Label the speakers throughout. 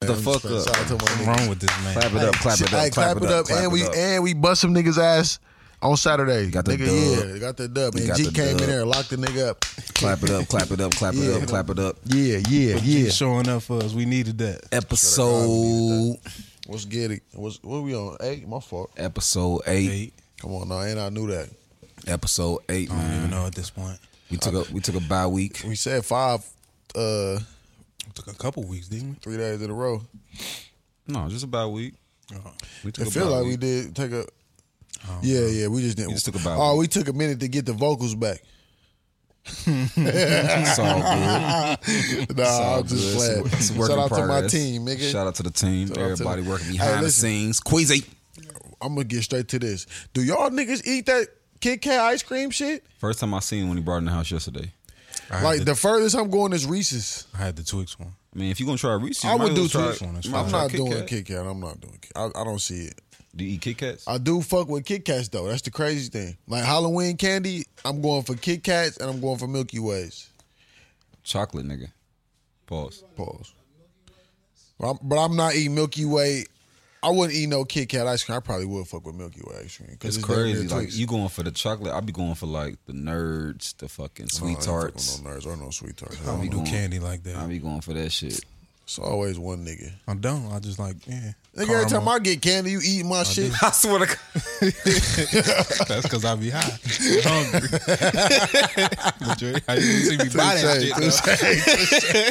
Speaker 1: the fuck up.
Speaker 2: Shout out to my
Speaker 3: What's
Speaker 2: niggas.
Speaker 3: wrong with this man?
Speaker 1: Clap it up, clap it
Speaker 2: Hey,
Speaker 1: up, clap it up, clap
Speaker 2: and we
Speaker 1: it up.
Speaker 2: and we bust some niggas ass on Saturday.
Speaker 1: Got the
Speaker 2: nigga,
Speaker 1: dub.
Speaker 2: yeah, got the dub.
Speaker 1: We
Speaker 2: And
Speaker 1: got
Speaker 2: G
Speaker 1: the
Speaker 2: came
Speaker 1: dub.
Speaker 2: in there, locked the nigga up.
Speaker 1: Clap it up, clap it up, clap it
Speaker 2: Yeah.
Speaker 1: up, clap it up.
Speaker 2: Yeah, yeah,
Speaker 3: Keep
Speaker 2: yeah.
Speaker 3: showing up for us. We needed that.
Speaker 1: Episode
Speaker 2: What's get it? What's what we on? Eight, my fault.
Speaker 1: episode eight,
Speaker 3: Eight.
Speaker 2: Come on, now, and I knew that.
Speaker 1: episode eight,
Speaker 3: I don't
Speaker 1: man.
Speaker 3: even know at this point.
Speaker 1: We took a we took a bye week.
Speaker 2: We said five, uh,
Speaker 3: took a couple weeks, didn't
Speaker 2: three days in a row.
Speaker 1: No, just a bye week.
Speaker 3: we?
Speaker 2: Uh-huh.
Speaker 3: Oh,
Speaker 1: We took
Speaker 2: It
Speaker 1: a
Speaker 2: feel
Speaker 1: bye
Speaker 2: like
Speaker 1: week.
Speaker 2: we did take a.
Speaker 3: Oh.
Speaker 2: Yeah, yeah, we just didn't.
Speaker 1: We just took a bye
Speaker 2: Oh,
Speaker 1: week.
Speaker 2: we took a minute to get the vocals back.
Speaker 1: It's all good. It's
Speaker 2: Nah,
Speaker 1: all
Speaker 2: I'm just
Speaker 1: good. It's a-
Speaker 2: glad.
Speaker 1: it's a work
Speaker 2: Shout
Speaker 1: in
Speaker 2: out to my
Speaker 1: progress.
Speaker 2: team, nigga.
Speaker 1: Shout out to the team.
Speaker 2: Shout out to
Speaker 1: Everybody
Speaker 2: the-
Speaker 1: working
Speaker 2: Hey,
Speaker 1: behind the
Speaker 2: listen.
Speaker 1: scenes. Queasy.
Speaker 2: I'm gonna get straight to this. Do y'all niggas eat that Kit Kat ice cream shit?
Speaker 1: First time I seen him when he brought it in the house yesterday.
Speaker 3: I,
Speaker 2: Like
Speaker 3: had
Speaker 2: the furthest I'm going is Reese's.
Speaker 3: the, I had the Twix one.
Speaker 1: I mean, if you gonna try Reese's, you
Speaker 2: I
Speaker 1: might
Speaker 2: would
Speaker 1: as well
Speaker 2: do
Speaker 1: try,
Speaker 2: Twix
Speaker 3: one. It's
Speaker 1: you might
Speaker 3: fine.
Speaker 2: I'm
Speaker 1: try
Speaker 2: not
Speaker 1: Kit
Speaker 2: doing
Speaker 1: Kat.
Speaker 2: Kit Kat. I'm not doing. Kit I, I don't see it.
Speaker 1: Do you eat Kit Kats?
Speaker 2: I do fuck with Kit Kats though. That's the crazy thing. Like Halloween candy, I'm going for Kit Kats and I'm going for Milky Ways.
Speaker 1: Chocolate, nigga. Pause.
Speaker 2: Pause. But I'm, but I'm not eating Milky Way. I wouldn't eat no Kit Kat ice cream. I probably would fuck with Milky Way ice cream. 'cause
Speaker 1: It's,
Speaker 2: damn near
Speaker 1: crazy. Like
Speaker 2: Twix.
Speaker 1: you going for the chocolate, I be going for like the nerds, the fucking
Speaker 2: Oh, I don't
Speaker 1: sweet
Speaker 2: fuck
Speaker 1: tarts.
Speaker 2: with No nerds or no sweet tarts.
Speaker 3: I
Speaker 2: I
Speaker 3: don't
Speaker 2: don't-
Speaker 3: do candy like that.
Speaker 1: I be going for that shit.
Speaker 2: It's always one nigga.
Speaker 3: I don't. I just like yeah.
Speaker 2: Nigga, every time
Speaker 3: caramel.
Speaker 2: I get candy, you eating my shit.
Speaker 1: I swear to God.
Speaker 3: That's because I be high, and hungry. but you, you see me buy that shit. though.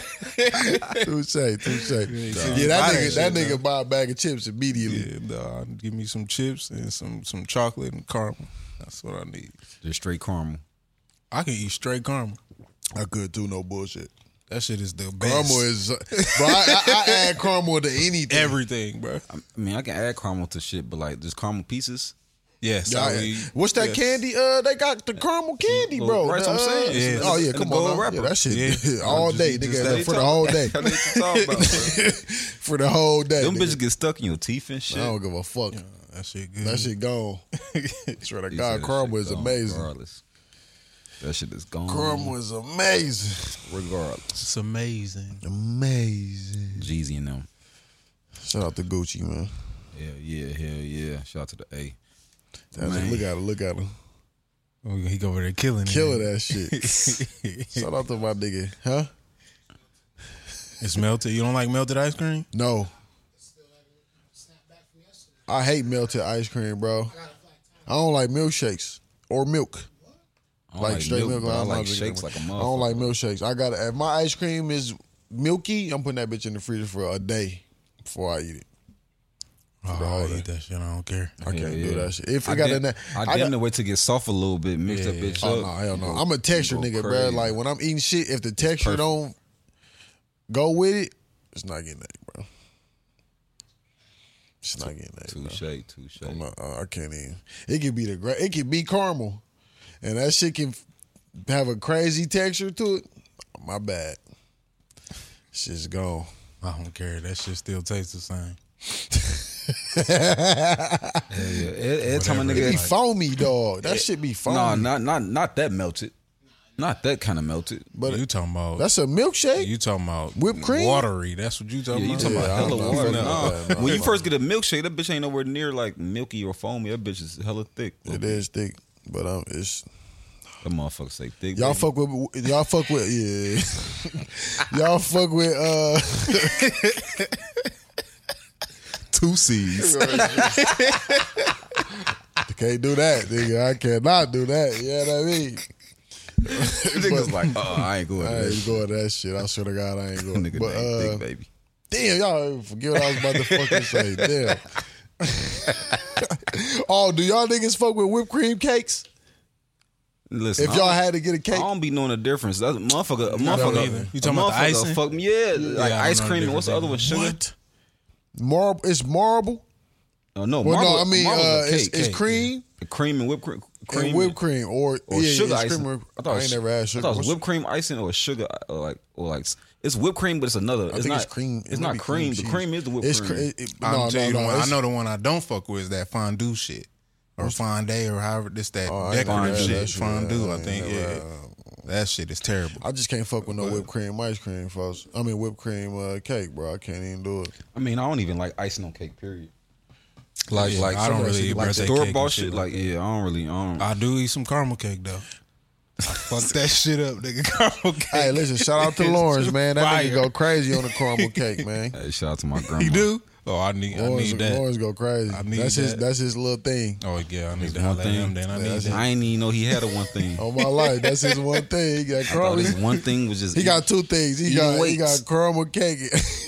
Speaker 2: Touche, touche. Yeah,
Speaker 3: Buy
Speaker 2: that
Speaker 3: that
Speaker 2: nigga,
Speaker 3: shit,
Speaker 2: that
Speaker 3: though.
Speaker 2: nigga buy a bag of chips immediately.
Speaker 3: Yeah, dog. uh, Give me some chips and some some chocolate and caramel. That's what I need.
Speaker 1: Just straight caramel.
Speaker 3: I can eat straight caramel.
Speaker 2: I could do no bullshit.
Speaker 3: That shit is the best.
Speaker 2: Caramel is, bro. I, I, I add caramel to anything.
Speaker 3: everything, bro.
Speaker 1: I mean, I can add caramel to shit, but like just caramel pieces.
Speaker 3: Yes.
Speaker 2: Y'all-
Speaker 3: I eat-
Speaker 2: what's that
Speaker 3: yes.
Speaker 2: candy? Uh, they got the caramel candy, bro.
Speaker 1: Well, right, that's what I'm
Speaker 2: The, uh,
Speaker 1: saying.
Speaker 3: Yeah.
Speaker 2: Oh
Speaker 1: And
Speaker 2: yeah,
Speaker 1: the
Speaker 2: come
Speaker 1: gold
Speaker 2: on, now.
Speaker 1: wrapper.
Speaker 2: yeah, that shit
Speaker 3: Yeah.
Speaker 2: all
Speaker 3: Just-
Speaker 2: day,
Speaker 3: just
Speaker 2: nigga,
Speaker 3: that.
Speaker 2: for the whole day,
Speaker 1: That's what you talking about, bro.
Speaker 2: for the whole day.
Speaker 1: Them
Speaker 2: nigga.
Speaker 1: bitches get stuck in your teeth and shit.
Speaker 2: I don't give a fuck.
Speaker 3: Uh, That shit good.
Speaker 2: That shit gone. Swear to
Speaker 1: He said
Speaker 2: God,
Speaker 1: that
Speaker 2: caramel
Speaker 1: shit
Speaker 2: is
Speaker 1: gone
Speaker 2: amazing.
Speaker 1: Regardless. That shit is gone.
Speaker 2: Caramel is amazing.
Speaker 1: Regardless.
Speaker 3: It's amazing.
Speaker 2: Amazing.
Speaker 1: Jeezy and them.
Speaker 2: Shout out to Gucci, man.
Speaker 1: Hell yeah, hell yeah. Shout out to the A.
Speaker 2: That's
Speaker 1: Man.
Speaker 2: Look at him, look at him.
Speaker 3: Oh, He go over there killing
Speaker 2: Killing
Speaker 3: it.
Speaker 2: that shit. Shout out to my nigga. Huh?
Speaker 3: It's melted. You don't like melted ice cream?
Speaker 2: No. I hate melted ice cream, bro. I don't like milkshakes or milk.
Speaker 1: I don't
Speaker 2: Like, straight milk.
Speaker 1: but I
Speaker 2: I'm not
Speaker 1: like
Speaker 2: drinking
Speaker 1: shakes
Speaker 2: milk.
Speaker 1: like a motherfucker.
Speaker 2: I don't like milkshakes. I got to if my ice cream is milky, I'm putting that bitch in the freezer for a day before I eat it.
Speaker 3: Oh, I eat that shit. I don't care.
Speaker 2: I
Speaker 1: Yeah,
Speaker 2: can't
Speaker 1: yeah.
Speaker 2: do that shit. If
Speaker 1: I,
Speaker 2: it got
Speaker 1: damn-
Speaker 2: in that,
Speaker 1: I, damn near wait to get soft a little bit, mix that bitch
Speaker 2: Oh
Speaker 1: up.
Speaker 2: no, hell no. I'm a texture
Speaker 1: go
Speaker 2: nigga, bro.
Speaker 1: crazy.
Speaker 2: Like when I'm eating shit, if the texture
Speaker 1: perfect.
Speaker 2: don't go with it, it's not getting that, bro. It's not getting that. Bro.
Speaker 1: Touche, touche.
Speaker 2: I'm not, uh, I can't even. It could be the great. It could be caramel, and that shit can f- have a crazy texture to it. My bad. Shit's gone.
Speaker 3: I don't care. That shit still tastes the same.
Speaker 1: Yeah, yeah. e- Every every time a
Speaker 3: Whatever
Speaker 1: nigga
Speaker 3: it
Speaker 2: Be foamy, dog. That shit be foamy.
Speaker 1: No, not not not that melted. Not that kind of melted.
Speaker 2: But-
Speaker 3: you talking about
Speaker 2: That's a milkshake.
Speaker 3: you talking about
Speaker 2: Whipped cream?
Speaker 3: Watery. That's what you talking
Speaker 1: Yeah, you
Speaker 3: about.
Speaker 1: talking
Speaker 2: Yeah,
Speaker 1: about
Speaker 2: I
Speaker 1: hella
Speaker 2: don't
Speaker 1: water.
Speaker 2: know.
Speaker 1: Nah.
Speaker 2: Yeah, no,
Speaker 1: when you
Speaker 2: no.
Speaker 1: first get a milkshake, that bitch ain't nowhere near like milky or foamy. That bitch is hella thick.
Speaker 2: it is thick, but um, it's
Speaker 1: That motherfucker say thick.
Speaker 2: Y'all
Speaker 1: baby.
Speaker 2: fuck with y'all fuck with yeah. y'all fuck with uh
Speaker 1: two C's.
Speaker 2: can't do that, nigga. I cannot do that. You know what I mean?
Speaker 1: Niggas like, uh, I ain't going.
Speaker 2: I
Speaker 1: to
Speaker 2: ain't going to that shit. I swear to God, I ain't
Speaker 1: that.
Speaker 2: going.
Speaker 1: Nigga
Speaker 2: but
Speaker 1: named
Speaker 2: uh,
Speaker 1: thick baby.
Speaker 2: damn, y'all forget what I was about to fucking say. Damn. oh, do y'all niggas fuck with whipped cream cakes?
Speaker 1: Listen,
Speaker 2: If y'all had to get a
Speaker 1: I
Speaker 2: cake,
Speaker 1: don't be knowing the difference. That's a motherfucker. A
Speaker 3: don't
Speaker 1: motherfucker.
Speaker 3: either. You
Speaker 1: a
Speaker 3: talking about the
Speaker 1: motherfucker
Speaker 3: icing?
Speaker 1: Fuck me, yeah. like
Speaker 3: I don't
Speaker 1: ice
Speaker 3: know the
Speaker 1: cream. and What's the
Speaker 3: difference
Speaker 1: other one? Sugar.
Speaker 2: what? Marble? It's marble.
Speaker 1: Oh, no,
Speaker 2: Well,
Speaker 1: marble,
Speaker 2: no, I mean
Speaker 1: marble's a
Speaker 2: uh, it's,
Speaker 1: cake.
Speaker 2: it's cream.
Speaker 1: The cream and whipped cream. cream
Speaker 2: and whipped cream or,
Speaker 1: or
Speaker 2: yeah,
Speaker 1: sugar
Speaker 2: yeah, it's
Speaker 1: icing.
Speaker 2: cream or-
Speaker 1: I
Speaker 2: I,
Speaker 1: thought
Speaker 2: ain't
Speaker 1: it was,
Speaker 2: never had
Speaker 1: I
Speaker 2: sugar.
Speaker 1: thought it was
Speaker 2: What's-
Speaker 1: whipped cream icing or sugar or like or like it's whipped cream, but it's another.
Speaker 2: I
Speaker 1: it's
Speaker 2: think
Speaker 1: not
Speaker 2: it's cream.
Speaker 1: It's not
Speaker 2: maybe
Speaker 1: cream. The
Speaker 2: cheese.
Speaker 1: cream is the whipped
Speaker 2: it's
Speaker 1: cream.
Speaker 2: Cre- it, it,
Speaker 3: I'm
Speaker 2: no,
Speaker 3: tell
Speaker 2: no,
Speaker 3: you the
Speaker 2: no.
Speaker 3: one. I
Speaker 2: it's-
Speaker 3: know the one I don't fuck with is that fondue shit or fondue or however this that
Speaker 2: Oh, I ain't
Speaker 3: decorative
Speaker 2: fondue.
Speaker 3: shit.
Speaker 2: That's-
Speaker 3: Fondue,
Speaker 2: yeah,
Speaker 3: I think.
Speaker 2: yeah,
Speaker 3: Yeah,
Speaker 2: yeah.
Speaker 3: That shit is terrible.
Speaker 2: I just can't fuck with no whipped cream ice cream, folks. I mean whipped cream uh, cake, bro. I can't even do it.
Speaker 1: I mean, I don't even like icing on cake. Period.
Speaker 3: Like, like I
Speaker 2: some
Speaker 3: don't
Speaker 2: of that
Speaker 3: really
Speaker 2: shit
Speaker 3: eat
Speaker 2: like
Speaker 3: birthday
Speaker 1: Store
Speaker 3: cake
Speaker 1: bought
Speaker 3: and
Speaker 1: shit, like yeah, I don't really. I don't.
Speaker 3: I do eat some caramel cake though. I fuck that shit up, nigga. Caramel cake.
Speaker 2: Hey, listen, shout out to
Speaker 3: It's
Speaker 2: Lawrence,
Speaker 3: just
Speaker 2: man. That nigga
Speaker 3: fire.
Speaker 2: go crazy on the caramble cake, man.
Speaker 1: hey, shout out to my grandma.
Speaker 3: You do? Oh, I need, I
Speaker 2: Lawrence,
Speaker 3: need that.
Speaker 2: Lawrence go crazy.
Speaker 3: I need
Speaker 2: that's his
Speaker 3: that.
Speaker 2: that's his little thing.
Speaker 3: Oh yeah, I need to
Speaker 1: one
Speaker 3: holler at
Speaker 1: thing.
Speaker 3: him. Then I
Speaker 2: Yeah,
Speaker 3: need
Speaker 2: that's
Speaker 3: that.
Speaker 1: I didn't even know he had a one thing.
Speaker 2: On my life, that's his one thing. He got
Speaker 1: Bro,
Speaker 2: caramel.
Speaker 1: this one thing was just
Speaker 2: He got two things. He
Speaker 1: Eating
Speaker 2: got he
Speaker 1: weights.
Speaker 2: got caramel cake,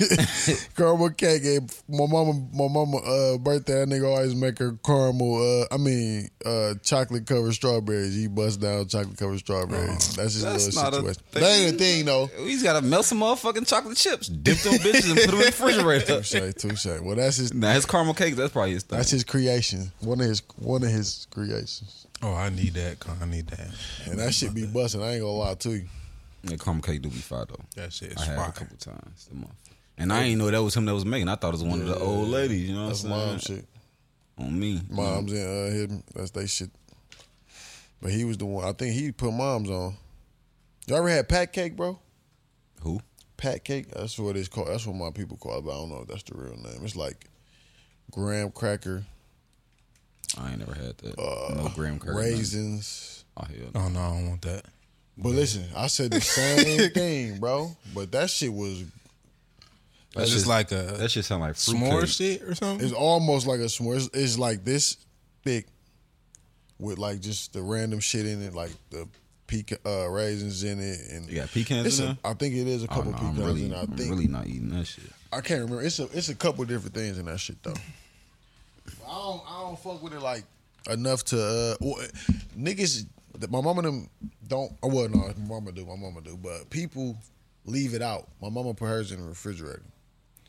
Speaker 2: caramel cake. And my mama, my mama uh, birthday. That nigga always make her caramel. Uh, I mean, uh, chocolate covered strawberries. He bust down chocolate covered strawberries. that's his
Speaker 1: Oh, that's
Speaker 2: little
Speaker 1: not a
Speaker 2: situation.
Speaker 1: thing.
Speaker 2: That ain't a thing though.
Speaker 1: He's got to melt some motherfucking chocolate chips, dip them bitches, and put them in the refrigerator.
Speaker 2: Touche, touche. Well, that's his
Speaker 1: Now his caramel cake, that's probably his thing.
Speaker 2: that's his creation. One of his one of his creations.
Speaker 3: Oh, I need that. con- I need that.
Speaker 2: And that shit be busting. I ain't gonna lie to you.
Speaker 1: The caramel cake do be fire though.
Speaker 3: That shit is
Speaker 1: I had
Speaker 3: fire.
Speaker 1: a couple times a month, and I ain't know that was him that was making. I thought it was one of the old ladies. You know
Speaker 2: That's
Speaker 1: what I'm
Speaker 2: mom
Speaker 1: saying?
Speaker 2: shit.
Speaker 1: On me,
Speaker 2: Moms and uh, him. That's they shit. But he was the one. I think he put moms on. Y'all ever had pat cake, bro?
Speaker 1: Who?
Speaker 2: Pat cake. That's what it's called. That's what my people call it. But I don't know if that's the real name. It's like graham cracker,
Speaker 1: I ain't never had that.
Speaker 2: Uh,
Speaker 1: no graham cracker.
Speaker 2: raisins.
Speaker 1: nothing. Oh hell, no.
Speaker 3: Oh no, I don't want that.
Speaker 2: But listen, I said the same thing, bro. But that shit was.
Speaker 3: That's just
Speaker 1: shit-
Speaker 3: like a
Speaker 1: that shit sound like
Speaker 3: s'more
Speaker 1: fruitcake.
Speaker 3: shit or something.
Speaker 2: It's almost like a s'more. It's, it's like this thick, with like just the random shit in it, like the peca- uh, raisins in it, and
Speaker 1: You got pecans
Speaker 2: It's
Speaker 1: in
Speaker 2: a-
Speaker 1: there?
Speaker 2: I think it is a
Speaker 1: Oh,
Speaker 2: couple
Speaker 1: no,
Speaker 2: pecans
Speaker 1: I'm really,
Speaker 2: in it. I
Speaker 1: I'm
Speaker 2: think
Speaker 1: really not eating that shit.
Speaker 2: I can't remember. It's a it's a couple different things in that shit though. I don't I don't fuck with it like enough to uh well, niggas. th- My mama them don't. Oh well, no, my mama do. My mama do. But people leave it out. My mama put hers in the refrigerator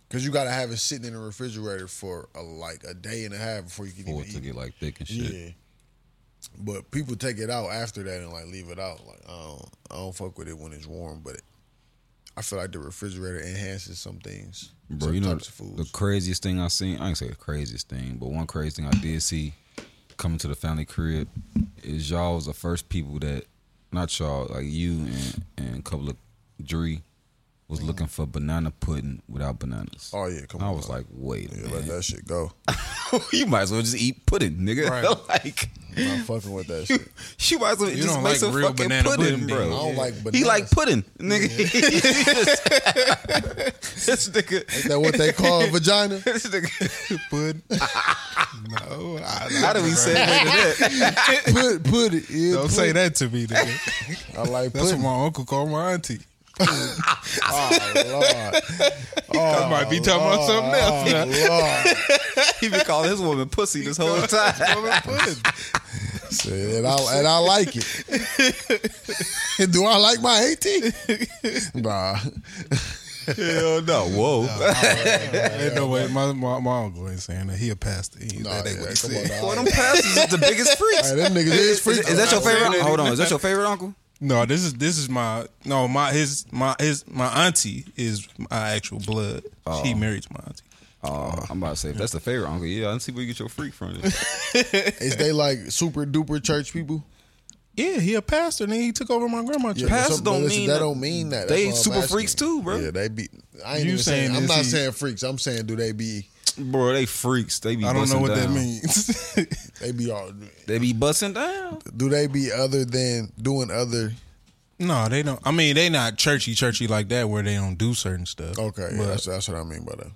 Speaker 2: because you gotta have it sitting in the refrigerator for a, like a day and a half before you can
Speaker 1: For
Speaker 2: even
Speaker 1: it to
Speaker 2: eat.
Speaker 1: get like thick and shit.
Speaker 2: Yeah. But people take it out after that and like leave it out. Like I don't, I don't fuck with it when it's warm, but it, I feel like the refrigerator enhances some things.
Speaker 1: Bro,
Speaker 2: some
Speaker 1: you know
Speaker 2: types of
Speaker 1: the
Speaker 2: foods.
Speaker 1: craziest thing I seen. I ain't say the craziest thing, but one crazy thing I did see coming to the family crib is y'all was the first people that, not y'all, like you and and a couple of Dree was
Speaker 3: Mm-hmm.
Speaker 1: looking for banana pudding without bananas.
Speaker 2: oh yeah, come
Speaker 1: And I
Speaker 2: on.
Speaker 1: was like, wait, a
Speaker 2: yeah, let
Speaker 1: minute.
Speaker 2: that shit go.
Speaker 1: you might as well just eat pudding, nigga.
Speaker 3: Right.
Speaker 1: like
Speaker 2: I'm not fucking with that shit.
Speaker 1: you might as well
Speaker 3: You
Speaker 1: just
Speaker 3: don't
Speaker 1: make
Speaker 3: like
Speaker 1: some
Speaker 3: real
Speaker 1: fucking pudding,
Speaker 3: banana pudding,
Speaker 1: bro.
Speaker 3: then.
Speaker 2: I don't like
Speaker 1: He
Speaker 2: bananas.
Speaker 1: like pudding, nigga. this
Speaker 2: Is
Speaker 1: nigga,
Speaker 2: that what they call a vagina?
Speaker 1: this nigga.
Speaker 3: Pudding. no, I,
Speaker 1: How do we say that?
Speaker 2: Put put it. Yeah,
Speaker 3: Don't
Speaker 2: put
Speaker 3: say
Speaker 2: it.
Speaker 3: that to me, nigga.
Speaker 2: I like
Speaker 3: That's what
Speaker 2: pudding.
Speaker 3: my uncle called my auntie.
Speaker 2: Oh lord.
Speaker 3: I might be talking about something else.
Speaker 2: Oh, lord.
Speaker 1: he been calling his woman pussy this whole time.
Speaker 2: Say, and I and I like it. And Do I like my eighteen? Nah.
Speaker 1: Hell no. Whoa.
Speaker 3: Ain't no way. My, my, my uncle ain't saying that. He a pastor. He,
Speaker 2: Nah,
Speaker 3: that ain't
Speaker 2: yeah,
Speaker 3: what he
Speaker 2: come
Speaker 3: said.
Speaker 2: on,
Speaker 1: Boy, them pastors is the biggest freaks.
Speaker 2: Hey, them niggas is freaks.
Speaker 1: Is that your favorite? Hold on. Is that your favorite uncle?
Speaker 3: No, this is this is my no my his my his my auntie is my actual blood. She married my auntie.
Speaker 1: Oh, I'm about to say if that's the favorite uncle. Yeah, I don't see where you get your freak from.
Speaker 2: Is they like super duper church people?
Speaker 3: Yeah, he a pastor. and Then he took over my grandma. church.
Speaker 1: Pastor
Speaker 2: but
Speaker 1: don't mean
Speaker 2: that
Speaker 1: that-
Speaker 2: don't mean that.
Speaker 1: they
Speaker 2: That's why I'm
Speaker 1: super
Speaker 2: asking.
Speaker 1: freaks too, bro.
Speaker 2: Yeah, they be. I ain't
Speaker 3: You
Speaker 2: even saying.
Speaker 3: saying
Speaker 2: I'm
Speaker 3: is
Speaker 2: not
Speaker 3: he-
Speaker 2: saying freaks. I'm saying do they be?
Speaker 1: Bro, they freaks. They be.
Speaker 3: I don't know
Speaker 1: busting
Speaker 3: what that
Speaker 1: down.
Speaker 3: means.
Speaker 2: They be all.
Speaker 1: They be busting down.
Speaker 2: Do they be other than doing other?
Speaker 3: no, they don't. I mean, they not churchy churchy like that where they don't do certain stuff.
Speaker 2: Okay, yeah,
Speaker 3: But,
Speaker 2: that's, that's what I mean by that.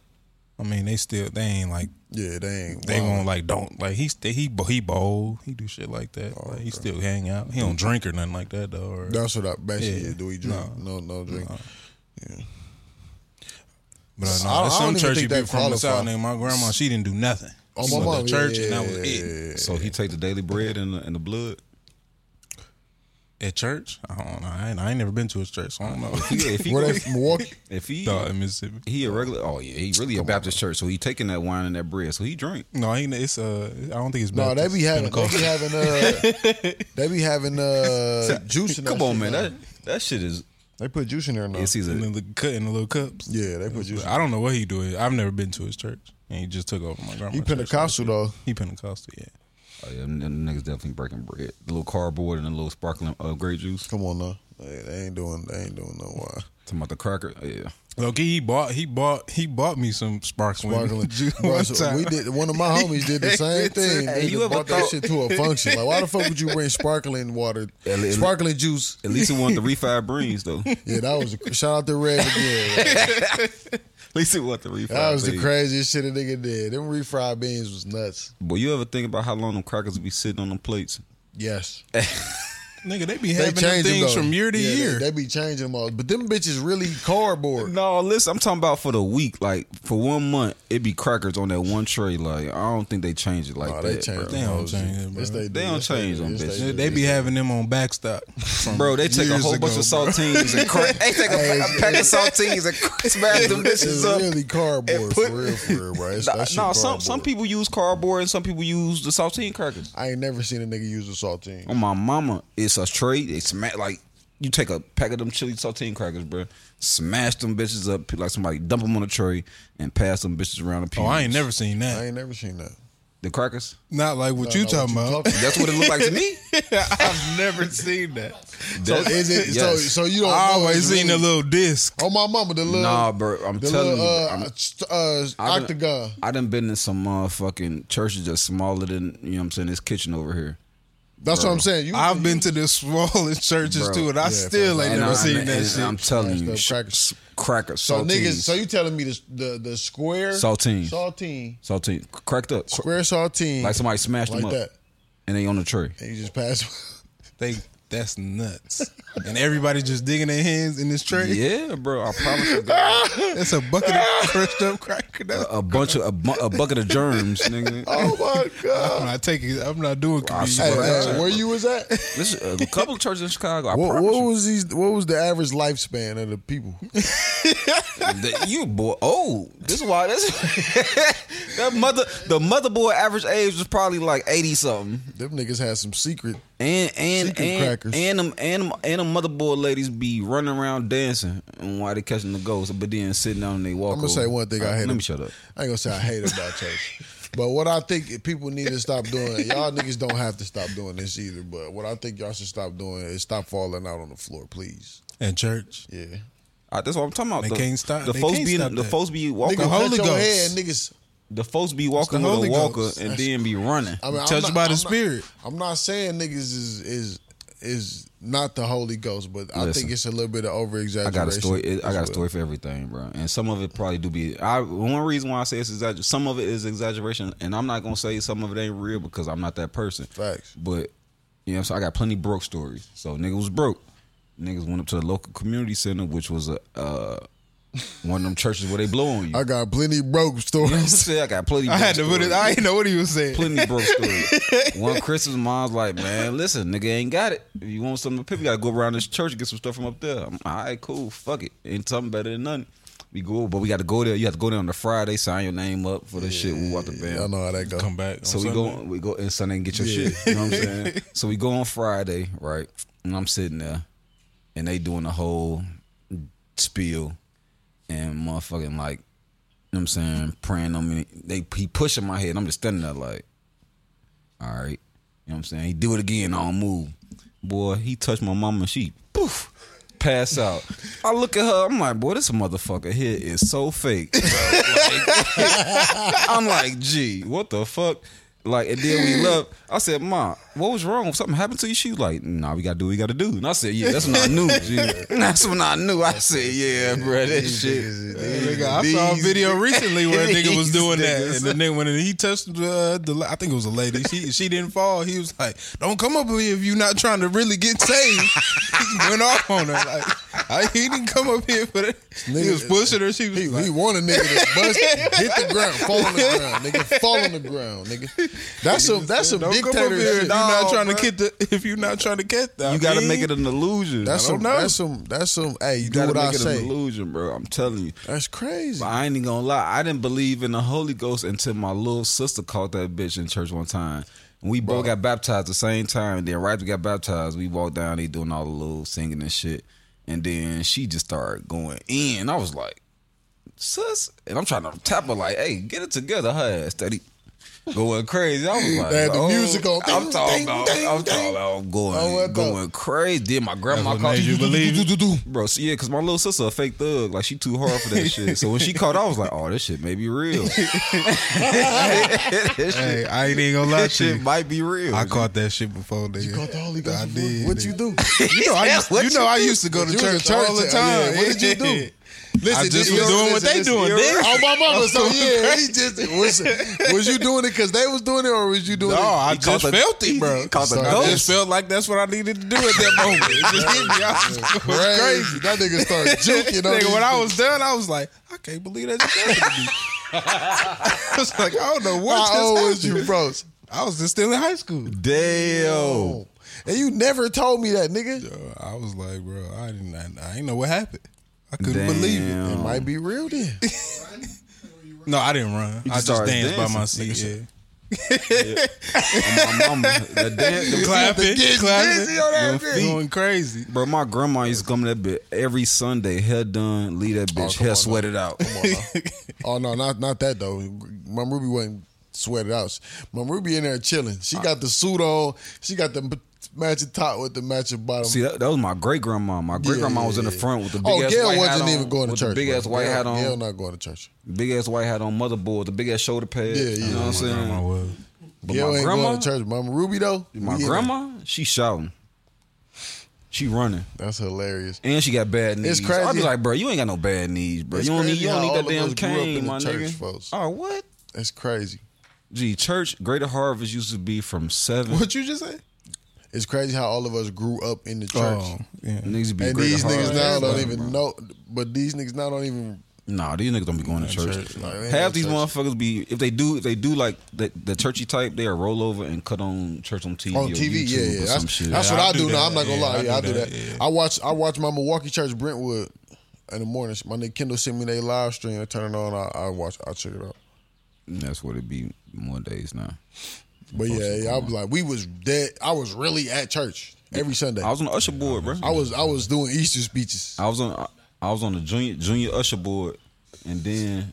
Speaker 3: I mean, they still they ain't like
Speaker 2: Yeah, they ain't.
Speaker 3: they
Speaker 2: wild.
Speaker 3: won't like don't like he st- he bo- he bowl he do shit like that.
Speaker 2: Oh,
Speaker 3: like, He still hang out. He don't drink or nothing like that though. Or,
Speaker 2: That's what I basically.
Speaker 3: Yeah.
Speaker 2: do we drink? No, no, drink.
Speaker 3: But uh,
Speaker 2: I-
Speaker 3: no,
Speaker 2: I
Speaker 3: there's
Speaker 2: don't
Speaker 3: some
Speaker 2: even
Speaker 3: church
Speaker 2: think
Speaker 3: people
Speaker 2: that
Speaker 3: from the
Speaker 2: qualify.
Speaker 3: south named my grandma. She didn't do nothing.
Speaker 2: Oh,
Speaker 3: she
Speaker 2: my
Speaker 3: went
Speaker 2: mom,
Speaker 3: to church
Speaker 2: yeah,
Speaker 3: and that was it.
Speaker 1: So he take the daily bread and the, and the blood.
Speaker 3: At church? I don't know. I ain't, I ain't never been to a church, so I don't know.
Speaker 1: If he, if he,
Speaker 2: Were they from Milwaukee?
Speaker 1: if he,
Speaker 3: no, in Mississippi.
Speaker 1: he a regular. Oh yeah, he really a Baptist church. So he taking that wine and that bread. So he drink.
Speaker 3: No, he, it's uh, I don't think it's.
Speaker 2: No, they
Speaker 3: Baptist.
Speaker 2: be having. They
Speaker 3: Pentecostal.
Speaker 2: be having. Uh, they be having uh, juice. In that
Speaker 1: Come on,
Speaker 2: shit
Speaker 1: man.
Speaker 2: now.
Speaker 1: That that shit Uh, is.
Speaker 2: they put juice in there now.
Speaker 1: It's either
Speaker 3: And then the cut in the little cups.
Speaker 2: Yeah, they put juice.
Speaker 3: I don't know what he do. I've never been to his church, and he just took over my grandma.
Speaker 2: He Pentecostal though.
Speaker 3: He Pentecostal. Yeah.
Speaker 1: Oh yeah, them, them niggas definitely breaking bread. The little cardboard and a little sparkling uh, grape juice.
Speaker 2: Come on now. They, they ain't doing. They ain't doing no wine.
Speaker 1: Talking about the cracker. Yeah.
Speaker 3: Look, he bought he bought he bought me some sparkling,
Speaker 2: Sparkling.
Speaker 3: juice
Speaker 2: Bro,
Speaker 3: one
Speaker 2: so
Speaker 3: time.
Speaker 2: we did. One of my homies did the same thing.
Speaker 1: Hey,
Speaker 2: They
Speaker 1: you
Speaker 2: just
Speaker 1: ever
Speaker 2: bought that
Speaker 1: thought-
Speaker 2: shit to a function? Like, why the fuck would you bring sparkling water, sparkling juice?
Speaker 1: At least he wanted the refried breeze though. At
Speaker 2: Yeah, that was a, shout out to Red again. man.
Speaker 1: least he wanted the refried.
Speaker 2: That was the
Speaker 1: breeze.
Speaker 2: craziest shit a nigga did. Them refried beans was nuts.
Speaker 1: But you ever think about how long them crackers be sitting on them plates?
Speaker 2: Yes,
Speaker 3: Nigga, they be
Speaker 2: they
Speaker 3: having them
Speaker 2: change them
Speaker 3: things
Speaker 2: though.
Speaker 3: from year to
Speaker 2: Yeah, they-
Speaker 3: year.
Speaker 2: They, be changing them all, but them bitches really cardboard.
Speaker 1: No, listen, I'm talking about for the week. Like for one month, it be crackers on that one tray. Like I don't think they change it like
Speaker 2: Nah,
Speaker 1: that.
Speaker 2: they change.
Speaker 1: bro.
Speaker 3: They
Speaker 2: them
Speaker 3: don't
Speaker 2: hoes.
Speaker 3: change it, bro.
Speaker 2: Yes, they, do.
Speaker 1: They don't
Speaker 2: Yes,
Speaker 1: change them
Speaker 2: Yes,
Speaker 1: bitches.
Speaker 3: They,
Speaker 2: do.
Speaker 3: they be
Speaker 2: Yes,
Speaker 3: having them on backstop. from
Speaker 1: Bro, they take a
Speaker 3: years
Speaker 1: whole bunch
Speaker 3: ago,
Speaker 1: of
Speaker 3: bro.
Speaker 1: saltines and crack. They take a, a pack of saltines and crack- smash them
Speaker 2: It's
Speaker 1: bitches up.
Speaker 2: really cardboard
Speaker 1: and
Speaker 2: for
Speaker 1: put-
Speaker 2: real, for real, bro. It's,
Speaker 1: Nah,
Speaker 2: that shit
Speaker 1: nah, some some
Speaker 2: cardboard.
Speaker 1: people use cardboard and some people use the saltine crackers.
Speaker 2: I ain't never seen a nigga use a saltine.
Speaker 1: On my mama, it's a tray. They smash like you take a pack of them chili saltine crackers, bro. Smash them bitches up like somebody dump them on a tray and pass them bitches around the pew.
Speaker 3: Oh, I ain't never seen
Speaker 2: I
Speaker 3: that.
Speaker 2: ain't never seen that.
Speaker 1: the crackers.
Speaker 3: Not like what
Speaker 2: I
Speaker 3: you
Speaker 2: don't know
Speaker 3: talking
Speaker 2: what you
Speaker 3: about.
Speaker 1: That's what it looked like to me.
Speaker 3: I've never seen that.
Speaker 2: So is it?
Speaker 1: Yes.
Speaker 2: So, so you don't.
Speaker 3: I
Speaker 2: know
Speaker 3: always
Speaker 2: it's
Speaker 3: seen
Speaker 2: really-
Speaker 3: the little disc.
Speaker 2: Oh my mama, the little.
Speaker 1: Nah, bro. I'm
Speaker 2: the
Speaker 1: telling
Speaker 2: little uh,
Speaker 1: you, I'm-
Speaker 2: st- uh,
Speaker 1: I done-
Speaker 2: octagon.
Speaker 1: I done been in some motherfucking churches that's smaller than you know what I'm saying this kitchen over here.
Speaker 2: That's what I'm saying. You,
Speaker 3: I've been to the smallest churches
Speaker 1: Bro,
Speaker 3: too, and I
Speaker 2: yeah,
Speaker 3: still
Speaker 2: fam.
Speaker 3: ain't
Speaker 1: And
Speaker 3: never
Speaker 1: I-
Speaker 3: seen
Speaker 1: and-
Speaker 3: that
Speaker 1: and
Speaker 3: shit.
Speaker 1: I'm telling you,
Speaker 2: Smashed up
Speaker 1: sh-
Speaker 2: crackers.
Speaker 1: s- crackers,
Speaker 2: So niggas,
Speaker 1: saltines,
Speaker 2: so you telling me the the, the square
Speaker 1: Saltine.
Speaker 2: saltine,
Speaker 1: saltine, cracked up, Cr-
Speaker 2: square saltine,
Speaker 1: like somebody smashed
Speaker 2: like
Speaker 1: them up,
Speaker 2: that,
Speaker 1: and they on the tray.
Speaker 2: and you just pass.
Speaker 3: they that's nuts. and everybody just digging their hands in this tray.
Speaker 1: Yeah, bro. I promise you, God,
Speaker 3: That's a bucket of crushed up cracker. That's,
Speaker 1: a bunch of a, bu- a bucket of germs, nigga.
Speaker 2: oh my god!
Speaker 3: I'm not taking. I'm not doing.
Speaker 1: I
Speaker 3: community.
Speaker 2: hey,
Speaker 1: swear.
Speaker 2: hey,
Speaker 1: Right.
Speaker 2: where you was at?
Speaker 1: This is a couple of churches in Chicago. I
Speaker 2: what,
Speaker 1: promise
Speaker 2: what
Speaker 1: you.
Speaker 2: was these? What was the average lifespan of the people?
Speaker 1: That- you boy old. This is why this that mother the mother boy average age was probably like eighty something.
Speaker 2: Them niggas had some secret.
Speaker 1: And and
Speaker 2: Secret
Speaker 1: and,
Speaker 2: crackers.
Speaker 1: and them and them and them mother boy ladies be running around dancing and while they catching the ghosts, but then sitting down and they walk.
Speaker 2: I'm gonna say one thing I hate.
Speaker 1: Let me
Speaker 2: ab-
Speaker 1: shut up.
Speaker 2: I ain't gonna say I hate about church, but what I think people need to stop doing. Y'all niggas don't have to stop doing this either. But what I think y'all should stop doing is stop falling out on the floor, please.
Speaker 3: At church,
Speaker 2: Yeah.
Speaker 1: I, that's what I'm talking about.
Speaker 3: They
Speaker 1: the,
Speaker 3: can't stop-
Speaker 1: The
Speaker 3: they
Speaker 1: folks
Speaker 3: can't
Speaker 1: be
Speaker 3: stop
Speaker 1: the
Speaker 3: that.
Speaker 1: folks be walking.
Speaker 2: Nigga,
Speaker 3: Holy
Speaker 2: cut your
Speaker 3: Ghost.
Speaker 2: head, niggas.
Speaker 1: The folks be walking
Speaker 3: the
Speaker 1: with
Speaker 3: Holy
Speaker 1: a walker
Speaker 3: Ghost.
Speaker 1: and
Speaker 2: That's-
Speaker 1: then be running.
Speaker 2: I mean, I'm
Speaker 3: touched
Speaker 2: not-
Speaker 3: by
Speaker 2: I'm
Speaker 3: the
Speaker 2: not-
Speaker 3: Spirit.
Speaker 2: I'm not saying niggas is is is not the Holy Ghost, but I
Speaker 1: Listen.
Speaker 2: think it's a little bit of over
Speaker 1: I
Speaker 2: exaggeration.
Speaker 1: got a story. It, I got a story for everything, bro. And some of it probably do be. I one reason why I say it's exaggeration. Some of it is exaggeration, and I'm not gonna say some of it ain't real because I'm not that person.
Speaker 2: Facts.
Speaker 1: But you know, so I got plenty broke stories. So nigga was broke. Niggas went up to the local community center, which was a uh, one of them churches where they blow on you. You know
Speaker 2: I got plenty broke
Speaker 1: what I'm
Speaker 2: stories.
Speaker 1: saying? I got plenty.
Speaker 3: I had to
Speaker 1: broke
Speaker 3: put it.
Speaker 1: stories
Speaker 3: I didn't know what he was saying.
Speaker 1: plenty broke stories. One Christmas, mom's like, man, listen, nigga ain't got it. If you want something to pick, you gotta go around this church and get some stuff from up there. I'm all right, cool, fuck it. Ain't something better than nothing. We go, but we got to go there. You have to go there on the Friday, sign your name up for the shit. We out the band.
Speaker 2: Y'all know how that go.
Speaker 3: Come back. on
Speaker 1: So we
Speaker 3: Sunday.
Speaker 1: go, we go and Sunday and get your shit. You know what I'm saying? so we go on Friday, right? And I'm sitting there, and they doing the whole spiel, and motherfucking like, you know what I'm saying, praying on me. They he pushing my head. and I'm just standing there like, all right, you know what I'm saying. He do it again. I don't move. Boy, he touched my mama. She poof. Pass out. I look at her. I'm like, boy, this motherfucker here is so fake. I'm like, gee, what the fuck? Like, and then we left. I said, Ma, what was wrong? Something happened to you? She was like, Nah, we gotta do what we gotta do. And I said, Yeah, that's when I knew. G. That's when I knew. I said, Yeah, bro, that shit.
Speaker 3: Nigga, I saw a video recently where a nigga
Speaker 1: These
Speaker 3: was doing that,
Speaker 1: niggas.
Speaker 3: and the nigga when he touched uh, the, la- I think it was a lady. She she didn't fall. He was like, "Don't come up here if you're not trying to really get saved." he went off on her like, I, "He didn't come up here for that." he was pushing her. She was
Speaker 2: He,
Speaker 3: like,
Speaker 2: he want a nigga to bust, hit the ground, fall on the ground, nigga, fall on the ground, nigga. That's some that's some
Speaker 3: "Don't come up
Speaker 2: dictator
Speaker 3: here if you're
Speaker 2: shit.
Speaker 3: not
Speaker 1: No,
Speaker 3: trying to
Speaker 1: bruh.
Speaker 3: get the if you're not trying to get that."
Speaker 1: You gotta make it an illusion.
Speaker 2: That's
Speaker 1: I don't
Speaker 2: some
Speaker 1: know.
Speaker 2: that's some that's some. Hey, you
Speaker 1: you
Speaker 2: do
Speaker 1: gotta
Speaker 2: what I
Speaker 1: make it an
Speaker 2: say.
Speaker 1: illusion, bro. I'm telling you.
Speaker 2: That's crazy.
Speaker 1: But I ain't even gonna lie. I didn't believe in the Holy Ghost until my little sister caught that bitch in church one time. And we both got baptized the same time. And then right after we got baptized, we walked down. They doing all the little singing and shit. And then she just started going in. I was like, sus. And I'm trying to tap her like, hey, get it together, her ass. Steady. going crazy. I was like,
Speaker 2: They had the
Speaker 1: oh,
Speaker 2: music on.
Speaker 1: I'm talking
Speaker 2: Ding,
Speaker 1: about,
Speaker 2: ding,
Speaker 1: I'm
Speaker 2: ding.
Speaker 1: talking about
Speaker 2: Oh,
Speaker 1: going,
Speaker 2: what
Speaker 1: going crazy. Then my grandma
Speaker 3: what
Speaker 1: called
Speaker 3: made you believe it?
Speaker 1: bro. So yeah, because my little sister a fake thug, like she too hard for that shit. So when she caught, I was like, oh, this shit may be real. this shit,
Speaker 3: Hey, I ain't even gonna lie
Speaker 1: this
Speaker 3: to
Speaker 1: shit
Speaker 3: you.
Speaker 1: might be real.
Speaker 3: I caught that shit before, nigga.
Speaker 2: You caught the Holy Ghost.
Speaker 3: I
Speaker 2: before?
Speaker 3: did.
Speaker 2: What you
Speaker 3: nigga.
Speaker 2: do?
Speaker 3: You know, I used,
Speaker 1: What
Speaker 3: you
Speaker 1: you
Speaker 3: know I used to go to
Speaker 2: You was
Speaker 3: church
Speaker 2: a
Speaker 3: all the
Speaker 2: church-
Speaker 3: time.
Speaker 2: yeah, what did you do?
Speaker 3: Yeah.
Speaker 2: Listen,
Speaker 3: I just
Speaker 2: this-
Speaker 3: was doing what
Speaker 1: listen,
Speaker 3: they
Speaker 1: listen,
Speaker 3: doing.
Speaker 1: you're
Speaker 3: nigga.
Speaker 2: Oh, my mama. So yeah, he just was. Was you doing it because they was doing it, or was you doing
Speaker 3: No,
Speaker 2: it?
Speaker 3: I
Speaker 1: He caught
Speaker 3: just
Speaker 1: the-
Speaker 3: felt it, bro.
Speaker 1: he caught the
Speaker 3: So I
Speaker 1: ghost.
Speaker 3: just felt like that's what I needed to do at that moment. It just hit me. I was going crazy.
Speaker 2: crazy. That nigga started juking. on
Speaker 3: Nigga,
Speaker 2: these
Speaker 3: when I was done, I was like, I can't believe that just happened to me. I was like, I don't know what
Speaker 2: How old
Speaker 3: just
Speaker 2: was
Speaker 3: happened.
Speaker 2: you, bros?
Speaker 3: I was just still in high school.
Speaker 1: Damn.
Speaker 3: Oh,
Speaker 2: And you never told me that, nigga.
Speaker 3: Yo, I was like, bro, I didn't, I, I didn't know what happened. I couldn't
Speaker 1: Damn.
Speaker 3: believe it.
Speaker 2: It might be real then.
Speaker 3: No, I didn't run. I just
Speaker 1: started
Speaker 3: danced by
Speaker 1: dancing.
Speaker 3: myself. Yeah.
Speaker 1: And my mama, the dance, the
Speaker 3: Clapping,
Speaker 2: busy
Speaker 3: clapping,
Speaker 2: on that
Speaker 1: Them
Speaker 2: bitch.
Speaker 1: feet.
Speaker 3: going crazy.
Speaker 1: Bro, my grandma used to come to that bitch every Sunday, hair done, leave
Speaker 3: Oh,
Speaker 1: that bitch,
Speaker 2: come
Speaker 1: hair
Speaker 2: on,
Speaker 1: sweated out.
Speaker 2: Oh no, not not that though. Mom Ruby wasn't sweated out. Mom Ruby in there chilling. She got the suit on. She got the matching top with the matching bottom.
Speaker 1: See, that, that was my great grandma. My great grandma was in the
Speaker 2: yeah.
Speaker 1: front with the big
Speaker 2: oh,
Speaker 1: ass
Speaker 2: Gail
Speaker 1: white
Speaker 2: wasn't
Speaker 1: hat on,
Speaker 2: even going to
Speaker 1: with
Speaker 2: church.
Speaker 1: the big
Speaker 2: bro.
Speaker 1: ass white
Speaker 2: Gail-
Speaker 1: hat on,
Speaker 2: Gail not going to church.
Speaker 1: big ass white hat on, motherboard, the big ass shoulder pad.
Speaker 2: Yeah, yeah. Oh
Speaker 1: You know what I'm saying?
Speaker 3: was.
Speaker 1: But
Speaker 2: Gail
Speaker 1: my
Speaker 2: ain't
Speaker 1: grandma,
Speaker 2: going to church. Mama Ruby though.
Speaker 1: my
Speaker 2: we in
Speaker 1: grandma, she shouting, she running,
Speaker 2: there. That's hilarious.
Speaker 1: and she got bad knees.
Speaker 2: It's crazy.
Speaker 1: I be like, bro, you ain't got no bad knees, bro.
Speaker 2: It's
Speaker 1: you don't need,
Speaker 2: crazy
Speaker 1: you don't
Speaker 2: how
Speaker 1: need
Speaker 2: all
Speaker 1: that
Speaker 2: of
Speaker 1: damn
Speaker 2: us grew up in
Speaker 1: cane,
Speaker 2: the
Speaker 1: my
Speaker 2: church,
Speaker 1: nigga.
Speaker 2: folks.
Speaker 1: Oh, what?
Speaker 2: That's crazy.
Speaker 1: Gee, church, Greater Harvest used to be from seven.
Speaker 3: What you just say?
Speaker 2: It's crazy how all of us grew up in the church.
Speaker 3: yeah.
Speaker 1: Oh, Niggas be
Speaker 2: And
Speaker 1: Greater
Speaker 2: these niggas
Speaker 1: Harvest,
Speaker 2: now
Speaker 1: bro.
Speaker 2: don't even know. But these niggas now don't even.
Speaker 1: Nah, these niggas don't be going to church.
Speaker 2: church, like, they ain't
Speaker 1: Half
Speaker 2: no
Speaker 1: these
Speaker 2: church.
Speaker 1: motherfuckers be if they do if they do like the, the churchy type, they are rollover and cut on church on TV.
Speaker 2: On
Speaker 1: or
Speaker 2: TV,
Speaker 1: YouTube
Speaker 2: yeah,
Speaker 1: or
Speaker 2: yeah.
Speaker 1: some
Speaker 2: That's,
Speaker 1: shit.
Speaker 2: that's
Speaker 3: Yeah,
Speaker 2: what
Speaker 3: I
Speaker 2: I,
Speaker 3: do
Speaker 2: do now.
Speaker 3: that.
Speaker 2: I'm not gonna
Speaker 3: Yeah,
Speaker 2: lie. Yeah, I do that. I watch I watch my Milwaukee Church Brentwood in the morning. My nigga Kendall sent me their live stream. I turn it on. I, I watch. I check it out.
Speaker 1: that's what it be more days now.
Speaker 2: But yeah, yeah, I was like, we was dead. I was really at church every Sunday.
Speaker 1: I was on the usher board, bro.
Speaker 2: I was I was doing Easter speeches.
Speaker 1: I was on I was on the junior junior usher board, and then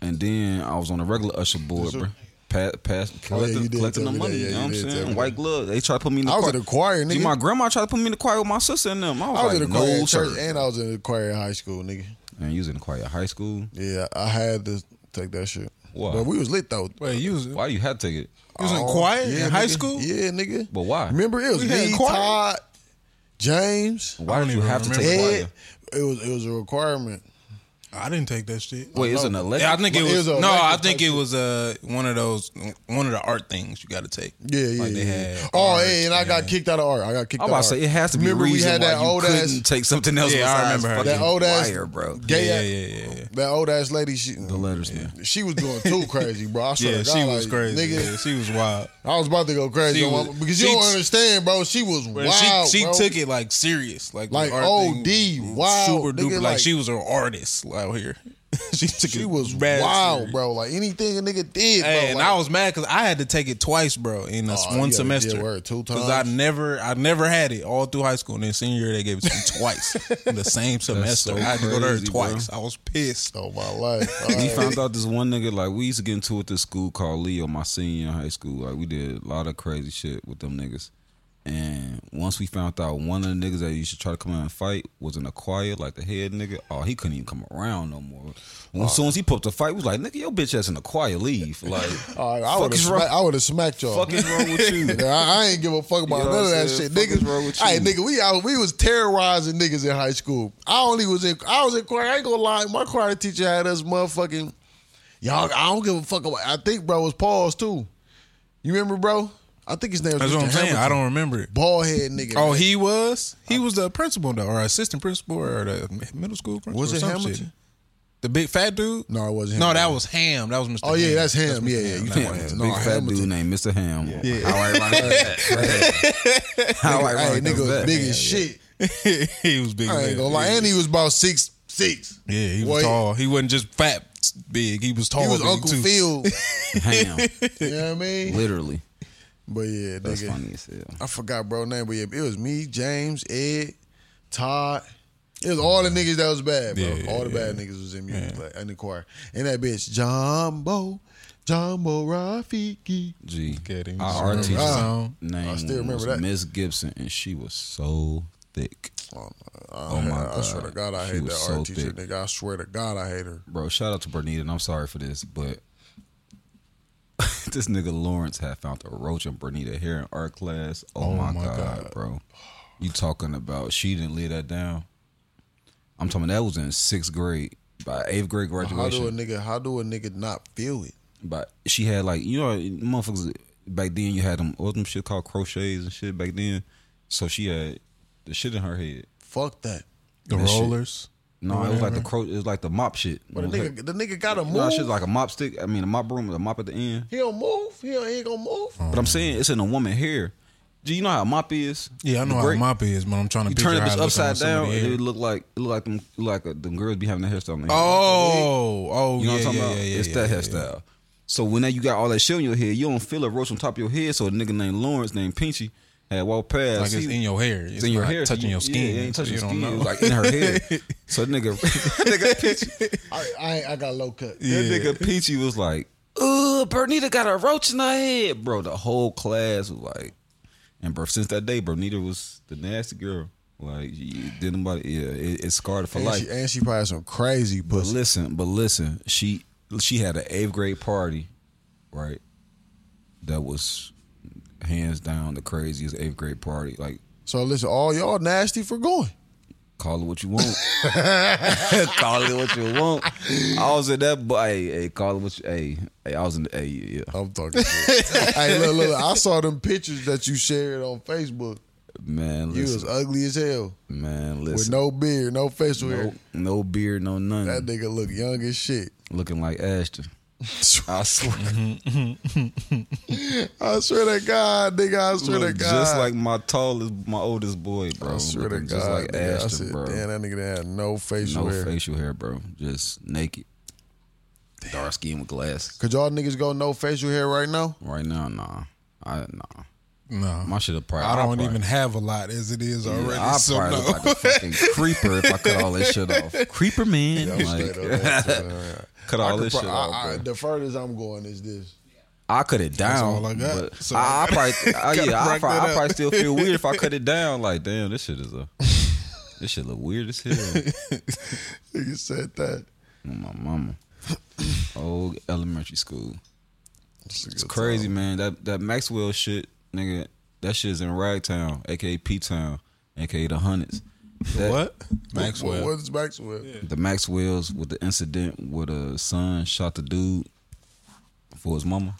Speaker 1: and then I was on the regular usher board, bro. Pass, pass, collecting,
Speaker 2: you did
Speaker 1: collecting the
Speaker 2: tell me that.
Speaker 1: money.
Speaker 2: Oh, Yeah,
Speaker 1: you know
Speaker 2: you
Speaker 1: what I'm
Speaker 2: did tell me
Speaker 1: saying? White glove. They tried to put me in the
Speaker 2: I was
Speaker 1: choir.
Speaker 2: in the choir,
Speaker 1: See,
Speaker 2: nigga.
Speaker 1: my grandma tried to put me in the choir with my sister and them. I was,
Speaker 2: I was
Speaker 1: like,
Speaker 2: in the choir
Speaker 1: no,
Speaker 2: at church,
Speaker 1: sir.
Speaker 2: and I was in the choir in high school, nigga.
Speaker 1: And you was in the choir at high school.
Speaker 2: Yeah, I had to take that shit.
Speaker 1: Why?
Speaker 2: But we was lit though.
Speaker 3: Wait, you was, you
Speaker 1: Why you had to take it?
Speaker 3: was in
Speaker 2: Oh,
Speaker 3: choir
Speaker 2: yeah,
Speaker 3: in high
Speaker 2: nigga.
Speaker 3: school?
Speaker 2: Yeah, nigga.
Speaker 1: But why?
Speaker 2: Remember, it was
Speaker 3: We had
Speaker 2: me,
Speaker 3: choir?
Speaker 2: Todd, James,
Speaker 1: Why
Speaker 3: don't
Speaker 1: don't you
Speaker 3: even
Speaker 1: have to
Speaker 3: remember.
Speaker 1: take
Speaker 2: Ed.
Speaker 1: choir?
Speaker 2: It was it was a requirement.
Speaker 3: I didn't take that shit.
Speaker 1: Wait, it's an elective.
Speaker 3: Yeah, I think it
Speaker 2: It
Speaker 3: was,
Speaker 2: was a
Speaker 3: no. I
Speaker 2: elective
Speaker 3: think
Speaker 2: type
Speaker 3: it was uh one of those one of the art things you got to take.
Speaker 2: Yeah, yeah,
Speaker 3: Like they
Speaker 2: yeah.
Speaker 3: had
Speaker 2: oh,
Speaker 3: art
Speaker 2: yeah, and I got
Speaker 3: and-
Speaker 2: kicked out of art. I got kicked out.
Speaker 1: I'm about to
Speaker 2: of
Speaker 1: say
Speaker 2: art.
Speaker 1: it has to be
Speaker 2: Remember
Speaker 1: a
Speaker 2: we
Speaker 1: reason
Speaker 2: had
Speaker 1: why
Speaker 2: that
Speaker 1: you
Speaker 2: old
Speaker 1: couldn't
Speaker 2: ass-
Speaker 1: take something else
Speaker 3: Yeah, I
Speaker 1: besides
Speaker 3: remember her.
Speaker 1: fucking
Speaker 2: That old ass-
Speaker 1: choir, bro.
Speaker 2: Gay
Speaker 3: Yeah,
Speaker 2: ass-
Speaker 3: yeah, yeah, yeah.
Speaker 2: That old ass lady, she
Speaker 1: The letters, man.
Speaker 2: she was doing too crazy, bro. I swear
Speaker 3: Yeah,
Speaker 2: to
Speaker 3: she
Speaker 2: God,
Speaker 3: was
Speaker 2: like,
Speaker 3: crazy.
Speaker 2: nigga.
Speaker 3: Yeah, she was wild.
Speaker 2: I was about to go crazy
Speaker 3: She
Speaker 2: on
Speaker 3: was-
Speaker 2: my- because you
Speaker 3: she-
Speaker 2: don't understand, bro. She was
Speaker 3: But
Speaker 2: wild.
Speaker 3: she she
Speaker 2: bro.
Speaker 3: took it like serious, like the
Speaker 2: Like,
Speaker 3: art
Speaker 2: OD,
Speaker 3: thing,
Speaker 2: wild,
Speaker 3: super
Speaker 2: nigga,
Speaker 3: duper. Like,
Speaker 2: like-
Speaker 3: she was an artist out here. she took
Speaker 2: She
Speaker 3: it
Speaker 2: was
Speaker 3: bad
Speaker 2: wild,
Speaker 3: serious.
Speaker 2: bro. Like anything a nigga did,
Speaker 3: Hey,
Speaker 2: bro.
Speaker 3: and
Speaker 2: like-
Speaker 3: I was mad because I had to take it twice, bro, in this
Speaker 2: Aw,
Speaker 3: one
Speaker 2: you gotta
Speaker 3: semester.
Speaker 2: get word two
Speaker 3: I
Speaker 2: times.
Speaker 3: never, I never had it all through high school. And then senior year, they gave it to me twice in the same semester.
Speaker 1: so
Speaker 3: I had to go to her
Speaker 1: crazy,
Speaker 3: twice. I was pissed.
Speaker 2: oh my life.
Speaker 1: We
Speaker 2: Alright.
Speaker 1: found out this one nigga like we used to get into it this school called Leo, my senior in high school. Like we did a lot of crazy shit with them niggas. And once we found out one of the niggas that used to try to come out and fight was in the choir, like the head nigga. Oh, he couldn't even come around no more.
Speaker 2: Oh.
Speaker 1: When- As soon as he popped a fight, we was like, nigga, your bitch ass in the choir, leave. Like,
Speaker 2: All right, Oh, I
Speaker 1: fuck
Speaker 2: would have
Speaker 1: is wrong-
Speaker 2: smacked. I would have smacked y'all.
Speaker 1: fuck is wrong with you?
Speaker 2: Yeah, I, I ain't give a fuck about
Speaker 1: You know
Speaker 2: none of
Speaker 1: what I'm
Speaker 2: that
Speaker 1: saying?
Speaker 2: shit,
Speaker 1: Fuck
Speaker 2: niggas.
Speaker 1: is wrong with
Speaker 2: Hey,
Speaker 1: you?
Speaker 2: nigga, we out, we was terrorizing niggas in high school. I only was in, I was in choir. I ain't gonna lie, my choir teacher had us motherfucking. Y'all, I don't give a fuck about. I think bro was Paul's too. You remember, bro? I think his name was.
Speaker 3: That's
Speaker 2: Mr.
Speaker 3: what I'm saying. I
Speaker 2: Hamilton.
Speaker 3: don't remember it.
Speaker 2: Bald head nigga.
Speaker 3: Oh, he was? He was the principal, though, or assistant principal, or the middle school principal.
Speaker 2: Was
Speaker 3: or
Speaker 2: it
Speaker 3: some
Speaker 2: Hamilton?
Speaker 3: shit. The big fat dude?
Speaker 2: No, it wasn't
Speaker 3: No,
Speaker 2: him.
Speaker 3: that was Ham. That was Mr.
Speaker 2: Oh yeah,
Speaker 3: Ham.
Speaker 2: that's him.
Speaker 3: Mr.
Speaker 2: Yeah, yeah.
Speaker 3: Ham.
Speaker 2: You
Speaker 3: That
Speaker 2: talking
Speaker 3: was
Speaker 2: about
Speaker 3: him.
Speaker 2: no,
Speaker 1: Big fat
Speaker 2: Hamilton.
Speaker 1: dude named Mr. Ham. How ironic is that? How
Speaker 2: Nigga, hey,
Speaker 1: ironic
Speaker 2: nigga
Speaker 1: is
Speaker 2: was
Speaker 1: that?
Speaker 2: big as shit.
Speaker 3: he was big.
Speaker 2: I
Speaker 3: as
Speaker 2: ain't
Speaker 3: hell.
Speaker 2: gonna lie, and he was about six six.
Speaker 3: Yeah, he
Speaker 2: Boy,
Speaker 3: was tall. He wasn't just fat, big. He was tall.
Speaker 2: He was
Speaker 3: big,
Speaker 2: Uncle
Speaker 3: too.
Speaker 2: Phil.
Speaker 1: Ham.
Speaker 2: You know what I mean?
Speaker 1: Literally.
Speaker 2: But yeah,
Speaker 1: That's
Speaker 2: nigga.
Speaker 1: funny as hell.
Speaker 2: I forgot bro name, but yeah, it was me, James, Ed, Todd. It was all the niggas that was bad, bro.
Speaker 3: Yeah, yeah,
Speaker 2: all the bad niggas was in music, like in the choir. And that bitch, Jumbo, Jumbo Rafiki.
Speaker 1: G.
Speaker 3: Getting
Speaker 1: Our art
Speaker 3: some
Speaker 1: teacher's
Speaker 2: wrong.
Speaker 1: name
Speaker 2: I still
Speaker 1: was
Speaker 2: remember that.
Speaker 1: Miss Gibson, and she was so thick,
Speaker 2: Oh,
Speaker 1: Oh,
Speaker 2: my
Speaker 1: my
Speaker 2: God. I swear
Speaker 1: God.
Speaker 2: to God, I
Speaker 1: She
Speaker 2: hate
Speaker 1: was
Speaker 2: that
Speaker 1: so
Speaker 2: art teacher,
Speaker 1: thick.
Speaker 2: nigga. I swear to God, I hate her.
Speaker 1: bro. Shout out to Bernita, and I'm sorry for this, but this nigga Lawrence had found a roach in Bernita here in art class. Oh, my,
Speaker 3: my
Speaker 1: God, bro! You talking about she didn't lay that down? I'm talking that was in sixth grade. By eighth grade
Speaker 2: How do a
Speaker 1: graduation,
Speaker 2: nigga? How do a nigga not feel it?
Speaker 1: but she had like you know, motherfuckers back then. You had them, what them shit called crochets and shit back then. So she had the shit in her head.
Speaker 2: Fuck that.
Speaker 3: The
Speaker 1: That shit.
Speaker 3: rollers.
Speaker 1: No, it was like the cro- it was like the mop shit.
Speaker 2: Mm-hmm. But the nigga, the nigga gotta
Speaker 1: no,
Speaker 2: move.
Speaker 1: shit's like a mop stick. I mean, a mop broom, a mop at the end.
Speaker 2: he don't move. He, don't, he ain't gonna move.
Speaker 1: But I'm saying it's in a woman hair. Do you know how a mop is?
Speaker 3: Yeah, I know
Speaker 1: The
Speaker 3: how
Speaker 1: break-
Speaker 3: mop is, but I'm trying to
Speaker 1: You
Speaker 3: picture
Speaker 1: turn it
Speaker 3: how it
Speaker 1: bitch
Speaker 3: look on
Speaker 1: upside down,
Speaker 3: somebody
Speaker 1: and it
Speaker 3: here.
Speaker 1: would look like it look like them look like uh, them girls be having their hairstyle. in their head.
Speaker 3: Oh, oh,
Speaker 1: you know what
Speaker 3: yeah,
Speaker 1: I'm talking
Speaker 3: yeah,
Speaker 1: about?
Speaker 3: yeah, yeah,
Speaker 1: it's
Speaker 3: yeah,
Speaker 1: that
Speaker 3: yeah,
Speaker 1: hairstyle. So when that you got all that shit on your head, you don't feel a roach on top of your head. So a nigga named Lawrence, named Pinchy, had walked past.
Speaker 3: Like it's
Speaker 1: He-
Speaker 3: in your hair. It's,
Speaker 1: it's in your
Speaker 3: not
Speaker 1: hair, so
Speaker 3: touching
Speaker 1: you-
Speaker 3: your
Speaker 1: Yeah,
Speaker 3: skin.
Speaker 1: it ain't
Speaker 3: so
Speaker 1: touching
Speaker 3: you
Speaker 1: your
Speaker 3: don't
Speaker 1: skin. It
Speaker 3: know.
Speaker 1: was like in her head. So that nigga, nigga Pinchy,
Speaker 2: I, I, ain't- I got low cut.
Speaker 1: That nigga Peachy was like, "Uh, Bernita got a roach in her head, bro." The whole class was like, and bro, since that day, Bernita was the nasty girl. Like, you- didn't nobody, yeah, it, it scarred her for
Speaker 2: And
Speaker 1: life.
Speaker 2: she, and she probably had some crazy
Speaker 1: But
Speaker 2: pussy.
Speaker 1: listen, but listen, she she had an eighth grade party, right? That was hands down the craziest eighth grade party. Like,
Speaker 2: So listen, all y'all nasty for going.
Speaker 1: call it what you want. call it what you want. I was in that, but hey, hey, call it what you, hey, hey, I was in the, hey, yeah.
Speaker 2: I'm talking. shit. hey, look, look, look, I saw them pictures that you shared on Facebook.
Speaker 1: Man,
Speaker 2: You
Speaker 1: listen.
Speaker 2: was ugly as hell
Speaker 1: Man,
Speaker 2: with
Speaker 1: listen.
Speaker 2: no beard, no facial hair.
Speaker 1: No, no beard, no nothing.
Speaker 2: That nigga look young as shit.
Speaker 1: Looking like Ashton. I swear.
Speaker 2: I swear to God, nigga. I swear
Speaker 1: Look
Speaker 2: to God.
Speaker 1: just like my tallest, my oldest boy, bro.
Speaker 2: I swear to
Speaker 1: Looking
Speaker 2: God,
Speaker 1: just like
Speaker 2: nigga, I
Speaker 1: Ashton,
Speaker 2: said,
Speaker 1: bro.
Speaker 2: damn, that nigga didn't have no facial
Speaker 1: no
Speaker 2: hair.
Speaker 1: facial hair, bro. Just naked. Dark skin with glasses.
Speaker 2: Could y'all niggas go no facial hair right now?
Speaker 1: Right now, nah. I nah.
Speaker 3: No,
Speaker 1: My shit have probably.
Speaker 3: I don't
Speaker 1: probably-
Speaker 3: even have a lot as it is
Speaker 1: yeah,
Speaker 3: already.
Speaker 1: I
Speaker 3: so
Speaker 1: probably
Speaker 3: no.
Speaker 1: look like a fucking creeper if I cut all this shit off. Creeper man,
Speaker 2: I'm
Speaker 1: like,
Speaker 2: straight up, that's, uh,
Speaker 1: cut
Speaker 2: I
Speaker 1: all
Speaker 2: could
Speaker 1: this
Speaker 2: pro-
Speaker 1: shit
Speaker 2: I-
Speaker 1: off.
Speaker 2: I-
Speaker 1: bro.
Speaker 2: the furthest I'm going is this.
Speaker 1: I cut it down.
Speaker 3: all I got.
Speaker 1: but
Speaker 3: So
Speaker 1: I, I
Speaker 3: I gotta-
Speaker 1: probably, I,
Speaker 3: gotta
Speaker 1: yeah, I
Speaker 3: rack
Speaker 1: probably,
Speaker 3: that
Speaker 1: I
Speaker 3: up.
Speaker 1: probably still feel weird if I cut it down. Like, damn, this shit is a, this shit look weird as hell.
Speaker 2: You said that.
Speaker 1: Oh, my mama, old elementary school. It's crazy, man. That that Maxwell shit, nigga. That shit is in Ragtown, aka P Town, aka the Hundreds. That-
Speaker 3: what?
Speaker 2: What,
Speaker 3: Maxwell.
Speaker 2: what is Maxwell?
Speaker 1: The Maxwells with the incident where the son shot the dude for his mama.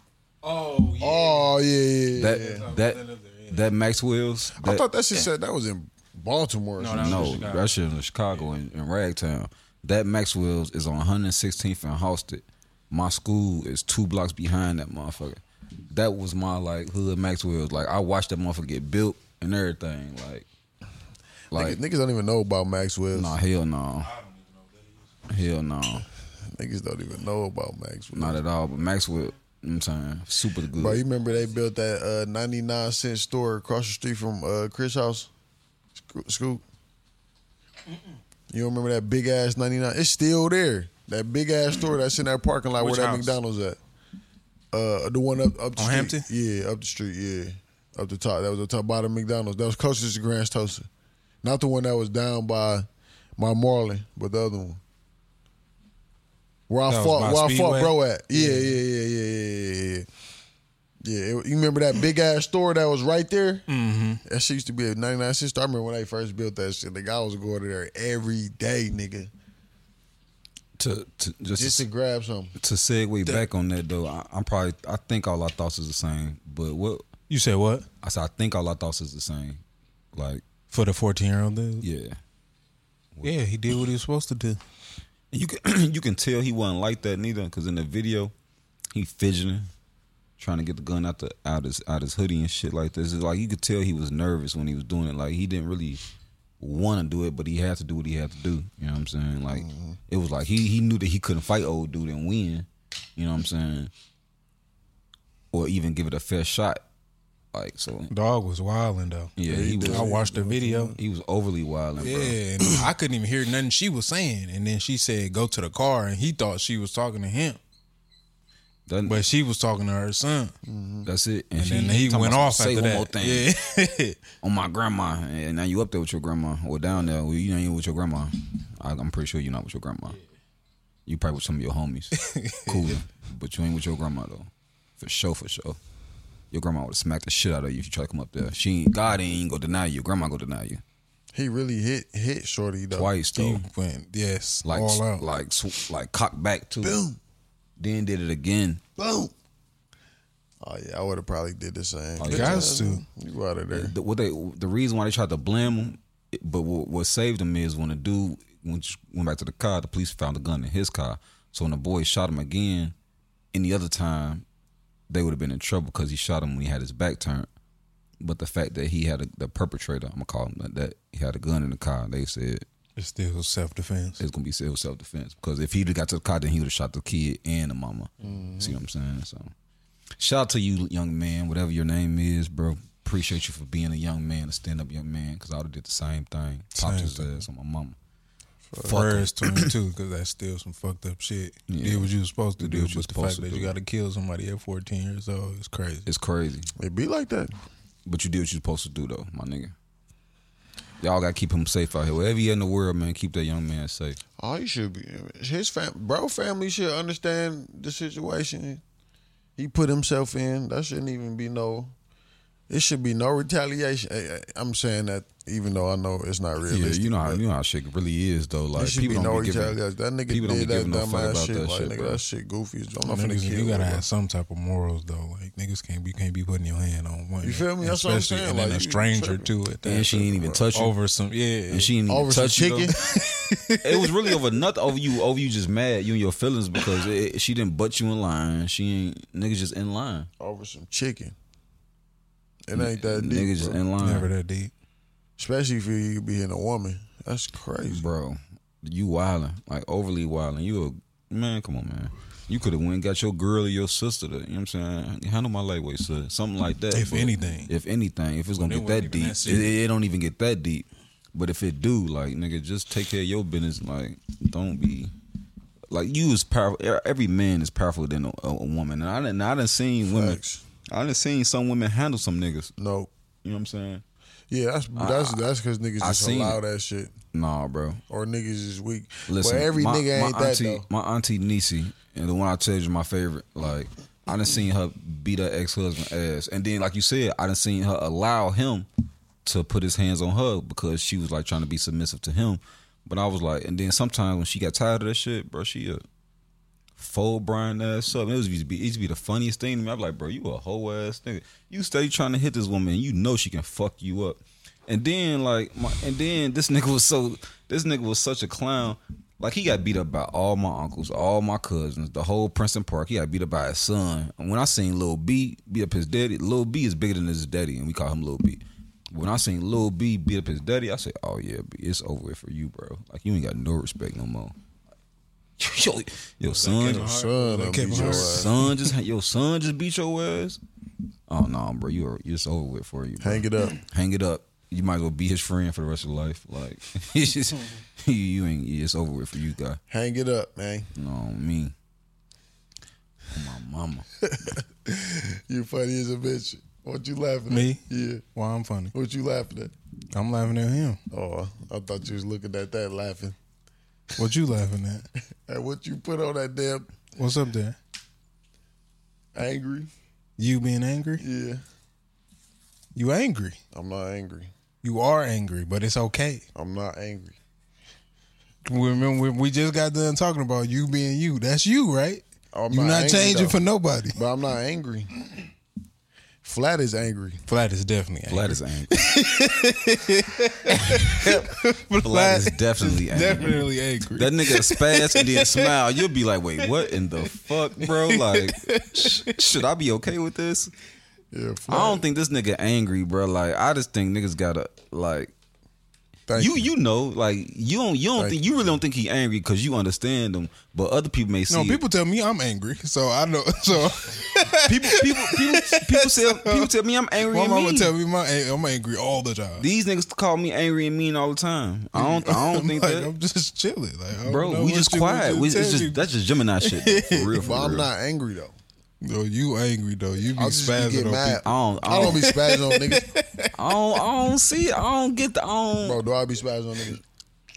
Speaker 3: Oh, yeah.
Speaker 2: Oh yeah, yeah.
Speaker 1: That
Speaker 2: yeah.
Speaker 1: that that Maxwell's.
Speaker 2: I
Speaker 1: that-
Speaker 2: thought that shit said that was in Baltimore. or
Speaker 3: No,
Speaker 2: some
Speaker 3: that
Speaker 2: shit.
Speaker 1: No,
Speaker 3: Chicago.
Speaker 1: that shit in Chicago and in, Ragtown. That Maxwell's is on 116th and Halsted. My school is two blocks behind that motherfucker. That was my like hood Maxwell's. Like I watched that motherfucker get built and everything. Like, like
Speaker 2: niggas don't even know about Maxwell.
Speaker 1: nah, hell no, hell no,
Speaker 2: Niggas don't even know about Maxwell.
Speaker 1: not at all. But Maxwell, I'm saying super good.
Speaker 2: Bro, you remember they built that uh, 99 cent store across the street from uh, Chris House? Sco- Scoop. You remember that big ass 99? It's still there. That big ass store that's in that parking lot
Speaker 3: Which
Speaker 2: where that
Speaker 3: house?
Speaker 2: McDonald's at. Uh, the one up up the
Speaker 3: On
Speaker 2: street.
Speaker 3: Hampton?
Speaker 2: Yeah, up the street. Yeah, up the top. That was the top bottom McDonald's. That was closest to Grand's Toaster, not the one that was down by my Marlin, but the other one. Where I
Speaker 3: That was
Speaker 2: fought,
Speaker 3: by
Speaker 2: where I fought,
Speaker 3: Speedway?
Speaker 2: bro. At yeah, yeah, yeah, yeah, yeah, yeah. yeah. Yeah, it, you remember that big ass store that was right there? Mm-hmm. That shit used to be a 99 cent store. I remember when they first built that shit. Like, I was going there every day, nigga,
Speaker 1: to, to just,
Speaker 2: just to grab something.
Speaker 1: to segue back on that though, I, I'm probably I think all our thoughts is the same. But what
Speaker 3: You said what?
Speaker 1: I said, I think all our thoughts is the same. Like,
Speaker 3: For the 14 year old dude?
Speaker 1: yeah.
Speaker 3: Yeah, he did what he was supposed to do.
Speaker 1: And you can you can tell he wasn't like that neither, because in the video, he fidgeting, trying to get the gun out the out his out his hoodie and shit like this. It's like you could tell he was nervous when he was doing it. Like he didn't really want to do it, but he had to do what he had to do. You know what I'm saying? Like it was like he he knew that he couldn't fight old dude and win. You know what I'm saying? Or even give it a fair shot. Like so,
Speaker 3: Dog was wilding though.
Speaker 1: yeah. He was
Speaker 3: I watched the video.
Speaker 1: he was overly wild.
Speaker 3: Yeah,
Speaker 1: bro.
Speaker 3: and I couldn't even hear nothing she was saying. And then she said, "Go to the car," and he thought she was talking to him.
Speaker 1: That,
Speaker 3: But she was talking to her son,
Speaker 1: that's it.
Speaker 3: and
Speaker 1: she
Speaker 3: then he
Speaker 1: talking
Speaker 3: went
Speaker 1: about
Speaker 3: off
Speaker 1: some, say
Speaker 3: after
Speaker 1: one
Speaker 3: that.
Speaker 1: more thing
Speaker 3: Yeah,
Speaker 1: on my grandma, and now you up there with your grandma or down there. Well, you know you with your grandma. I, I'm pretty sure you're not with your grandma. You probably with some of your homies, cool. But you ain't with your grandma though, for sure, for sure. Your grandma would smack the shit out of you if you try to come up there. She ain't, God ain't gonna deny you. Grandma gonna deny you
Speaker 2: He really hit hit Shorty though.
Speaker 1: twice
Speaker 3: he
Speaker 1: though.
Speaker 3: went yes,
Speaker 1: like
Speaker 3: all out.
Speaker 1: like sw- like cocked back too.
Speaker 2: Boom.
Speaker 1: Then did it again.
Speaker 2: Boom. Oh yeah, I would have probably did the same.
Speaker 1: Oh,
Speaker 2: Good
Speaker 1: yeah.
Speaker 3: Guys
Speaker 2: job.
Speaker 3: do.
Speaker 2: You out of there.
Speaker 1: The, what they the reason why they tried to blame him, it- but what, what saved him is when the dude went, went back to the car, the police found a gun in his car. So when the boy shot him again, any other time, they would have been in trouble because he shot him when he had his back turned. But the fact that he had a, the perpetrator, I'm gonna call him that, that he had a gun in the car, they said
Speaker 3: It's still self defense.
Speaker 1: it's gonna be self self defense because if he'd have got to the car, then he would have shot the kid and the mama. See what I'm saying? So, shout out to you, young man, whatever your name is, bro. Appreciate you for being a young man, a stand up young man, because I would have did the same thing. Popped
Speaker 3: Same
Speaker 1: his ass on my mama.
Speaker 3: Prayers to him too, because that's still some fucked up shit. You
Speaker 1: Yeah.
Speaker 3: Did what you was supposed to
Speaker 1: You
Speaker 3: do.
Speaker 1: did what
Speaker 3: Just the
Speaker 1: you was
Speaker 3: fact
Speaker 1: supposed
Speaker 3: that
Speaker 1: to
Speaker 3: you
Speaker 1: do.
Speaker 3: got to kill somebody at 14 years old is crazy.
Speaker 1: It's crazy,
Speaker 2: It be like that.
Speaker 1: but you did what you're supposed to do, though, my nigga. Y'all gotta keep him safe out here. Wherever he in the world, man, keep that young man safe.
Speaker 2: Oh, he should be. His fam, bro, family should understand the situation he put himself in. That shouldn't even be no. It should be no retaliation. I, am saying that even though I know it's not
Speaker 1: Yeah,
Speaker 2: realistic.
Speaker 1: you know how
Speaker 2: but
Speaker 1: you know how shit really is, though.
Speaker 2: There
Speaker 1: Like
Speaker 2: should be
Speaker 1: people
Speaker 2: no
Speaker 1: don't be giving,
Speaker 2: retaliation. That nigga
Speaker 1: people don't
Speaker 2: did
Speaker 1: be
Speaker 2: that
Speaker 1: giving no fuck
Speaker 2: dumbass
Speaker 1: about
Speaker 2: shit.
Speaker 1: that
Speaker 2: like,
Speaker 1: shit,
Speaker 2: nigga,
Speaker 1: bro.
Speaker 2: that shit goofy. I'm not finna
Speaker 3: Niggas,
Speaker 2: kill
Speaker 3: you gotta
Speaker 2: bro.
Speaker 3: have some type of morals though. Like niggas can't be can't be putting your hand on one.
Speaker 2: You feel me? That's what I'm
Speaker 3: Especially
Speaker 2: saying,
Speaker 3: and then
Speaker 2: like,
Speaker 3: a
Speaker 2: you
Speaker 3: stranger
Speaker 2: tripping.
Speaker 3: to it.
Speaker 1: and she ain't even touch you.
Speaker 3: over some yeah.
Speaker 1: and she didn't even
Speaker 2: Over some
Speaker 1: touch you.
Speaker 2: chicken?
Speaker 1: though. it was really over nothing. Over you, over you, just mad you and your feelings because it, she didn't butt you in line. She ain't niggas just in line.
Speaker 2: over some chicken. It ain't that deep,
Speaker 1: niggas just
Speaker 2: bro.
Speaker 1: in line,
Speaker 3: never that deep.
Speaker 2: especially if you, you be hitting a woman. That's crazy.
Speaker 1: bro. You wilding like overly wilding. You a man? Come on, man. You could have went and got your girl or your sister. To, you know what I'm saying? Handle my lightweight, sir. Something like that.
Speaker 3: If
Speaker 1: but
Speaker 3: anything.
Speaker 1: if anything, if it's gonna
Speaker 3: it
Speaker 1: get
Speaker 3: wasn't
Speaker 1: that
Speaker 3: even
Speaker 1: deep,
Speaker 3: that
Speaker 1: it,
Speaker 3: serious.
Speaker 1: it don't even get that deep. But if it do, like nigga, just take care of your business. Like, don't be like you is powerful. Every man is powerful than a, a woman. And I didn't. I done seen women.
Speaker 2: Facts.
Speaker 1: I done seen some women handle some niggas.
Speaker 2: No.
Speaker 1: You know what I'm saying?
Speaker 2: Yeah, that's that's that's because niggas
Speaker 1: I
Speaker 2: just
Speaker 1: seen
Speaker 2: allow
Speaker 1: it.
Speaker 2: that shit,
Speaker 1: Nah, bro.
Speaker 2: or niggas is weak.
Speaker 1: Listen,
Speaker 2: but every
Speaker 1: my,
Speaker 2: nigga
Speaker 1: my
Speaker 2: ain't that
Speaker 1: auntie,
Speaker 2: though.
Speaker 1: My auntie Niecy, and the one I told you my favorite. Like I done seen her beat her ex husband ass, and then like you said, I done seen her allow him to put his hands on her because she was like trying to be submissive to him. But I was like, and then sometimes when she got tired of that shit, bro, she a full Brian ass up. It was used to be, it used to be the funniest thing to me. I'm like, bro, you a whole ass nigga. You steady trying to hit this woman, and you know she can fuck you up. And then like, my, and then this nigga was so, this nigga was such a clown. Like he got beat up by all my uncles, all my cousins, the whole Princeton Park. He got beat up by his son. And when I seen Lil B beat up his daddy, Lil B is bigger than his daddy, and we call him Lil B. When I seen Lil B beat up his daddy, I said, "Oh yeah, B, it's over with for you, bro. Like you ain't got no respect no more. Yo, your son,
Speaker 3: Kevin Hart?
Speaker 2: Son,
Speaker 3: Like
Speaker 2: I
Speaker 3: Kevin
Speaker 2: beat your
Speaker 3: Hart.
Speaker 2: ass.
Speaker 1: son just your son just beat your ass. Oh no, bro, you are it's over with for you. Bro.
Speaker 2: Hang it up.
Speaker 1: Hang it up. You might as well be his friend for the rest of your life. Like it's just you, you ain't it's over with for you, guy.
Speaker 2: Hang it up, man.
Speaker 1: You know what I mean? Oh, my mama.
Speaker 2: You funny as a bitch. What you laughing at?
Speaker 3: Me?
Speaker 2: Yeah.
Speaker 3: Why I'm funny?
Speaker 2: What you laughing at?
Speaker 3: I'm laughing at him.
Speaker 2: Oh, I thought you was looking at that laughing.
Speaker 3: What you laughing at?
Speaker 2: And what you put on that damn
Speaker 3: What's up there?
Speaker 2: angry?
Speaker 3: You being angry?
Speaker 2: Yeah.
Speaker 3: You angry?
Speaker 2: I'm not angry.
Speaker 3: You are angry, but it's okay.
Speaker 2: I'm not angry.
Speaker 3: We, we, we just got done talking about you being you. That's you, right?
Speaker 2: I'm
Speaker 3: You're not
Speaker 2: angry,
Speaker 3: changing
Speaker 2: though.
Speaker 3: for nobody.
Speaker 2: But I'm not angry. Flat is angry.
Speaker 3: Flat is definitely angry.
Speaker 1: Flat is angry.
Speaker 3: Flat,
Speaker 1: Flat is definitely angry.
Speaker 3: definitely angry.
Speaker 1: That nigga spaz and then smile. You'll be like, wait, what in the fuck, bro? Like, sh- should I be okay with this?
Speaker 2: Yeah,
Speaker 1: I
Speaker 2: flat.
Speaker 1: don't think this nigga angry, bro. Like, I just think niggas gotta like
Speaker 2: Thank
Speaker 1: you you know like you don't you don't
Speaker 2: Thank
Speaker 1: think you really don't think he angry because you understand him, but other people may see
Speaker 3: no,
Speaker 1: it.
Speaker 3: people tell me I'm angry, so I know. So
Speaker 1: people people people people tell people tell me I'm angry.
Speaker 3: my
Speaker 1: and
Speaker 3: mama
Speaker 1: mean.
Speaker 3: tell me my I'm angry all the time.
Speaker 1: These niggas call me angry and mean all the time. I don't I don't
Speaker 3: I'm
Speaker 1: think
Speaker 3: like,
Speaker 1: that.
Speaker 3: I'm just chilling, like I don't
Speaker 1: Bro,
Speaker 3: know
Speaker 1: we
Speaker 3: what
Speaker 1: just
Speaker 3: you- what
Speaker 1: quiet.
Speaker 3: you
Speaker 1: We, it's
Speaker 3: tell
Speaker 1: just
Speaker 3: me.
Speaker 1: that's just Gemini shit. though, For real, for
Speaker 2: But I'm
Speaker 1: real.
Speaker 2: not angry though.
Speaker 3: No, you angry though. You be
Speaker 2: I just be
Speaker 3: spazzing
Speaker 2: getting
Speaker 3: on
Speaker 2: mad.
Speaker 3: people.
Speaker 1: I don't.
Speaker 2: I don't be
Speaker 1: I
Speaker 2: spazzing on niggas,
Speaker 1: don't, I don't see. I don't get the. I don't,
Speaker 2: bro. Do I be spazzing on niggas?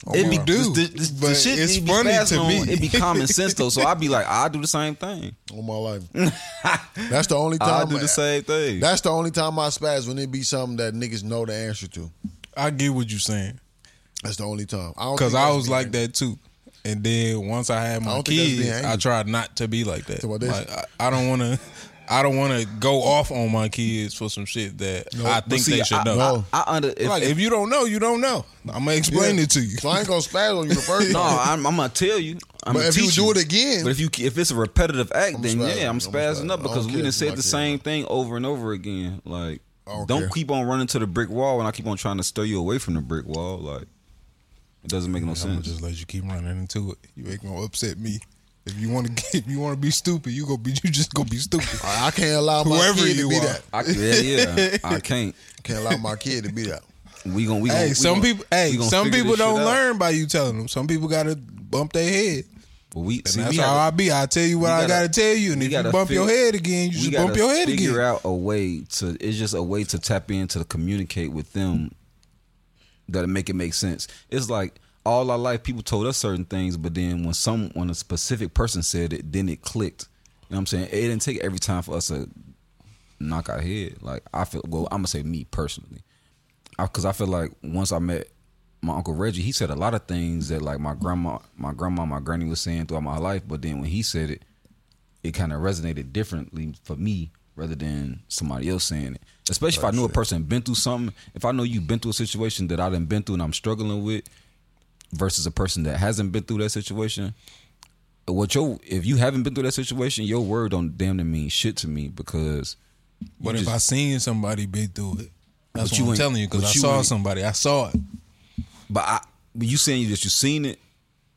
Speaker 2: Oh,
Speaker 1: It be
Speaker 2: my-
Speaker 3: do,
Speaker 1: this- this- this
Speaker 3: but
Speaker 1: shit
Speaker 3: it's
Speaker 1: it be
Speaker 3: funny
Speaker 1: fast
Speaker 3: to
Speaker 1: on-
Speaker 3: me.
Speaker 1: It be common sense though, so I be like, I do the same thing.
Speaker 2: on my life. That's the only
Speaker 1: I
Speaker 2: time.
Speaker 1: do the same thing.
Speaker 2: That's the only time I spaz when it be something that niggas know the answer to.
Speaker 3: I get what you're saying
Speaker 2: That's the only time. I don't
Speaker 3: because
Speaker 2: think
Speaker 3: I
Speaker 2: that's
Speaker 3: was
Speaker 2: being
Speaker 3: like that too. And then once I had my
Speaker 2: don't think that's
Speaker 3: kids,
Speaker 2: being angry.
Speaker 3: I tried not to be like that.
Speaker 2: about this?
Speaker 3: Like, I, I don't want to. I don't want to go off on my kids for some shit that I
Speaker 1: But
Speaker 3: think
Speaker 1: see,
Speaker 3: they should
Speaker 1: I,
Speaker 3: know.
Speaker 2: No.
Speaker 1: I, I under. If,
Speaker 3: like, if, you don't know, you don't know. I'm gonna explain
Speaker 2: Yeah.
Speaker 3: it to you.
Speaker 2: So I ain't gonna spaz on you the first
Speaker 1: no,
Speaker 2: time.
Speaker 1: I'm, I'm gonna tell you.
Speaker 2: But
Speaker 1: I'm gonna
Speaker 2: if you
Speaker 1: teach
Speaker 2: do it again-
Speaker 1: but if you if it's a repetitive act, then
Speaker 2: spazzing.
Speaker 1: yeah, I'm
Speaker 2: I'm
Speaker 1: spazzing
Speaker 2: spazzing.
Speaker 1: up
Speaker 2: I don't
Speaker 1: because we
Speaker 2: care
Speaker 1: done
Speaker 2: if
Speaker 1: said
Speaker 2: my
Speaker 1: the
Speaker 2: kid-
Speaker 1: same thing over and over again. Like,
Speaker 2: don't
Speaker 1: don't,
Speaker 2: care.
Speaker 1: keep on running to the brick wall, and I keep on trying to stir you away from the brick wall. Like, it doesn't make no
Speaker 3: I'm gonna
Speaker 1: sense.
Speaker 3: just let you keep running into it. You ain't gonna upset me. If you want to, if you want to be stupid, you go be. You just gonna be stupid.
Speaker 2: I I can't allow my
Speaker 3: Whoever
Speaker 2: kid
Speaker 3: you
Speaker 2: to be
Speaker 3: are.
Speaker 2: that.
Speaker 1: I, yeah, yeah, I can't.
Speaker 2: Can't allow my kid to be that.
Speaker 1: We gon' we gon'
Speaker 3: Hey,
Speaker 1: we
Speaker 3: some
Speaker 1: gon-
Speaker 3: people. Hey,
Speaker 1: we gon'
Speaker 3: some
Speaker 1: figure
Speaker 3: people
Speaker 1: this shit
Speaker 3: don't
Speaker 1: out.
Speaker 3: learn by you telling them. Some people gotta bump their head.
Speaker 1: But we, see,
Speaker 3: that's
Speaker 1: we
Speaker 3: how
Speaker 1: have-
Speaker 3: I be. I tell you what
Speaker 1: we
Speaker 3: I
Speaker 1: gotta-
Speaker 3: gotta tell you, and
Speaker 1: we
Speaker 3: if you
Speaker 1: gotta
Speaker 3: bump
Speaker 1: fig-
Speaker 3: your head again,
Speaker 1: we
Speaker 3: you just
Speaker 1: gotta
Speaker 3: bump your head
Speaker 1: figure
Speaker 3: again.
Speaker 1: out a way to. It's just a way to tap into to communicate with them that make it make sense. It's like all our life people told us certain things, but then when some when a specific person said it, then it clicked. You know what I'm saying? It didn't take every time for us to knock our head. Like I feel well, I'm gonna say me personally, because I, feel like once I met my uncle Reggie, he said a lot of things that like my grandma, my grandma, my granny was saying throughout my life. But then when he said it, it kind of resonated differently for me rather than somebody else saying it. Especially if I knew a person been through something. If I know you've been through a situation that I done been through and I'm struggling with, versus a person that hasn't been through that situation. uh, What your if you haven't been through that situation, your word don't damn to mean shit to me because
Speaker 3: But
Speaker 1: you
Speaker 3: if
Speaker 1: just-
Speaker 3: I seen somebody been through it, that's
Speaker 1: But
Speaker 3: what
Speaker 1: you
Speaker 3: I'm
Speaker 1: ain't-
Speaker 3: telling you because
Speaker 1: but
Speaker 3: I
Speaker 1: you
Speaker 3: saw
Speaker 1: ain't-
Speaker 3: somebody. I saw it.
Speaker 1: But I, but you saying that you seen it,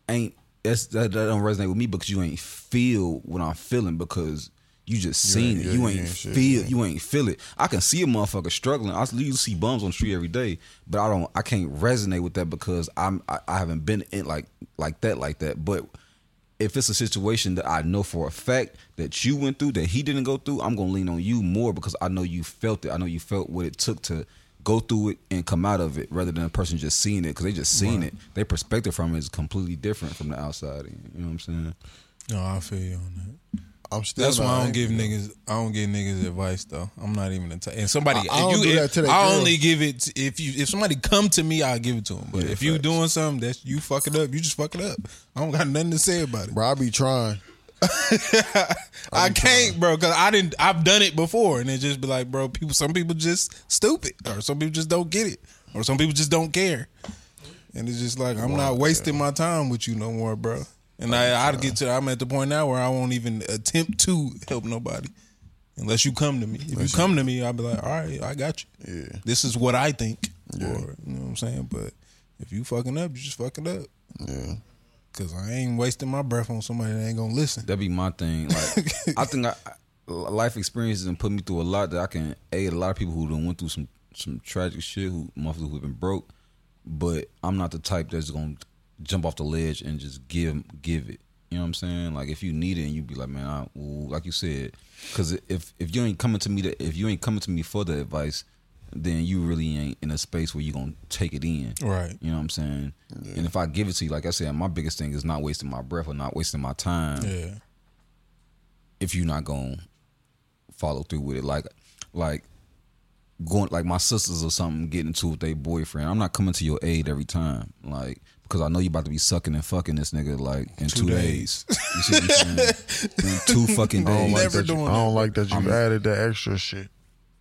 Speaker 1: ain't that's that, that don't resonate with me because you ain't feel what I'm feeling because you just seen
Speaker 2: ain't-
Speaker 1: it.
Speaker 2: yeah,
Speaker 1: you
Speaker 2: you
Speaker 1: ain't
Speaker 2: ain't shit,
Speaker 1: feel. You ain't feel it. I can see a motherfucker struggling. I literally see bums on the street every day, but I don't. I can't resonate with that because I'm. I, I haven't been in like like that like that. But if it's a situation that I know for a fact that you went through that he didn't go through, I'm gonna lean on you more because I know you felt it. I know you felt what it took to go through it and come out of it, rather than a person just seeing it because they just seen it. Their perspective from it is completely different from the outside. in, You know what I'm saying?
Speaker 3: No, I feel you on that.
Speaker 2: I'm still.
Speaker 3: That's
Speaker 2: not
Speaker 3: why I don't
Speaker 2: angry,
Speaker 3: give
Speaker 2: though.
Speaker 3: niggas. I don't give niggas advice though. I'm not even a t- and somebody.
Speaker 2: I- I don't
Speaker 3: if you,
Speaker 2: do that
Speaker 3: if-
Speaker 2: to they
Speaker 3: I
Speaker 2: girls.
Speaker 3: only give it t- if you if somebody come to me, I'll give it to them. But if you doing something that's you fucking up, you just fuck it up. I don't got nothing to say about it.
Speaker 2: Bro, I be trying.
Speaker 3: I can't, bro, because I didn't. I've done it before, and it just be like, bro, people. Some people just stupid, or some people just don't get it, or some people just don't care. And it's just like I'm not wasting my time with you no more, bro. And I, I get to. I'm at the point now where I won't even attempt to help nobody, unless you come to me. If you come to me, I'll be like, all right, I got you.
Speaker 2: Yeah.
Speaker 3: This is what I think, or you know what I'm saying. But if you fucking up, you just fucking up.
Speaker 2: Yeah.
Speaker 3: Cause I ain't wasting my breath on somebody that ain't gonna listen.
Speaker 1: That'd be my thing. Like I think I, life experiences and put me through a lot that I can aid a lot of people who done went through some some tragic shit who motherfuckers who've been broke. But I'm not the type that's gonna jump off the ledge and just give give it. You know what I'm saying? Like if you need it and you be like, man, I, ooh, like you said, because if if you ain't coming to me to, if you ain't coming to me for the advice, then you really ain't in a space where you gonna take it in.
Speaker 3: Right.
Speaker 1: You know what I'm saying? And if I give it to you, like I said, my biggest thing is not wasting my breath or not wasting my time
Speaker 3: Yeah.
Speaker 1: if you're not gonna follow through with it. Like like going like my sisters or something getting into it with their boyfriend. I'm not coming to your aid every time. Like because I know you about to be sucking and fucking this nigga like in two,
Speaker 3: Two
Speaker 1: days. You see what I'm saying? in two fucking
Speaker 2: I
Speaker 1: days.
Speaker 2: don't, like
Speaker 3: Never
Speaker 2: that you,
Speaker 3: doing
Speaker 2: I don't like that you added that extra shit.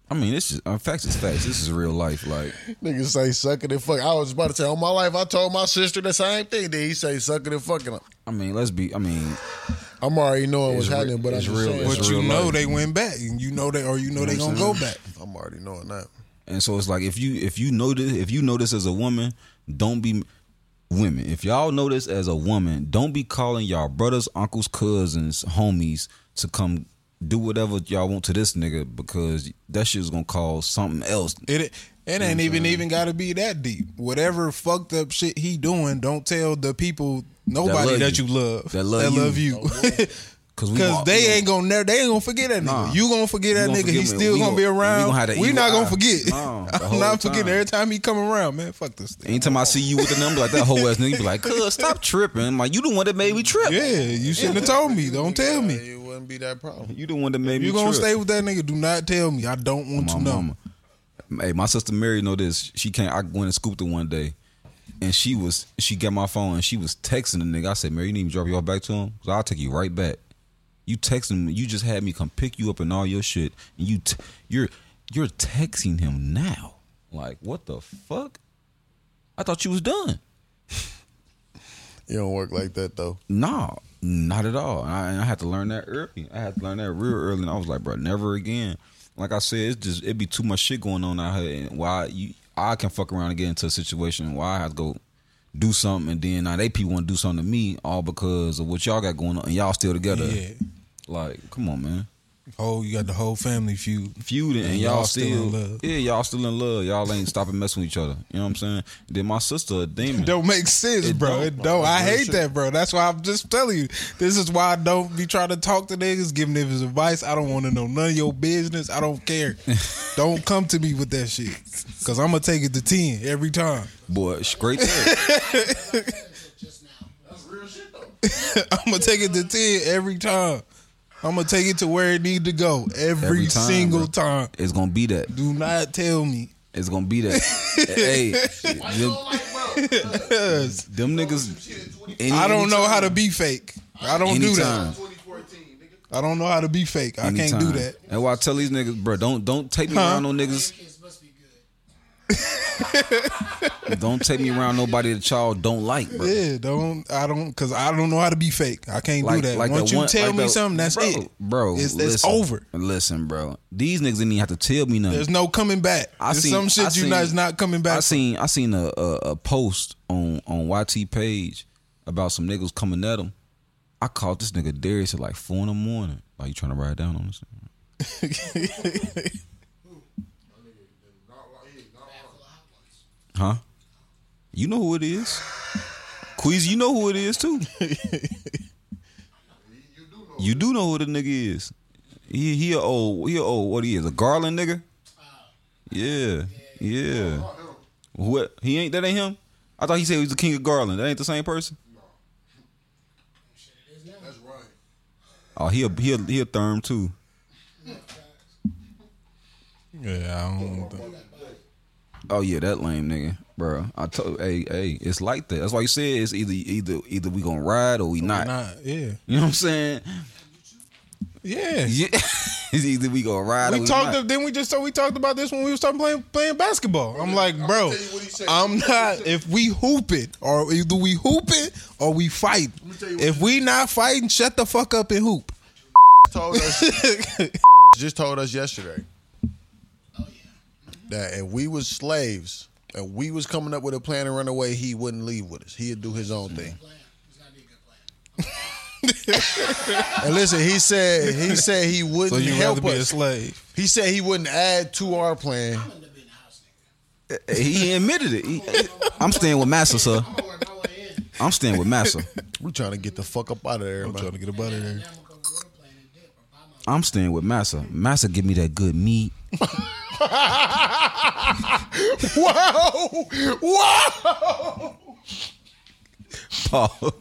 Speaker 1: I mean this is uh, facts is facts. This is real life. Like
Speaker 2: Niggas say sucking and fuck. I was about to say all my life I told my sister the same thing. Then he say sucking and fucking.
Speaker 1: I mean let's be I mean
Speaker 2: I'm already knowing what's
Speaker 1: It's re-
Speaker 2: happening, but I'm
Speaker 1: it's
Speaker 2: just
Speaker 1: real.
Speaker 2: saying.
Speaker 1: It's
Speaker 3: But you
Speaker 1: real
Speaker 3: know
Speaker 1: life.
Speaker 3: they went back, and you know they, or you know, they gonna go back.
Speaker 2: I'm already knowing that.
Speaker 1: And so it's like if you if you know this if you know this as a woman, don't be women. If y'all know this as a woman, don't be calling y'all brothers, uncles, cousins, homies to come do whatever y'all want to this nigga because that shit's gonna cause something else.
Speaker 3: It it ain't even even got to be that deep. Whatever fucked up shit he doing, don't tell the people nobody
Speaker 1: love
Speaker 3: that
Speaker 1: you.
Speaker 3: you, love
Speaker 1: That love you. Oh,
Speaker 3: you.
Speaker 1: Cause, we
Speaker 3: Cause
Speaker 1: gon- we
Speaker 3: they
Speaker 1: gon-
Speaker 3: ain't gonna never, they ain't gonna forget that nigga.
Speaker 1: Nah.
Speaker 3: You gonna forget
Speaker 1: You
Speaker 3: that
Speaker 1: gonna
Speaker 3: nigga.
Speaker 1: forget
Speaker 3: He's
Speaker 1: me.
Speaker 3: still
Speaker 1: We-
Speaker 3: gonna be
Speaker 1: we gonna
Speaker 3: around.
Speaker 1: have that
Speaker 3: We
Speaker 1: evil
Speaker 3: not gonna
Speaker 1: eye.
Speaker 3: forget.
Speaker 1: Nah, the
Speaker 3: I'm
Speaker 1: whole
Speaker 3: not forgetting
Speaker 1: time.
Speaker 3: every time he come around, man. Fuck this thing.
Speaker 1: Anytime I see you with a number like that whole ass nigga, be like, "Cuz, stop tripping. Like you the one that made me trip.
Speaker 3: Yeah, you shouldn't have told me. Don't tell me.
Speaker 2: It wouldn't be that problem.
Speaker 1: You the one that made me
Speaker 3: You gonna
Speaker 1: trip.
Speaker 3: stay with that nigga? Do not tell me. I don't want to
Speaker 1: my
Speaker 3: know.
Speaker 1: mama. Hey, my sister Mary know this. She came. I went and scooped her one day, and she was she got my phone and she was texting the nigga. I said, Mary, you need me to drop you off back to him because I'll take you right back. You texting me. You just had me come pick you up and all your shit. And you t- you're you're texting him now. Like what the fuck? I thought you was done.
Speaker 2: It don't work like that though.
Speaker 1: Nah, not at all. And I, and I had to learn that early. I had to learn that real early, and I was like, bro, never again. Like I said, it's just it'd be too much shit going on out here, and why you I can fuck around and get into a situation where I have to go do something, and then now they people want to do something to me, all because of what y'all got going on, and y'all still together.
Speaker 3: Yeah.
Speaker 1: Like, come on, man.
Speaker 3: Oh, you got the whole family feud.
Speaker 1: Feuding and, y'all, still,
Speaker 3: in love.
Speaker 1: yeah, y'all still in love. Y'all ain't stopping messing with each other. You know what I'm saying? Then my sister, a demon.
Speaker 3: Don't make sense,
Speaker 1: It
Speaker 3: bro.
Speaker 1: don't,
Speaker 3: it
Speaker 1: bro.
Speaker 3: don't. I
Speaker 1: That's real
Speaker 3: hate
Speaker 1: shit.
Speaker 3: that, bro. That's why I'm just telling you. This is why I don't be trying to talk to niggas, giving niggas advice. I don't want to know none of your business. I don't care. don't come to me with that shit, cause I'm gonna take it to ten every time.
Speaker 1: Boy, straight there.
Speaker 3: I'm gonna take it to ten every time. I'm gonna take it to where it need to go every,
Speaker 1: Every time,
Speaker 3: single
Speaker 1: bro.
Speaker 3: time.
Speaker 1: it's gonna be that.
Speaker 3: Do not tell me.
Speaker 1: It's gonna be that. hey, them, them niggas. any-
Speaker 3: I don't know
Speaker 1: anytime.
Speaker 3: how to be fake. I don't do
Speaker 1: Anytime.
Speaker 3: that. I don't know how to be fake. I can't do
Speaker 1: Anytime.
Speaker 3: that.
Speaker 1: That's why I tell these niggas, bro, don't don't take me
Speaker 3: Huh?
Speaker 1: around no niggas. don't take me around nobody that y'all don't like, bro.
Speaker 3: Yeah, don't I don't because I don't know how to be fake. I can't
Speaker 1: Like,
Speaker 3: do that.
Speaker 1: like
Speaker 3: Once
Speaker 1: that
Speaker 3: you
Speaker 1: one-
Speaker 3: tell
Speaker 1: like
Speaker 3: me
Speaker 1: that-
Speaker 3: something, that's
Speaker 1: bro,
Speaker 3: it,
Speaker 1: bro.
Speaker 3: It's, it's
Speaker 1: listen.
Speaker 3: over.
Speaker 1: Listen, bro. These niggas didn't even have to tell me nothing.
Speaker 3: There's no coming back.
Speaker 1: I
Speaker 3: There's
Speaker 1: seen-
Speaker 3: some shit
Speaker 1: I
Speaker 3: you not
Speaker 1: seen-
Speaker 3: is not coming back.
Speaker 1: I seen I seen a, a, a post on on YT page about some niggas coming at him. I called this nigga Darius at like four in the morning. Like you trying to ride down on this? huh? You know who it is, Queasy. You know who it is too. you do know who the nigga is. He he a old he a old what he is a Garland nigga. Yeah, yeah. What he ain't that ain't him? I thought he said he was the king of Garland. That ain't the same person. Oh, he a he a, he a therm too.
Speaker 3: yeah, I don't. Think.
Speaker 1: Oh yeah, that lame nigga, bro. I told hey hey, it's like that. That's why you said it's either either either we gonna ride or we not.
Speaker 3: Nah, yeah,
Speaker 1: You know what I'm saying?
Speaker 3: yeah.
Speaker 1: Yeah, it's either we gonna ride. or
Speaker 3: We
Speaker 1: we
Speaker 3: talked.
Speaker 1: Not.
Speaker 3: Then we just so we talked about this when we was talking playing playing basketball. I'm like, bro,
Speaker 2: tell you what he said.
Speaker 3: I'm not. If we hoop it, or either we hoop it, or we fight.
Speaker 2: tell you what
Speaker 3: If we not fighting, shut the fuck up and hoop.
Speaker 2: Told us, just told us yesterday that if we was slaves and we was coming up with a plan to run away, he wouldn't leave with us. He'd do his own thing. And listen, he said he said he wouldn't
Speaker 3: So you
Speaker 2: help
Speaker 3: rather be a
Speaker 2: us.
Speaker 3: slave?
Speaker 2: He said he wouldn't add to our plan.
Speaker 1: He admitted it. He- I'm staying with Massa, sir. I'm staying with Massa.
Speaker 2: We trying to get the fuck up out of there, man.
Speaker 3: to get a butter there.
Speaker 1: I'm staying with Massa. Massa, give me that good meat.
Speaker 2: Whoa! Whoa!
Speaker 1: Paul.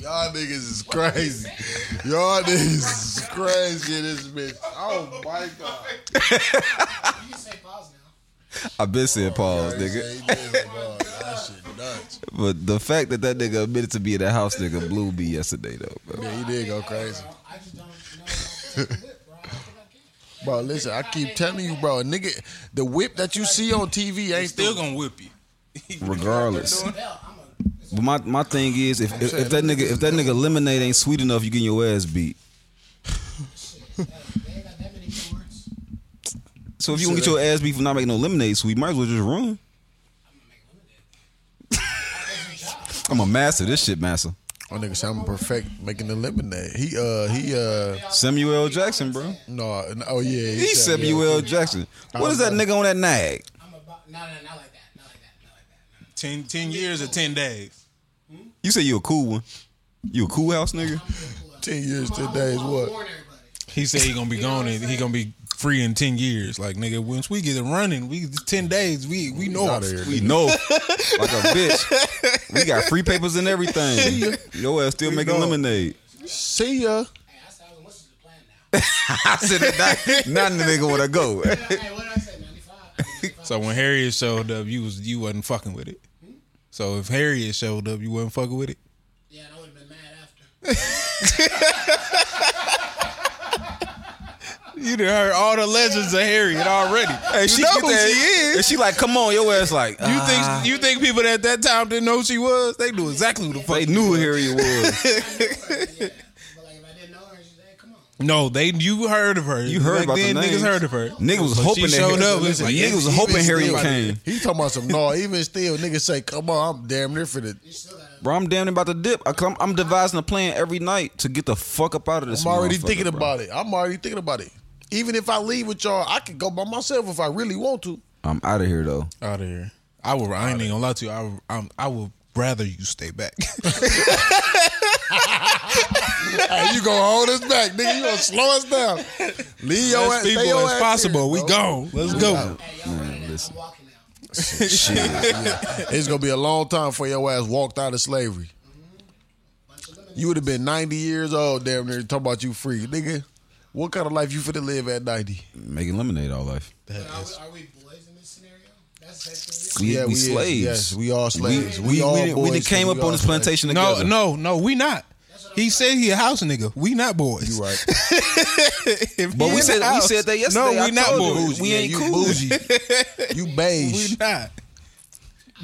Speaker 2: Y'all niggas is crazy. Y'all niggas is crazy in this bitch. Oh my god.
Speaker 1: I been saying pause, nigga.
Speaker 2: Hey, this, bro, that shit nuts.
Speaker 1: But the fact that that nigga admitted to be in the house, nigga, blew me yesterday though. Bro.
Speaker 2: Yeah, he did go crazy. Bro, listen, I keep telling you, bro, nigga, the whip that you see on TV ain't
Speaker 3: Still
Speaker 2: still
Speaker 3: gonna whip you.
Speaker 1: Regardless. But my, my thing is, if, if, if that nigga if that nigga lemonade ain't sweet enough, you getting your ass beat. So if you don't get your ass beat for not making no lemonade sweet, might as well just run. I'm a master. This shit, master.
Speaker 2: My Oh, nigga sound perfect making the lemonade. He uh he uh
Speaker 1: Samuel L. Jackson, bro.
Speaker 2: no, no oh yeah. He,
Speaker 1: He's
Speaker 2: said,
Speaker 1: Samuel L. Jackson. What is that nigga on that nag?
Speaker 4: I'm about, no, no, not like that. Not like that. Not like that.
Speaker 3: 10, 10 years or ten days.
Speaker 1: You say you a cool one. You a cool house nigga?
Speaker 2: Ten years, ten days, what?
Speaker 4: Warn everybody.
Speaker 3: He said he gonna be gone and he gonna be free in ten years. Like nigga, once we get it running, we ten days. We we know.
Speaker 2: Outta here.
Speaker 1: We know, like a bitch. We got free papers and everything. Your ass still making
Speaker 3: know.
Speaker 1: lemonade.
Speaker 2: See ya.
Speaker 4: Hey, I said I was much as the plan now.
Speaker 1: I said that not the nigga wanna go.
Speaker 4: hey, what did I say? 95? I mean, 95.
Speaker 3: So when Harriet showed up, you was you wasn't fucking with it. So if Harriet showed up, you wasn't fucking with it.
Speaker 4: Yeah, and I would have been mad after.
Speaker 3: You done heard all the legends of Harriet already.
Speaker 1: Hey,
Speaker 3: you
Speaker 1: she,
Speaker 3: know
Speaker 1: get
Speaker 3: who
Speaker 1: that-
Speaker 3: she is.
Speaker 1: And she like, come on, your ass like,
Speaker 3: You
Speaker 1: ah.
Speaker 3: think you think people at that time didn't know who she was? They knew exactly who the fuck.
Speaker 1: they knew Harriet was.
Speaker 4: But like, if I didn't know her, she'd say, come on.
Speaker 3: No, they you heard of her.
Speaker 1: You heard
Speaker 3: Back
Speaker 1: about the
Speaker 3: then,
Speaker 1: names.
Speaker 3: Niggas heard of her.
Speaker 1: Nigga was
Speaker 3: But
Speaker 1: hoping that
Speaker 3: she showed
Speaker 1: Harriet-
Speaker 3: up.
Speaker 1: Listen,
Speaker 3: like,
Speaker 1: nigga
Speaker 3: yeah,
Speaker 1: was
Speaker 3: she
Speaker 1: hoping
Speaker 3: been
Speaker 1: Harriet
Speaker 3: still-
Speaker 1: came.
Speaker 2: He talking about some no. Even still, niggas say, "Come on, I'm damn near for the."
Speaker 4: You still got to.
Speaker 1: Bro, I'm damn near about to dip. I come, I'm devising a plan every night to get the fuck up out of this.
Speaker 2: I'm already
Speaker 1: motherfucker,
Speaker 2: thinking
Speaker 1: bro.
Speaker 2: about it. I'm already thinking about it. Even if I leave with y'all, I could go by myself if I really want to.
Speaker 1: I'm out of here though.
Speaker 3: Out of here. I would. I ain't even gonna lie to you. I would- I'm, I would rather you stay back.
Speaker 2: hey, you gonna hold us back, nigga? You gonna slow us down? Leave your
Speaker 3: As
Speaker 2: ass, stay your
Speaker 3: people
Speaker 2: ass
Speaker 3: as
Speaker 2: here,
Speaker 3: possible. we
Speaker 2: bro.
Speaker 3: gone. Let's
Speaker 2: Oh.
Speaker 3: go.
Speaker 4: Hey, y'all running out. I'm walking out.
Speaker 2: It's gonna be a long time for your ass walked out of slavery.
Speaker 4: Bunch of women.
Speaker 2: You would have been ninety years old, damn near. Talking about you free, nigga. What kind of life you finna live at ninety?
Speaker 1: Making lemonade all life.
Speaker 4: But are, we, are we boys in this scenario? That's the same thing.
Speaker 1: We, we
Speaker 2: is.
Speaker 1: slaves.
Speaker 2: Yes, we all slaves.
Speaker 1: We, we,
Speaker 2: all
Speaker 1: we,
Speaker 2: boys,
Speaker 1: we done came
Speaker 2: we
Speaker 1: up
Speaker 2: all
Speaker 1: on this
Speaker 2: slaves.
Speaker 1: plantation
Speaker 3: No,
Speaker 1: together.
Speaker 3: no, no. We not. He said he a house nigga. We not boys.
Speaker 2: You right.
Speaker 3: If
Speaker 1: But
Speaker 3: he
Speaker 1: we
Speaker 3: in
Speaker 1: said
Speaker 3: the
Speaker 1: we
Speaker 3: house-
Speaker 1: said that yesterday.
Speaker 3: No, we
Speaker 1: I
Speaker 3: not
Speaker 1: told you.
Speaker 3: boys.
Speaker 1: We
Speaker 2: Yeah,
Speaker 1: ain't
Speaker 2: you
Speaker 1: cool.
Speaker 2: bougie. You beige.
Speaker 3: We not.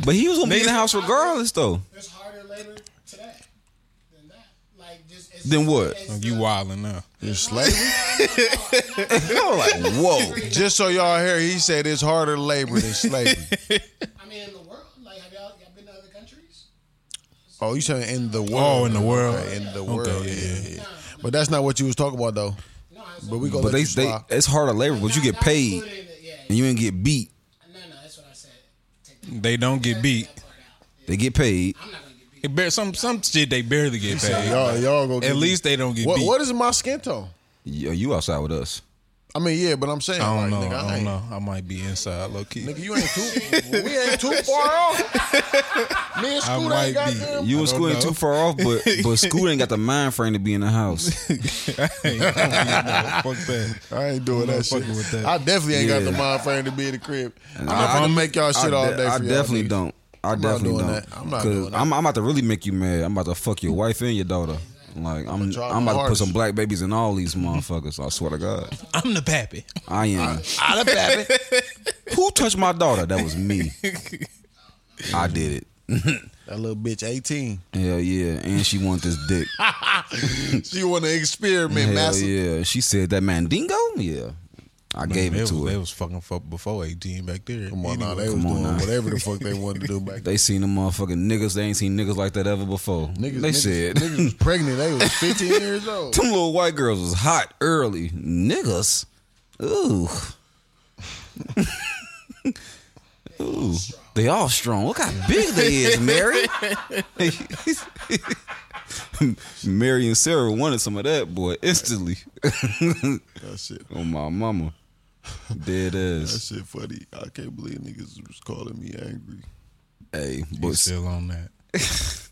Speaker 1: But he was gonna be in the
Speaker 3: Niggas-
Speaker 1: house regardless though.
Speaker 4: There's harder labor today than that. Like, just. It's
Speaker 1: Then what?
Speaker 4: it's
Speaker 3: You
Speaker 4: the-
Speaker 3: wildin' now.
Speaker 2: You're slavery.
Speaker 1: I was like, whoa.
Speaker 2: Just so y'all hear, he said it's harder labor than slavery.
Speaker 4: I mean, in the world, like, have y'all, y'all been to other countries?
Speaker 2: Oh, you saying in the world?
Speaker 3: Oh, in the world.
Speaker 2: Okay, in the
Speaker 3: Okay,
Speaker 2: world.
Speaker 3: yeah,
Speaker 2: yeah, yeah, But that's not what you was talking about though.
Speaker 4: No, I was
Speaker 2: But we gonna let
Speaker 1: But they,
Speaker 2: you
Speaker 1: they
Speaker 2: slide.
Speaker 1: it's harder labor, but you get paid
Speaker 4: Yeah,
Speaker 1: and you ain't get beat.
Speaker 4: no, no, that's what I said. Take that
Speaker 3: They don't get beat.
Speaker 4: part out. Yeah,
Speaker 1: They get paid.
Speaker 4: I'm not gonna get beat.
Speaker 3: It bar- some some shit they barely get paid.
Speaker 2: y'all, y'all go.
Speaker 3: At least they don't get
Speaker 2: What,
Speaker 3: beat.
Speaker 2: what is my skin tone?
Speaker 1: Yeah, you outside with us.
Speaker 2: I mean, yeah, but I'm saying,
Speaker 3: I don't know.
Speaker 2: like, nigga,
Speaker 3: I
Speaker 2: ain't-
Speaker 3: don't know. I might be inside low key.
Speaker 2: Nigga, you ain't too. we ain't too far off. Me and Scoot
Speaker 3: might be.
Speaker 2: ain't goddamn.
Speaker 1: You
Speaker 3: I
Speaker 1: and
Speaker 3: don't
Speaker 1: school ain't
Speaker 3: know.
Speaker 1: too far off, but but school ain't got the mind frame to be in the house.
Speaker 3: fuck that.
Speaker 2: I ain't doing
Speaker 3: I'm
Speaker 2: that
Speaker 3: not
Speaker 2: shit.
Speaker 3: fucking with that.
Speaker 2: I definitely ain't
Speaker 1: Yeah.
Speaker 2: got the mind frame to be in the crib. I'm
Speaker 1: I-
Speaker 2: not gonna make y'all shit
Speaker 1: I
Speaker 2: all
Speaker 1: de-
Speaker 2: day. For
Speaker 1: I
Speaker 2: y'all
Speaker 1: definitely
Speaker 2: niggas.
Speaker 1: don't. I
Speaker 2: not
Speaker 1: definitely
Speaker 2: doing
Speaker 1: don't.
Speaker 2: that. I'm not
Speaker 1: 'Cause
Speaker 2: doing that.
Speaker 1: I'm, I'm about to really make you mad. I'm about to fuck your wife and your daughter. Like I'm,
Speaker 2: try
Speaker 1: I'm
Speaker 2: my
Speaker 1: about to put
Speaker 2: hardest.
Speaker 1: some black babies in all these motherfuckers. I swear to God,
Speaker 3: I'm the pappy.
Speaker 1: I am.
Speaker 2: I done bad it.
Speaker 1: Who touched my daughter? That was me. I did it.
Speaker 2: That little bitch, eighteen.
Speaker 1: Hell yeah, and she want this dick.
Speaker 2: She want to experiment,
Speaker 1: Hell
Speaker 2: master.
Speaker 1: yeah, she said that mandingo. Yeah, I gave
Speaker 3: Man,
Speaker 1: it
Speaker 3: they
Speaker 1: to
Speaker 3: was, They
Speaker 1: her.
Speaker 3: was fucking fuck before 18 back there.
Speaker 2: Come on, now, they was
Speaker 1: Come on
Speaker 2: doing
Speaker 1: now.
Speaker 2: whatever the fuck they wanted to do back then.
Speaker 1: They seen them motherfucking niggas. They ain't seen niggas like that ever before.
Speaker 2: Niggas,
Speaker 1: they
Speaker 2: niggas,
Speaker 1: said
Speaker 2: niggas was pregnant. They was 15 years old.
Speaker 1: Them little white girls was hot early. Niggas. Ooh. Ooh. They all strong. Look how big they is, Mary. Mary and Sarah wanted some of that boy instantly.
Speaker 2: That shit,
Speaker 1: oh my mama. Dead ass.
Speaker 2: shit funny. I can't believe niggas was calling me angry.
Speaker 1: Hey,
Speaker 3: But
Speaker 1: but
Speaker 3: still on that.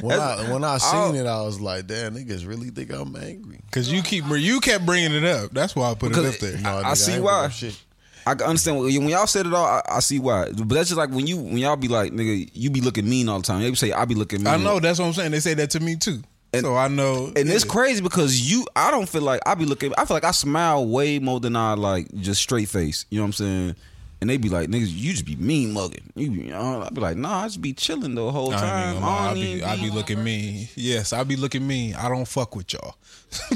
Speaker 2: When I when I seen
Speaker 1: I'll-
Speaker 2: it, I was like, damn, niggas really think I'm angry.
Speaker 3: Cause you keep you kept bringing it up. That's why I put
Speaker 1: Because
Speaker 3: it up there.
Speaker 1: I- I
Speaker 2: nigga,
Speaker 1: see
Speaker 2: ain't
Speaker 1: why.
Speaker 2: doing Shit.
Speaker 1: I can understand what, when y'all said it all. I, I see why, but that's just like when you when y'all be like, nigga, you be looking mean all the time. They be say, I be looking mean.
Speaker 3: I know that's what I'm saying. They say that to me too.
Speaker 1: And-
Speaker 3: so I know.
Speaker 1: And it's
Speaker 3: yeah.
Speaker 1: crazy because you, I don't feel like I be looking. I feel like I smile way more than I like just straight face. You know what I'm saying? And they be like, niggas, you just be mean mugging. You be, I be like, nah, I just be chilling the whole
Speaker 3: I ain't
Speaker 1: time.
Speaker 3: gonna lie.
Speaker 1: I
Speaker 3: I
Speaker 1: don't
Speaker 3: be,
Speaker 1: even
Speaker 3: I
Speaker 1: be-
Speaker 3: be looking mean. Yes, I be looking mean. I don't fuck with y'all.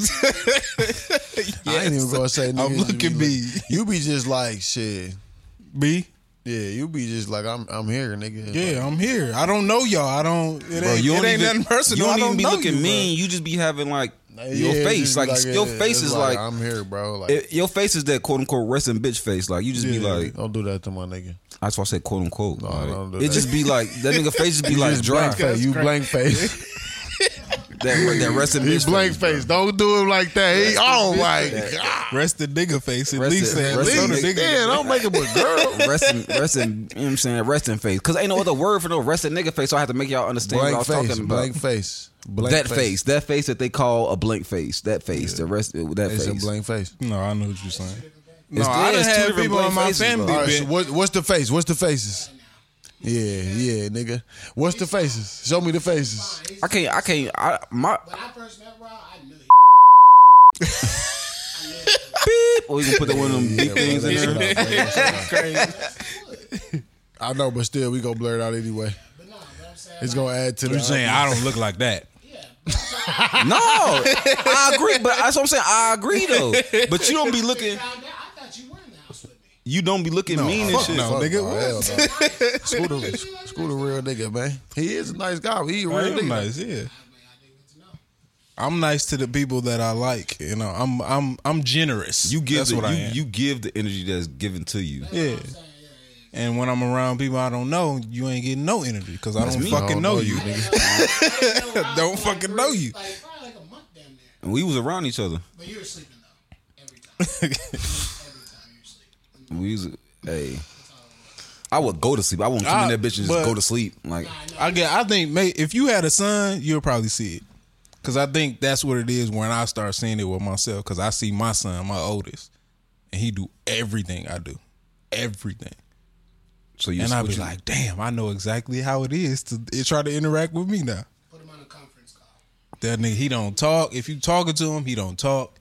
Speaker 2: I ain't even gonna say.
Speaker 3: I'm
Speaker 2: Niggas just
Speaker 3: looking
Speaker 2: be
Speaker 3: mean.
Speaker 2: like- You be just like shit.
Speaker 3: B.
Speaker 2: Yeah, you be just like I'm. I'm here, nigga.
Speaker 3: Yeah, I'm here. I don't know y'all. I don't. It
Speaker 1: Bro,
Speaker 3: ain't,
Speaker 1: you
Speaker 3: it
Speaker 1: don't
Speaker 3: ain't
Speaker 1: even,
Speaker 3: nothing personal.
Speaker 1: You don't,
Speaker 3: I don't
Speaker 1: even be
Speaker 3: know
Speaker 1: looking
Speaker 3: you, bro.
Speaker 1: mean. You just be having like Your
Speaker 2: Yeah,
Speaker 1: face,
Speaker 2: just
Speaker 1: like, your
Speaker 2: yeah,
Speaker 1: face
Speaker 2: it's
Speaker 1: is like-
Speaker 2: I'm here, bro. Like,
Speaker 1: It- your face is that quote unquote rest in bitch face. Like you just be
Speaker 2: yeah,
Speaker 1: like,
Speaker 2: don't do that to my nigga.
Speaker 1: that's why I said quote unquote. like,
Speaker 2: don't do
Speaker 1: it
Speaker 2: that.
Speaker 1: just be like that nigga face just be like
Speaker 2: Just
Speaker 1: dry.
Speaker 2: blank face. You blank face.
Speaker 1: That that rest in
Speaker 2: he
Speaker 1: bitch
Speaker 2: blank
Speaker 1: face.
Speaker 2: face. Don't do him like that. He oh my god.
Speaker 3: Rest the nigga face. At
Speaker 1: Rest
Speaker 3: least
Speaker 1: the-
Speaker 3: at
Speaker 1: rest
Speaker 3: least
Speaker 1: the
Speaker 3: the
Speaker 1: nigga-
Speaker 3: nigga.
Speaker 2: Yeah, don't make him a girl.
Speaker 1: Rest in, rest in, you know what I'm saying? Rest in face. Because ain't no other word for no rest in nigga face, so I have to make y'all understand what I
Speaker 2: Blank
Speaker 1: was
Speaker 2: face.
Speaker 1: talking about.
Speaker 2: Blank face. Blank
Speaker 1: that face. that face that they call a blank face, that face, the rest, uh, that
Speaker 2: It's a
Speaker 1: face.
Speaker 2: blank face.
Speaker 3: No, I know what you're saying.
Speaker 1: It's-
Speaker 3: No, I
Speaker 1: yeah,
Speaker 3: done
Speaker 1: it's two
Speaker 3: had
Speaker 1: different
Speaker 3: people in
Speaker 1: blank
Speaker 3: my
Speaker 1: faces,
Speaker 3: family
Speaker 1: bro.
Speaker 2: All right,
Speaker 3: been-
Speaker 2: so what, what's the face? What's the faces? Yeah, yeah, nigga. What's the faces? Show me the faces.
Speaker 4: He's,
Speaker 1: I can't, I can't, I, my,
Speaker 4: when I first met Rob, I knew he.
Speaker 1: beep. Or you can put that one of them beep
Speaker 2: Yeah,
Speaker 1: things
Speaker 2: bro,
Speaker 1: in there.
Speaker 2: that's enough, bro.
Speaker 3: Crazy.
Speaker 2: I know, but still, we gonna blur it out anyway.
Speaker 4: But no, but I'm saying.
Speaker 2: It's
Speaker 4: like,
Speaker 2: gonna add to the.
Speaker 3: You're saying I don't look like that.
Speaker 4: yeah, but
Speaker 1: No, I agree, but that's what I'm saying. I agree though, but you don't be
Speaker 4: I
Speaker 1: looking,
Speaker 4: found out. I thought you were in the house with me.
Speaker 1: you don't be looking mean and
Speaker 3: fuck
Speaker 1: shit.
Speaker 3: no.
Speaker 2: Fuck
Speaker 3: nigga,
Speaker 2: no,
Speaker 3: what?
Speaker 2: hell no. Screw the, screw the real nigga, man. He is a nice guy. but He a real
Speaker 3: I
Speaker 2: nigga.
Speaker 3: am nice, yeah.
Speaker 4: I mean, I didn't get to know.
Speaker 3: I'm nice to the people that I like. You know, I'm I'm I'm generous.
Speaker 1: You give
Speaker 3: That's
Speaker 1: the,
Speaker 3: what I
Speaker 1: you,
Speaker 3: am.
Speaker 1: you give the energy that's given to you.
Speaker 3: yeah.
Speaker 4: I'm saying, yeah, yeah, yeah.
Speaker 3: And when I'm around people I don't know, you ain't getting no energy because I
Speaker 1: That's
Speaker 3: don't
Speaker 1: me.
Speaker 3: fucking
Speaker 1: I don't
Speaker 3: know,
Speaker 2: know
Speaker 3: you.
Speaker 2: you,
Speaker 4: I didn't know Rob
Speaker 3: Don't
Speaker 4: for like
Speaker 3: fucking
Speaker 4: three-
Speaker 3: know you.
Speaker 4: Like probably like a month down there.
Speaker 1: And we was around each other.
Speaker 4: But you were sleeping though. Every time. every time you were sleeping.
Speaker 1: We was, hey, I would go to sleep. I wouldn't come in
Speaker 3: I-
Speaker 1: that bitch and just
Speaker 3: Ah, but-
Speaker 1: go to sleep. Like
Speaker 3: I get. I think, mate, if you had a son, you'll probably see it. Cause I think that's what it is when I start seeing it with myself. Cause I see my son, my oldest, and he do everything I do, everything.
Speaker 1: so, you
Speaker 3: and I
Speaker 1: what
Speaker 3: be
Speaker 1: you-
Speaker 3: like, damn, I know exactly how it is to it try to interact with me now.
Speaker 4: Put him on a conference call.
Speaker 3: That nigga, he don't talk. If you talking to him, he don't talk.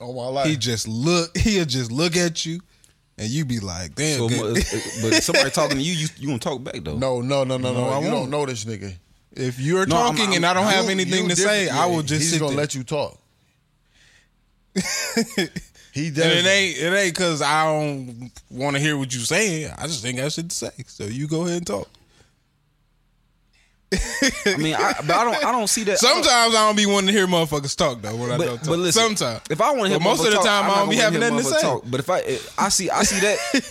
Speaker 2: Oh my life.
Speaker 3: He just look. He'll just look at you, and you be like, damn.
Speaker 1: So,
Speaker 3: good.
Speaker 1: mu- but if somebody talking to you, you you gonna talk back though.
Speaker 2: no, no, no, no, no.
Speaker 3: I
Speaker 2: you don't
Speaker 3: won't.
Speaker 2: know this nigga.
Speaker 3: If you're
Speaker 1: No, I'm-
Speaker 3: talking
Speaker 1: I'm-
Speaker 3: and I don't have
Speaker 2: You-
Speaker 3: anything
Speaker 2: you
Speaker 3: to
Speaker 2: different.
Speaker 3: say, I will just
Speaker 2: He's
Speaker 3: sit
Speaker 2: gonna
Speaker 3: there.
Speaker 2: let you talk. he does.
Speaker 3: and it ain't it ain't because I don't want to hear what you saying. I just think I should say. So you go ahead and talk.
Speaker 1: I mean, I, but I don't I don't see that.
Speaker 3: Sometimes I don't be wanting to hear motherfuckers talk though. When I
Speaker 1: But,
Speaker 3: don't
Speaker 1: but
Speaker 3: talk.
Speaker 1: listen,
Speaker 3: sometimes
Speaker 1: if I want to hear
Speaker 3: But most of
Speaker 1: motherfucker
Speaker 3: the
Speaker 1: talk,
Speaker 3: time,
Speaker 1: I'm
Speaker 3: I
Speaker 1: not
Speaker 3: don't be
Speaker 1: gonna wanna
Speaker 3: having
Speaker 1: hear
Speaker 3: nothing to
Speaker 1: motherfucker
Speaker 3: say.
Speaker 1: Talk. But if I it- I see I see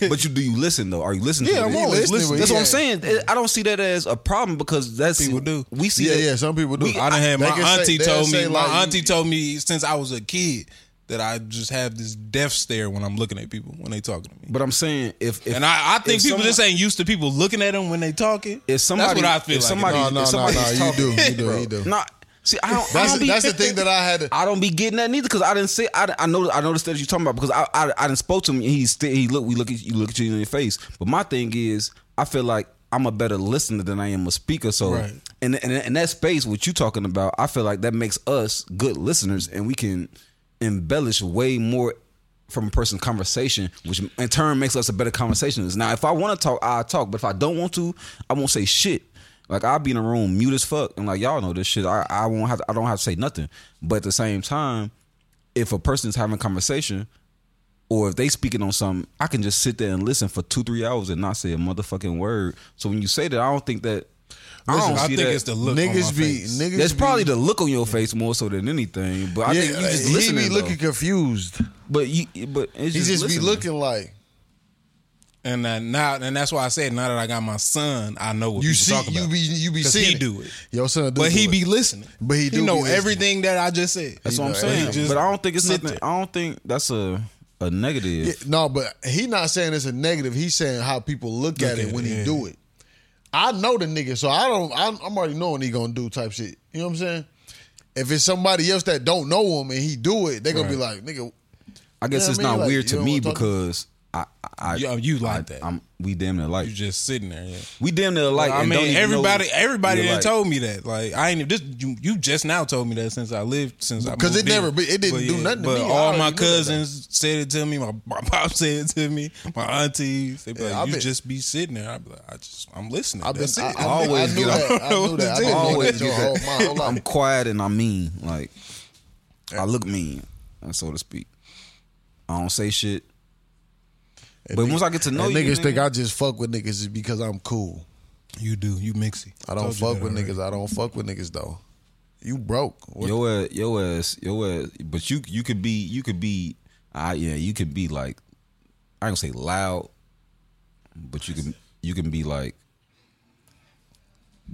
Speaker 1: that, but you do you listen though? Are you listening?
Speaker 3: Yeah,
Speaker 1: to
Speaker 3: I'm
Speaker 1: it?
Speaker 3: always
Speaker 2: listening
Speaker 3: listening.
Speaker 2: when
Speaker 1: That's
Speaker 2: you-
Speaker 1: what I'm
Speaker 2: Yeah.
Speaker 1: saying. It- I don't see that as a problem because that's
Speaker 3: People do.
Speaker 1: We see
Speaker 2: Yeah,
Speaker 1: that.
Speaker 2: yeah. Some people do.
Speaker 3: I done had
Speaker 2: They
Speaker 3: my
Speaker 2: can say-
Speaker 3: auntie
Speaker 2: they'll
Speaker 3: told me
Speaker 2: say, like,
Speaker 3: my
Speaker 2: you-
Speaker 3: auntie told me since I was a kid that I just have this death stare when I'm looking at people when they talking to me.
Speaker 1: But I'm saying if, if
Speaker 3: And I, I think
Speaker 1: if
Speaker 3: people
Speaker 1: someone-
Speaker 3: just ain't used to people looking at them when they talking.
Speaker 1: if somebody
Speaker 3: That's what I feel
Speaker 1: if
Speaker 3: like.
Speaker 1: somebody
Speaker 2: No, no,
Speaker 1: if
Speaker 2: no,
Speaker 1: somebody's
Speaker 2: no, you
Speaker 1: talking,
Speaker 2: do, you do,
Speaker 1: bro,
Speaker 2: you do.
Speaker 1: Not see I don't.
Speaker 2: That's
Speaker 1: I don't
Speaker 2: the,
Speaker 1: be,
Speaker 2: that's the thing that I had. To,
Speaker 1: I don't be getting that neither because I didn't say I, I know I noticed that you're talking about because I I, I didn't spoke to him. And he st- he look we look at you look at you in your face. But my thing is I feel like I'm a better listener than I am a speaker. So
Speaker 3: Right.
Speaker 1: and and in that space what you talking about, I feel like that makes us good listeners and we can embellish way more from a person's conversation, which in turn makes us a better conversationist. Now, if I want to talk, I talk, but if I don't want to, I won't say shit. Like I'll be in a room mute as fuck, and like y'all know this shit. I, I won't have to, I don't have to say nothing. But at the same time, if a person's having a conversation, or if they speaking on something, I can just sit there and listen for two three hours and not say a motherfucking word. So when you say that, I don't think that. I
Speaker 3: I,
Speaker 1: don't see
Speaker 3: think
Speaker 1: that.
Speaker 3: it's the look.
Speaker 2: niggas be niggas.
Speaker 1: That's
Speaker 2: be-
Speaker 1: probably the look on your face more so than anything. But I
Speaker 2: Yeah,
Speaker 1: think you just
Speaker 2: he
Speaker 1: listening.
Speaker 2: be
Speaker 1: though.
Speaker 2: looking confused.
Speaker 1: but you, but it's
Speaker 2: He
Speaker 1: just,
Speaker 2: just be
Speaker 1: listening.
Speaker 2: looking like
Speaker 3: and uh, now and that's why I said now that I got my son, I know what
Speaker 2: you
Speaker 3: people
Speaker 2: see.
Speaker 3: talk about.
Speaker 2: You be you be
Speaker 3: 'Cause
Speaker 2: seeing
Speaker 3: he do it.
Speaker 2: Your son, do
Speaker 3: but he
Speaker 2: do
Speaker 3: be
Speaker 2: it.
Speaker 3: listening.
Speaker 2: But he do
Speaker 3: he
Speaker 2: be
Speaker 3: know
Speaker 2: listening.
Speaker 3: everything that I just said.
Speaker 1: That's what I'm
Speaker 2: know,
Speaker 1: saying.
Speaker 2: he just
Speaker 1: but I don't think it's
Speaker 3: slipped
Speaker 1: nothing.
Speaker 3: it.
Speaker 1: I don't think that's a a negative.
Speaker 2: Yeah, no, but he not saying it's a negative. He's saying how people look, at,
Speaker 3: at
Speaker 2: it
Speaker 3: it,
Speaker 2: when he
Speaker 3: yeah.
Speaker 2: do it. I know the nigga, so I don't. I'm, I'm already knowing he gonna do type shit. You know what I'm saying? If it's somebody else that don't know him and he do it, they gonna be like, nigga,
Speaker 1: I guess
Speaker 2: Yeah, I
Speaker 1: it's
Speaker 2: mean,
Speaker 1: not
Speaker 2: like,
Speaker 1: weird
Speaker 2: you
Speaker 1: to
Speaker 2: know
Speaker 1: me
Speaker 2: what I'm talking
Speaker 1: because I, I, I
Speaker 3: Yo, you like
Speaker 1: I-
Speaker 3: that.
Speaker 1: I'm we damn near like
Speaker 3: You just sitting there. Yeah.
Speaker 1: we damn near like.
Speaker 3: I
Speaker 1: and don't
Speaker 3: mean,
Speaker 1: even
Speaker 3: everybody,
Speaker 1: know
Speaker 3: everybody
Speaker 1: you're
Speaker 3: that
Speaker 1: like-
Speaker 3: told me that. Like, I ain't this. You, you just now told me that since I lived since I
Speaker 2: Because
Speaker 3: moved
Speaker 2: it never
Speaker 3: in.
Speaker 2: be- it didn't do nothing to
Speaker 3: But
Speaker 2: me. I
Speaker 3: all
Speaker 2: already
Speaker 3: my
Speaker 2: knew that.
Speaker 3: cousins said it to me. My, my pop said it to me. My aunties, they be
Speaker 2: Yeah, I
Speaker 3: like, you
Speaker 2: been-
Speaker 3: just be sitting there. I be like, I just, I'm listening.
Speaker 2: I've been.
Speaker 3: That's
Speaker 2: I,
Speaker 3: it.
Speaker 2: I,
Speaker 1: always
Speaker 2: always I knew
Speaker 1: get
Speaker 2: that.
Speaker 1: up.
Speaker 2: I knew that. I
Speaker 1: I
Speaker 2: been
Speaker 1: always
Speaker 2: like that your
Speaker 1: get
Speaker 2: whole,
Speaker 1: that.
Speaker 2: my whole
Speaker 1: I'm
Speaker 2: life.
Speaker 1: quiet and I mean, like I look mean, uh, so to speak. I don't say shit. But once I get to know
Speaker 2: And
Speaker 1: you,
Speaker 2: niggas
Speaker 1: nigga,
Speaker 2: think I just fuck with niggas is because I'm cool.
Speaker 3: you do. You mixy.
Speaker 2: I don't
Speaker 3: Told you
Speaker 2: fuck
Speaker 3: that
Speaker 2: with
Speaker 3: already.
Speaker 2: niggas. I don't fuck with niggas though. You broke. What-
Speaker 1: Yo ass, yo ass, yo ass. But you you could be you could be I yeah you could be like I don't say loud, but you can you can be like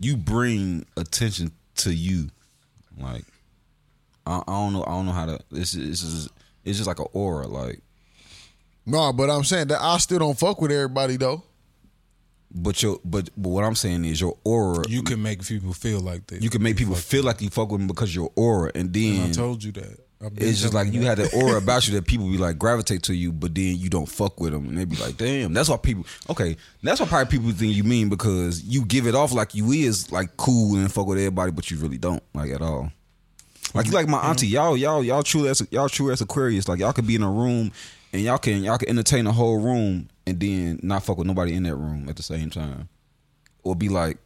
Speaker 1: you bring attention to you. Like I, I don't know I don't know how to this is this is it's just like an aura like.
Speaker 2: No, but I'm saying that I still don't fuck with everybody though.
Speaker 1: But your but, but what I'm saying is your aura. You,
Speaker 3: You can make people feel like that.
Speaker 1: can make people feel like you fuck with them because your aura, and
Speaker 3: I
Speaker 1: then
Speaker 3: told you that. I've been
Speaker 1: it's just
Speaker 3: telling
Speaker 1: like you
Speaker 3: that.
Speaker 1: had an aura about you that people be like gravitate to you, but then you don't fuck with them, and they be like, damn, that's why people. Okay, that's why probably people think you mean because you give it off like you is like cool and fuck with everybody, but you really don't like at all. Like you like my auntie, y'all y'all y'all true as y'all true as Aquarius. Like y'all could be in a room and y'all can y'all can entertain the whole room and then not fuck with nobody in that room at the same time, or be like,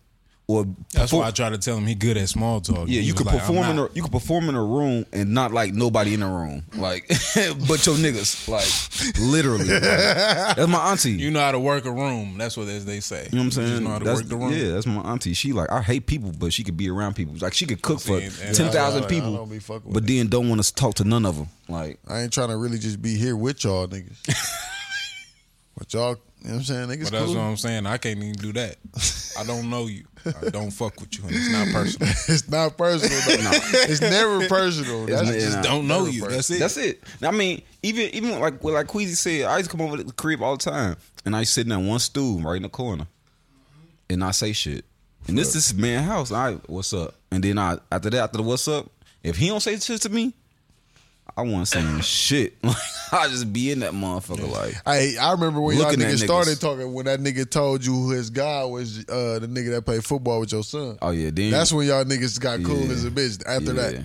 Speaker 1: or
Speaker 3: That's why I try to tell him he good at small talk.
Speaker 1: yeah,
Speaker 3: He
Speaker 1: you
Speaker 3: was
Speaker 1: could
Speaker 3: like, I'm
Speaker 1: perform in
Speaker 3: not.
Speaker 1: a, you could perform in a room and not like nobody in the room, like but your niggas, like literally. like, that's my auntie. You
Speaker 3: You know how to work a room. That's what as they say.
Speaker 1: know what I'm
Speaker 3: You just
Speaker 1: saying?
Speaker 3: know how to
Speaker 1: That's-
Speaker 3: work the room.
Speaker 1: Yeah, that's my auntie. She like I hate people, but she could be around people. Like she could cook for
Speaker 3: See, and-
Speaker 1: ten
Speaker 2: I-
Speaker 1: thousand
Speaker 2: I
Speaker 1: people,
Speaker 2: don't be fucking with
Speaker 1: but then don't want to talk to none of them. Like
Speaker 2: I ain't trying to really just be here with y'all niggas. but y'all, you know what I'm saying? Niggas
Speaker 3: But that's
Speaker 2: cool.
Speaker 3: what I'm saying. I can't even do that. I don't know you. I don't fuck with you, and it's not personal.
Speaker 2: it's not personal. Though. It's never personal. That's
Speaker 1: not-
Speaker 2: just
Speaker 1: nah.
Speaker 3: don't know you. That's it.
Speaker 1: That's it. I mean, even even like what like Queasy said, I used to come over to the crib all the time, and I sit in that one stool right in the corner, and I say shit. And this this man house. I what's up? And then I after that after the what's up, if he don't say shit to me, I want saying shit. Like I just be in that motherfucker. Like
Speaker 2: Hey, I remember when
Speaker 1: Looking
Speaker 2: y'all
Speaker 1: at
Speaker 2: niggas
Speaker 1: niggas.
Speaker 2: started talking when that nigga told you his guy was uh, the nigga that played football with your son.
Speaker 1: oh yeah, then
Speaker 2: That's when y'all niggas got cool
Speaker 1: Yeah.
Speaker 2: as a bitch. After that,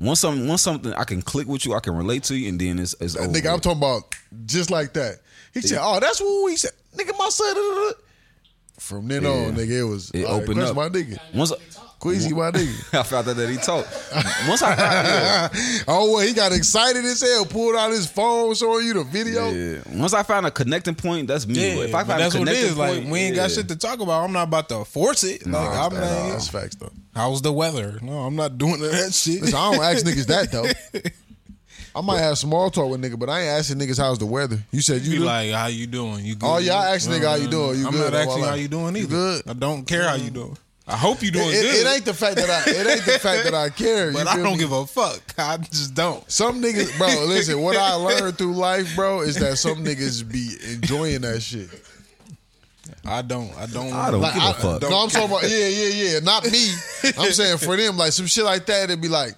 Speaker 1: Once something, once something, I can click with you, I can relate to you, and then it's, it's over.
Speaker 2: nigga, I'm
Speaker 1: with.
Speaker 2: talking about just like that. He said, "Oh, that's what we said, nigga." My son. da, da, da." From then on,
Speaker 1: Yeah.
Speaker 2: nigga, it was
Speaker 1: It
Speaker 2: all right,
Speaker 1: opened
Speaker 2: Chris,
Speaker 1: up.
Speaker 2: My nigga,
Speaker 1: Once
Speaker 2: Queasy, my nigga.
Speaker 1: I found out that he talked. Once I found yeah.
Speaker 2: oh, well, he got excited as hell. Pulled out his phone, showing you the video.
Speaker 1: Yeah. Once I find a connecting point, that's me.
Speaker 3: Yeah,
Speaker 1: if I
Speaker 3: but
Speaker 1: find
Speaker 3: that's
Speaker 1: a
Speaker 3: what it
Speaker 1: connecting
Speaker 3: is.
Speaker 1: point,
Speaker 3: Like we ain't got
Speaker 1: yeah.
Speaker 3: shit to talk about. I'm not about to force it. like I'm
Speaker 2: Nah,
Speaker 3: like,
Speaker 2: that's facts though.
Speaker 3: how's the weather? No, I'm not doing that shit.
Speaker 2: Listen, I don't ask niggas that though. I might have small talk with nigga, but I ain't asking niggas how's the weather. You said you
Speaker 3: You
Speaker 2: do?
Speaker 3: like how you doing? You good?
Speaker 2: Oh, yeah, I asked
Speaker 3: No,
Speaker 2: nigga how
Speaker 3: no,
Speaker 2: you
Speaker 3: no.
Speaker 2: doing. You
Speaker 3: I'm
Speaker 2: good?
Speaker 3: not
Speaker 2: I'm
Speaker 3: asking
Speaker 2: all
Speaker 3: how
Speaker 2: right.
Speaker 3: you doing
Speaker 2: You
Speaker 3: either.
Speaker 2: good? Mm-hmm.
Speaker 3: I don't care how you doing. I hope you doing
Speaker 2: it, it-
Speaker 3: good.
Speaker 2: it ain't the fact that I it ain't the fact that I care.
Speaker 3: but I don't give a fuck. I just don't.
Speaker 2: Some niggas, bro. Listen, what I learned through life, bro, is that some niggas be enjoying that shit.
Speaker 3: I don't. I don't.
Speaker 1: I don't
Speaker 2: Like,
Speaker 1: give
Speaker 2: I,
Speaker 1: a fuck.
Speaker 2: No, I'm talking about yeah, yeah, yeah. Not me. I'm saying for them, like some shit like that. It'd be like,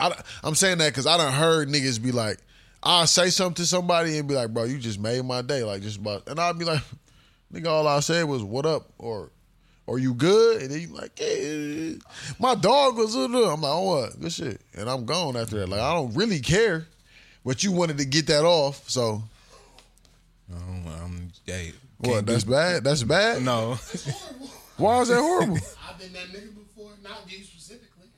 Speaker 2: I, am saying that because I done heard niggas be like, I'll say something to somebody and be like, bro, you just made my day, like just about, and I'd be like, nigga, all I said was what up or. Are you good? And then you like, yeah. My dog was. uh, uh." I'm like, oh what? Good shit. And I'm gone after that. Like I don't really care, but you wanted to get that off. So
Speaker 3: I'm, I'm, um, hey,
Speaker 2: what?
Speaker 3: can't
Speaker 2: That's bad. That's
Speaker 3: do-
Speaker 2: bad.
Speaker 3: no.
Speaker 4: horrible.
Speaker 2: Why is that horrible?
Speaker 4: I've been that nigga before, not you specifically.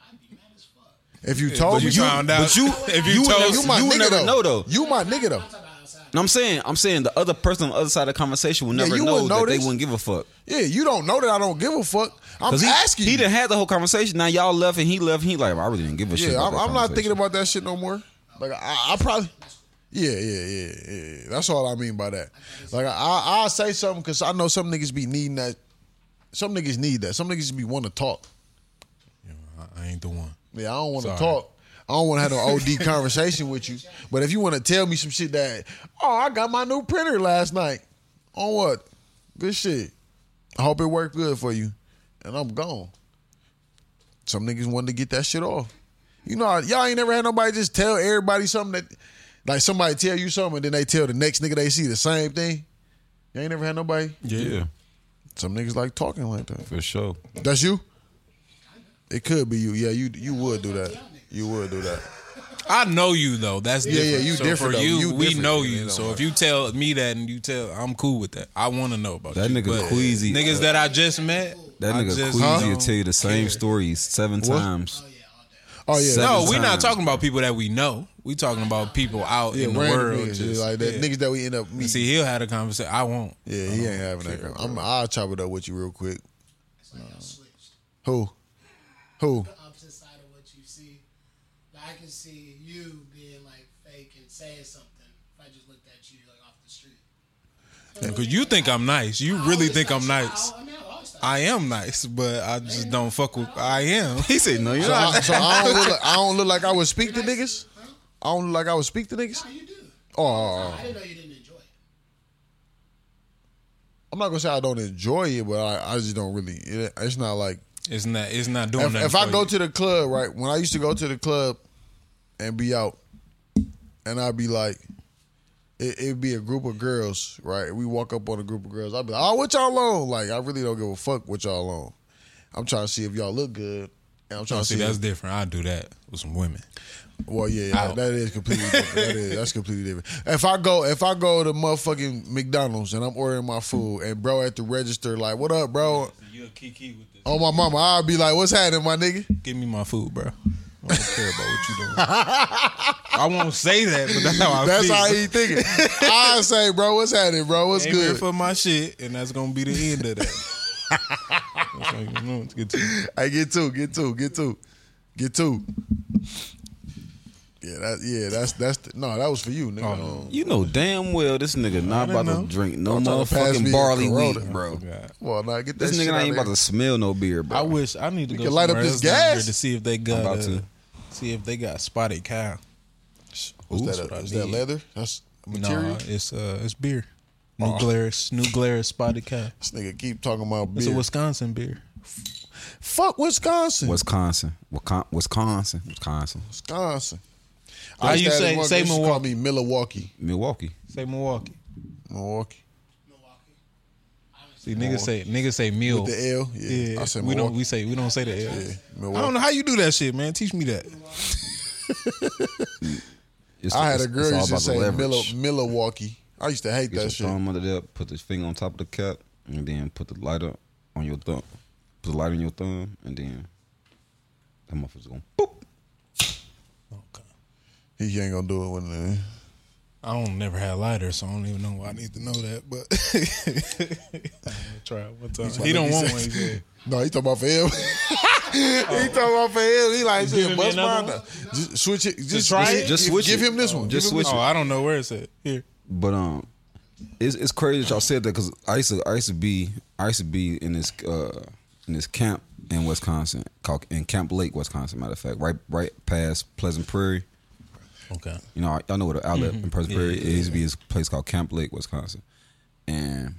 Speaker 4: I'd be mad as fuck.
Speaker 2: If you told
Speaker 3: But
Speaker 2: me,
Speaker 3: you found out.
Speaker 1: but you-
Speaker 3: if you,
Speaker 1: you would
Speaker 3: told,
Speaker 1: never-
Speaker 2: You my
Speaker 1: You would
Speaker 2: nigga
Speaker 1: never
Speaker 2: though.
Speaker 1: know, though.
Speaker 2: You my nigga though.
Speaker 4: I'm talking about outside.
Speaker 1: No, I'm saying, I'm saying the other person on the other side of the conversation will never
Speaker 2: you
Speaker 1: know,
Speaker 2: wouldn't know
Speaker 1: that they
Speaker 2: this.
Speaker 1: wouldn't give a fuck.
Speaker 2: Yeah, you don't know that I don't give a fuck. I'm
Speaker 1: he,
Speaker 2: asking
Speaker 1: he
Speaker 2: you.
Speaker 1: done had the whole conversation. Now y'all left and he left. And he like, I really didn't give a shit.
Speaker 2: yeah,
Speaker 1: about
Speaker 2: I'm,
Speaker 1: that
Speaker 2: I'm not thinking
Speaker 1: conversation.
Speaker 2: about that shit no more. Like I, I probably. Yeah, yeah, yeah, yeah, yeah. That's all I mean by that. Like I, I, I say something because I know some niggas be needing that. Some niggas need that. Some niggas be want to talk.
Speaker 3: I ain't the one.
Speaker 2: Yeah, I don't want to
Speaker 3: Sorry.
Speaker 2: talk. I don't want to have no OD conversation with you. But if you want to tell me some shit that, oh, I got my new printer last night. On what? Good shit. I hope it worked good for you. And I'm gone. Some niggas wanted to get that shit off. You know, y'all ain't never had nobody just tell everybody something that, like somebody tell you something and then they tell the next nigga they see the same thing. You ain't never had nobody.
Speaker 1: Yeah,
Speaker 2: Some niggas like talking like that.
Speaker 1: for sure.
Speaker 2: That's you. It could be you. Yeah, you you would do that. You would do that.
Speaker 3: I know you though. That's
Speaker 2: Yeah, yeah,
Speaker 3: different.
Speaker 2: you
Speaker 3: so
Speaker 2: different,
Speaker 3: For
Speaker 2: though.
Speaker 3: you,
Speaker 2: You
Speaker 3: we
Speaker 2: different. Yeah,
Speaker 3: know
Speaker 2: it
Speaker 3: you.
Speaker 2: don't
Speaker 3: So if you tell me that and you tell, I'm cool with that. I want to know about
Speaker 1: That
Speaker 3: you.
Speaker 1: nigga
Speaker 3: But
Speaker 1: Queasy-
Speaker 3: Niggas that I just met.
Speaker 1: That
Speaker 3: I
Speaker 1: nigga
Speaker 3: just
Speaker 1: Queasy will
Speaker 3: don't
Speaker 1: tell you the same
Speaker 3: care.
Speaker 1: story seven times.
Speaker 2: Oh yeah.
Speaker 1: Seven
Speaker 3: No, we
Speaker 1: times.
Speaker 3: not talking about people that we know. We talking about people out
Speaker 2: yeah,
Speaker 3: in the
Speaker 2: random
Speaker 3: world.
Speaker 2: niggas,
Speaker 3: just-
Speaker 2: yeah, like that
Speaker 3: yeah.
Speaker 2: niggas that we end up meeting.
Speaker 3: See, he'll have a conversation. I won't.
Speaker 2: yeah, he ain't having that. Girl. I'm, I'll chop it up with you real quick.
Speaker 4: It's like y'all switched.
Speaker 2: Who? Who?
Speaker 4: Opposite you see. But I can see you being like fake and saying something if I just looked at you like off the street.
Speaker 3: Because you think I'm nice. You really think I'm nice.
Speaker 4: I, I mean, I always thought.
Speaker 3: I am nice, but I just don't fuck with. I am.
Speaker 1: He said, "No, you're
Speaker 2: So,
Speaker 1: not."
Speaker 2: I, so I, don't look like, I don't look like I would speak to niggas. I don't look like I would speak to niggas.
Speaker 4: How you do?
Speaker 2: Oh, oh,
Speaker 4: I
Speaker 2: oh.
Speaker 4: didn't know you didn't enjoy it.
Speaker 2: I'm not gonna say I don't enjoy it, but I, I just don't really. It, it's not like
Speaker 3: It's not. It's not doing
Speaker 2: if,
Speaker 3: nothing
Speaker 2: if I
Speaker 3: for
Speaker 2: go
Speaker 3: you.
Speaker 2: to the club, right? When I used to go to the club and be out, and I'd be like, it, it'd be a group of girls, right? We walk up on a group of girls. I'd be like, oh, what y'all on? Like, I really don't give a fuck what y'all on. I'm trying to see if y'all look good. And I'm trying to
Speaker 3: Oh, see,
Speaker 2: see.
Speaker 3: that's
Speaker 2: if-
Speaker 3: different. I do that with some women.
Speaker 2: well, yeah, yeah,
Speaker 3: Out.
Speaker 2: that is completely different. that is, that's completely different. If I go, if I go to motherfucking McDonald's and I'm ordering my food, and bro at the register like, "What up, bro?"
Speaker 3: You're kiki with this.
Speaker 2: Oh my mama, I'll be like, "What's happening, my nigga?"
Speaker 3: Give me my food, bro. I don't care about what you doing. I won't say that, but that's how I
Speaker 2: That's
Speaker 3: feel.
Speaker 2: how he thinking. I say, bro, what's happening, bro? What's
Speaker 3: Came here
Speaker 2: good?
Speaker 3: for my shit, and that's gonna be the end of that. That's all you know, it's good to-
Speaker 2: I get two, get two, get two, get two. Yeah, that, yeah, that's that's the, no, that was for you, nigga.
Speaker 3: Oh.
Speaker 2: Um,
Speaker 1: You know damn well this nigga not
Speaker 3: didn't
Speaker 1: about
Speaker 3: know.
Speaker 1: to drink no
Speaker 2: I'm trying to pass me
Speaker 1: motherfucking
Speaker 2: a
Speaker 1: barley
Speaker 2: Corona.
Speaker 1: wheat, bro.
Speaker 3: Oh, God.
Speaker 2: well, nah, get that
Speaker 1: This
Speaker 2: shit
Speaker 1: nigga
Speaker 2: out
Speaker 1: not even
Speaker 2: there.
Speaker 1: about to smell no beer, bro.
Speaker 3: I wish I need to go
Speaker 2: can light up
Speaker 3: somewhere
Speaker 2: this
Speaker 3: else down
Speaker 2: gas.
Speaker 3: here to see if they
Speaker 1: I'm
Speaker 3: got
Speaker 1: about
Speaker 3: uh,
Speaker 1: to.
Speaker 3: see if they got spotted cow.
Speaker 2: Is
Speaker 3: Ooh,
Speaker 2: that,
Speaker 3: that's
Speaker 2: a,
Speaker 3: what I
Speaker 2: is that
Speaker 3: need.
Speaker 2: leather? That's material. Uh-uh.
Speaker 3: No, it's uh, it's beer. New Glarus, New Glarus Spotted Cow.
Speaker 2: This nigga keep talking about
Speaker 3: It's
Speaker 2: beer.
Speaker 3: a Wisconsin beer.
Speaker 2: Fuck Wisconsin,
Speaker 1: Wisconsin, Wisconsin, Wisconsin, Wisconsin,
Speaker 2: Wisconsin.
Speaker 3: How
Speaker 2: used
Speaker 3: you
Speaker 2: to have
Speaker 3: say-
Speaker 2: this one
Speaker 3: say
Speaker 2: girl, she used to Call me Milwaukee,
Speaker 1: Milwaukee.
Speaker 3: Say Milwaukee.
Speaker 2: Milwaukee.
Speaker 4: Milwaukee.
Speaker 3: See, niggas say niggas say meal.
Speaker 2: The L, yeah.
Speaker 3: yeah,
Speaker 2: I said
Speaker 3: we don't
Speaker 2: Milwaukee.
Speaker 3: we say we don't say the L.
Speaker 2: Milwaukee.
Speaker 3: I don't know how you do that shit, man. Teach me that.
Speaker 1: It's,
Speaker 2: I had
Speaker 1: it's-
Speaker 2: a girl
Speaker 1: it's all
Speaker 2: used to
Speaker 1: about the
Speaker 2: say
Speaker 1: leverage.
Speaker 2: Mil- Milwaukee. I used to hate
Speaker 1: Get
Speaker 2: that
Speaker 1: your
Speaker 2: shit.
Speaker 1: thumb under there, put the finger on top of the cap, and then put the lighter on your thumb. Put the lighter on your thumb, and then that motherfucker's going boop.
Speaker 3: Okay.
Speaker 2: He ain't gonna do it with the
Speaker 3: I don't never had lighter, so I don't even know why I need to know that. But I'm gonna try it one time. He don't want one. He said,
Speaker 2: No, he talking about for him. he talking about for him. He like,
Speaker 3: give
Speaker 2: shit,
Speaker 3: me
Speaker 2: bust
Speaker 3: another
Speaker 2: mine. up. Just switch it. Just,
Speaker 3: try
Speaker 2: just,
Speaker 3: it?
Speaker 1: Just
Speaker 2: give-
Speaker 1: switch
Speaker 2: Give
Speaker 1: it.
Speaker 2: him this one.
Speaker 1: Just
Speaker 2: Give him
Speaker 1: switch
Speaker 3: "Oh,
Speaker 1: it.
Speaker 3: I don't know where it's at." Here,
Speaker 1: But um, it's it's crazy that y'all said that because I used to I used to be I used to be in this uh in this camp in Wisconsin called in Camp Lake, Wisconsin. Matter of fact, right right past Pleasant Prairie.
Speaker 3: okay.
Speaker 1: You know, y'all know what an outlet in Pleasant Prairie is. It used to be this place called Camp Lake, Wisconsin, and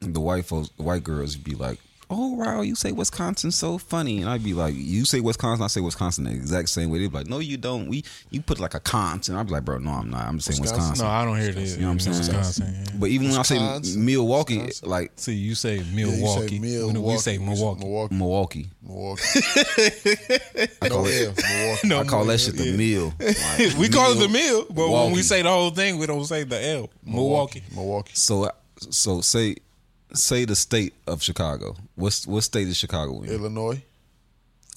Speaker 1: the white folks, the white girls, would be like, "Oh, wow, you say Wisconsin so funny," and I'd be like, "You say Wisconsin, I say Wisconsin the exact same way." They'd be like, "No, you don't. We you put like a cons," and I'd be like, "Bro, no, I'm not. I'm just saying
Speaker 2: Wisconsin.
Speaker 1: Wisconsin."
Speaker 3: No, I don't hear it.
Speaker 1: You know what I'm saying?
Speaker 3: Wisconsin. yeah.
Speaker 1: But even when I say
Speaker 2: Wisconsin.
Speaker 1: Milwaukee,
Speaker 2: Wisconsin.
Speaker 1: like
Speaker 3: See, you say
Speaker 2: Yeah, you
Speaker 3: Milwaukee.
Speaker 2: say
Speaker 3: We know- We say Milwaukee.
Speaker 2: Milwaukee.
Speaker 1: Milwaukee,
Speaker 2: Milwaukee.
Speaker 1: I
Speaker 2: No
Speaker 1: call, it,
Speaker 2: L. Milwaukee.
Speaker 1: I call that shit the meal. Like,
Speaker 3: We call it the meal, but when we
Speaker 1: Milwaukee.
Speaker 3: say the whole thing, we don't say the L. Milwaukee.
Speaker 2: Milwaukee.
Speaker 1: So so say say the state of Chicago. What's what state is Chicago in? It,
Speaker 2: Illinois.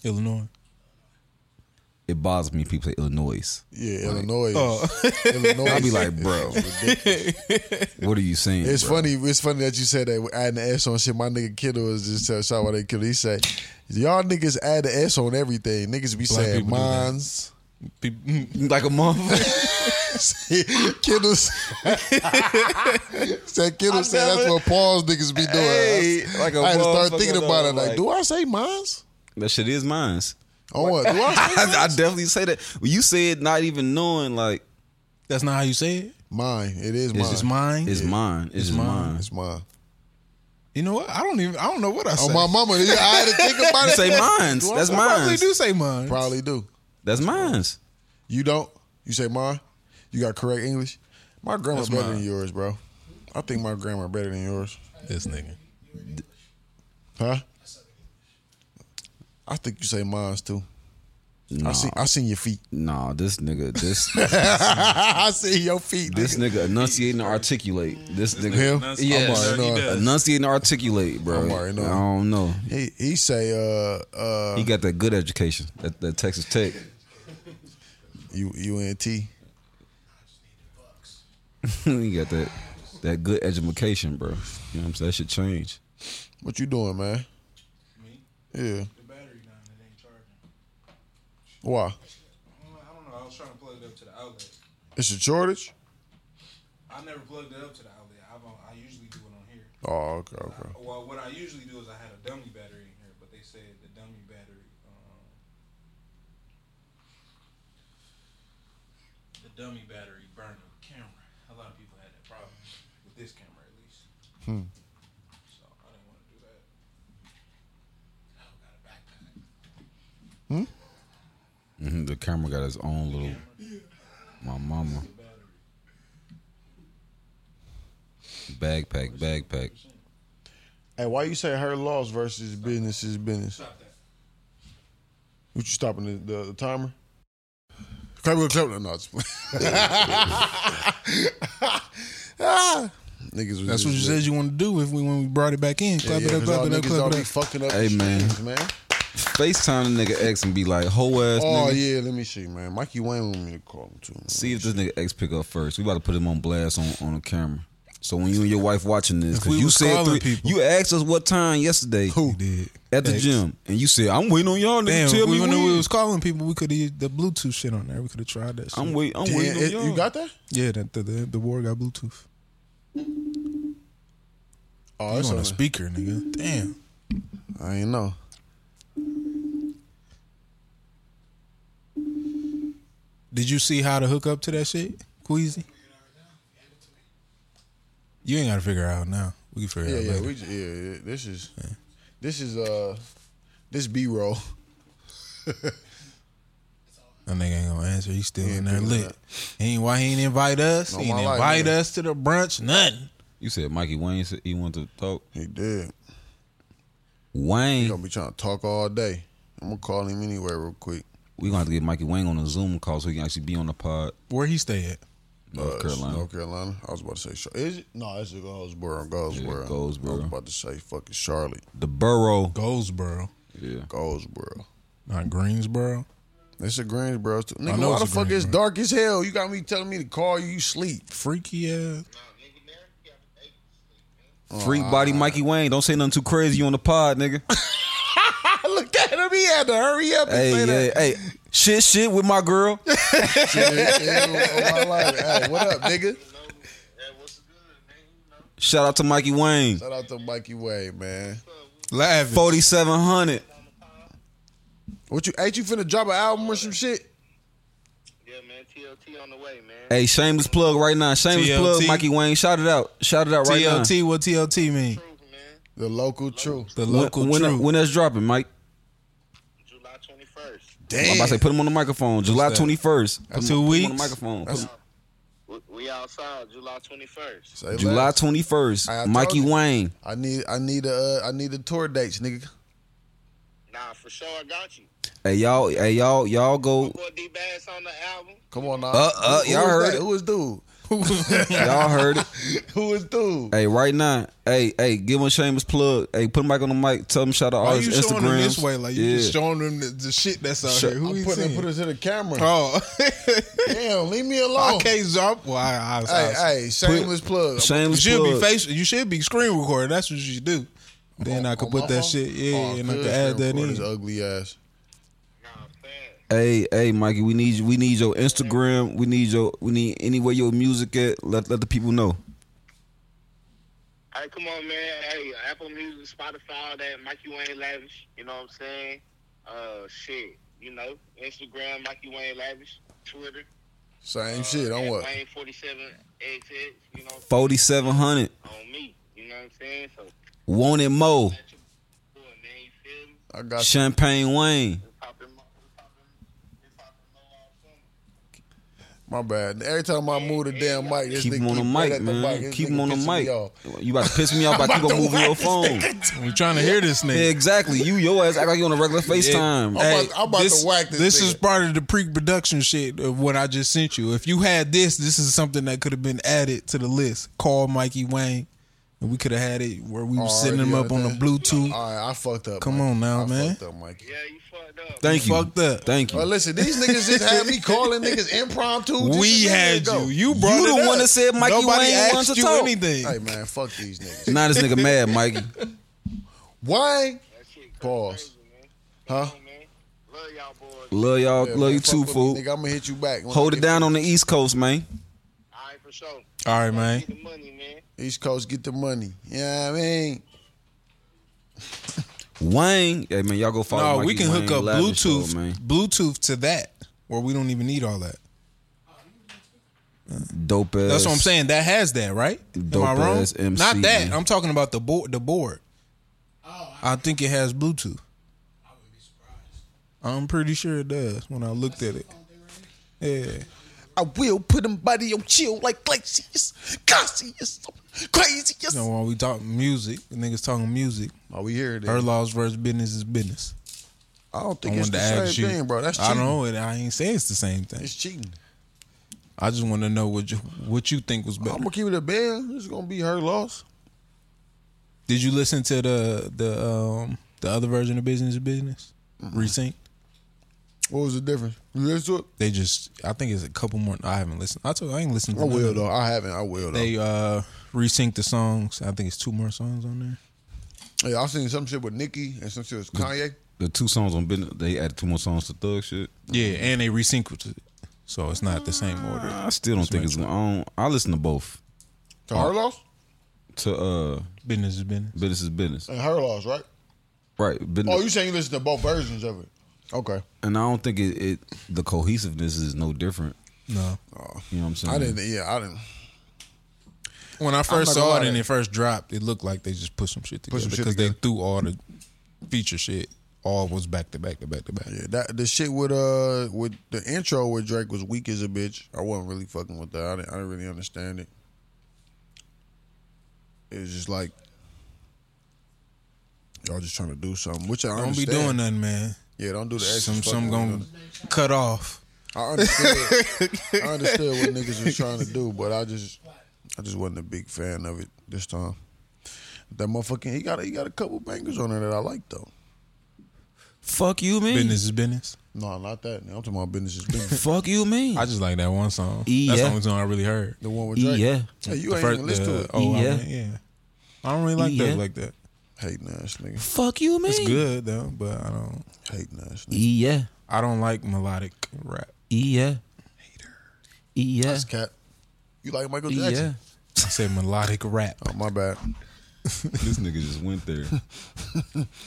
Speaker 3: Illinois.
Speaker 1: bothers me. People say Illinois.
Speaker 2: Yeah, Illinois.
Speaker 3: Oh.
Speaker 2: Illinois.
Speaker 1: I'd be like, bro, what are you saying?
Speaker 2: It's
Speaker 1: bro?
Speaker 2: funny. It's funny that you said that. with Adding the S on shit. My nigga Kittle was just tell shout out to Kittle. He say, "Y'all niggas add the S on everything. Niggas be saying
Speaker 3: people do that.
Speaker 2: mines."
Speaker 3: People-
Speaker 1: Like a motherfucker.
Speaker 2: Kittle said Kittle said that's
Speaker 1: never-
Speaker 2: what Paul's niggas be doing.
Speaker 1: Hey,
Speaker 2: I,
Speaker 1: like a
Speaker 2: I had to start
Speaker 1: motherfucker
Speaker 2: thinking about
Speaker 1: though,
Speaker 2: it. Like,
Speaker 1: like-
Speaker 2: do I say mines?
Speaker 1: that shit is mine.
Speaker 2: On what? Do I say
Speaker 1: I, I definitely say that. When you said not even knowing, like
Speaker 3: That's not how you say it.
Speaker 2: mine? It is mine.
Speaker 1: it's
Speaker 2: It's
Speaker 1: just
Speaker 2: mine.
Speaker 3: mine.
Speaker 1: It's mine. It's, just mine.
Speaker 2: It's mine.
Speaker 3: You know what? I don't even. I don't know what I
Speaker 2: On
Speaker 3: say.
Speaker 2: Oh, my mama, I had to think about
Speaker 1: You
Speaker 2: it.
Speaker 1: say mines.
Speaker 2: Do I
Speaker 1: That's
Speaker 2: say-
Speaker 3: I probably
Speaker 1: mines.
Speaker 3: do say mine.
Speaker 2: Probably do.
Speaker 1: That's mines.
Speaker 2: You don't. You say mine. You got correct English. My grammar
Speaker 3: That's
Speaker 2: better
Speaker 3: mine.
Speaker 2: than yours, bro. I think my grammar better than yours.
Speaker 3: This nigga.
Speaker 2: Huh? I think you say mines too.
Speaker 1: Nah,
Speaker 2: I see. I seen your feet.
Speaker 1: nah, this nigga, this
Speaker 2: I see your feet.
Speaker 1: this nigga enunciating and articulate. This
Speaker 2: Him?
Speaker 1: nigga,
Speaker 2: I'm
Speaker 1: yes,
Speaker 2: already know.
Speaker 1: enunciating and articulate, bro.
Speaker 2: I'm
Speaker 1: I
Speaker 2: already know.
Speaker 1: don't know.
Speaker 2: He, he say, uh, uh,
Speaker 1: He got that good education, that, that Texas Tech.
Speaker 2: U- UNT.
Speaker 1: he got that that good education, bro. You know what I'm saying? That should change.
Speaker 2: What you doing, man?
Speaker 3: Me?
Speaker 2: Yeah.
Speaker 3: The battery down. It ain't charging.
Speaker 2: Why?
Speaker 5: I don't know. I was trying to plug it up to the outlet.
Speaker 2: It's a shortage.
Speaker 5: I never plugged it up to the outlet. I've on, I usually do it on here.
Speaker 2: Oh, okay, okay.
Speaker 5: Well, what I usually do is I had a dummy battery in here, but they said the dummy battery, um, the dummy battery burned the camera. A lot of people had that problem with this camera, at least.
Speaker 2: Hmm.
Speaker 5: So I didn't want to do that. Oh, got a backpack.
Speaker 1: hmm The camera got its own little. My mama
Speaker 5: The battery.
Speaker 1: backpack, backpack.
Speaker 2: Hey, why you say her loss versus business is business?
Speaker 5: Stop that.
Speaker 2: What you stopping the, the, the timer? Clap, clap, clap. No, no, just playing. Ah, niggas. Was
Speaker 3: That's what you
Speaker 2: just-
Speaker 3: said you wanted to do if we when we brought it back in.
Speaker 2: Yeah,
Speaker 3: Clap
Speaker 2: yeah,
Speaker 3: it up,
Speaker 2: 'cause
Speaker 3: clap
Speaker 2: y'all
Speaker 3: it up,
Speaker 2: niggas all
Speaker 3: clap
Speaker 2: be
Speaker 3: it up.
Speaker 2: fucking up.
Speaker 1: Hey,
Speaker 2: the
Speaker 1: man.
Speaker 2: streets, man.
Speaker 1: FaceTime the nigga X and be like, "Ho ass
Speaker 2: Oh
Speaker 1: nigga."
Speaker 2: yeah, let me see, man. Mikey Wayne want me to call him too. man.
Speaker 1: See if this nigga X pick up first. We about to put him on blast on on the camera. So when you and your wife watching this,
Speaker 3: If
Speaker 1: 'cause
Speaker 3: we
Speaker 1: you
Speaker 3: was
Speaker 1: said
Speaker 3: calling
Speaker 1: three,
Speaker 3: people.
Speaker 1: you asked us what time yesterday
Speaker 3: Who did
Speaker 1: at the
Speaker 3: X.
Speaker 1: gym, and you said I'm waiting on y'all niggas
Speaker 3: Damn,
Speaker 1: to tell
Speaker 3: if we
Speaker 1: me
Speaker 3: knew
Speaker 1: when.
Speaker 3: we was calling people, we could have used the Bluetooth shit on there. We could have tried that. Shit.
Speaker 1: I'm wait, I'm
Speaker 2: Damn,
Speaker 1: waiting
Speaker 2: it-
Speaker 1: on y'all.
Speaker 2: you got that?
Speaker 3: Yeah, the the, the, the war got Bluetooth.
Speaker 2: Oh,
Speaker 3: It's
Speaker 2: that's on
Speaker 3: on a
Speaker 2: the-
Speaker 3: speaker, nigga. Damn.
Speaker 2: I ain't know.
Speaker 3: Did you see how to hook up to that shit, Queasy? You ain't got to figure it out now. We can figure
Speaker 2: Yeah,
Speaker 3: it out
Speaker 2: yeah,
Speaker 3: later.
Speaker 2: we, j- yeah, yeah. This is, this is uh, this B roll.
Speaker 3: That nigga ain't gonna answer. He still in there
Speaker 2: picking it
Speaker 3: lit.
Speaker 2: up.
Speaker 3: He ain't why he ain't invite us.
Speaker 2: No,
Speaker 3: he ain't
Speaker 2: my life,
Speaker 3: invite
Speaker 2: nigga.
Speaker 3: us to the brunch. Nothing.
Speaker 1: You said Mikey Wayne said he wanted to talk.
Speaker 2: He did. He
Speaker 1: Wayne,
Speaker 2: gonna be trying to talk all day. I'm gonna call him anyway, real quick.
Speaker 1: we gonna have to get Mikey Wayne on a Zoom call so he can actually be on the pod.
Speaker 3: Where he stay at?
Speaker 1: North
Speaker 2: Uh,
Speaker 1: Carolina.
Speaker 2: North Carolina. I was about to say, Char- is it? No, it's Goldsboro. Goldsboro.
Speaker 1: Yeah, Goldsboro.
Speaker 2: I was about to say fucking Charlotte.
Speaker 1: The borough.
Speaker 3: Goldsboro,
Speaker 1: Yeah.
Speaker 2: Goldsboro.
Speaker 3: not Greensboro.
Speaker 2: It's a Greensboro. Too. Nigga,
Speaker 3: know
Speaker 2: why
Speaker 3: it's
Speaker 2: the
Speaker 3: a
Speaker 2: fuck it's
Speaker 3: Greensboro.
Speaker 2: dark as hell? You got me telling me to call you, you sleep.
Speaker 3: Freaky ass.
Speaker 1: Freak body Mikey Wayne. Don't say nothing too crazy on the pod, nigga.
Speaker 2: I looked at him. He had to hurry up and
Speaker 1: hey,
Speaker 2: say that.
Speaker 1: yeah, hey. Shit, shit with my girl.
Speaker 2: Yeah, my life. Hey, what up, nigga?
Speaker 1: Shout out to Mikey Wayne.
Speaker 2: Shout out to Mikey Way, man.
Speaker 3: Lavish.
Speaker 1: 4700.
Speaker 2: What you ain't you finna drop an album or some shit?
Speaker 6: Yeah, man, TLT on the way, man.
Speaker 1: Hey, shameless plug right now. Shameless
Speaker 3: TLT.
Speaker 1: plug, Mikey Wayne. Shout it out. Shout it out right now.
Speaker 3: TLT. What TLT mean?
Speaker 6: Truth, man.
Speaker 2: The local truth.
Speaker 3: The
Speaker 1: When-
Speaker 3: local
Speaker 1: when,
Speaker 3: truth.
Speaker 1: when that's dropping, Mike.
Speaker 6: July 21st.
Speaker 1: I'm
Speaker 2: Damn.
Speaker 1: about to say, put him on the microphone. July
Speaker 3: that?
Speaker 1: 21st. Put
Speaker 3: That's
Speaker 1: him-
Speaker 3: two
Speaker 1: put him on
Speaker 3: weeks?
Speaker 1: the microphone. Put him-
Speaker 6: We, we outside July 21st.
Speaker 2: Say
Speaker 1: July
Speaker 2: less.
Speaker 1: 21st.
Speaker 2: I told
Speaker 1: Mikey
Speaker 2: you.
Speaker 1: Wayne.
Speaker 2: I need I need a uh, I need a tour dates, nigga.
Speaker 6: Nah, for sure, I got you.
Speaker 1: Hey, y'all. Hey, y'all. Y'all
Speaker 6: My
Speaker 1: go.
Speaker 6: boy D Bass on the album.
Speaker 2: Come on now.
Speaker 1: Uh, uh,
Speaker 2: Who-
Speaker 1: y'all
Speaker 2: who is
Speaker 1: heard
Speaker 2: that?
Speaker 1: it.
Speaker 2: Who is dude?
Speaker 1: Y'all heard it.
Speaker 2: Who is dude?
Speaker 1: Hey, right now, hey, hey, give him shameless plug. Hey, put Mike on the mic. Tell him shout out all
Speaker 3: Why
Speaker 1: his
Speaker 3: you
Speaker 1: Instagrams.
Speaker 3: showing them this way? Like you
Speaker 1: yeah.
Speaker 3: just showing them the, the shit that's out
Speaker 1: Shut-
Speaker 3: here. Who
Speaker 2: I'm
Speaker 3: he
Speaker 2: putting
Speaker 3: seeing?
Speaker 2: put it to the camera.
Speaker 3: oh,
Speaker 2: Damn, leave me
Speaker 3: I
Speaker 2: alone.
Speaker 3: can't jump. Well, I, I, I,
Speaker 2: Hey, hey, shameless plug.
Speaker 3: you
Speaker 1: shameless
Speaker 3: should
Speaker 1: plug.
Speaker 3: be face. You should be screen recording. That's what you should do. Then I could
Speaker 2: On
Speaker 3: put
Speaker 2: my
Speaker 3: that
Speaker 2: phone?
Speaker 3: shit. Yeah,
Speaker 2: Oh,
Speaker 3: and I
Speaker 2: good.
Speaker 3: could add that
Speaker 2: Record his
Speaker 3: in.
Speaker 2: Ugly ass.
Speaker 6: Nah, fast.
Speaker 1: Hey, hey, Mikey, we need we need your Instagram. We need your we need anywhere your music at. Let let the people know.
Speaker 6: Hey, come on, man. Hey, Apple Music, Spotify, all that. Mikey Wayne Lavish. You know what I'm saying? Uh, shit. You know, Instagram, Mikey Wayne Lavish. Twitter. Uh,
Speaker 2: Same shit. I'm what?
Speaker 6: Wayne 47 XX. You know,
Speaker 1: Forty seven hundred.
Speaker 6: on me. You know what I'm saying? So,
Speaker 1: Wanted Mo.
Speaker 6: that's your boy, man. You feel me?
Speaker 2: I got you.
Speaker 1: Champagne Wayne.
Speaker 6: It's popping, it's popping, it's popping low
Speaker 2: My
Speaker 6: all summer.
Speaker 2: bad. Every time I move the damn mic, this
Speaker 1: Keep
Speaker 2: nigga
Speaker 1: him on the
Speaker 2: keep right
Speaker 1: mic,
Speaker 2: at the mic.
Speaker 1: man.
Speaker 2: This
Speaker 1: Keep
Speaker 2: nigga
Speaker 1: him on the
Speaker 2: pissing me off.
Speaker 1: mic. You about to piss me off by keep on moving your phone.
Speaker 3: We trying to hear this
Speaker 1: Yeah,
Speaker 3: nigga.
Speaker 1: exactly. You your ass act like you on a regular FaceTime.
Speaker 3: Oh,
Speaker 2: I'm about- I'm about to whack this
Speaker 3: This
Speaker 2: nigga.
Speaker 3: is part of the pre-production shit of what I just sent you. If you had this, this is something that could have been added to the list. Call Mikey Wayne, and we could have had it where we were setting
Speaker 2: Already
Speaker 3: him up
Speaker 2: out
Speaker 3: on the
Speaker 2: there.
Speaker 3: Bluetooth.
Speaker 2: Oh, All right, I fucked up.
Speaker 3: Come
Speaker 2: Mikey.
Speaker 3: on now,
Speaker 2: I
Speaker 3: man.
Speaker 2: Fucked up, Mikey.
Speaker 6: Yeah, you fucked up.
Speaker 1: Thank you.
Speaker 3: Fucked up.
Speaker 1: Thank you.
Speaker 2: Well, listen, these niggas just had me calling niggas impromptu. just
Speaker 3: we
Speaker 2: a minute
Speaker 3: had
Speaker 2: ago.
Speaker 3: you. You brought
Speaker 1: You
Speaker 3: it
Speaker 1: the
Speaker 3: up.
Speaker 1: one that said Mikey
Speaker 3: Nobody
Speaker 1: Wayne
Speaker 3: asked
Speaker 1: wants to
Speaker 3: you
Speaker 1: talk.
Speaker 3: anything.
Speaker 2: Hey man, fuck these niggas.
Speaker 1: Now this nigga mad, Mikey.
Speaker 2: Why?
Speaker 6: That shit
Speaker 2: Pause.
Speaker 6: crazy, man.
Speaker 2: Huh?
Speaker 6: Come on, man. Look, Love y'all boys.
Speaker 1: Love y'all.
Speaker 2: Yeah,
Speaker 1: love
Speaker 2: man,
Speaker 1: you
Speaker 2: fuck
Speaker 1: too,
Speaker 2: with me,
Speaker 1: fool.
Speaker 2: Nigga, I'm gonna hit you back. When
Speaker 1: Hold
Speaker 2: I
Speaker 1: it
Speaker 2: get
Speaker 1: down on the East Coast, man.
Speaker 6: All right, for sure.
Speaker 3: All right, man.
Speaker 6: Get the money, man.
Speaker 2: the East Coast, get the money. Yeah, you know what I mean,
Speaker 1: Wayne. Hey man, y'all go follow.
Speaker 3: No, we
Speaker 1: Mikey
Speaker 3: can
Speaker 1: Wayne
Speaker 3: hook up
Speaker 1: Lavish Show,
Speaker 3: Bluetooth
Speaker 1: man.
Speaker 3: Bluetooth to that, where we don't even need all that.
Speaker 1: Dope ass.
Speaker 3: That's what I'm saying. That has that, right? Am I
Speaker 1: Dope
Speaker 3: wrong?
Speaker 1: ass MC,
Speaker 3: Not that.
Speaker 1: man.
Speaker 3: I'm talking about the board. The board.
Speaker 4: Oh, I,
Speaker 3: I think it has Bluetooth.
Speaker 4: I wouldn't be surprised.
Speaker 3: I'm pretty sure it does. When I looked at it,
Speaker 4: Oh, they ready?
Speaker 3: yeah.
Speaker 2: I will put him body on chill like Glacius, Cassius, Crazius.
Speaker 3: You know, while we talk music, niggas talking music.
Speaker 2: Oh, we hear that.
Speaker 3: Her laws versus business is business.
Speaker 2: I don't
Speaker 3: I
Speaker 2: think it's
Speaker 3: wanted
Speaker 2: the
Speaker 3: to ask
Speaker 2: same
Speaker 3: you,
Speaker 2: thing, bro. That's cheating.
Speaker 3: I don't know. it- I ain't say it's the same thing.
Speaker 2: It's cheating.
Speaker 3: I just want to know what you what you think was better.
Speaker 2: I'm gonna keep it a band. It's gonna be her loss.
Speaker 3: Did you listen to the the um the other version of Business is Business?
Speaker 2: Uh-huh.
Speaker 3: Resync.
Speaker 2: What was the difference? You listen to it?
Speaker 3: They just. I think it's a couple more. I haven't listened. I told. I ain't listened. To
Speaker 2: I
Speaker 3: none
Speaker 2: will
Speaker 3: of them.
Speaker 2: though. I haven't. I will though.
Speaker 3: They uh resync the songs. I think it's two more songs on there.
Speaker 2: Yeah, I seen some shit with Nicki and some shit with Kanye.
Speaker 1: The two songs on business. They added two more songs to Thug shit.
Speaker 3: Yeah, and they resynced it, so it's not the same order.
Speaker 1: I still don't think it's. I don't. I listen to both.
Speaker 2: To her loss
Speaker 1: To uh,
Speaker 3: Business is business.
Speaker 1: business is business.
Speaker 2: and her loss, right?
Speaker 1: Right. Business.
Speaker 2: Oh, you saying you listen to both versions of it? Okay.
Speaker 1: and I don't think it, it. The cohesiveness is no different.
Speaker 3: No.
Speaker 1: You know what I'm saying?
Speaker 2: I didn't. Yeah, I didn't.
Speaker 3: When I first
Speaker 2: not gonna
Speaker 3: saw it
Speaker 2: lie.
Speaker 3: and it first dropped, it looked like they just put some shit together
Speaker 2: some shit
Speaker 3: because
Speaker 2: together.
Speaker 3: they threw all the feature shit. All was back to back to back to back.
Speaker 2: Yeah, that the shit with uh with the intro with Drake was weak as a bitch. I wasn't really fucking with that. I didn't, I didn't really understand it. It was just like y'all just trying to do something, which I
Speaker 3: Don't
Speaker 2: understand.
Speaker 3: be doing nothing, man.
Speaker 2: Yeah, don't do the extra
Speaker 3: Some
Speaker 2: fucking-
Speaker 3: some gonna cut off.
Speaker 2: I understood. I understood what niggas was trying to do, but I just, I just wasn't a big fan of it this time. That motherfucking he got he got a couple bangers on there that I like though.
Speaker 1: Fuck you, man.
Speaker 3: Business is business.
Speaker 2: No, not that. I'm talking about business is business.
Speaker 1: Fuck you, man.
Speaker 3: I just like that one song.
Speaker 1: Yeah.
Speaker 3: That's the only song I really heard.
Speaker 2: the one with Drake.
Speaker 1: yeah.
Speaker 2: Hey, you E,
Speaker 3: The
Speaker 2: ain't
Speaker 3: fir-
Speaker 2: even listen
Speaker 3: the-
Speaker 2: to it. E,
Speaker 3: Oh, I
Speaker 1: Yeah.
Speaker 3: mean, yeah. I don't really like
Speaker 1: Yeah.
Speaker 3: that like that.
Speaker 2: Hating ass nigga.
Speaker 1: Fuck you, man.
Speaker 2: E.
Speaker 1: E,
Speaker 3: It's good though, but I don't.
Speaker 2: Hating ass nigga.
Speaker 1: Yeah. E,
Speaker 3: I don't like melodic rap.
Speaker 1: Yeah. E, Yeah.
Speaker 2: That's cat. You like Michael Jackson?
Speaker 1: Yeah.
Speaker 3: I said melodic rap.
Speaker 2: Oh, my bad.
Speaker 1: This nigga just went there.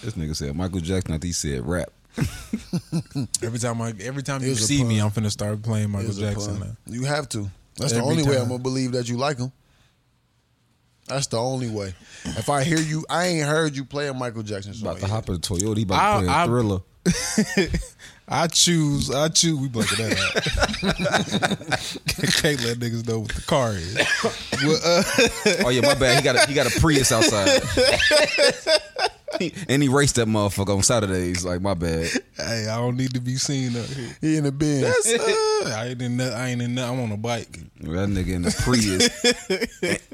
Speaker 1: this nigga said Michael Jackson. I think he said rap.
Speaker 3: Every time I, every time you
Speaker 2: It's a
Speaker 3: see me,
Speaker 2: pun.
Speaker 3: I'm finna start playing Michael
Speaker 2: It's a
Speaker 3: Jackson.
Speaker 2: pun.
Speaker 3: now.
Speaker 2: You have to. That's the
Speaker 3: Every
Speaker 2: only way
Speaker 3: time.
Speaker 2: I'm gonna believe that you like him. That's the only way. If I hear you, I ain't heard you playing Michael Jackson. Song
Speaker 1: About to
Speaker 2: yet.
Speaker 1: hop in a Toyota. He about
Speaker 3: Oh, I-
Speaker 1: to play a
Speaker 3: I-
Speaker 1: thriller.
Speaker 3: I choose. I choose. We blanking that out. Can't let niggas know what the car is.
Speaker 1: Oh yeah, my bad. He got a, he got a Prius outside, He- and he raced that motherfucker on Saturdays. Like my bad.
Speaker 3: Hey, I don't need to be seen up here.
Speaker 2: He in the bin.
Speaker 3: Uh, I ain't in. no- I ain't in. no- I'm on a bike.
Speaker 1: That nigga in the Prius,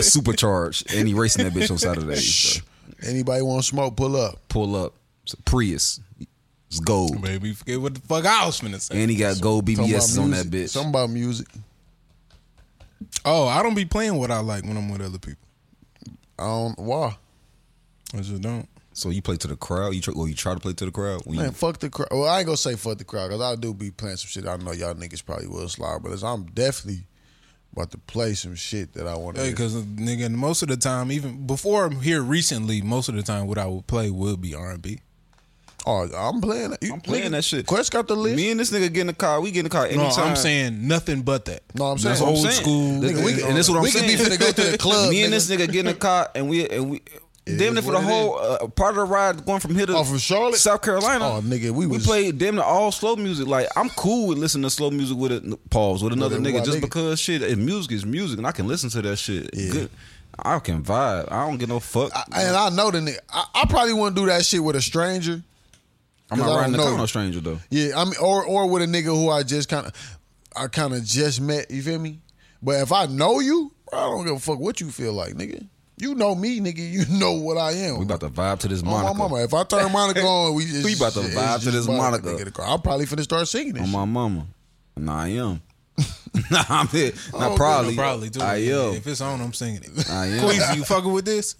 Speaker 1: supercharged, and he racing that bitch on Saturdays.
Speaker 2: Shh.
Speaker 1: bro.
Speaker 2: Anybody want to smoke? Pull up.
Speaker 1: Pull up, it's a Prius. It's gold,
Speaker 3: Baby, forget what the fuck I was finna say.
Speaker 1: and he got gold
Speaker 2: Something about
Speaker 1: BBS on that
Speaker 2: music.
Speaker 1: bitch.
Speaker 2: Something about music.
Speaker 3: Oh, I don't be playing what I like when I'm with other people.
Speaker 2: I don't. Why?
Speaker 3: I just don't.
Speaker 1: So you play to the crowd. You try, well, you try to play to the crowd. When you-
Speaker 2: Man, fuck the crowd. Well, I ain't gonna say fuck the crowd because I do be playing some shit. I know y'all niggas probably will slide, but it's- I'm definitely about to play some shit that I want to.
Speaker 3: Hey, cause nigga, most of the time, even before I'm here recently, most of the time, what I would play would be R and B.
Speaker 2: oh, I'm playing. that- You,
Speaker 1: I'm playing
Speaker 2: nigga,
Speaker 1: that shit.
Speaker 2: Quest got the list.
Speaker 1: me and this nigga get in the car. We get in the car
Speaker 3: No,
Speaker 1: anytime.
Speaker 3: I'm saying nothing but that.
Speaker 2: no, I'm saying
Speaker 1: That's what I'm
Speaker 3: old
Speaker 1: saying.
Speaker 3: school.
Speaker 1: Th-
Speaker 2: Nigga, we
Speaker 1: and,
Speaker 2: could-
Speaker 1: and that's what I'm
Speaker 2: we could
Speaker 1: saying.
Speaker 2: be finna go to the club,
Speaker 1: Me and
Speaker 2: nigga.
Speaker 1: this nigga get in the car and we and we. damn near
Speaker 2: is
Speaker 1: for the
Speaker 2: what it
Speaker 1: whole uh, part of the ride going from here to
Speaker 2: Oh, from Charlotte?
Speaker 1: South Carolina.
Speaker 2: Oh, nigga, we was-
Speaker 1: played damn near all slow music. Like I'm cool with listening to slow music with a pause with another
Speaker 2: With a
Speaker 1: nigga
Speaker 2: white
Speaker 1: just
Speaker 2: nigga.
Speaker 1: because shit. If music is music and I can listen to that shit. Good. I can vibe. I don't get no fuck.
Speaker 2: I- and I know the nigga. I, I probably wouldn't do that shit with a stranger.
Speaker 1: I'm
Speaker 2: 'cause I
Speaker 1: not
Speaker 2: don't
Speaker 1: riding the
Speaker 2: know
Speaker 1: car
Speaker 2: you.
Speaker 1: no stranger though.
Speaker 2: Yeah, I mean, or or with a nigga who I just kind of, I kind of just met. You feel me? But if I know you, bro, I don't give a fuck what you feel like, nigga. You know me, nigga. You know what I am.
Speaker 1: We about to vibe to this
Speaker 2: On
Speaker 1: Monica.
Speaker 2: my mama. If I turn Monica on, we just
Speaker 1: We about to
Speaker 2: it's
Speaker 1: vibe
Speaker 2: just
Speaker 1: to this
Speaker 2: about
Speaker 1: Monica.
Speaker 2: nigga to cry. I'm probably finna start singing this.
Speaker 1: on
Speaker 2: shit.
Speaker 1: my mama. Nah, I am. nah, I'm here. Not
Speaker 2: Oh,
Speaker 1: probably.
Speaker 3: No, probably too.
Speaker 1: I am.
Speaker 3: If it's on, I'm singing it.
Speaker 1: I am.
Speaker 3: Queasy, you fucking with this?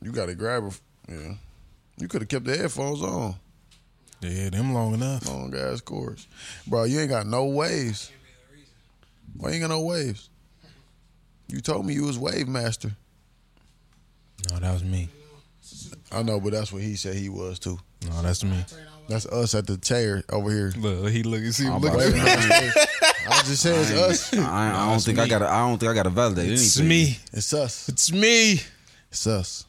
Speaker 2: You gotta grab her. Yeah. You could have kept the headphones on.
Speaker 3: Yeah, them long enough.
Speaker 2: Long ass chorus. Bro, you ain't got no waves.
Speaker 4: Can't be the reason.
Speaker 2: Why you ain't got no waves? You told me you was wave master.
Speaker 3: No, that was me.
Speaker 2: I know, but that's what he said he was too.
Speaker 3: No, that's me.
Speaker 4: Turn on
Speaker 2: That's us at the chair over here.
Speaker 3: Look, he look. See,
Speaker 1: I'm
Speaker 3: look
Speaker 1: about
Speaker 3: at
Speaker 1: to-
Speaker 3: me.
Speaker 2: I just said it's us.
Speaker 1: I, I don't
Speaker 3: it's
Speaker 1: think
Speaker 3: me.
Speaker 1: I got. to I don't think I got to validate
Speaker 3: It's
Speaker 1: anything.
Speaker 3: me.
Speaker 2: It's us.
Speaker 3: It's me.
Speaker 2: It's us.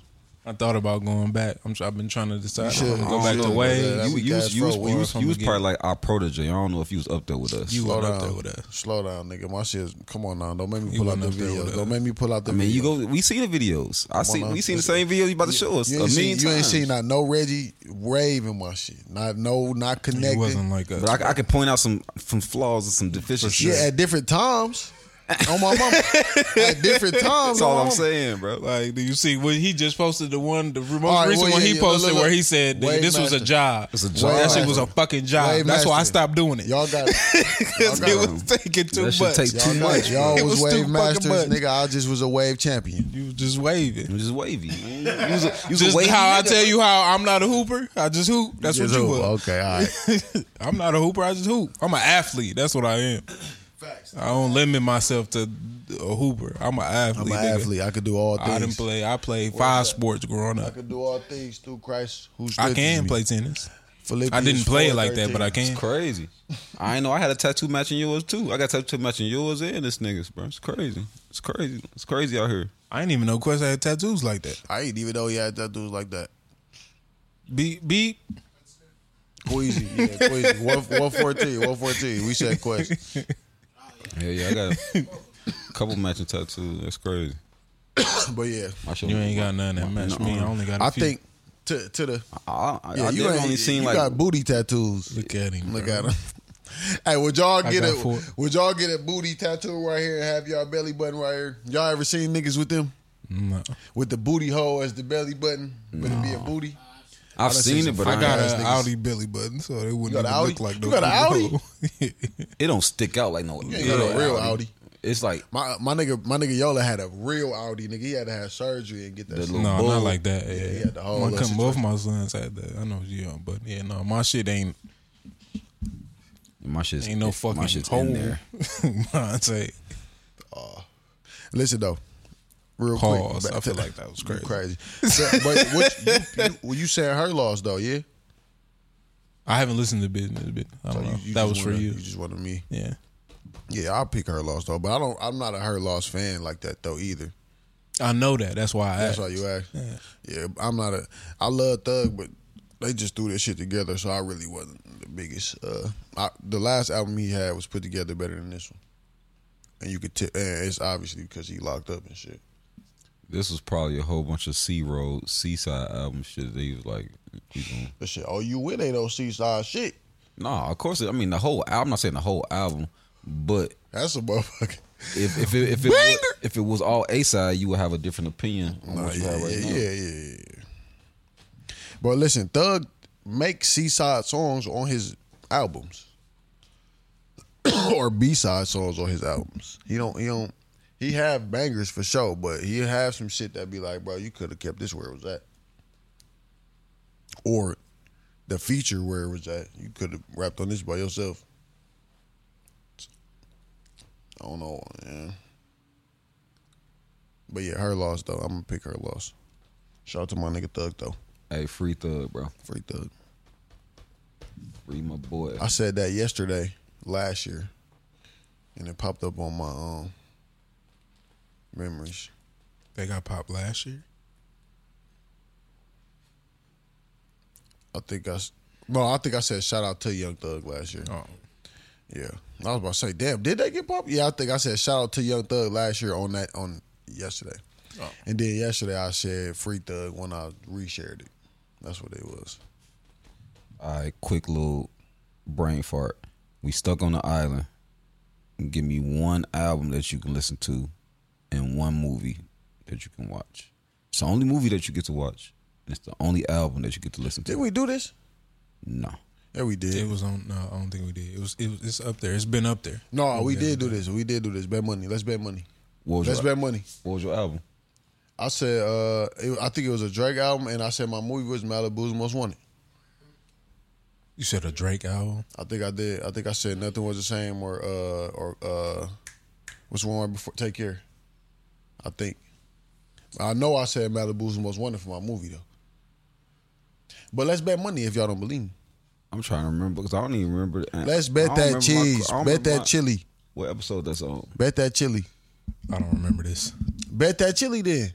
Speaker 3: I thought about going back. I'm. tr- I've been trying to decide.
Speaker 2: You
Speaker 3: I'm gonna
Speaker 2: should.
Speaker 3: go
Speaker 2: You
Speaker 3: back
Speaker 2: should.
Speaker 3: to Wade.
Speaker 2: Yeah.
Speaker 1: You,
Speaker 2: we
Speaker 1: you,
Speaker 2: cast
Speaker 1: was, you, was,
Speaker 2: for
Speaker 1: you, was,
Speaker 3: one.
Speaker 1: you was probably like our protege. I don't know if you was up there with us.
Speaker 3: You
Speaker 2: Slow
Speaker 3: went
Speaker 2: down.
Speaker 3: up there with us.
Speaker 2: Slow down, nigga. My shit. is- Come on now. Don't make me
Speaker 3: You
Speaker 2: pull out
Speaker 3: went
Speaker 2: the
Speaker 3: up there with
Speaker 2: videos. Don't
Speaker 3: us.
Speaker 2: make me pull out the.
Speaker 1: I mean, you go. We seen the videos. I see.
Speaker 2: on,
Speaker 1: We
Speaker 2: man.
Speaker 1: seen the same video you about to show us.
Speaker 2: You
Speaker 1: a
Speaker 2: ain't, seen,
Speaker 1: million
Speaker 2: you ain't
Speaker 1: times.
Speaker 2: seen not no Reggie raving my shit. Not no, not connected.
Speaker 3: He wasn't like us.
Speaker 1: But I, I could point out some some flaws and some deficiencies.
Speaker 2: Yeah, at different times. on my mama. at different times.
Speaker 1: That's
Speaker 2: on
Speaker 1: all
Speaker 2: my
Speaker 1: I'm
Speaker 2: mama.
Speaker 1: saying, bro. Like,
Speaker 3: Like, do you see what he just posted? The one, the most
Speaker 2: All right,
Speaker 3: recent
Speaker 2: well,
Speaker 3: one
Speaker 2: yeah,
Speaker 3: he
Speaker 2: yeah,
Speaker 3: posted,
Speaker 2: look, look.
Speaker 3: where he said
Speaker 2: Wave
Speaker 3: this was a
Speaker 2: master.
Speaker 3: job.
Speaker 1: It's a
Speaker 3: Well,
Speaker 1: job.
Speaker 3: That shit was a fucking job.
Speaker 2: Wave
Speaker 3: That's why I
Speaker 2: master.
Speaker 3: stopped doing it.
Speaker 2: Y'all got
Speaker 3: Because
Speaker 2: y'all
Speaker 3: it
Speaker 2: got-
Speaker 3: was taking too
Speaker 1: that shit
Speaker 3: much.
Speaker 1: takes
Speaker 2: Y'all,
Speaker 1: too
Speaker 2: got-
Speaker 1: much.
Speaker 2: y'all
Speaker 3: It
Speaker 2: was,
Speaker 3: was too
Speaker 2: wave
Speaker 3: fucking
Speaker 2: masters,
Speaker 3: much.
Speaker 2: nigga. I just was a wave champion.
Speaker 3: You was just waving.
Speaker 1: It was just wavy. man. You was a, you was a
Speaker 3: Just
Speaker 1: wavy
Speaker 3: how I
Speaker 1: nigga.
Speaker 3: tell you how I'm not a hooper. I just hoop. That's what
Speaker 2: Just
Speaker 3: you
Speaker 2: who?
Speaker 3: were.
Speaker 2: Okay, all right.
Speaker 3: I'm not a hooper. I just hoop. I'm an athlete. That's what I am.
Speaker 2: Facts.
Speaker 3: I don't limit myself to a hooper. I'm an athlete.
Speaker 2: I'm an
Speaker 3: nigga.
Speaker 2: athlete. I could do all
Speaker 3: I didn't
Speaker 2: things.
Speaker 3: play. I played five sports growing
Speaker 2: I
Speaker 3: up.
Speaker 2: could do all things through Christ who
Speaker 3: I
Speaker 2: strengthens
Speaker 3: can
Speaker 2: me.
Speaker 3: play tennis.
Speaker 2: Philippians
Speaker 3: I didn't play it like that,
Speaker 2: 4:13.
Speaker 3: but I
Speaker 1: It's
Speaker 3: can.
Speaker 1: crazy. I ain't know I had a tattoo matching yours too. I got tattoo matching yours and this niggas, bro. It's crazy. It's crazy. It's crazy out here.
Speaker 3: I didn't even know Quest had tattoos like that.
Speaker 2: I ain't even know he had tattoos like that.
Speaker 3: Beep beep.
Speaker 2: Queasy, yeah, Queasy. One, 114, 114. We said Quest.
Speaker 1: Yeah, yeah. I got a couple matching tattoos. That's crazy.
Speaker 2: But yeah,
Speaker 1: I should-
Speaker 3: You ain't got none that match me. I only got. a
Speaker 2: I
Speaker 3: few.
Speaker 2: think to to the
Speaker 1: I, I,
Speaker 2: yeah,
Speaker 1: I
Speaker 2: you
Speaker 1: did
Speaker 2: ain't
Speaker 1: only seen
Speaker 2: you
Speaker 1: like
Speaker 2: got booty tattoos.
Speaker 3: Look at him.
Speaker 2: Look
Speaker 3: bro.
Speaker 2: at him. Hey, would y'all
Speaker 3: I
Speaker 2: get
Speaker 3: got
Speaker 2: a
Speaker 3: four.
Speaker 2: would y'all get a booty tattoo right here and have y'all belly button right here? Y'all ever seen niggas with them
Speaker 3: No.
Speaker 2: with the booty hole as the belly button, but it be a booty?
Speaker 1: I've
Speaker 2: done
Speaker 1: seen
Speaker 2: seen
Speaker 1: it, but
Speaker 2: some-
Speaker 1: I,
Speaker 3: I got
Speaker 1: ain't-
Speaker 2: ass
Speaker 3: an
Speaker 2: niggas.
Speaker 3: Audi belly button, so they wouldn't
Speaker 2: You got
Speaker 3: even
Speaker 2: a
Speaker 3: look
Speaker 2: Audi?
Speaker 3: like
Speaker 2: You
Speaker 3: those.
Speaker 2: got a
Speaker 1: it don't stick out like no.
Speaker 2: You ain't got a real Audi.
Speaker 1: It's like
Speaker 2: My my nigga my nigga Yola had a real Audi nigga. He had to have surgery and get that.
Speaker 1: The
Speaker 2: shit.
Speaker 1: little-
Speaker 3: no,
Speaker 1: Bull.
Speaker 3: not like that. Yeah,
Speaker 2: he had the whole
Speaker 3: my,
Speaker 2: little
Speaker 3: cousin- both my sons had that. I know you young, but yeah, no, my shit ain't
Speaker 1: my shit's
Speaker 3: ain't no fucking
Speaker 1: my shit's
Speaker 3: hole.
Speaker 1: in there.
Speaker 3: Mine say
Speaker 2: Listen though, real
Speaker 3: pause.
Speaker 2: quick.
Speaker 3: I feel like that was crazy.
Speaker 2: crazy. So, but what you, you, well, you saying her loss though? Yeah,
Speaker 3: I haven't listened to business a bit. I don't know.
Speaker 2: You- you
Speaker 3: that
Speaker 2: just
Speaker 3: was for
Speaker 2: wanted-
Speaker 3: you.
Speaker 2: You just wanted me.
Speaker 3: yeah,
Speaker 2: Yeah, I'll pick her loss though, but I don't. I'm not a her loss fan like that though either.
Speaker 3: I know that. That's why I
Speaker 2: That's
Speaker 3: asked.
Speaker 2: why you asked. Yeah. I'm not a. I love Thug, but they just threw this shit together, so I really wasn't the biggest. Uh, I, the last album he had was put together better than this one, and you could tell. And it's obviously because he locked up and shit.
Speaker 1: This was probably a whole bunch of Sea Road, Seaside album shit. They was like, we gonna-
Speaker 2: That shit. Oh, you with ain't no seaside shit.
Speaker 1: nah, of course. It, I mean, the whole. al- I'm not saying the whole album, but
Speaker 2: That's a motherfucker.
Speaker 1: if if it, if it was, if it was all A side, you would have a different opinion on
Speaker 2: Nah,
Speaker 1: what you
Speaker 2: yeah,
Speaker 1: have right
Speaker 2: yeah,
Speaker 1: now.
Speaker 2: yeah, yeah, yeah. But listen, Thug makes seaside songs on his albums, or B side songs on his albums. He don't, he don't, he have bangers for sure, but he have some shit that be like, bro, you could have kept this where it was at, or the feature where it was at. You could have rapped on this by yourself. I don't know, yeah. But yeah, her loss though. I'm gonna pick her loss. Shout out to my nigga Thug though.
Speaker 1: Hey, free thug, bro.
Speaker 2: Free Thug.
Speaker 1: Free my boy.
Speaker 2: I said that yesterday, last year, and it popped up on my um memories.
Speaker 3: They got popped last year.
Speaker 2: I think I s- no, I think I said shout out to Young Thug last year.
Speaker 3: Oh,
Speaker 2: Yeah, I was about to say, damn, did they get popped? Yeah, I think I said shout out to Young Thug last year on that on yesterday,
Speaker 3: Oh.
Speaker 2: and then yesterday I said Free Thug when I reshared it. That's what it was.
Speaker 1: All right, quick little brain fart. We stuck on the island. Give me one album that you can listen to, and one movie that you can watch. It's the only movie that you get to watch, and it's the only album that you get to listen
Speaker 2: Did
Speaker 1: to.
Speaker 2: we do this?
Speaker 1: No,
Speaker 2: Yeah, we did.
Speaker 3: it was on. No, I don't think we did. It was. It was. It's up there. It's been up there.
Speaker 2: no, we did do this. We did do this. Bet money. Let's bet money.
Speaker 1: what was
Speaker 2: Let's
Speaker 1: your,
Speaker 2: bet money.
Speaker 1: what was your album?
Speaker 2: I said, uh, it, I think it was a Drake album, and I said my movie was Malibu's Most Wanted.
Speaker 3: You said a Drake album.
Speaker 2: I think I did. I think I said nothing was the same, or uh, or uh, what's one right before? Take care. I think. I know I said Malibu's the most wanted for my movie though. But let's bet money if y'all don't believe me.
Speaker 1: I'm trying to remember because I don't even remember. the-
Speaker 2: Let's
Speaker 1: I
Speaker 2: bet
Speaker 1: don't
Speaker 2: that
Speaker 1: remember my-
Speaker 2: cheese.
Speaker 1: I don't
Speaker 2: bet
Speaker 1: remember
Speaker 2: that
Speaker 1: my-
Speaker 2: chili.
Speaker 1: What episode that's on?
Speaker 2: Bet that chili.
Speaker 3: I don't remember this.
Speaker 2: Bet that chili then.
Speaker 4: Like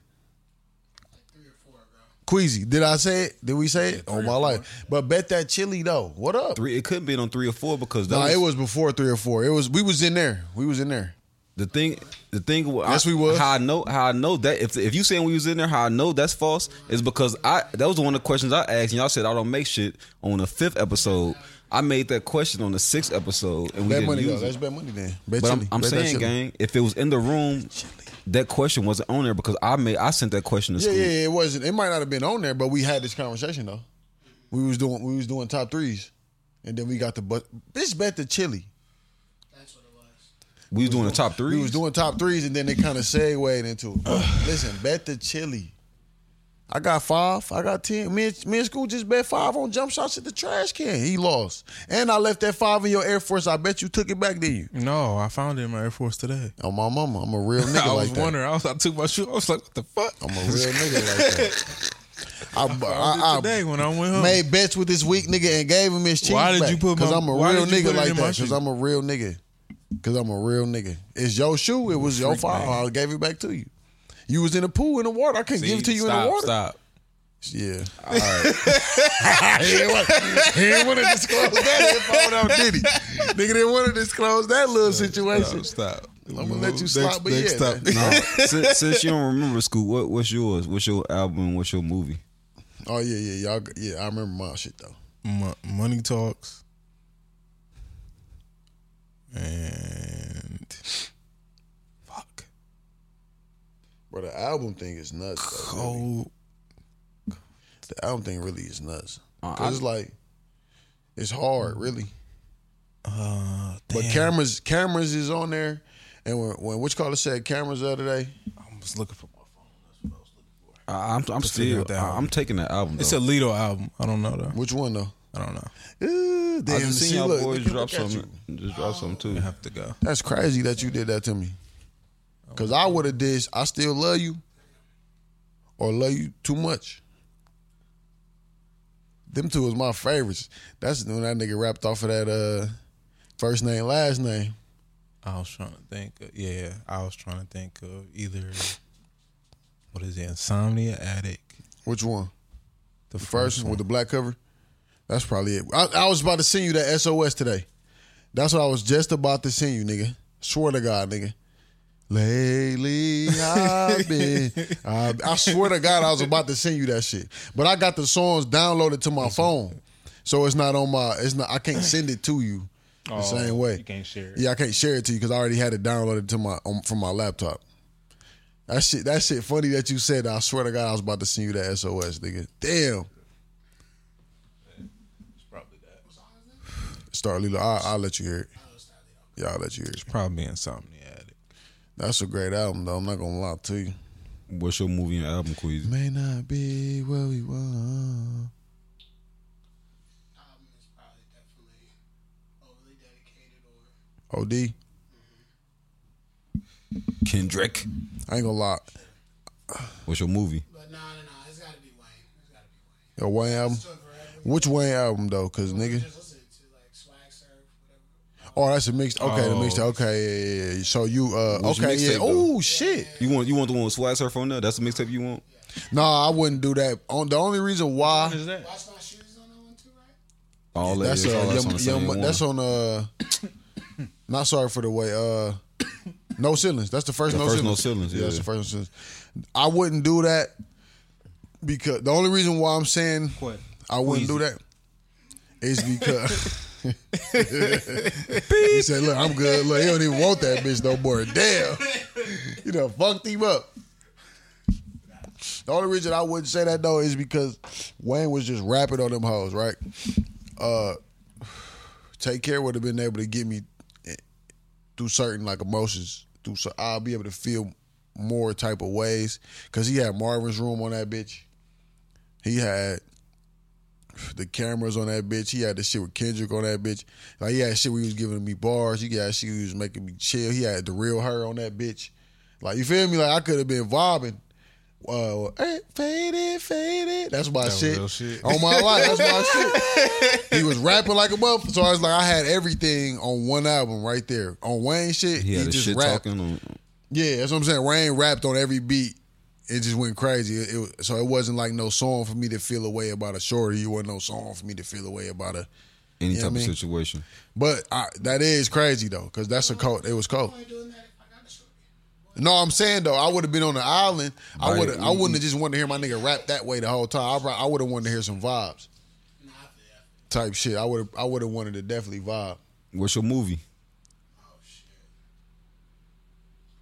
Speaker 4: three or four, bro.
Speaker 2: Queasy. Did I say it? Did we say it? Oh my life. But bet that chili though. What up?
Speaker 1: Three. It couldn't be on three or four because that
Speaker 2: Nah,
Speaker 1: was,
Speaker 2: it was before three or four. It was we was in there. We was in there.
Speaker 1: the thing. The thing. wa-
Speaker 2: Yes,
Speaker 1: I,
Speaker 2: we was.
Speaker 1: How I know? How I know that if if you saying we was in there, how I know that's false is because I that was one of the questions I asked and y'all said I don't make shit on the fifth episode. I made that question on the sixth episode and we
Speaker 2: Bet
Speaker 1: didn't
Speaker 2: money though.
Speaker 1: use it.
Speaker 2: Let's bet money then. Bet
Speaker 1: But
Speaker 2: chili.
Speaker 1: I'm, I'm
Speaker 2: Bet that
Speaker 1: saying,
Speaker 2: chili.
Speaker 1: gang, if it was in the room, that question wasn't on there because I made I sent that question to
Speaker 2: Yeah,
Speaker 1: school.
Speaker 2: yeah, yeah, it wasn't. It might not have been on there, but we had this conversation though. We was doing we was doing top threes, and then we got the but bitch bet the chili.
Speaker 4: That's what it was.
Speaker 1: We was doing the top three.
Speaker 2: We was doing top threes, and then it kind of segued into it. But listen, bet the chili. I got five. I got ten. Me and, me and school just bet five on jump shots at the trash can. He lost, and I left that five in your Air Force. I bet you took it back, did you?
Speaker 3: No, I found it in my Air Force today.
Speaker 2: Oh my mama, I'm a real nigga
Speaker 3: I was
Speaker 2: like that.
Speaker 3: wondering. I was. I took my shoe. I was like, what the fuck?
Speaker 2: I'm a real nigga like that. I,
Speaker 3: found
Speaker 2: I-
Speaker 3: it today when I went home.
Speaker 2: made bets with this weak nigga and gave him his cheese.
Speaker 3: Why did you put
Speaker 2: Because
Speaker 3: my-
Speaker 2: I'm a
Speaker 3: why
Speaker 2: real
Speaker 3: did you
Speaker 2: nigga
Speaker 3: put it
Speaker 2: like
Speaker 3: in my
Speaker 2: that. Because
Speaker 3: shoe?
Speaker 2: I'm a real nigga. Because I'm a real nigga. It's your shoe. It was your fault. I gave it back to you. You was in the pool in the water. I couldn't give it to you
Speaker 1: stop,
Speaker 2: in the water.
Speaker 1: Stop.
Speaker 2: Yeah. All right. he didn't want, he didn't want to disclose that info out, did he? Nigga didn't want to disclose that little situation.
Speaker 3: Stop. I'm
Speaker 2: gonna let you slide, but yeah, man.
Speaker 1: No, since, since you don't remember school, what, what's yours? What's your album? What's your movie?
Speaker 2: Oh yeah, yeah, y'all. g- Yeah, I remember my shit though.
Speaker 3: Mo- money talks and fuck
Speaker 2: Bro, the album thing is nuts. Though, really.
Speaker 3: cold
Speaker 2: The album thing really is nuts.
Speaker 1: Uh,
Speaker 2: 'Cause
Speaker 1: I-
Speaker 2: it's like, it's hard, really.
Speaker 3: uh
Speaker 2: But
Speaker 3: damn,
Speaker 2: cameras, cameras is on there, and when, when which caller said cameras the other day,
Speaker 3: I was looking for my phone
Speaker 1: I, I'm, I'm
Speaker 3: figure
Speaker 1: still.
Speaker 3: out that
Speaker 1: I- I'm
Speaker 3: album.
Speaker 1: taking the album.
Speaker 3: it's
Speaker 1: though.
Speaker 3: a Lido album I don't know though
Speaker 2: which one though?
Speaker 3: I don't know
Speaker 2: Ooh, Uh, damn,
Speaker 1: I just
Speaker 2: see,
Speaker 1: seen y'all
Speaker 2: look,
Speaker 1: boys
Speaker 2: look at
Speaker 1: drop
Speaker 2: you.
Speaker 1: something. Just drop something
Speaker 3: I
Speaker 1: too.
Speaker 3: have to go
Speaker 2: That's crazy that you did that to me. Cause I would have did. I still love you, or love you too much. Them two is my favorites. That's when that nigga rapped off of that uh, first name last name.
Speaker 3: I was trying to think of, yeah I was trying to think of either what is it Insomnia Addict
Speaker 2: Which one?
Speaker 3: the
Speaker 2: first one with the black cover. That's probably it. I, I was about to send you that SOS today. That's what I was just about to send you, nigga. Swear to God, nigga. Lately, I've been. I, I swear to God, I was about to send you that shit, but I got the songs downloaded to my phone, so it's not on my. It's not. I can't send it to you the same way.
Speaker 3: Oh, you can't share it.
Speaker 2: Yeah, I can't share it to you because I already had it downloaded to my um, from my laptop. That shit. That shit. Funny that you said. that. I swear to God, I was about to send you that SOS, nigga. Damn.
Speaker 5: It's probably that.
Speaker 2: Start Lilo. I, I'll let you hear it. Yeah, I'll let you hear it.
Speaker 3: probably Insomnia Addict
Speaker 2: That's a great album, though. I'm not gonna lie to you.
Speaker 1: What's your movie and album, Queasy?
Speaker 2: May not be what we want.
Speaker 4: Album is probably definitely overly dedicated or
Speaker 2: Od, I
Speaker 1: Kendrick.
Speaker 2: ain't gonna lie.
Speaker 1: What's your movie?
Speaker 4: But no, no, no. It's got to be Wayne. It's got to be Wayne.
Speaker 2: Yo, Wayne album.
Speaker 4: Took forever.
Speaker 2: Which Wayne album though? Cause nigga.
Speaker 4: Just listen to like Swag Surf, whatever.
Speaker 2: Oh, that's a mix. Okay, the
Speaker 3: Oh.
Speaker 2: mixtape. Okay, yeah, yeah, yeah. So you, uh,
Speaker 1: Which
Speaker 2: okay,
Speaker 1: mixtape,
Speaker 2: yeah.
Speaker 1: though?
Speaker 2: Oh shit.
Speaker 1: You want you want the one with Swag Surf on there? That's the mixtape you want.
Speaker 2: Nah, I wouldn't do that. On the only reason why
Speaker 3: is that
Speaker 4: Watch My Shoes on that one too, right?
Speaker 1: All that
Speaker 2: that's
Speaker 1: is,
Speaker 2: uh,
Speaker 1: all that's
Speaker 2: young,
Speaker 1: on the
Speaker 2: young,
Speaker 1: same
Speaker 2: Mo-
Speaker 1: one.
Speaker 2: that's on uh, not sorry for the way uh, no ceilings. That's the first
Speaker 1: The
Speaker 2: no
Speaker 1: first No
Speaker 2: ceilings.
Speaker 1: Ceilings, yeah.
Speaker 2: that's the first no ceilings. I wouldn't do that because the only reason why I'm saying
Speaker 3: What?
Speaker 2: I wouldn't do that is because. he said, "Look, I'm good. Look, he don't even want that bitch no more. Damn, you know, fucked him up." The only reason I wouldn't say that though is because Wayne was just rapping on them hoes, right? Uh, Take care would have been able to get me eh, through certain like emotions. Through so I'll be able to feel more type of ways. Cause he had Marvin's room on that bitch. He had the cameras on that bitch. He had the shit with Kendrick on that bitch. Like he had shit where he was giving me bars. He got shit he was making me chill. He had the real her on that bitch. Like you feel me? Like I could have been vibing. Uh, eh, faded, faded. That's my
Speaker 3: was
Speaker 2: shit.
Speaker 3: your shit.
Speaker 2: On my life, that's my shit. He was rapping like a motherfucker. So I was like, I had everything on one album right there. On Wayne shit,
Speaker 1: He
Speaker 2: he,
Speaker 1: had a
Speaker 2: just
Speaker 1: shit
Speaker 2: rapped.
Speaker 1: talking. On,
Speaker 2: Yeah, that's what I'm saying. Rain rapped on every beat. It just went crazy. It, it- so it wasn't like no song for me to feel away about a shorty. It wasn't no song for me to feel away about a.
Speaker 1: any
Speaker 2: You know
Speaker 1: type
Speaker 2: what I
Speaker 1: of
Speaker 2: mean?
Speaker 1: situation.
Speaker 2: But I, that is crazy though, because that's a cold. It was cold. No, I'm saying though, I would have been on the island. I
Speaker 1: Right.
Speaker 2: would. I wouldn't have just wanted to hear my nigga rap that way the whole time. I, prob- I would have wanted to hear some vibes
Speaker 4: Nah, I feel that.
Speaker 2: type shit. I would. have I would have wanted to definitely vibe.
Speaker 1: What's your movie?
Speaker 4: Oh shit.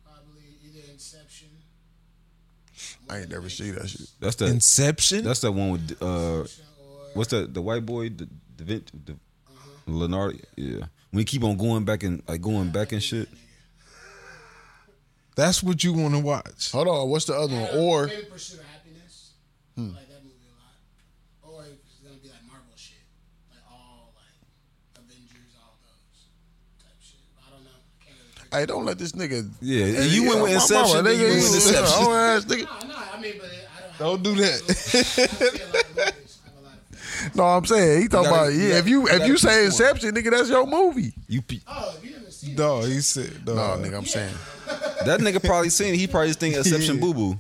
Speaker 4: Probably either Inception.
Speaker 2: I ain't never see that shit.
Speaker 1: That's that.
Speaker 3: Inception.
Speaker 1: that's that one with uh,
Speaker 4: Or
Speaker 1: what's that? The white boy, the the, Vin- the
Speaker 2: Uh-huh.
Speaker 1: Leonardo. Yeah, we keep on going back and like going back and shit.
Speaker 3: That's what you want to watch.
Speaker 2: Hold on. What's the other one? Or
Speaker 4: maybe Pursuit of Happiness. Like that movie a lot. Or if it's gonna be like Marvel shit, like all like Avengers, all those type shit. I don't know. I can't really picture.
Speaker 2: hey, don't let this nigga.
Speaker 1: Yeah, you went with
Speaker 2: My
Speaker 1: Inception.
Speaker 2: mama,
Speaker 1: then you
Speaker 2: nigga,
Speaker 1: went
Speaker 2: you
Speaker 1: with
Speaker 2: little
Speaker 1: Inception.
Speaker 2: hoe ass nigga.
Speaker 4: Oh, No, no, I mean, but it, I don't.
Speaker 3: Don't do that.
Speaker 4: I see a lot of movies. I have a lot of.
Speaker 2: No, I'm saying he talking
Speaker 1: You gotta-
Speaker 2: about yeah.
Speaker 1: you
Speaker 2: if you
Speaker 1: gotta-
Speaker 2: if
Speaker 1: you
Speaker 2: you
Speaker 1: gotta
Speaker 2: say
Speaker 1: pick one.
Speaker 2: Inception, nigga, that's your movie.
Speaker 1: You pe-
Speaker 4: Oh, if you haven't seen it,
Speaker 3: Dog, he said. Dog.
Speaker 1: Oh,
Speaker 2: No, nigga, I'm saying
Speaker 1: that nigga probably seen. it. He probably think Inception
Speaker 3: Yeah.
Speaker 1: Boo Boo.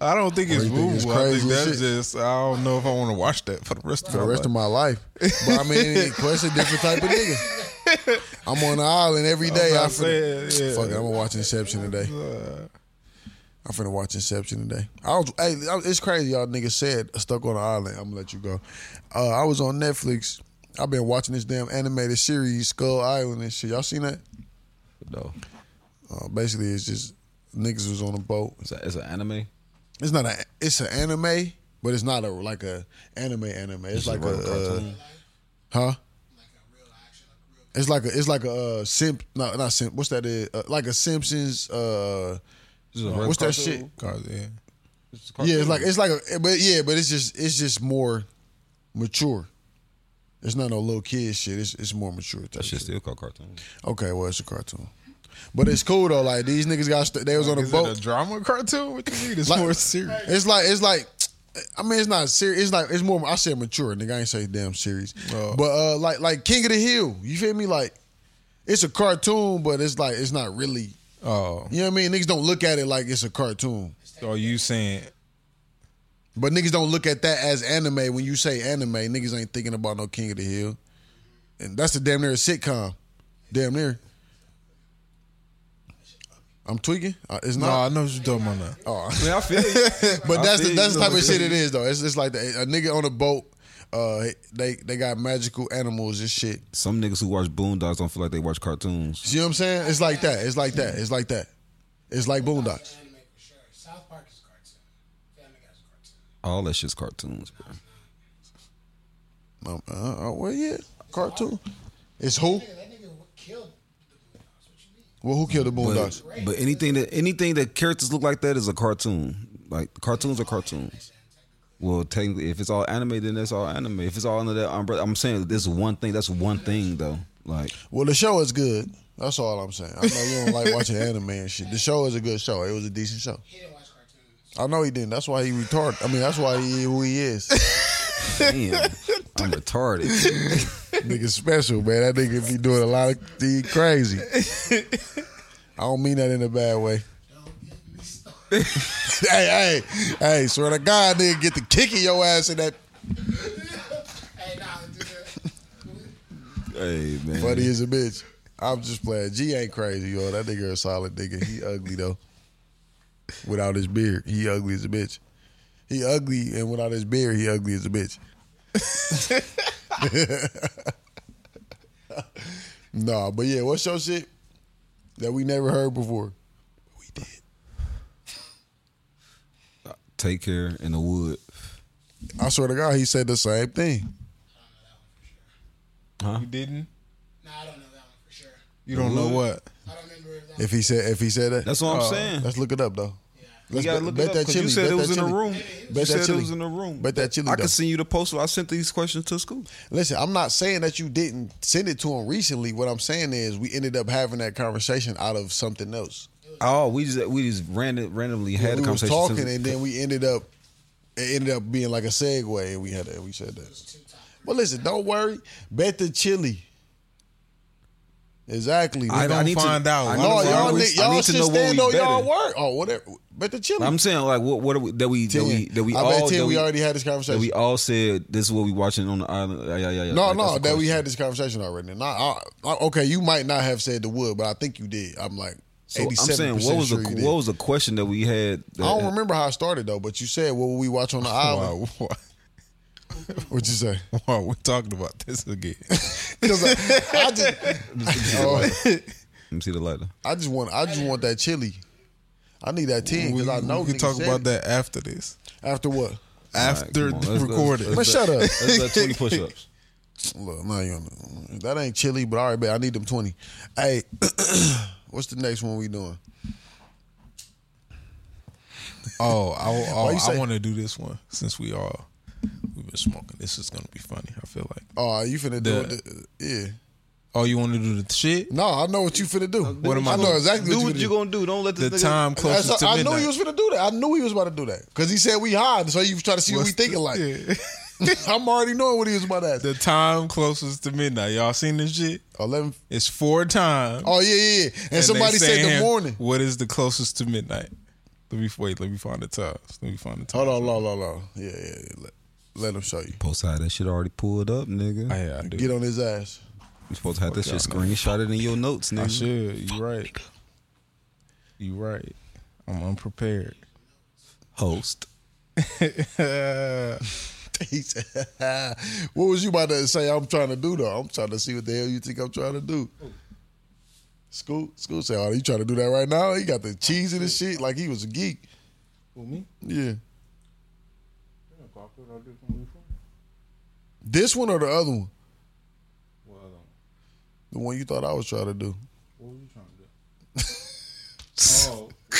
Speaker 3: I don't think it's
Speaker 2: Everything is
Speaker 3: movable. I
Speaker 2: crazy
Speaker 3: think that's
Speaker 2: shit.
Speaker 3: just. I don't know if I want to watch that for the rest
Speaker 2: for
Speaker 3: of
Speaker 2: the
Speaker 3: my
Speaker 2: rest
Speaker 3: life.
Speaker 2: of my life. But I mean, Quest a different type of nigga. I'm on the island every day. I
Speaker 3: I'm
Speaker 2: finna,
Speaker 3: saying, yeah.
Speaker 2: fuck it. I'm gonna watch Inception today. I'm finna watch Inception today. I was hey, I- it's crazy. Y'all niggas said uh, stuck on the island. I'm gonna let you go. Uh, I was on Netflix. I've been watching this damn animated series Skull Island and shit. Y'all seen that?
Speaker 1: No,
Speaker 2: Uh, basically, it's just niggas was on a boat.
Speaker 1: it's, a, it's an anime.
Speaker 2: It's not a. It's an anime, but it's not a like a anime anime. It's, like a, uh, huh?
Speaker 4: like a real action, like real.
Speaker 2: It's like a. It's like a uh, simp. No, not simp. What's that? is? Uh, like a Simpsons. Uh,
Speaker 1: This is a
Speaker 2: what's that
Speaker 1: cartoon.
Speaker 2: shit?
Speaker 3: Cause, yeah.
Speaker 1: It's a cartoon.
Speaker 2: Yeah, it's like it's like a. But yeah, but it's just it's just more mature. It's not no little kid shit. It's it's more mature. type
Speaker 1: that shit
Speaker 2: shit.
Speaker 1: still called cartoon.
Speaker 2: Okay, well it's a cartoon, but it's cool though. Like these niggas got st- they was on a
Speaker 3: Is
Speaker 2: boat.
Speaker 3: it a drama cartoon? What you mean? It's
Speaker 2: Like-
Speaker 3: more serious.
Speaker 2: It's like it's like I mean it's not serious. It's like it's more I said mature, nigga. I ain't say damn serious.
Speaker 3: Oh.
Speaker 2: But uh like like King of the Hill, you feel me? Like it's a cartoon, but it's like it's not really
Speaker 3: Oh,
Speaker 2: you know what I mean? Niggas don't look at it like it's a cartoon.
Speaker 3: so you saying?
Speaker 2: But niggas don't look at that as anime. When you say anime, niggas ain't thinking about no King of the Hill. And that's a damn near a sitcom. Damn near. I'm tweaking? Uh, it's
Speaker 3: No,
Speaker 2: not.
Speaker 3: I know what you're talking about. Now.
Speaker 2: Oh.
Speaker 1: Man, I feel you.
Speaker 2: But
Speaker 1: I
Speaker 2: that's the
Speaker 1: feel you,
Speaker 2: that's the
Speaker 1: though.
Speaker 2: type of shit it is though. It's just like the, a nigga on a boat. Uh, they they got magical animals and shit.
Speaker 1: Some niggas who watch Boondocks don't feel like they watch cartoons.
Speaker 2: See what I'm saying? It's like that. It's like that. It's like that. It's like Boondocks.
Speaker 4: Anime for sure. South Park is a cartoon. Family Guy's a cartoon.
Speaker 1: All that shit's cartoons, bro.
Speaker 2: Um, uh, uh, well, yeah, cartoon. It's who?
Speaker 4: Nigga, that nigga w- killed the Bulldogs. What you mean?
Speaker 2: Well, who killed the
Speaker 1: But,
Speaker 2: Boondocks?
Speaker 1: but anything that anything that characters look like that is a cartoon. Like cartoons are cartoons. Well, technically, if it's all anime, then that's all anime. If it's all under that umbrella, I'm saying this is one thing. That's one thing though. Like
Speaker 2: Well, the show is good. That's all I'm saying. I know you don't like watching anime and shit. The show is a good show. It was a decent show.
Speaker 4: He didn't watch cartoons.
Speaker 2: I know he didn't. That's why he retarded. I mean, that's why he who he is.
Speaker 1: damn, I'm retarded.
Speaker 2: nigga special, man. That nigga be doing a lot of he crazy. I don't mean that in a bad way.
Speaker 4: Don't get me started.
Speaker 2: hey, hey, hey, swear to God, nigga, get the kick in your ass in that
Speaker 4: hey, nah, dude.
Speaker 1: hey man,
Speaker 2: buddy is a bitch. I'm just playing. G ain't crazy, yo. That nigga a solid nigga. He ugly though. Without his beard, he ugly as a bitch. He ugly, and without his beard, he ugly as a bitch. nah, but yeah, what's your shit that we never heard before? We did.
Speaker 1: take care in the wood.
Speaker 2: I swear to God, he said the same thing.
Speaker 3: You didn't.
Speaker 4: Nah, I don't know that one for sure.
Speaker 3: You don't know what.
Speaker 4: I don't remember
Speaker 2: If he said, if he said that,
Speaker 1: That's what I'm
Speaker 2: Uh,
Speaker 1: saying.
Speaker 2: Let's look it up though.
Speaker 1: You
Speaker 2: Let's
Speaker 1: gotta
Speaker 2: bet,
Speaker 1: look
Speaker 2: bet
Speaker 1: it up
Speaker 2: that
Speaker 1: 'cause
Speaker 2: chili.
Speaker 1: you said
Speaker 2: bet
Speaker 1: it was
Speaker 2: that
Speaker 1: in the
Speaker 2: chili.
Speaker 1: room. You
Speaker 2: Bet that
Speaker 1: said it
Speaker 2: chili.
Speaker 1: was in the room.
Speaker 2: Bet that chili.
Speaker 1: I
Speaker 2: though.
Speaker 1: can send you the post. where I sent these questions to school.
Speaker 2: Listen, I'm not saying that you didn't send it to him recently. What I'm saying is we ended up having that conversation out of something else.
Speaker 1: Oh, we just we just random, randomly had
Speaker 2: we
Speaker 1: a
Speaker 2: was
Speaker 1: conversation.
Speaker 2: talking,
Speaker 1: since-
Speaker 2: and then we ended up it ended up being like a segue, and we had that. We said that. But listen, don't worry. Bet the chili. Exactly.
Speaker 1: I,
Speaker 3: gonna
Speaker 1: I need
Speaker 3: find
Speaker 1: to,
Speaker 3: out.
Speaker 1: I
Speaker 3: No,
Speaker 1: need
Speaker 2: no,
Speaker 1: to
Speaker 2: y'all,
Speaker 1: always-
Speaker 2: ni-
Speaker 1: I
Speaker 2: y'all
Speaker 1: need to
Speaker 2: should
Speaker 1: know what
Speaker 2: stand
Speaker 1: we
Speaker 2: on
Speaker 1: better.
Speaker 2: y'all word. Oh, whatever. Bet the chili.
Speaker 1: I'm saying like what what are we that we that we that we
Speaker 2: I
Speaker 1: all
Speaker 2: bet ten.
Speaker 1: that
Speaker 2: We,
Speaker 1: we,
Speaker 2: already had this
Speaker 1: that
Speaker 2: conversation.
Speaker 1: we all said this is what we watching on the island. Yeah, yeah, yeah, yeah.
Speaker 2: No,
Speaker 1: Like, that's
Speaker 2: no,
Speaker 1: the
Speaker 2: that we
Speaker 1: question.
Speaker 2: had this conversation already. And I, I, I, okay, you might not have said the wood, but I think you did. I'm like
Speaker 1: So I'm
Speaker 2: 87%
Speaker 1: saying what was
Speaker 2: sure
Speaker 1: the
Speaker 2: you did.
Speaker 1: what was uh, the question that we had? That,
Speaker 2: I don't remember how I started though, but you said what would we watch on the island?
Speaker 3: Wow, why,
Speaker 2: What'd you say?
Speaker 3: why we talking about this again?
Speaker 2: 'Cause I, I just, oh,
Speaker 1: Let me see the lighter.
Speaker 2: I just want, I just want that chili. I need that ten
Speaker 3: we,
Speaker 2: because I know
Speaker 3: we
Speaker 2: niggas
Speaker 3: can talk
Speaker 2: said
Speaker 3: about
Speaker 2: it.
Speaker 3: that after this.
Speaker 2: after what.
Speaker 1: come on,
Speaker 3: After the
Speaker 1: let's- let's-
Speaker 3: recording.
Speaker 2: Man, shut up.
Speaker 1: That's like 20 push-ups.
Speaker 2: Look, no, you don't. That ain't chili, but all right, bet I need them twenty. Hey, what's the next one we doing?
Speaker 3: Oh, I,
Speaker 2: Why you
Speaker 3: I,
Speaker 2: say-
Speaker 3: I want to do this one since we all we've been smoking. This is gonna be funny. I feel like.
Speaker 2: Oh, you finna do it? Yeah.
Speaker 3: Oh, you want to do the shit?
Speaker 2: No, I know what you finna do.
Speaker 3: What am I
Speaker 2: I know
Speaker 3: gonna-
Speaker 2: exactly
Speaker 1: Do
Speaker 2: what,
Speaker 1: what
Speaker 2: you
Speaker 1: you gonna do. Don't let
Speaker 3: The
Speaker 1: this nigga-
Speaker 3: time
Speaker 2: That's-
Speaker 3: closest to
Speaker 2: I
Speaker 3: midnight.
Speaker 2: knew he was finna do that. I knew he was about to do that because he said we hide, so he was trying to see what we thinking like. I'm already knowing what he was about to ask.
Speaker 3: The time closest to midnight. Y'all seen this shit?
Speaker 2: Eleven.
Speaker 3: It's four times.
Speaker 2: Oh yeah, yeah, yeah. And,
Speaker 3: and they
Speaker 2: somebody said the
Speaker 3: saying,
Speaker 2: morning.
Speaker 3: What is the closest to midnight? Let me wait. Let me find the times. Let me find the times.
Speaker 2: Hold on, hold on, hold on. Yeah, yeah. yeah. Let, let him show you.
Speaker 1: Post had that shit already pulled up, nigga.
Speaker 3: Oh, yeah, I do.
Speaker 2: Get on his ass.
Speaker 1: you supposed to have that shit screenshotted in your notes, nigga.
Speaker 3: I should. You right. You right. I'm unprepared.
Speaker 1: Host.
Speaker 2: He said, "What was you about to say? I'm trying to do though. I'm trying to see what the hell you think I'm trying to do." School, school said, "Oh, you trying to do that right now? He got the cheese and the shit like he was a geek." Who me? Yeah. This one or the other one? um, The one you thought I was trying to do.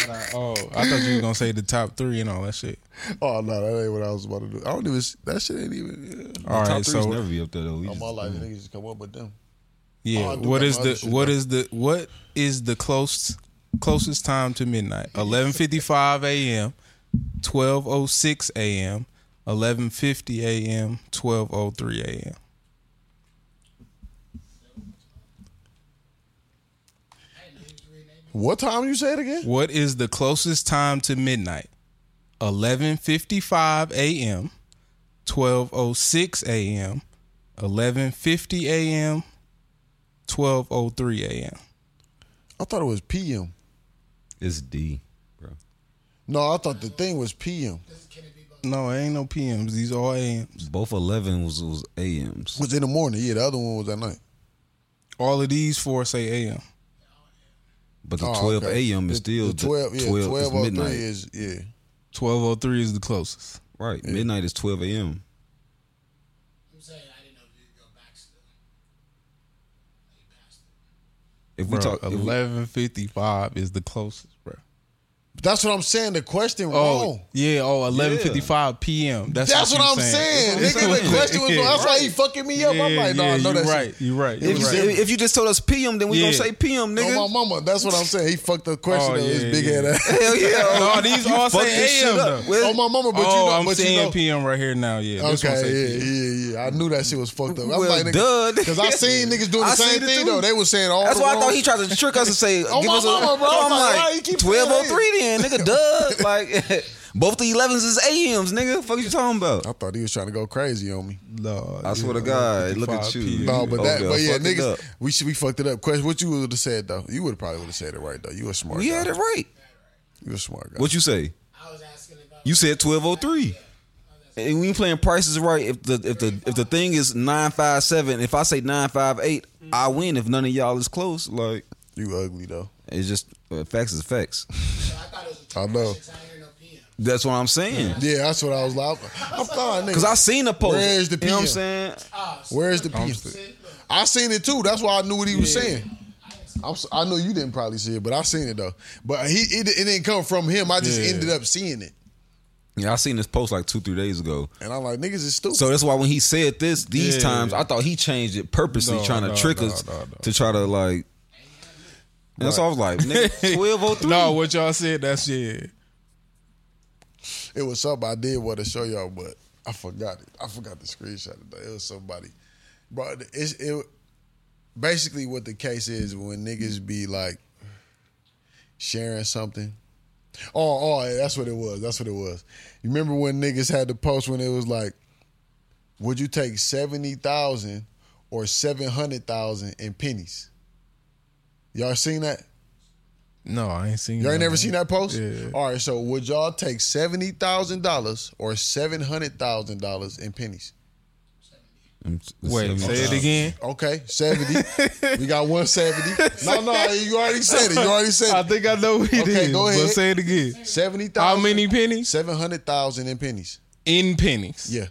Speaker 3: Oh, oh, I thought you were gonna say the top three and all that shit.
Speaker 2: Oh no, that ain't what I was about to do. I don't even. That shit ain't even. Yeah.
Speaker 3: All
Speaker 1: Top
Speaker 3: right,
Speaker 1: threes never
Speaker 3: so
Speaker 1: be up there though. We
Speaker 2: All
Speaker 1: just-
Speaker 2: my life, niggas just come up with them. Oh,
Speaker 3: yeah,
Speaker 2: I do
Speaker 3: what
Speaker 2: got
Speaker 3: is
Speaker 2: my
Speaker 3: the
Speaker 2: other shit,
Speaker 3: what is the what is the close closest time to midnight? Eleven fifty five a.m., twelve oh six a.m., eleven fifty a.m., twelve oh three a.m.
Speaker 2: What time you say it again?
Speaker 3: What is the closest time to midnight? 11:55 a.m., 12:06 a.m., 11:50 a.m., 12:03 a.m.
Speaker 2: I thought it was PM.
Speaker 1: It's D, bro.
Speaker 2: No, I thought the thing was PM.
Speaker 3: No, it ain't no PMs. These all AMs.
Speaker 1: Both eleven was was AMs.
Speaker 2: was in the morning. Yeah, the other one was at night.
Speaker 3: All of these four say AM.
Speaker 1: But the
Speaker 2: Oh,
Speaker 1: twelve
Speaker 2: okay.
Speaker 1: AM is
Speaker 2: The-
Speaker 1: still
Speaker 2: the twelve. Yeah, twelve,
Speaker 1: is
Speaker 2: 12
Speaker 1: midnight.
Speaker 2: is yeah.
Speaker 3: 12:03 is the closest.
Speaker 1: Right. Midnight is twelve AM.
Speaker 4: I'm saying I didn't know if you could go back still. Like you passed it.
Speaker 1: If we
Speaker 3: Bro,
Speaker 1: talk if we-
Speaker 3: 11:55 is the closest, bro.
Speaker 2: But That's what I'm saying. The question
Speaker 3: Oh,
Speaker 2: wrong.
Speaker 3: yeah, oh 11:55 p.m. That's,
Speaker 2: That's what
Speaker 3: you
Speaker 2: I'm saying. Nigga, the question was wrong. That's why he fucking me up.
Speaker 3: Yeah,
Speaker 2: I'm like, no, I know
Speaker 3: you
Speaker 2: that
Speaker 3: right.
Speaker 2: shit.
Speaker 3: You right. You
Speaker 1: if, you,
Speaker 3: right.
Speaker 1: if- if you just told us PM, then we
Speaker 3: Yeah.
Speaker 1: gonna say PM, nigga.
Speaker 2: Oh my mama, that's what I'm saying. He fucked the question
Speaker 3: Oh,
Speaker 2: up. His
Speaker 3: yeah,
Speaker 2: big
Speaker 3: yeah.
Speaker 2: head ass.
Speaker 1: Hell yeah.
Speaker 3: No, these all
Speaker 1: Fuck
Speaker 3: say
Speaker 1: this shit
Speaker 3: AM
Speaker 1: up.
Speaker 3: though.
Speaker 1: Well,
Speaker 2: Oh my mama, but
Speaker 3: oh,
Speaker 2: you know,
Speaker 3: I'm
Speaker 2: but
Speaker 3: saying
Speaker 2: you know,
Speaker 3: PM right here now. Yeah, this one say
Speaker 2: Okay,
Speaker 3: PM.
Speaker 2: yeah, yeah, yeah. I knew that shit was fucked up. I'm
Speaker 1: Well,
Speaker 2: like,
Speaker 1: duh.
Speaker 2: because I seen niggas doing the
Speaker 1: I
Speaker 2: same
Speaker 1: seen it
Speaker 2: thing
Speaker 1: too.
Speaker 2: though. They was saying all.
Speaker 1: That's
Speaker 2: the
Speaker 1: why I
Speaker 2: wrong-
Speaker 1: thought he tried to trick us and say,
Speaker 2: Oh,
Speaker 1: give
Speaker 2: my
Speaker 1: us a.
Speaker 2: mama, bro.
Speaker 1: I'm
Speaker 2: I'm like, why you
Speaker 1: like,
Speaker 2: keep
Speaker 1: twelve oh
Speaker 2: saying
Speaker 1: three then, nigga, duh. Like both the elevens is AMs, nigga. Fuck you talking about?
Speaker 2: I thought he was trying to go crazy on me.
Speaker 3: Lord,
Speaker 1: I swear to
Speaker 3: yeah,
Speaker 1: God, look
Speaker 3: 55
Speaker 1: at you.
Speaker 3: PM.
Speaker 2: No, but
Speaker 1: Oh,
Speaker 2: that,
Speaker 1: God,
Speaker 2: but yeah,
Speaker 1: fuck it
Speaker 2: niggas,
Speaker 1: up.
Speaker 2: we should we fucked it up. Question: What you would have said though? You would probably would have said it right though. You a smart.
Speaker 1: We
Speaker 2: guy.
Speaker 1: had it right.
Speaker 2: You a smart guy.
Speaker 1: What you say?
Speaker 4: I was asking about.
Speaker 1: You said twelve oh three. And we playing prices right. If the if the if the thing is nine five seven, if I say nine five eight, I win. If none of y'all is close, like
Speaker 2: you ugly though.
Speaker 1: it's just uh, facts is facts.
Speaker 4: So I thought it was a
Speaker 2: I know.
Speaker 4: I didn't hear no PM.
Speaker 1: That's what I'm saying.
Speaker 2: Yeah, that's what I was like. I'm fine, nigga.
Speaker 1: Cause I seen the post.
Speaker 2: Where's the
Speaker 1: You know what I'm
Speaker 2: PM?
Speaker 1: saying?
Speaker 4: Oh, so
Speaker 2: Where's the pizza? I seen it too. That's why I knew what he was saying.
Speaker 4: I didn't say
Speaker 2: I'm so, I know you didn't probably see it, but I seen it though. But he it, it didn't come from him. I just
Speaker 3: Yeah.
Speaker 2: ended up seeing it,
Speaker 1: Yeah, I seen this post like two, three days ago.
Speaker 2: and I'm like, niggas is stupid.
Speaker 1: So that's why when he said this these
Speaker 3: Yeah.
Speaker 1: times, I thought he changed it purposely,
Speaker 3: No,
Speaker 1: trying to
Speaker 3: no,
Speaker 1: trick
Speaker 3: no,
Speaker 1: us
Speaker 3: no, no.
Speaker 1: to try to like. And so I was like, nigga, twelve oh three.
Speaker 3: No, what y'all said, that's yeah.
Speaker 2: it was something I did want to show y'all, but I forgot it. I forgot the screenshot. Of that. It was somebody, bro. It's it. Basically, what the case is when niggas be like sharing something. Oh, oh, that's what it was. That's what it was. You remember when niggas had the post when it was like, "Would you take seventy thousand or seven hundred thousand in pennies?" Y'all seen that?
Speaker 3: No, I ain't seen
Speaker 2: Y'all ain't
Speaker 3: that,
Speaker 2: never
Speaker 3: man.
Speaker 2: seen that post?
Speaker 3: Yeah.
Speaker 2: All right, so would y'all take seventy thousand dollars or seven hundred thousand dollars in pennies?
Speaker 3: Wait, say it again.
Speaker 2: Okay, seventy. we got one seventy. No, no, you already said it. You already
Speaker 3: I
Speaker 2: said it.
Speaker 3: think I know what it
Speaker 2: Okay,
Speaker 3: is,
Speaker 2: go
Speaker 3: But
Speaker 2: ahead.
Speaker 3: say it again.
Speaker 2: Seventy
Speaker 3: How
Speaker 2: thousand.
Speaker 3: many pennies?
Speaker 2: Seven hundred thousand in pennies.
Speaker 3: In pennies.
Speaker 2: Yeah.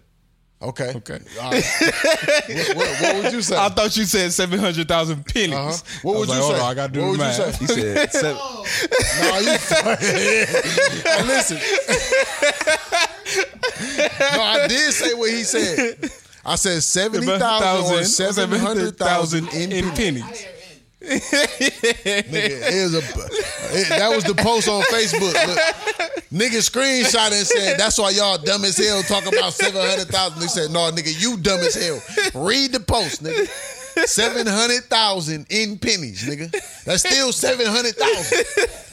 Speaker 2: Okay.
Speaker 3: Okay.
Speaker 2: All right. what, what- what would you say?
Speaker 3: I thought you said seven hundred thousand pennies.
Speaker 2: Uh-huh.
Speaker 3: I
Speaker 2: What
Speaker 3: was
Speaker 2: would
Speaker 3: like,
Speaker 2: you
Speaker 3: hold
Speaker 2: say?
Speaker 3: on, I gotta do
Speaker 2: what
Speaker 3: the
Speaker 2: would
Speaker 3: math.
Speaker 2: you say?
Speaker 1: He said seven.
Speaker 2: No, you funny. Listen. no, I did say what he said. I said seventy thousand or seven hundred thousand in
Speaker 3: in
Speaker 2: pennies.
Speaker 3: pennies.
Speaker 2: Nigga, it was a, it- that was the post on Facebook. Look, nigga screenshot and said, "That's why y'all dumb as hell talking about seven hundred thousand. They said, "No, nigga, you dumb as hell. Read the post, nigga. Seven hundred thousand in pennies, nigga. That's still seven hundred thousand.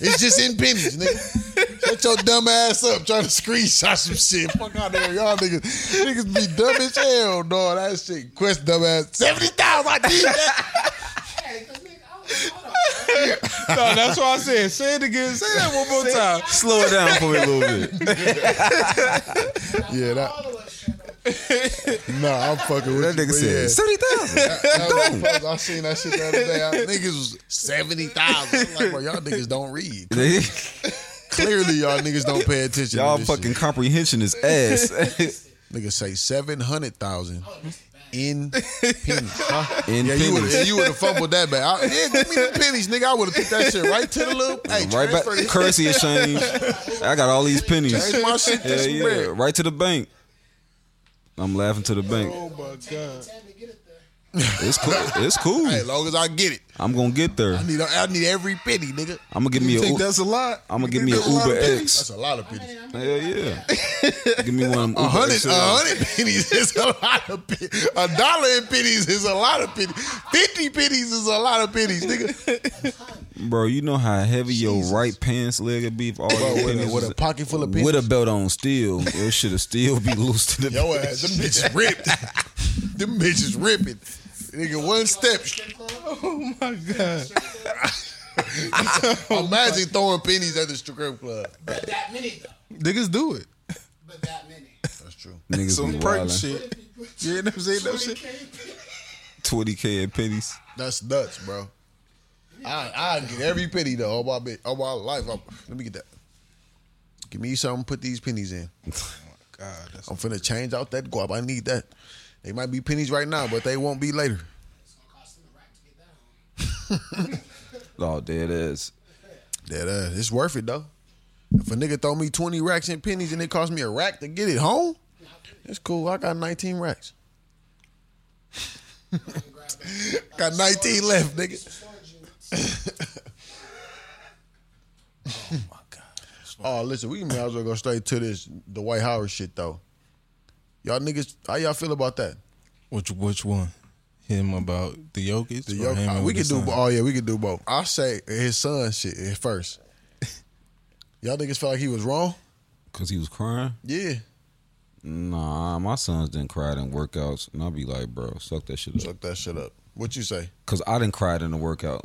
Speaker 2: It's just in pennies, nigga. Shut your dumb ass up trying to screenshot some shit. Fuck out there, y'all niggas. Niggas be dumb as hell, dog. That shit. Quest dumb ass. Seventy thousand. I need that.
Speaker 4: Hey, 'cause nigga, I was like, hold on. bro.
Speaker 3: No, that's what I said. Say it again. Say that one more time.
Speaker 1: Slow it down for me a little bit.
Speaker 2: Yeah, that.
Speaker 4: All of us shut up.
Speaker 2: No, I'm fucking with
Speaker 1: That
Speaker 2: you.
Speaker 1: nigga
Speaker 2: but
Speaker 1: said seventy thousand.
Speaker 2: yeah. That was the post. I seen that shit the other day. I, niggas was seventy thousand. I'm like, bro, y'all niggas don't read. Clearly, y'all niggas don't pay attention.
Speaker 1: Y'all
Speaker 2: to this
Speaker 1: fucking comprehension is ass.
Speaker 2: shit. niggas say seven hundred thousand
Speaker 4: Oh,
Speaker 2: in pennies. Huh?
Speaker 1: In
Speaker 2: yeah, you
Speaker 1: pennies.
Speaker 2: would you would have fumbled that bad. I, yeah, give me the pennies, nigga. I would have took that shit right to the loop. Hey,
Speaker 1: right back.
Speaker 2: transfer this-
Speaker 1: Currency exchange. I got all these pennies.
Speaker 2: Change my shit
Speaker 1: Yeah,
Speaker 2: this
Speaker 1: yeah.
Speaker 2: red.
Speaker 1: Right to the bank. I'm laughing to the bank.
Speaker 3: Oh my god.
Speaker 4: Time to get it there.
Speaker 1: It's cool. It's cool.
Speaker 2: Hey, as long as I get it,
Speaker 1: I'm gonna get there.
Speaker 2: I need I need every penny, nigga.
Speaker 1: I'm gonna give me
Speaker 3: You
Speaker 1: a.
Speaker 3: think
Speaker 1: U-
Speaker 3: that's a lot?
Speaker 1: I'm gonna
Speaker 3: You
Speaker 1: give
Speaker 3: think
Speaker 1: me an
Speaker 3: that's a lot of
Speaker 1: Uber
Speaker 3: pennies?
Speaker 1: X.
Speaker 2: That's a lot of
Speaker 4: I
Speaker 2: pennies.
Speaker 4: mean,
Speaker 1: Hell
Speaker 4: I'm
Speaker 1: yeah. give me one.
Speaker 2: A hundred, a hundred pennies is a lot of pennies. A dollar in pennies is a lot of pennies. Fifty pennies is a lot of pennies, nigga.
Speaker 1: Bro, you know how heavy your right pants leg would be if all
Speaker 2: with
Speaker 1: your
Speaker 2: a-
Speaker 1: pennies
Speaker 2: with a
Speaker 1: was-
Speaker 2: pocket full of pennies?
Speaker 1: With a belt on still, it should have still be loose to the
Speaker 2: Yo ass, them bitches ripped. them bitches ripping. Nigga, one step.
Speaker 3: Oh my god.
Speaker 2: Oh Imagine throwing pennies at the strip club.
Speaker 4: But that many, though.
Speaker 3: Niggas do it.
Speaker 4: But that many.
Speaker 2: That's true.
Speaker 1: niggas
Speaker 3: Some
Speaker 1: be
Speaker 3: prank
Speaker 1: wildin'.
Speaker 3: shit. You ain't never seen that shit.
Speaker 1: 20k in pennies.
Speaker 2: That's nuts, bro. I I get every penny though. All my bit, all my life. I'm, let me get that. Give me something. Put these pennies in.
Speaker 3: Oh God, that's
Speaker 2: I'm finna change out that guap. I need that. They might be pennies right now, but they won't be later.
Speaker 4: It's gonna cost them a rack to get that home.
Speaker 1: Oh, there it is.
Speaker 2: That uh, it's worth it though. If a nigga throw me twenty racks in pennies and it cost me a rack to get it home, it's cool. I got nineteen racks. got nineteen left, nigga.
Speaker 4: Storage units.
Speaker 2: Oh, listen, we may as well go straight to this the White Howard shit though. Y'all niggas, how y'all feel about that?
Speaker 3: Which which one? Him about the Jokic?
Speaker 2: The
Speaker 3: or
Speaker 2: Yo-
Speaker 3: him
Speaker 2: uh,
Speaker 3: with
Speaker 2: we
Speaker 3: the
Speaker 2: could do.
Speaker 3: son?
Speaker 2: bo- Oh yeah, we could do both. I say his son shit at first. Y'all niggas felt like he was wrong.
Speaker 1: Cause he was crying.
Speaker 2: Yeah,
Speaker 1: Nah, my sons didn't cry in workouts, and I'll be like, bro, suck that shit up.
Speaker 2: look that shit up. What you say?
Speaker 1: Cause I didn't cry in the workout.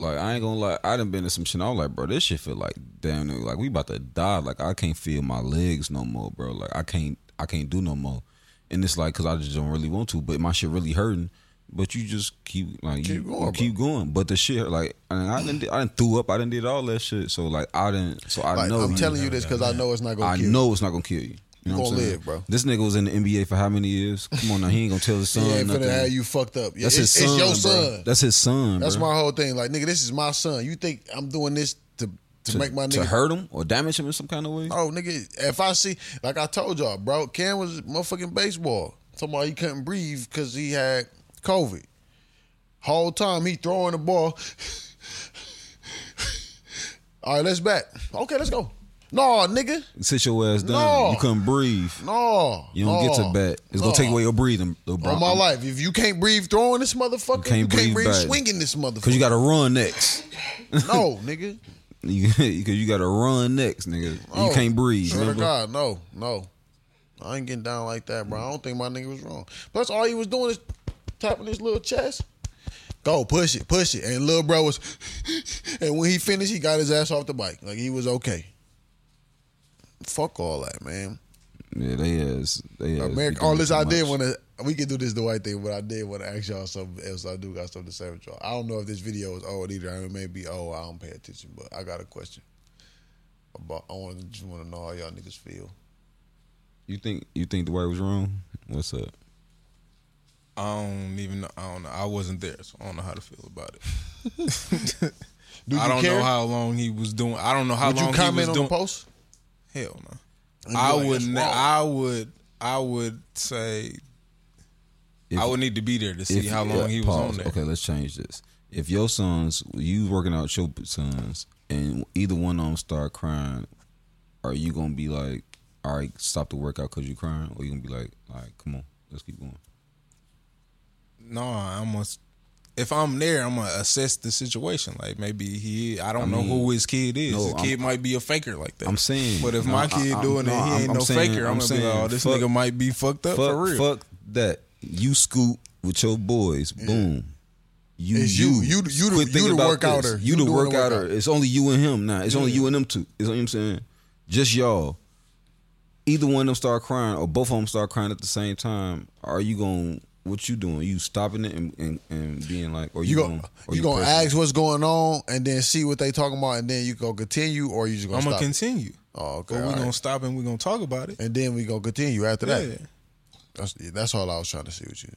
Speaker 1: Like I ain't gonna lie, I done been in some shit. I was like, bro, this shit feel like damn, near, like we about to die. Like I can't feel my legs no more, bro. Like I can't, I can't do no more. And it's like, cause I just don't really want to, but my shit really hurting. But you just keep like you
Speaker 2: Keep going,
Speaker 1: you keep going. But the shit like and I didn't, I didn't threw up. I didn't did all that shit. So like I didn't. So I
Speaker 2: Like,
Speaker 1: know
Speaker 2: I'm telling you
Speaker 1: that
Speaker 2: this because I know it's not gonna.
Speaker 1: I
Speaker 2: kill.
Speaker 1: know it's not gonna kill you. You
Speaker 2: You
Speaker 1: know what
Speaker 2: gonna
Speaker 1: I'm saying?
Speaker 2: live, bro.
Speaker 1: This nigga was in the NBA for how many years? Come on now, he ain't gonna tell his son
Speaker 2: He ain't
Speaker 1: nothing.
Speaker 2: finna have you fucked up. Yeah,
Speaker 1: That's
Speaker 2: it's,
Speaker 1: his son.
Speaker 2: it's your
Speaker 1: bro.
Speaker 2: son.
Speaker 1: That's his son.
Speaker 2: That's
Speaker 1: bro.
Speaker 2: my whole thing. Like, nigga, this is my son. You think I'm doing this to to, make my
Speaker 1: to
Speaker 2: nigga
Speaker 1: hurt him or damage him in some kind of way.
Speaker 2: Oh, nigga, if I see, like I told y'all, bro, Cam was motherfucking baseball. Somebody he couldn't breathe because he had COVID. Whole time he throwing the ball. All right, let's bat. Okay, let's go. No, nigga.
Speaker 1: Sit your ass down.
Speaker 2: No.
Speaker 1: You couldn't breathe.
Speaker 2: No.
Speaker 1: You don't get
Speaker 2: no,
Speaker 1: to bat. It's gonna
Speaker 2: no.
Speaker 1: take away your breathing, though, bro.
Speaker 2: All my life, if you can't breathe throwing this motherfucker, you can't, breathe,
Speaker 1: back.
Speaker 2: swinging this motherfucker.
Speaker 1: Cause you gotta run next.
Speaker 2: no, nigga.
Speaker 1: You, Cause you gotta run next, nigga.
Speaker 2: Oh,
Speaker 1: you can't breathe.
Speaker 2: Swear to
Speaker 1: remember?
Speaker 2: God, no, no. I ain't getting down like that, bro. I don't think my nigga was wrong. Plus, all he was doing is tapping his little chest. Go push it, push it, and little bro was. and when he finished, he got his ass off the bike. Like he was okay. Fuck all that, man.
Speaker 1: Yeah, they is. They is.
Speaker 2: America,
Speaker 1: They
Speaker 2: all
Speaker 1: doing
Speaker 2: this
Speaker 1: too
Speaker 2: I did
Speaker 1: much.
Speaker 2: want to. We could do this the white thing, but I did want to ask y'all something else. I do got something to say with y'all. I don't know if this video is old either. I mean, maybe old. I don't pay attention, but I got a question. About I want to just want to know how y'all niggas feel.
Speaker 1: You think you think the way was wrong? What's up?
Speaker 3: I don't even know. I don't know. I wasn't there, so I don't know how to feel about it.
Speaker 2: Do you
Speaker 3: I don't
Speaker 2: care?
Speaker 3: know how long he was doing. I don't know how
Speaker 2: Would
Speaker 3: long
Speaker 2: you
Speaker 3: he was
Speaker 2: comment on
Speaker 3: doing.
Speaker 2: the post?
Speaker 3: Hell no.
Speaker 2: And be
Speaker 3: I
Speaker 2: like,
Speaker 3: would.
Speaker 2: "That's
Speaker 3: Ne-
Speaker 2: wrong."
Speaker 3: I would. I would say.
Speaker 1: If-
Speaker 3: I would need to be there to see
Speaker 1: If-
Speaker 3: how long
Speaker 2: uh,
Speaker 1: yeah,
Speaker 3: he was
Speaker 1: pause.
Speaker 3: on there.
Speaker 1: Okay, let's change this. If your sons, you working out your sons, and either one of them start crying, are you gonna be like, all right, stop the workout because you crying, or you gonna be like, all right, come on, let's keep going?
Speaker 3: No, I'm gonna. If I'm there, I'm gonna assess the situation. Like maybe he. I don't know
Speaker 1: mean,
Speaker 3: who his kid is.
Speaker 1: no,
Speaker 3: the kid
Speaker 1: I'm-
Speaker 3: might be a faker like that.
Speaker 1: I'm saying,
Speaker 3: But if
Speaker 1: no,
Speaker 3: my
Speaker 1: I-
Speaker 3: kid
Speaker 1: I'm-
Speaker 3: doing
Speaker 1: no,
Speaker 3: it, he
Speaker 1: I'm-
Speaker 3: ain't
Speaker 1: I'm
Speaker 3: no
Speaker 1: saying-
Speaker 3: faker. I'm,
Speaker 1: I'm
Speaker 3: gonna be
Speaker 1: saying,
Speaker 3: like, oh, this
Speaker 1: fuck-
Speaker 3: nigga might be fucked up
Speaker 1: fuck,
Speaker 3: for real.
Speaker 1: fuck that. You scoop with your boys, boom. You,
Speaker 2: It's you. You the- you the-
Speaker 1: Quit
Speaker 2: you
Speaker 1: thinking
Speaker 2: the
Speaker 1: about this.
Speaker 2: workouter.
Speaker 1: You,
Speaker 2: You
Speaker 1: the
Speaker 2: doing the
Speaker 1: workouter.
Speaker 2: workout.
Speaker 1: It's only you and him now. It's only you and them two. It's what I'm saying. Just y'all. Either one of them start crying or both of them start crying at the same time. Are you going? What you doing? You stopping it and, and, and being like, or
Speaker 2: You
Speaker 1: you,
Speaker 2: gonna
Speaker 3: Mm,
Speaker 1: gonna, or
Speaker 2: you gonna
Speaker 1: pressing it?
Speaker 2: ask what's going on and then see what they talking about and then you gonna continue or you just gonna
Speaker 3: I'm gonna
Speaker 2: stop.
Speaker 3: continue.
Speaker 2: oh, okay.
Speaker 3: But
Speaker 2: all
Speaker 3: we're
Speaker 2: right.
Speaker 3: gonna stop and we're gonna talk about it.
Speaker 2: and then we gonna continue after
Speaker 3: Yeah.
Speaker 2: that. That's yeah, that's all I was trying to see with you.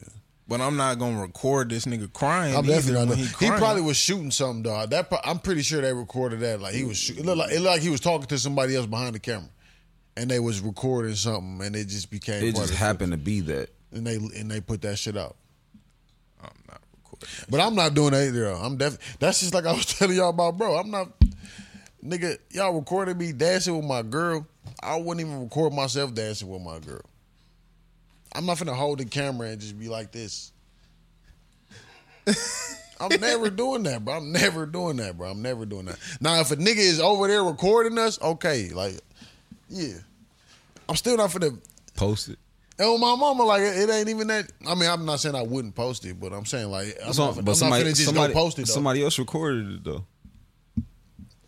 Speaker 3: But I'm not gonna record this nigga crying.
Speaker 2: I'm
Speaker 3: either
Speaker 2: definitely
Speaker 3: when
Speaker 2: not.
Speaker 3: he,
Speaker 2: He,
Speaker 3: crying.
Speaker 2: probably was shooting something, dog. That pro- I'm pretty sure they recorded that. Like he was, shoot, it looked like it looked like he was talking to somebody else behind the camera, and they was recording something, and it just became.
Speaker 1: It
Speaker 2: part
Speaker 1: just
Speaker 2: of the-
Speaker 1: happened to be that.
Speaker 2: and they and they put that shit out.
Speaker 3: I'm not recording.
Speaker 2: But I'm not doing that either. though. I'm def. That's just like I was telling y'all about, bro. I'm not, nigga. Y'all recorded me dancing with my girl. I wouldn't even record myself dancing with my girl. I'm not finna hold the camera and just be like this. I'm never doing that, bro. I'm never doing that, bro. I'm never doing that. Now, if a nigga is over there recording us, okay, like, yeah. I'm still not finna
Speaker 1: Post it.
Speaker 2: and with my mama, like it, it ain't even that. I mean, I'm not saying I wouldn't post it, but I'm saying like I'm,
Speaker 1: So-
Speaker 2: not,
Speaker 1: but
Speaker 2: I'm
Speaker 1: somebody,
Speaker 2: not finna just
Speaker 1: somebody,
Speaker 2: go post it. Though.
Speaker 1: somebody else recorded it though.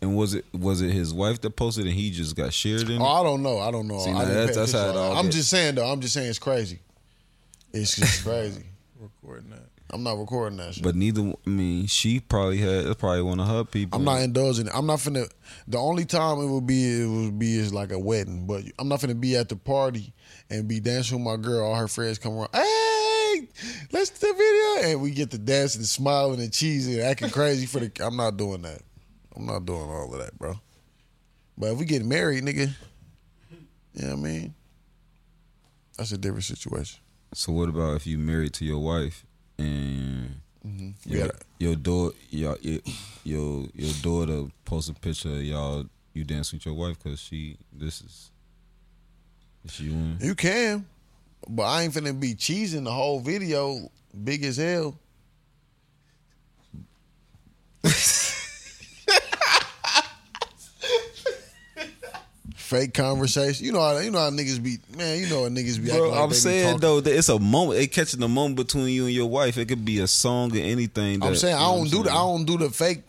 Speaker 1: And was it was it his wife that posted and he just got shared in?
Speaker 2: oh,
Speaker 1: it?
Speaker 2: I don't know. I don't know.
Speaker 1: See,
Speaker 2: I
Speaker 1: now
Speaker 2: didn't
Speaker 1: that's-
Speaker 2: pay
Speaker 1: that's how
Speaker 2: attention
Speaker 1: it
Speaker 2: to
Speaker 1: all
Speaker 2: I'm
Speaker 1: get-
Speaker 2: just saying though. I'm just saying it's crazy. It's just crazy.
Speaker 3: Recording that.
Speaker 2: I'm not recording that shit.
Speaker 1: But neither. I mean, she probably had that's probably one of her people.
Speaker 2: I'm not indulging. It. I'm not finna. The only time it would be it would be is like a wedding, but I'm not finna be at the party and be dancing with my girl. All her friends come around. Hey, let's do the video, and we get to dancing, and smiling, and cheesing, and acting crazy for the. I'm not doing that. I'm not doing all of that, bro. But if we get married, nigga, you know what I mean? That's a different situation.
Speaker 1: So what about if you married to your wife and your,
Speaker 2: Mm-hmm. Yeah.
Speaker 1: your daughter, your, your your your daughter posts a picture of y'all you dancing with your wife because she this is this you and
Speaker 2: You can, but I ain't finna be cheesing the whole video, big as hell. Fake conversation, you know how you know how niggas be, man. You know how niggas be. acting
Speaker 1: Bro,
Speaker 2: like
Speaker 1: I'm
Speaker 2: they be
Speaker 1: saying
Speaker 2: talking.
Speaker 1: though that it's a moment. It catching a moment between you and your wife. It could be a song or anything. That,
Speaker 2: I'm saying
Speaker 1: you
Speaker 2: I
Speaker 1: know
Speaker 2: don't
Speaker 1: what
Speaker 2: do
Speaker 1: I'm
Speaker 2: the I
Speaker 1: saying?
Speaker 2: don't do the fake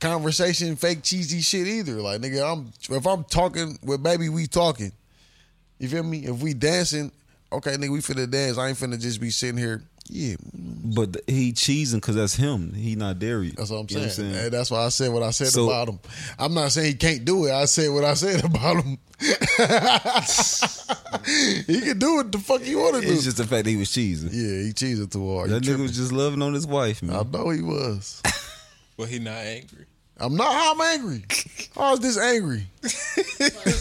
Speaker 2: conversation, fake cheesy shit either. Like nigga, I'm if I'm talking with baby, we talking. You feel me? If we dancing, okay, nigga, we finna dance. I ain't finna just be sitting here Yeah,
Speaker 1: But th- he cheesing because that's him. He not there. yet.
Speaker 2: that's what I'm
Speaker 1: You know
Speaker 2: saying. And that's why I said what I said
Speaker 1: So-
Speaker 2: about him. I'm not saying he can't do it. I said what I said about him. he can do what the fuck he want to do.
Speaker 1: It's just the fact that he was cheesing.
Speaker 2: yeah, he cheated too hard. He
Speaker 1: That nigga
Speaker 2: tripping.
Speaker 1: was just loving on his wife, man.
Speaker 2: I
Speaker 3: Uh,
Speaker 2: know he was.
Speaker 3: But he not angry.
Speaker 2: I'm not how I'm angry. How is this angry?
Speaker 4: I haven't seen- I haven't seen a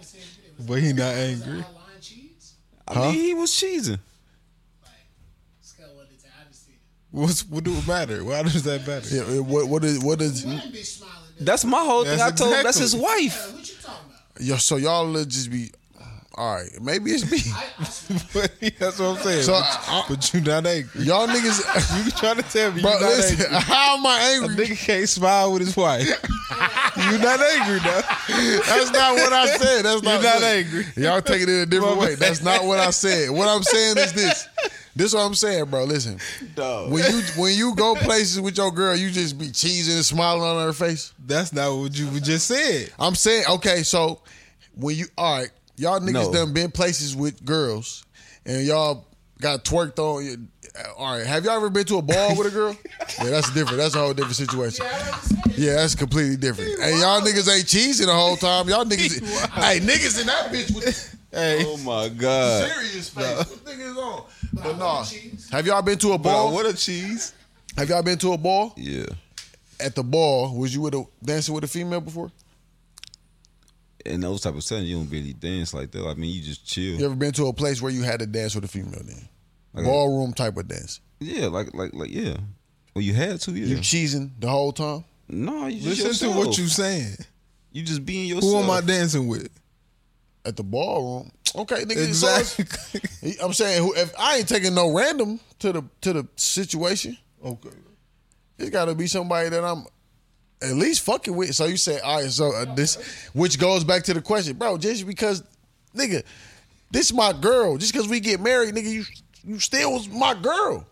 Speaker 4: video. Was
Speaker 3: But he not
Speaker 4: it
Speaker 3: angry.
Speaker 4: online cheese?
Speaker 1: I
Speaker 2: Huh?
Speaker 1: mean, he was cheesing.
Speaker 4: Like, scale one to ten. I haven't seen it.
Speaker 3: What's what do it matter? Why does that matter?
Speaker 2: Yeah, uh, what what is what is
Speaker 4: One bitch smiling. dude.
Speaker 1: That's my whole thing. I
Speaker 3: That's
Speaker 1: told him that's his
Speaker 3: exactly-
Speaker 1: wife.
Speaker 4: Hey, What you talking about?
Speaker 2: yo, so y'all let just be all right, maybe it's me.
Speaker 4: I, I swear.
Speaker 3: But that's what I'm saying.
Speaker 2: So,
Speaker 3: but,
Speaker 2: I-
Speaker 3: but you not angry.
Speaker 2: Y'all niggas
Speaker 3: You trying to tell me
Speaker 2: Bro,
Speaker 3: you not
Speaker 2: listen,
Speaker 3: angry?
Speaker 2: how am I
Speaker 3: A
Speaker 2: angry?
Speaker 3: nigga can't smile with his wife. you not angry though.
Speaker 2: That's not what I said. That's
Speaker 3: You're
Speaker 2: not,
Speaker 3: not
Speaker 2: look,
Speaker 3: angry.
Speaker 2: Y'all take it in a different
Speaker 3: My
Speaker 2: way. That's not what I said. What I'm saying is this. This is what I'm saying, bro. Listen, when you when you go places with your girl, you just be cheesing and smiling on her face.
Speaker 3: That's not what you just said.
Speaker 2: I'm saying, okay, so when you all right, y'all niggas
Speaker 1: No.
Speaker 2: done been places with girls, and y'all got twerked on. you- All right, have y'all ever been to a ball with a girl? yeah, that's different. That's a whole different situation.
Speaker 4: I already said it.
Speaker 2: Yeah, that's completely different. And y'all niggas ain't cheesing the whole time. Y'all niggas, hey niggas in that bitch with
Speaker 3: Hey,
Speaker 1: Oh my god.
Speaker 2: serious face. What niggas on? But nah,
Speaker 4: Cheese.
Speaker 2: have y'all been to a
Speaker 3: bro,
Speaker 2: ball?
Speaker 3: what a cheese.
Speaker 2: Have y'all been to a ball?
Speaker 1: Yeah.
Speaker 2: At the ball, was you with a dancing with a female before?
Speaker 1: And those type of settings, you don't really dance like that. I mean, you just chill.
Speaker 2: You ever been to a place where you had to dance with a female? Then
Speaker 1: Like,
Speaker 2: ballroom type of dance.
Speaker 1: Yeah, like like like yeah. Well, you had to.
Speaker 2: You
Speaker 1: Yeah.
Speaker 2: cheesing the whole time?
Speaker 1: no, you just
Speaker 3: Listen to
Speaker 1: yourself.
Speaker 3: what you saying.
Speaker 1: You just being yourself.
Speaker 3: Who am I dancing with?
Speaker 2: At the ballroom, okay, nigga. so it's-
Speaker 3: Exactly.
Speaker 2: he- I'm saying, who- if I ain't taking no random to the to the situation,
Speaker 3: okay.
Speaker 2: It's got to be somebody that I'm at least fucking with. So you say, all right, so uh, this, which goes back to the question, bro. Just because, nigga, this my girl. Just because we get married, nigga, you you still was my girl.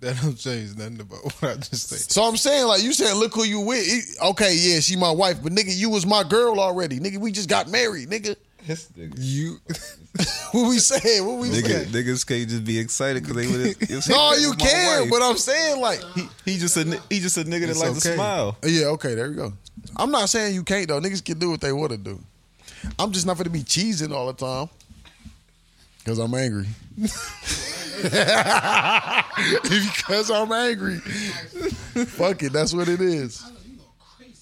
Speaker 3: That don't change nothing about what I just said.
Speaker 2: So I'm saying, like you said, look who you with. It- okay, yeah, she my wife, but nigga, you was my girl already. Nigga, we just got married, nigga.
Speaker 3: You
Speaker 2: What we saying? What we
Speaker 1: Nigga,
Speaker 2: saying?
Speaker 1: Niggas can't just be excited because they with his,
Speaker 2: No, you
Speaker 1: with my
Speaker 2: can,
Speaker 1: wife.
Speaker 2: but I'm saying like.
Speaker 1: he, he just a ni- he just a nigga that
Speaker 3: It's
Speaker 1: likes to
Speaker 3: okay.
Speaker 1: smile.
Speaker 2: Yeah, okay, there you go. I'm not saying you can't though. Niggas can do what they want to do. I'm just not gonna be cheesing all the time because I'm angry. because I'm angry. Fuck it, that's what it is.
Speaker 4: I was like, you go crazy.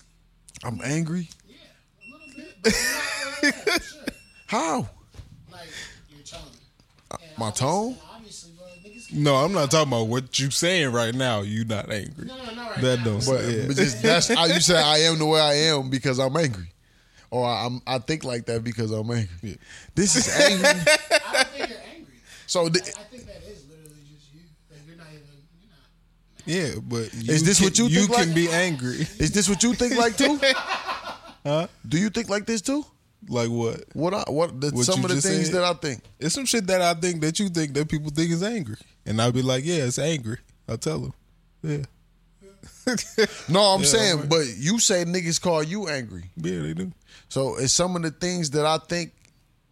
Speaker 2: I'm angry.
Speaker 4: Yeah, a little bit. But not like that, for sure.
Speaker 2: How?
Speaker 4: Like your tone. And
Speaker 2: my
Speaker 4: obvious-
Speaker 2: tone?
Speaker 4: and Obviously, bro. Niggas can
Speaker 3: No, I'm not talking about what you saying right now. You not angry.
Speaker 4: No, no, no, right
Speaker 3: that
Speaker 4: now.
Speaker 3: don't
Speaker 2: But,
Speaker 3: yeah.
Speaker 2: but just, that's how you say I am the way I am because I'm angry, or I, I'm I think like that because I'm angry. This is angry.
Speaker 4: I don't think you're angry.
Speaker 2: so th-
Speaker 4: I think that is literally just you. Like you're not even. You're not.
Speaker 3: yeah, but you
Speaker 2: Is this
Speaker 3: can,
Speaker 2: what you
Speaker 3: you
Speaker 2: think
Speaker 3: can
Speaker 2: like?
Speaker 3: be angry?
Speaker 2: is this what you think like too? Huh? Do you think like this too?
Speaker 3: Like what?
Speaker 2: What I what, the,
Speaker 3: What
Speaker 2: some
Speaker 3: you
Speaker 2: of the
Speaker 3: just
Speaker 2: things
Speaker 3: said?
Speaker 2: that I think.
Speaker 3: It's some shit that I think that you think that people think is angry, and I'll be like, yeah, it's angry. I'll tell them, yeah,
Speaker 2: No, I'm
Speaker 3: Yeah,
Speaker 2: saying,
Speaker 3: I'm-
Speaker 2: but you say niggas call you angry.
Speaker 3: yeah, they do.
Speaker 2: So is some of the things that I think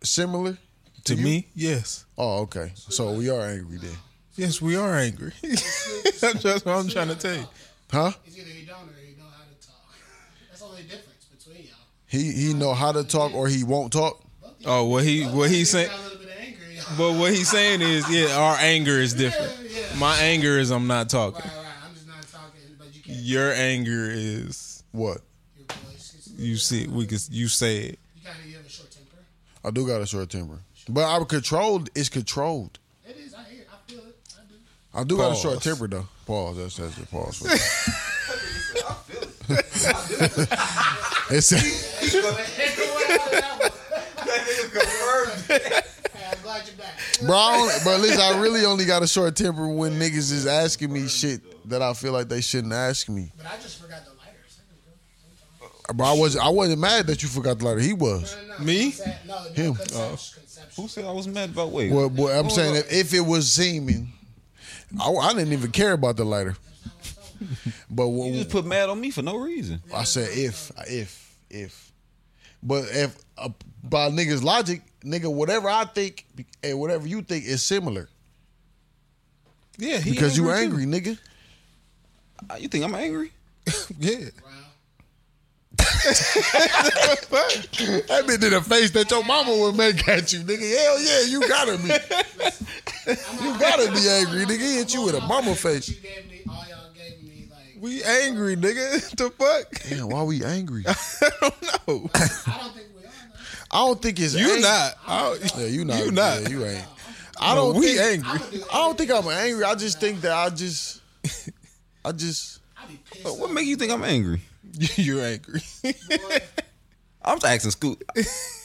Speaker 2: similar?
Speaker 3: To
Speaker 2: you?
Speaker 3: me, yes,
Speaker 2: Oh, okay. So we are angry then.
Speaker 3: yes, we are angry. That's what I'm trying to tell you.
Speaker 2: Huh?
Speaker 4: It's either you don't or you know how to talk. That's the only difference between y'all.
Speaker 2: He he know how to talk or he won't talk.
Speaker 3: Oh, what he what he's
Speaker 4: Niggas
Speaker 3: saying,
Speaker 4: got a little bit of anger. in y'all.
Speaker 3: but what he's saying is, yeah, our anger is different.
Speaker 4: Yeah.
Speaker 3: My anger is I'm not talking.
Speaker 4: Right, right. I'm just not talking, but you can't.
Speaker 3: Your anger is
Speaker 2: What?
Speaker 4: Your voice gets a little
Speaker 3: you
Speaker 4: bit-
Speaker 3: see we can you say it.
Speaker 4: You kind of you have a short temper.
Speaker 2: I do got a short temper, but I'm controlled. It's controlled.
Speaker 4: It is. I hear. it. I feel it. I do.
Speaker 2: I do got a short
Speaker 3: Pause.
Speaker 2: temper though. Pause. That's that's the pause. For that. it's
Speaker 4: Hey, I'm glad you're back.
Speaker 2: bro. I only, but listen, I really only got a short temper when niggas is asking me shit that I feel like they shouldn't ask me.
Speaker 4: But I just forgot the lighter. a second ago.
Speaker 2: Bro, I wasn't. I wasn't mad that you forgot the letter. He was.
Speaker 4: No, no,
Speaker 3: Me?
Speaker 4: conce- No, no,
Speaker 2: Him.
Speaker 4: concept- conception.
Speaker 1: Who said I was mad about wait?
Speaker 2: Well, boy, I'm saying that if it was seeming, I, I didn't even care about the letter. But
Speaker 1: you
Speaker 2: when,
Speaker 1: just put mad on me for no reason.
Speaker 2: I said if, if, if. But if uh, by niggas' logic, nigga, whatever I think and whatever you think is similar.
Speaker 3: Yeah, he
Speaker 2: Because you
Speaker 3: too.
Speaker 2: angry, nigga.
Speaker 1: Uh, You think I'm angry?
Speaker 3: Yeah.
Speaker 4: Brown.
Speaker 2: That bitch did a face that your mama would make at you, nigga. Hell yeah, you gotta be. you gotta be angry, nigga. He hit you with a mama face.
Speaker 4: You gave me, all y'all gave me, like,
Speaker 3: We angry, nigga. the fuck?
Speaker 2: Damn, why we angry?
Speaker 3: I don't know.
Speaker 4: I don't think we are. though.
Speaker 2: I don't think it's
Speaker 3: You
Speaker 2: ang-
Speaker 3: not. I,
Speaker 2: Yeah, you not.
Speaker 3: You not.
Speaker 2: Yeah, you ain't. I don't.
Speaker 3: we
Speaker 2: think-
Speaker 3: angry.
Speaker 2: I don't think I'm angry. I just think that I just. I just.
Speaker 4: I be pissed.
Speaker 1: But what make you think I'm angry?
Speaker 3: You're angry.
Speaker 4: boy.
Speaker 1: I'm just asking Scoot.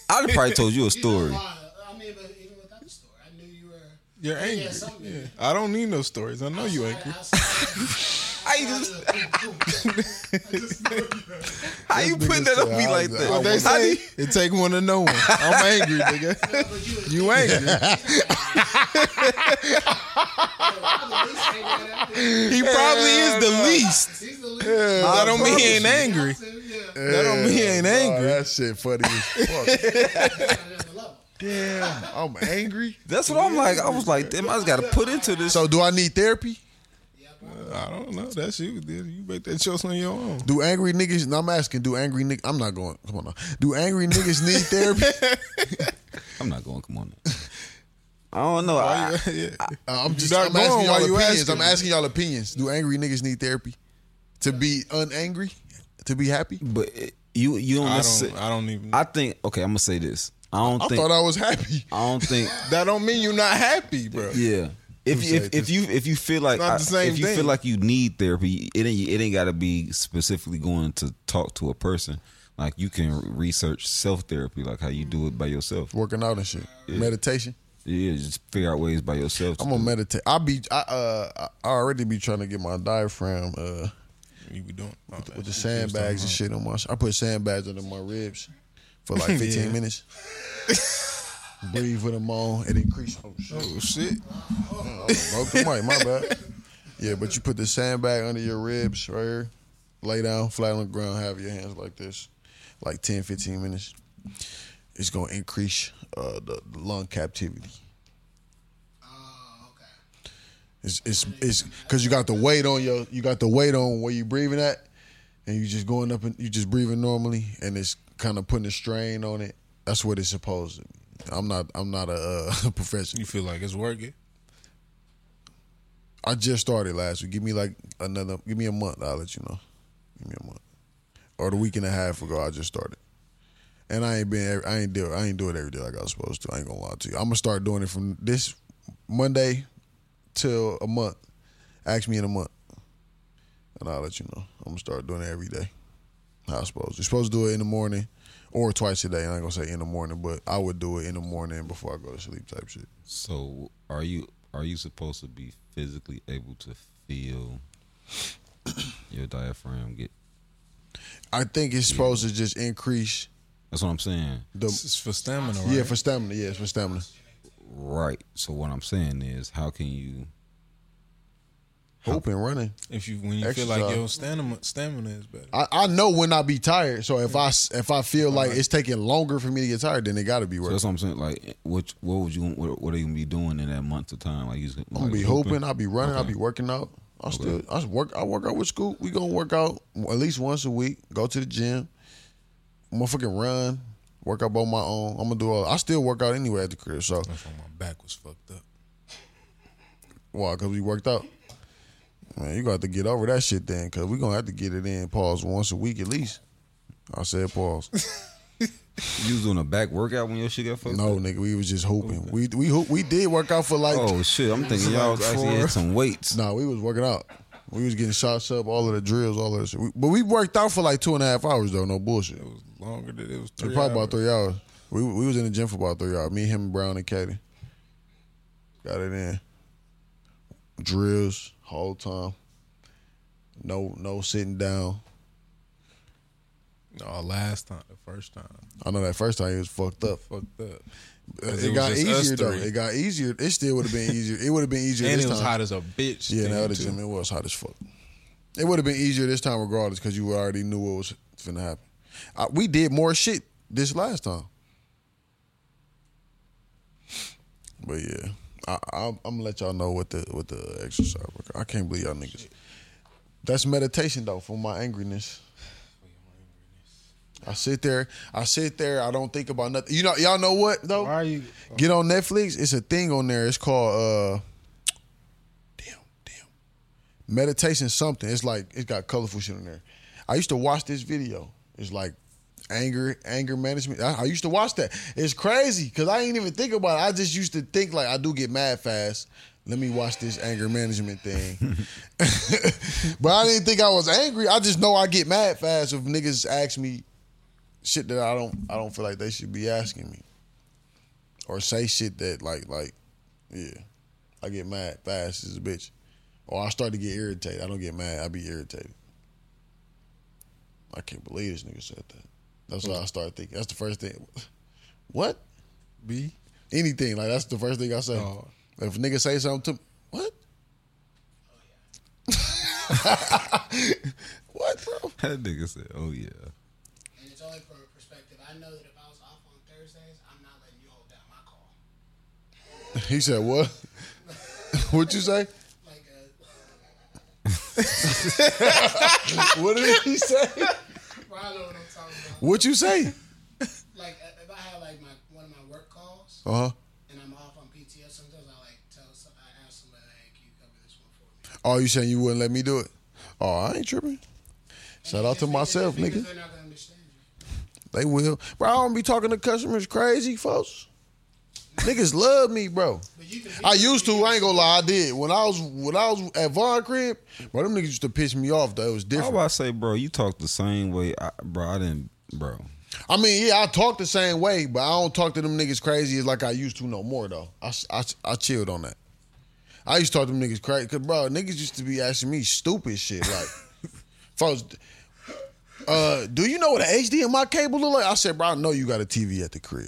Speaker 1: I probably told you a
Speaker 4: You know
Speaker 1: story.
Speaker 4: why? I mean, but even without the story, I knew you were.
Speaker 3: You're angry.
Speaker 4: Yeah, something.
Speaker 3: Yeah. I don't need no stories. I know you
Speaker 4: Outside-
Speaker 3: angry.
Speaker 4: outside-
Speaker 1: How you just how you
Speaker 2: This
Speaker 1: putting
Speaker 2: nigga
Speaker 1: that up
Speaker 2: said,
Speaker 1: me
Speaker 2: I- I
Speaker 1: like that?
Speaker 3: They
Speaker 1: How do
Speaker 3: say it take one to know one. I'm angry, nigga.
Speaker 4: But you was-
Speaker 3: You angry.
Speaker 2: Oh,
Speaker 4: I'm the least angry out there.
Speaker 3: He probably is the least.
Speaker 4: He's the least.
Speaker 3: That don't mean he ain't angry.
Speaker 4: Yeah.
Speaker 3: That don't mean he ain't
Speaker 2: Oh,
Speaker 3: angry.
Speaker 2: that shit funny as fuck.
Speaker 4: another level.
Speaker 2: Damn, I'm angry.
Speaker 1: That's what I'm like. I was like, damn, I just got to put into this.
Speaker 2: So do I need therapy?
Speaker 4: Yeah, bro.
Speaker 3: I don't know. That's you. dude. You make that choice on your own.
Speaker 2: Do angry niggas? And I'm asking. Do angry niggas? I'm not going. Come on now. Do angry niggas need therapy?
Speaker 1: I'm not going. Come on. now. I don't know. I,
Speaker 3: yeah.
Speaker 2: Uh, I'm just.
Speaker 3: not
Speaker 2: I'm
Speaker 3: going,
Speaker 2: asking
Speaker 3: why
Speaker 2: y'all
Speaker 3: you
Speaker 2: opinions.
Speaker 3: asking?
Speaker 2: I'm asking y'all opinions. Do angry niggas need therapy to be unangry? To be happy?
Speaker 1: but it, you you don't
Speaker 3: I
Speaker 1: necessarily.
Speaker 3: don't. I don't even.
Speaker 1: I think okay. I'm gonna say this. I don't
Speaker 2: I
Speaker 1: think.
Speaker 2: thought I was happy.
Speaker 1: I, don't think.
Speaker 3: that don't mean you're not happy, bro.
Speaker 1: Yeah. If you, if, if you if you feel like
Speaker 3: not
Speaker 1: I-
Speaker 3: the same
Speaker 1: if you feel
Speaker 3: thing.
Speaker 1: like you need therapy, it ain't it ain't got to be specifically going to talk to a person. Like you can research self therapy, like how you do it by yourself.
Speaker 2: Working out and shit. Meditation.
Speaker 1: Yeah, just figure out ways by yourself. to
Speaker 2: I'm
Speaker 1: do
Speaker 2: gonna
Speaker 1: it.
Speaker 2: meditate. I be. I uh. I- I already be trying to get my diaphragm. Uh.
Speaker 3: You be doing all that.
Speaker 2: with the sandbags and shit on my. I put sandbags under my ribs for like 15 minutes. Breathe with them on. It increased. Oh shit!
Speaker 3: Oh shit.
Speaker 2: Broke the mic. My bad. Yeah, but you put the sandbag under your ribs right here. Lay down flat on the ground. Have your hands like this, like 10, 15 minutes. It's gonna increase uh, the, the lung captivity.
Speaker 4: Oh, okay.
Speaker 2: It's it's it's because you got the weight on your you got the weight on where you breathing at, and you just going up and you just breathing normally, and it's kind of putting a strain on it. That's what it's supposed to. be. I'm not I'm not a uh, professional.
Speaker 3: You feel like it's working?
Speaker 2: I just started last week. Give me like another. Give me a month. I'll let you know. Give me a month, or the week and a half ago. I just started, and I ain't been. I ain't do. I ain't do it every day like I was supposed to. I ain't gonna lie to you. I'm gonna start doing it from this Monday till a month. Ask me in a month, and I'll let you know. I'm gonna start doing it every day. I suppose you're supposed to do it in the morning or twice a day. I ain't gonna say in the morning, but I would do it in the morning before I go to sleep type shit.
Speaker 1: So are you are you supposed to be physically able to feel your diaphragm get?
Speaker 2: I think it's supposed to just increase
Speaker 1: That's what I'm saying.
Speaker 2: the
Speaker 3: This is for stamina, right?
Speaker 2: Yeah, for stamina. Yeah, it's for stamina.
Speaker 1: Right. So what I'm saying is, how can you?
Speaker 2: Hope and running.
Speaker 3: if you when you feel
Speaker 2: Exercise.
Speaker 3: like your stamina stamina is better.
Speaker 2: I, I know when I be tired. So if I s- if I feel like it's taking longer for me to get tired, then it got to be
Speaker 1: So
Speaker 2: worth.
Speaker 1: that's
Speaker 2: it.
Speaker 1: what I'm saying. Like, what what would you what, what are you gonna be doing in that month of time? Like, you just,
Speaker 2: I'm gonna be hoping. I'll be running. I'll be working out. I still I work. I work out with school. We gonna work out at least once a week. Go to the gym. Motherfucking run. Work out on my own. I'm gonna do all. I still work out anyway at the crib. So
Speaker 3: That's why my back was fucked up.
Speaker 2: why? Because we worked out. Man, you gonna have to get over that shit then, cause we gonna have to get it in. Pause once a week at least. I said pause.
Speaker 1: You was doing a back workout when your shit got fucked.
Speaker 2: No,
Speaker 1: up?
Speaker 2: nigga, we was just hooping. We we hoop, we did work out for like.
Speaker 1: Oh shit! I'm thinking y'all was actually
Speaker 2: four.
Speaker 1: had some weights.
Speaker 2: Nah, we was working out. We was getting shots up, all of the drills, all of this. We, but we worked out for like two and a half hours though. No bullshit.
Speaker 3: It was longer than it was three.
Speaker 2: Probably about
Speaker 3: hours.
Speaker 2: three hours. We we was in the gym for about three hours. Me, him, Brown, and Katie. Got it in. Drills whole time. No no sitting down.
Speaker 3: No, last time, the first time,
Speaker 2: I know that first time he was fucked up.
Speaker 3: fucked up.
Speaker 2: It,
Speaker 3: it was
Speaker 2: got
Speaker 3: just us
Speaker 2: easier though.
Speaker 3: three.
Speaker 2: It got easier. It still would have been easier. It would have been easier.
Speaker 3: And
Speaker 2: this
Speaker 3: it was
Speaker 2: time.
Speaker 3: hot as a bitch.
Speaker 2: Yeah, in the
Speaker 3: then,
Speaker 2: other
Speaker 3: too.
Speaker 2: gym, it was hot as fuck. It would have been easier this time regardless because you already knew what was finna happen. I, we did more shit this last time. But yeah, I, I'm, I'm gonna let y'all know what the what the exercise. work- I can't believe y'all niggas. That's meditation though for my angriness. I sit there. I sit there. I don't think about nothing. You know, y'all know what though.
Speaker 3: Why are you?
Speaker 2: Get on Netflix. It's a thing on there. It's called uh, damn, damn, meditation something. It's like it's got colorful shit on there. I used to watch this video. It's like anger, anger management. I, I used to watch that. It's crazy because I ain't even think about it. I just used to think like I do get mad fast. Let me watch this anger management thing. but I didn't think I was angry. I just know I get mad fast if niggas ask me shit that I don't I don't feel like they should be asking me or say shit that like like yeah i get mad fast as a bitch or i start to get irritated i don't get mad i be irritated i can't believe this nigga said that that's what i started thinking that's the first thing what
Speaker 3: B.
Speaker 2: anything like that's the first thing i say
Speaker 3: Oh.
Speaker 2: if a nigga say something to me what
Speaker 3: Oh,
Speaker 2: what bro
Speaker 1: That nigga said, "Oh yeah."
Speaker 4: And it's only from a perspective. I know that if I was off on Thursdays, I'm not letting you hold down my call.
Speaker 2: he said what what you say
Speaker 4: Like, uh,
Speaker 2: what did he say
Speaker 4: I know what I'm talking about.
Speaker 2: what you say
Speaker 4: Like, uh, if I have like my one of my work calls
Speaker 2: uh-huh
Speaker 4: and I'm off on PTO, sometimes I like tell some, I ask somebody, hey, can you cover this one for me?
Speaker 2: Oh, you saying you wouldn't let me do it? Oh, I ain't tripping. Shout out to myself, nigga.
Speaker 4: They're not gonna understand you.
Speaker 2: They will. Bro, I don't be talking to customers crazy, folks. Niggas love me, bro.
Speaker 4: But you can.
Speaker 2: I used to. I ain't gonna lie. I did when I was when I was at Von Crib. Bro, them niggas used to piss me off. Though it was
Speaker 1: How
Speaker 2: different.
Speaker 1: about I say, bro? You talk the same way, I, bro. I didn't, bro.
Speaker 2: I mean, yeah, I talk the same way, but I don't talk to them niggas crazy as like I used to no more though. I, I, I chilled on that. I used to talk to them niggas crazy, cause bro, niggas used to be asking me stupid shit like, folks, uh, do you know what an HDMI cable look like? I said, bro, I know you got a TV at the crib.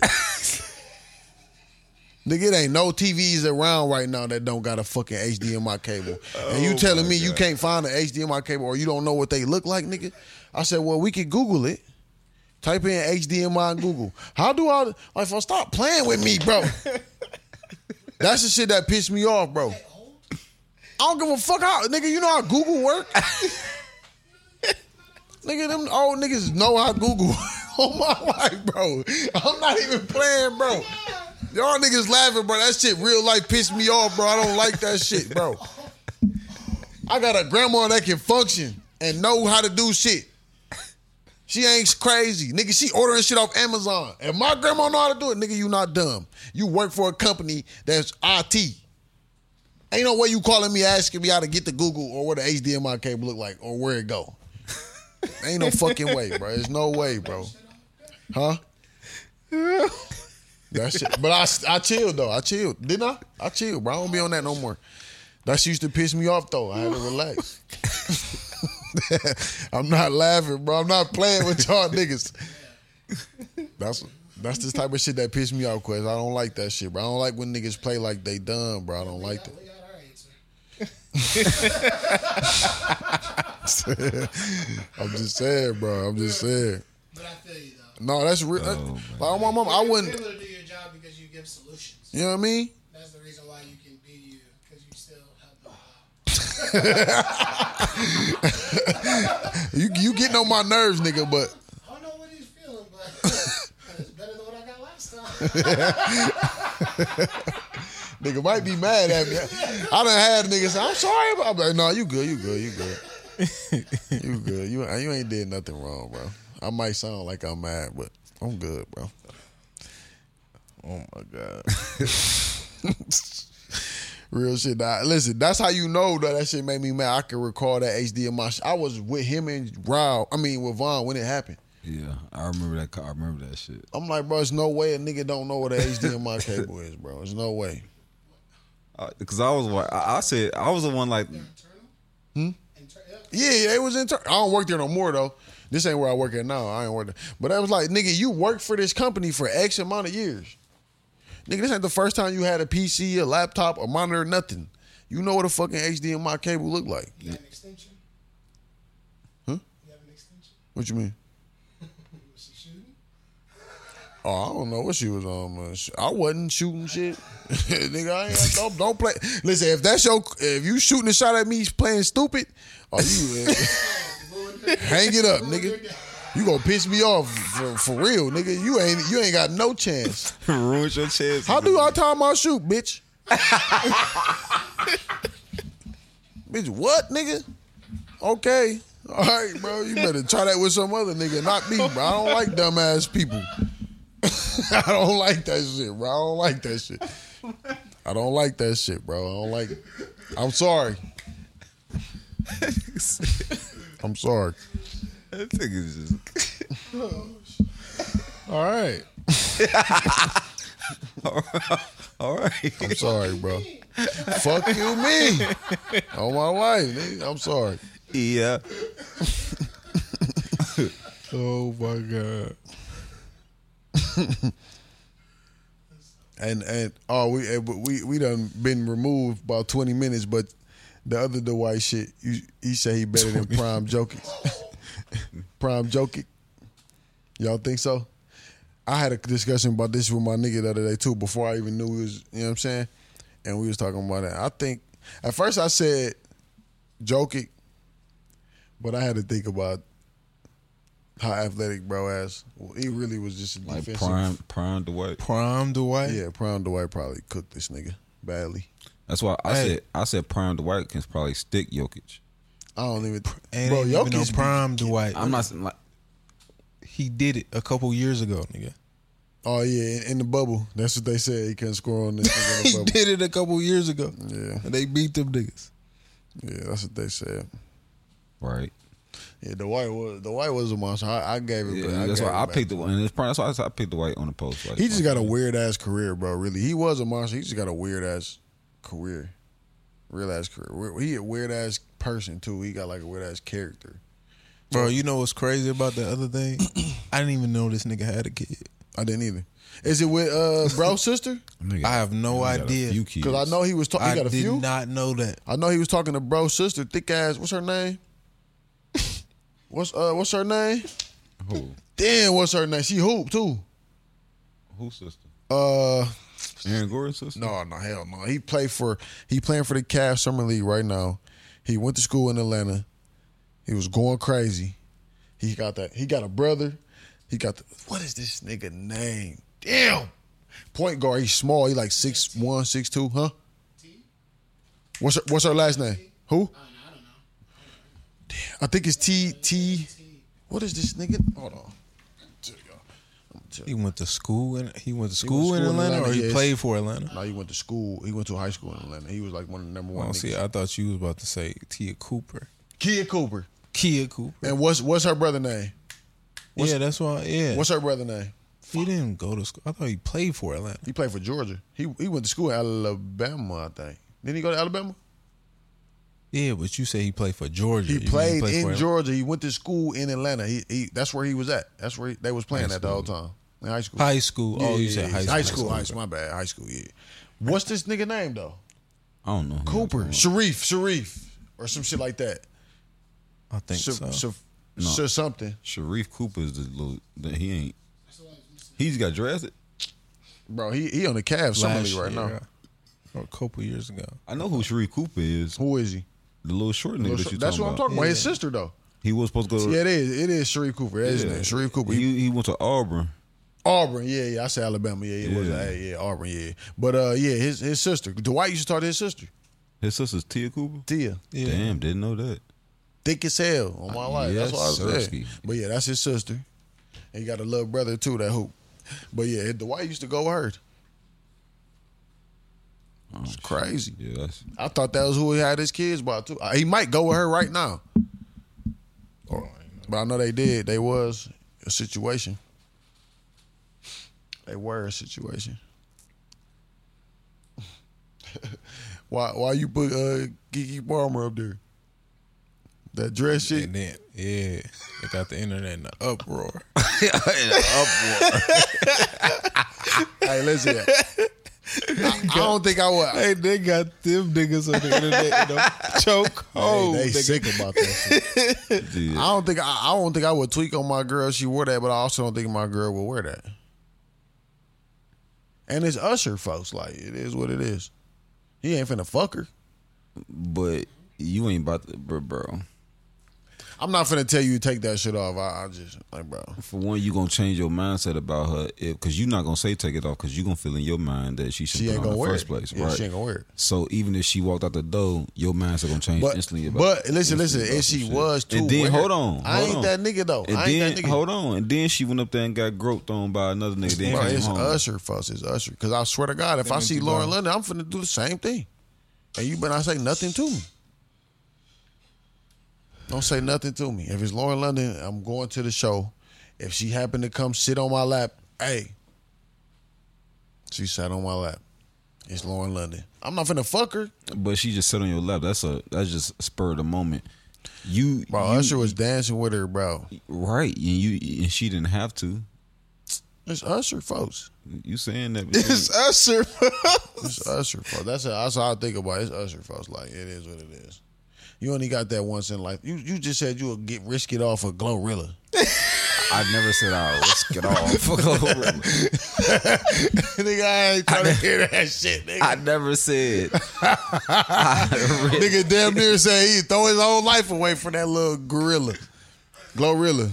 Speaker 2: Nigga, it ain't no TVs around right now that don't got a fucking HDMI cable. and you telling me you can't find an HDMI cable or you don't know what they look like, nigga? I said, well, we could Google it. Type in HDMI on Google. How do I like? First, stop playing with me, bro. That's the shit that pissed me off, bro. I don't give a fuck how, nigga. You know how Google work, nigga. Them old niggas know how Google. work. oh my life, bro. I'm not even playing, bro. Y'all niggas laughing, bro. That shit real life pissed me off, bro. I don't like that shit, bro. I got a grandma that can function and know how to do shit. She ain't crazy. Nigga, she ordering shit off Amazon. And my grandma know how to do it. Nigga, you not dumb. You work for a company that's IT. Ain't no way you calling me asking me how to get to Google or what the HDMI cable look like or where it go. ain't no fucking way, bro. There's no way, bro. Huh? That shit. But I, I chilled, though. I chilled. Didn't I? I chilled, bro. I don't be on that no more. That shit used to piss me off, though. I had to relax. I'm not laughing, bro. I'm not playing with y'all niggas. That's that's the type of shit that pissed me off, cause I don't like that shit, bro. I don't like when niggas play like they dumb, bro. I don't like
Speaker 4: We got our answer.
Speaker 2: that. I'm just saying, bro. I'm just saying.
Speaker 4: But I feel you though.
Speaker 2: No, that's real. that-
Speaker 1: Oh,
Speaker 2: like my mom, I
Speaker 4: You're
Speaker 2: wouldn't.
Speaker 4: able to do your job because you give solutions.
Speaker 2: You know what I mean?
Speaker 4: That's the reason why you can be you because you still help them out.
Speaker 2: You you getting on my nerves, nigga. But
Speaker 4: I don't know what he's feeling, but it's better than what I got last time.
Speaker 2: nigga might be mad at me. I done had niggas. Say, I'm sorry, but I'm like, no, you good, you good, you good, you good. You you ain't did nothing wrong, bro. I might sound like I'm mad, but I'm good, bro.
Speaker 3: Oh my god.
Speaker 2: Real shit. Nah, listen, that's how you know that that shit made me mad. I can recall that HDMI. Sh- I was with him and Rao. I mean, with Vaughn when it happened.
Speaker 1: Yeah, I remember that. co- I remember that shit.
Speaker 2: I'm like, bro, it's no way a nigga don't know what an HDMI cable is, bro. There's no way.
Speaker 1: Because Uh, I was, wa- I, I said, I was the one like,
Speaker 4: Internal? Hmm? Inter- yeah.
Speaker 2: Yeah, yeah, it was intern. I don't work there no more though. This ain't where I work at now. I ain't work there. But I was like, nigga, you worked for this company for X amount of years. Nigga, this ain't the first time you had a PC, a laptop, a monitor, nothing. You know what a fucking HDMI cable look like.
Speaker 4: You got an extension? Huh? You have an extension?
Speaker 2: What you mean?
Speaker 4: Was she shooting?
Speaker 2: Oh, I don't know what she was on. Uh, sh- I wasn't shooting shit, nigga. I ain't, don't, don't play. Listen, if that's your, if you shooting a shot at me playing stupid, are you hang it up, nigga? You gonna piss me off for, for real, nigga? You ain't you ain't got no chance.
Speaker 1: Ruins your chance.
Speaker 2: How do I time I shoot, bitch? bitch, what, nigga? Okay. All right, bro. You better try that with some other nigga, not me, bro. I don't like dumbass people. I don't like that shit, bro. I don't like that shit. I don't like that shit, bro. I don't like it. I'm sorry. I'm sorry.
Speaker 1: That nigga's just
Speaker 2: All right.
Speaker 1: all right.
Speaker 2: I'm sorry, bro. Fuck you, me. On my life, nigga. I'm sorry.
Speaker 1: Yeah.
Speaker 2: Oh my god. and and oh we eh, but we we done been removed about twenty minutes, but the other Dwight shit, you, he say he better than Prime Jokic. Prime Jokic. Y'all think so? I had a discussion about this with my nigga the other day too, before I even knew we was you know what I'm saying? And we was talking about that. I think at first I said Jokic, but I had to think about how athletic bro ass. Well, he really was just a
Speaker 1: Like
Speaker 2: defensive.
Speaker 1: prime, prime Dwight.
Speaker 3: Prime Dwight.
Speaker 2: Yeah, Prime Dwight probably cooked this nigga badly.
Speaker 1: That's why I
Speaker 3: Hey.
Speaker 1: said I said prime Dwight can probably stick Jokic.
Speaker 2: I don't even.
Speaker 3: And
Speaker 2: bro,
Speaker 3: even on
Speaker 2: Jokic
Speaker 3: Prime Dwight.
Speaker 1: I'm not saying, like
Speaker 3: He did it a couple years ago, nigga.
Speaker 2: Oh yeah, in, in the bubble. That's what they said. He couldn't score on this nigga
Speaker 3: He
Speaker 2: in the
Speaker 3: did it a couple years ago.
Speaker 2: bubble. Yeah,
Speaker 3: And they beat them niggas.
Speaker 2: yeah, that's what they said.
Speaker 1: right.
Speaker 2: Yeah, Dwight was Dwight was a monster. I, I gave it.
Speaker 1: Yeah,
Speaker 2: I
Speaker 1: that's
Speaker 2: gave
Speaker 1: why
Speaker 2: it
Speaker 1: I
Speaker 2: back.
Speaker 1: picked the one. And it's probably, that's why I said I picked the Dwight on the post. Like,
Speaker 2: He just got a weird ass career, bro. Really, he was a monster. He just got a weird ass career, real ass career. Weird- He a weird ass person too. He got like a weird ass character.
Speaker 3: Bro, you know what's crazy about the other thing? I didn't even know this nigga had a kid.
Speaker 2: I didn't either. Is it with uh bro sister?
Speaker 1: Nigga,
Speaker 3: I have no
Speaker 1: he got a
Speaker 3: idea.
Speaker 1: few kids.
Speaker 2: Because I know he was talking. He
Speaker 3: I
Speaker 2: got a
Speaker 3: did
Speaker 2: few.
Speaker 3: not know that.
Speaker 2: I know he was talking to bro sister. Thick ass. What's her name? what's uh What's her name?
Speaker 1: who,
Speaker 2: Damn, what's her name? She hoop too.
Speaker 1: who sister?
Speaker 2: Uh,
Speaker 1: Aaron Gordon's sister.
Speaker 2: no, no, hell no. He played for he playing for the Cavs summer league right now. He went to school in Atlanta. He was going crazy. He got that. He got a brother. He got the, what is this nigga name? Damn, point guard. He's small. He like six one, six two, huh? What's her, what's her last name? Who?
Speaker 4: I don't know. I don't know.
Speaker 2: I think it's T T. What is this nigga? Hold on.
Speaker 3: He went to school and he went to school, in,
Speaker 2: school in
Speaker 3: Atlanta, or
Speaker 2: Atlanta,
Speaker 3: he
Speaker 2: yes.
Speaker 3: played for Atlanta.
Speaker 2: No, he went to school. He went to high school in Atlanta. He was like one of the number one.
Speaker 3: Oh,
Speaker 2: niggas.
Speaker 3: see, I thought you was about to say Tia Cooper.
Speaker 2: Kia Cooper.
Speaker 3: Kia Cooper.
Speaker 2: And what's what's her brother name?
Speaker 3: yeah, that's why. Yeah,
Speaker 2: What's her brother name?
Speaker 3: he didn't go to school. I thought he played for Atlanta.
Speaker 2: He played for Georgia. He he went to school in Alabama, I think. Didn't he go to Alabama?
Speaker 3: Yeah, but you say he played for Georgia.
Speaker 2: He
Speaker 3: You mean
Speaker 2: played
Speaker 3: for
Speaker 2: in
Speaker 3: Atlanta.
Speaker 2: Georgia. He went to school in Atlanta. He, he that's where he was at. That's where he, they was playing
Speaker 1: High
Speaker 2: at the whole time. In high school.
Speaker 3: High school.
Speaker 2: Yeah,
Speaker 3: oh, you
Speaker 2: yeah,
Speaker 3: said
Speaker 2: yeah.
Speaker 3: high school.
Speaker 2: High school. High school. My bad. High school. Yeah. What's this nigga name though?
Speaker 1: I don't know.
Speaker 2: Cooper. Sharif. Sharif. Or some shit like that.
Speaker 3: I think
Speaker 2: Sh-
Speaker 3: so.
Speaker 2: Sh- Sh- something.
Speaker 1: Sharif Cooper is the little. The, he ain't.
Speaker 4: That's the one that's missing.
Speaker 1: He's got drafted.
Speaker 2: Bro, he he on the Cavs summer
Speaker 3: Last
Speaker 2: league right
Speaker 3: year,
Speaker 2: now.
Speaker 3: or a couple years ago.
Speaker 1: I know who Sharif Cooper is.
Speaker 2: Who is he?
Speaker 1: The little short nigga that you
Speaker 2: That's
Speaker 1: talking
Speaker 2: what I'm
Speaker 1: about.
Speaker 2: talking about. His sister though.
Speaker 1: He was supposed to go to
Speaker 2: Yeah, it is. It is Sharif Cooper. That's
Speaker 1: Yeah.
Speaker 2: his name. Sharif Cooper. He-
Speaker 1: He, he went to Auburn.
Speaker 2: Auburn, yeah, yeah. I said Alabama, yeah, yeah. It was
Speaker 1: Yeah.
Speaker 2: uh, yeah, Auburn, yeah. But uh, yeah, his his sister Dwight used to talk to his sister
Speaker 1: His sister's Tia Cooper.
Speaker 2: Tia,
Speaker 3: Yeah.
Speaker 1: Damn, didn't know that.
Speaker 2: thick as hell on my life.
Speaker 1: yes,
Speaker 2: that's what I was
Speaker 1: sirski.
Speaker 2: saying. But yeah, that's his sister. And he got a little brother too that hoop. But yeah, Dwight used to go with her.
Speaker 1: Oh, shit.
Speaker 2: Crazy.
Speaker 1: Yeah, that's
Speaker 2: I thought that was who he had his kids by too. Uh, He might go with her right now. Or- but I know they did. They was a situation. They were a situation. why why you put uh Kiki Palmer up there? That dress shit.
Speaker 3: And then, yeah, they got the internet in an uproar.
Speaker 2: hey, listen. I, I don't think I would.
Speaker 3: hey, they got them niggas on the internet in a chokehold.
Speaker 2: they
Speaker 3: nigga.
Speaker 2: sick about that shit.
Speaker 1: Oh, yeah.
Speaker 2: I don't think I, I don't think I would tweak on my girl if she wore that, but I also don't think my girl would wear that. And it's Usher, folks. Like it is what it is. He ain't finna fuck her.
Speaker 1: But you ain't about to, bro. bro.
Speaker 2: I'm not finna tell you to take that shit off. I, I just like, bro.
Speaker 1: For one, you gonna change your mindset about her if because you're not gonna say take it off because you gonna feel in your mind that she should
Speaker 2: She
Speaker 1: put
Speaker 2: ain't
Speaker 1: on
Speaker 2: gonna
Speaker 1: in the
Speaker 2: wear
Speaker 1: first
Speaker 2: it.
Speaker 1: place,
Speaker 2: Yeah,
Speaker 1: right?
Speaker 2: she ain't gonna wear it.
Speaker 1: So even if she walked out the door, your mindset gonna change
Speaker 2: But,
Speaker 1: instantly. About
Speaker 2: but listen, listen.
Speaker 1: instantly about
Speaker 2: If she
Speaker 1: some shit.
Speaker 2: was too,
Speaker 1: and then
Speaker 2: weird,
Speaker 1: hold on,
Speaker 2: I
Speaker 1: hold
Speaker 2: ain't
Speaker 1: on.
Speaker 2: that nigga though.
Speaker 1: And
Speaker 2: I ain't
Speaker 1: then
Speaker 2: that nigga.
Speaker 1: hold on, and then she went up there and got groped on by another nigga. Then
Speaker 2: Bro,
Speaker 1: came
Speaker 2: it's
Speaker 1: home.
Speaker 2: Usher, folks. It's Usher. Because I swear to God, if I
Speaker 3: means
Speaker 2: see
Speaker 3: you
Speaker 2: Lauren
Speaker 3: wrong.
Speaker 2: London, I'm finna do the same thing. And you better not say nothing to me. Don't say nothing to me. If it's Lauren London, I'm going to the show. If she happened to come sit on my lap, hey, she sat on my lap. It's Lauren London. I'm not finna fuck her.
Speaker 1: But she just sat on your lap. That's a that's just spur of the moment. You,
Speaker 2: Bro,
Speaker 1: you-
Speaker 2: Usher was dancing with her, bro.
Speaker 1: right, and you and she didn't have to.
Speaker 2: It's Usher, folks.
Speaker 1: You saying that? but
Speaker 3: It's Usher.
Speaker 2: It's Usher, folks. That's it. That's all I think about. it. It's Usher, folks. Like it is what it is. You only got that once in life. You you just said you would get risk it off of Glorilla.
Speaker 1: I never said "Oh, I risk it all for Glorilla.
Speaker 2: nigga, I ain't trying to hear that shit, nigga.
Speaker 1: I never said. I risk-
Speaker 2: nigga damn near said he throw his whole life away for that little gorilla. Glorilla.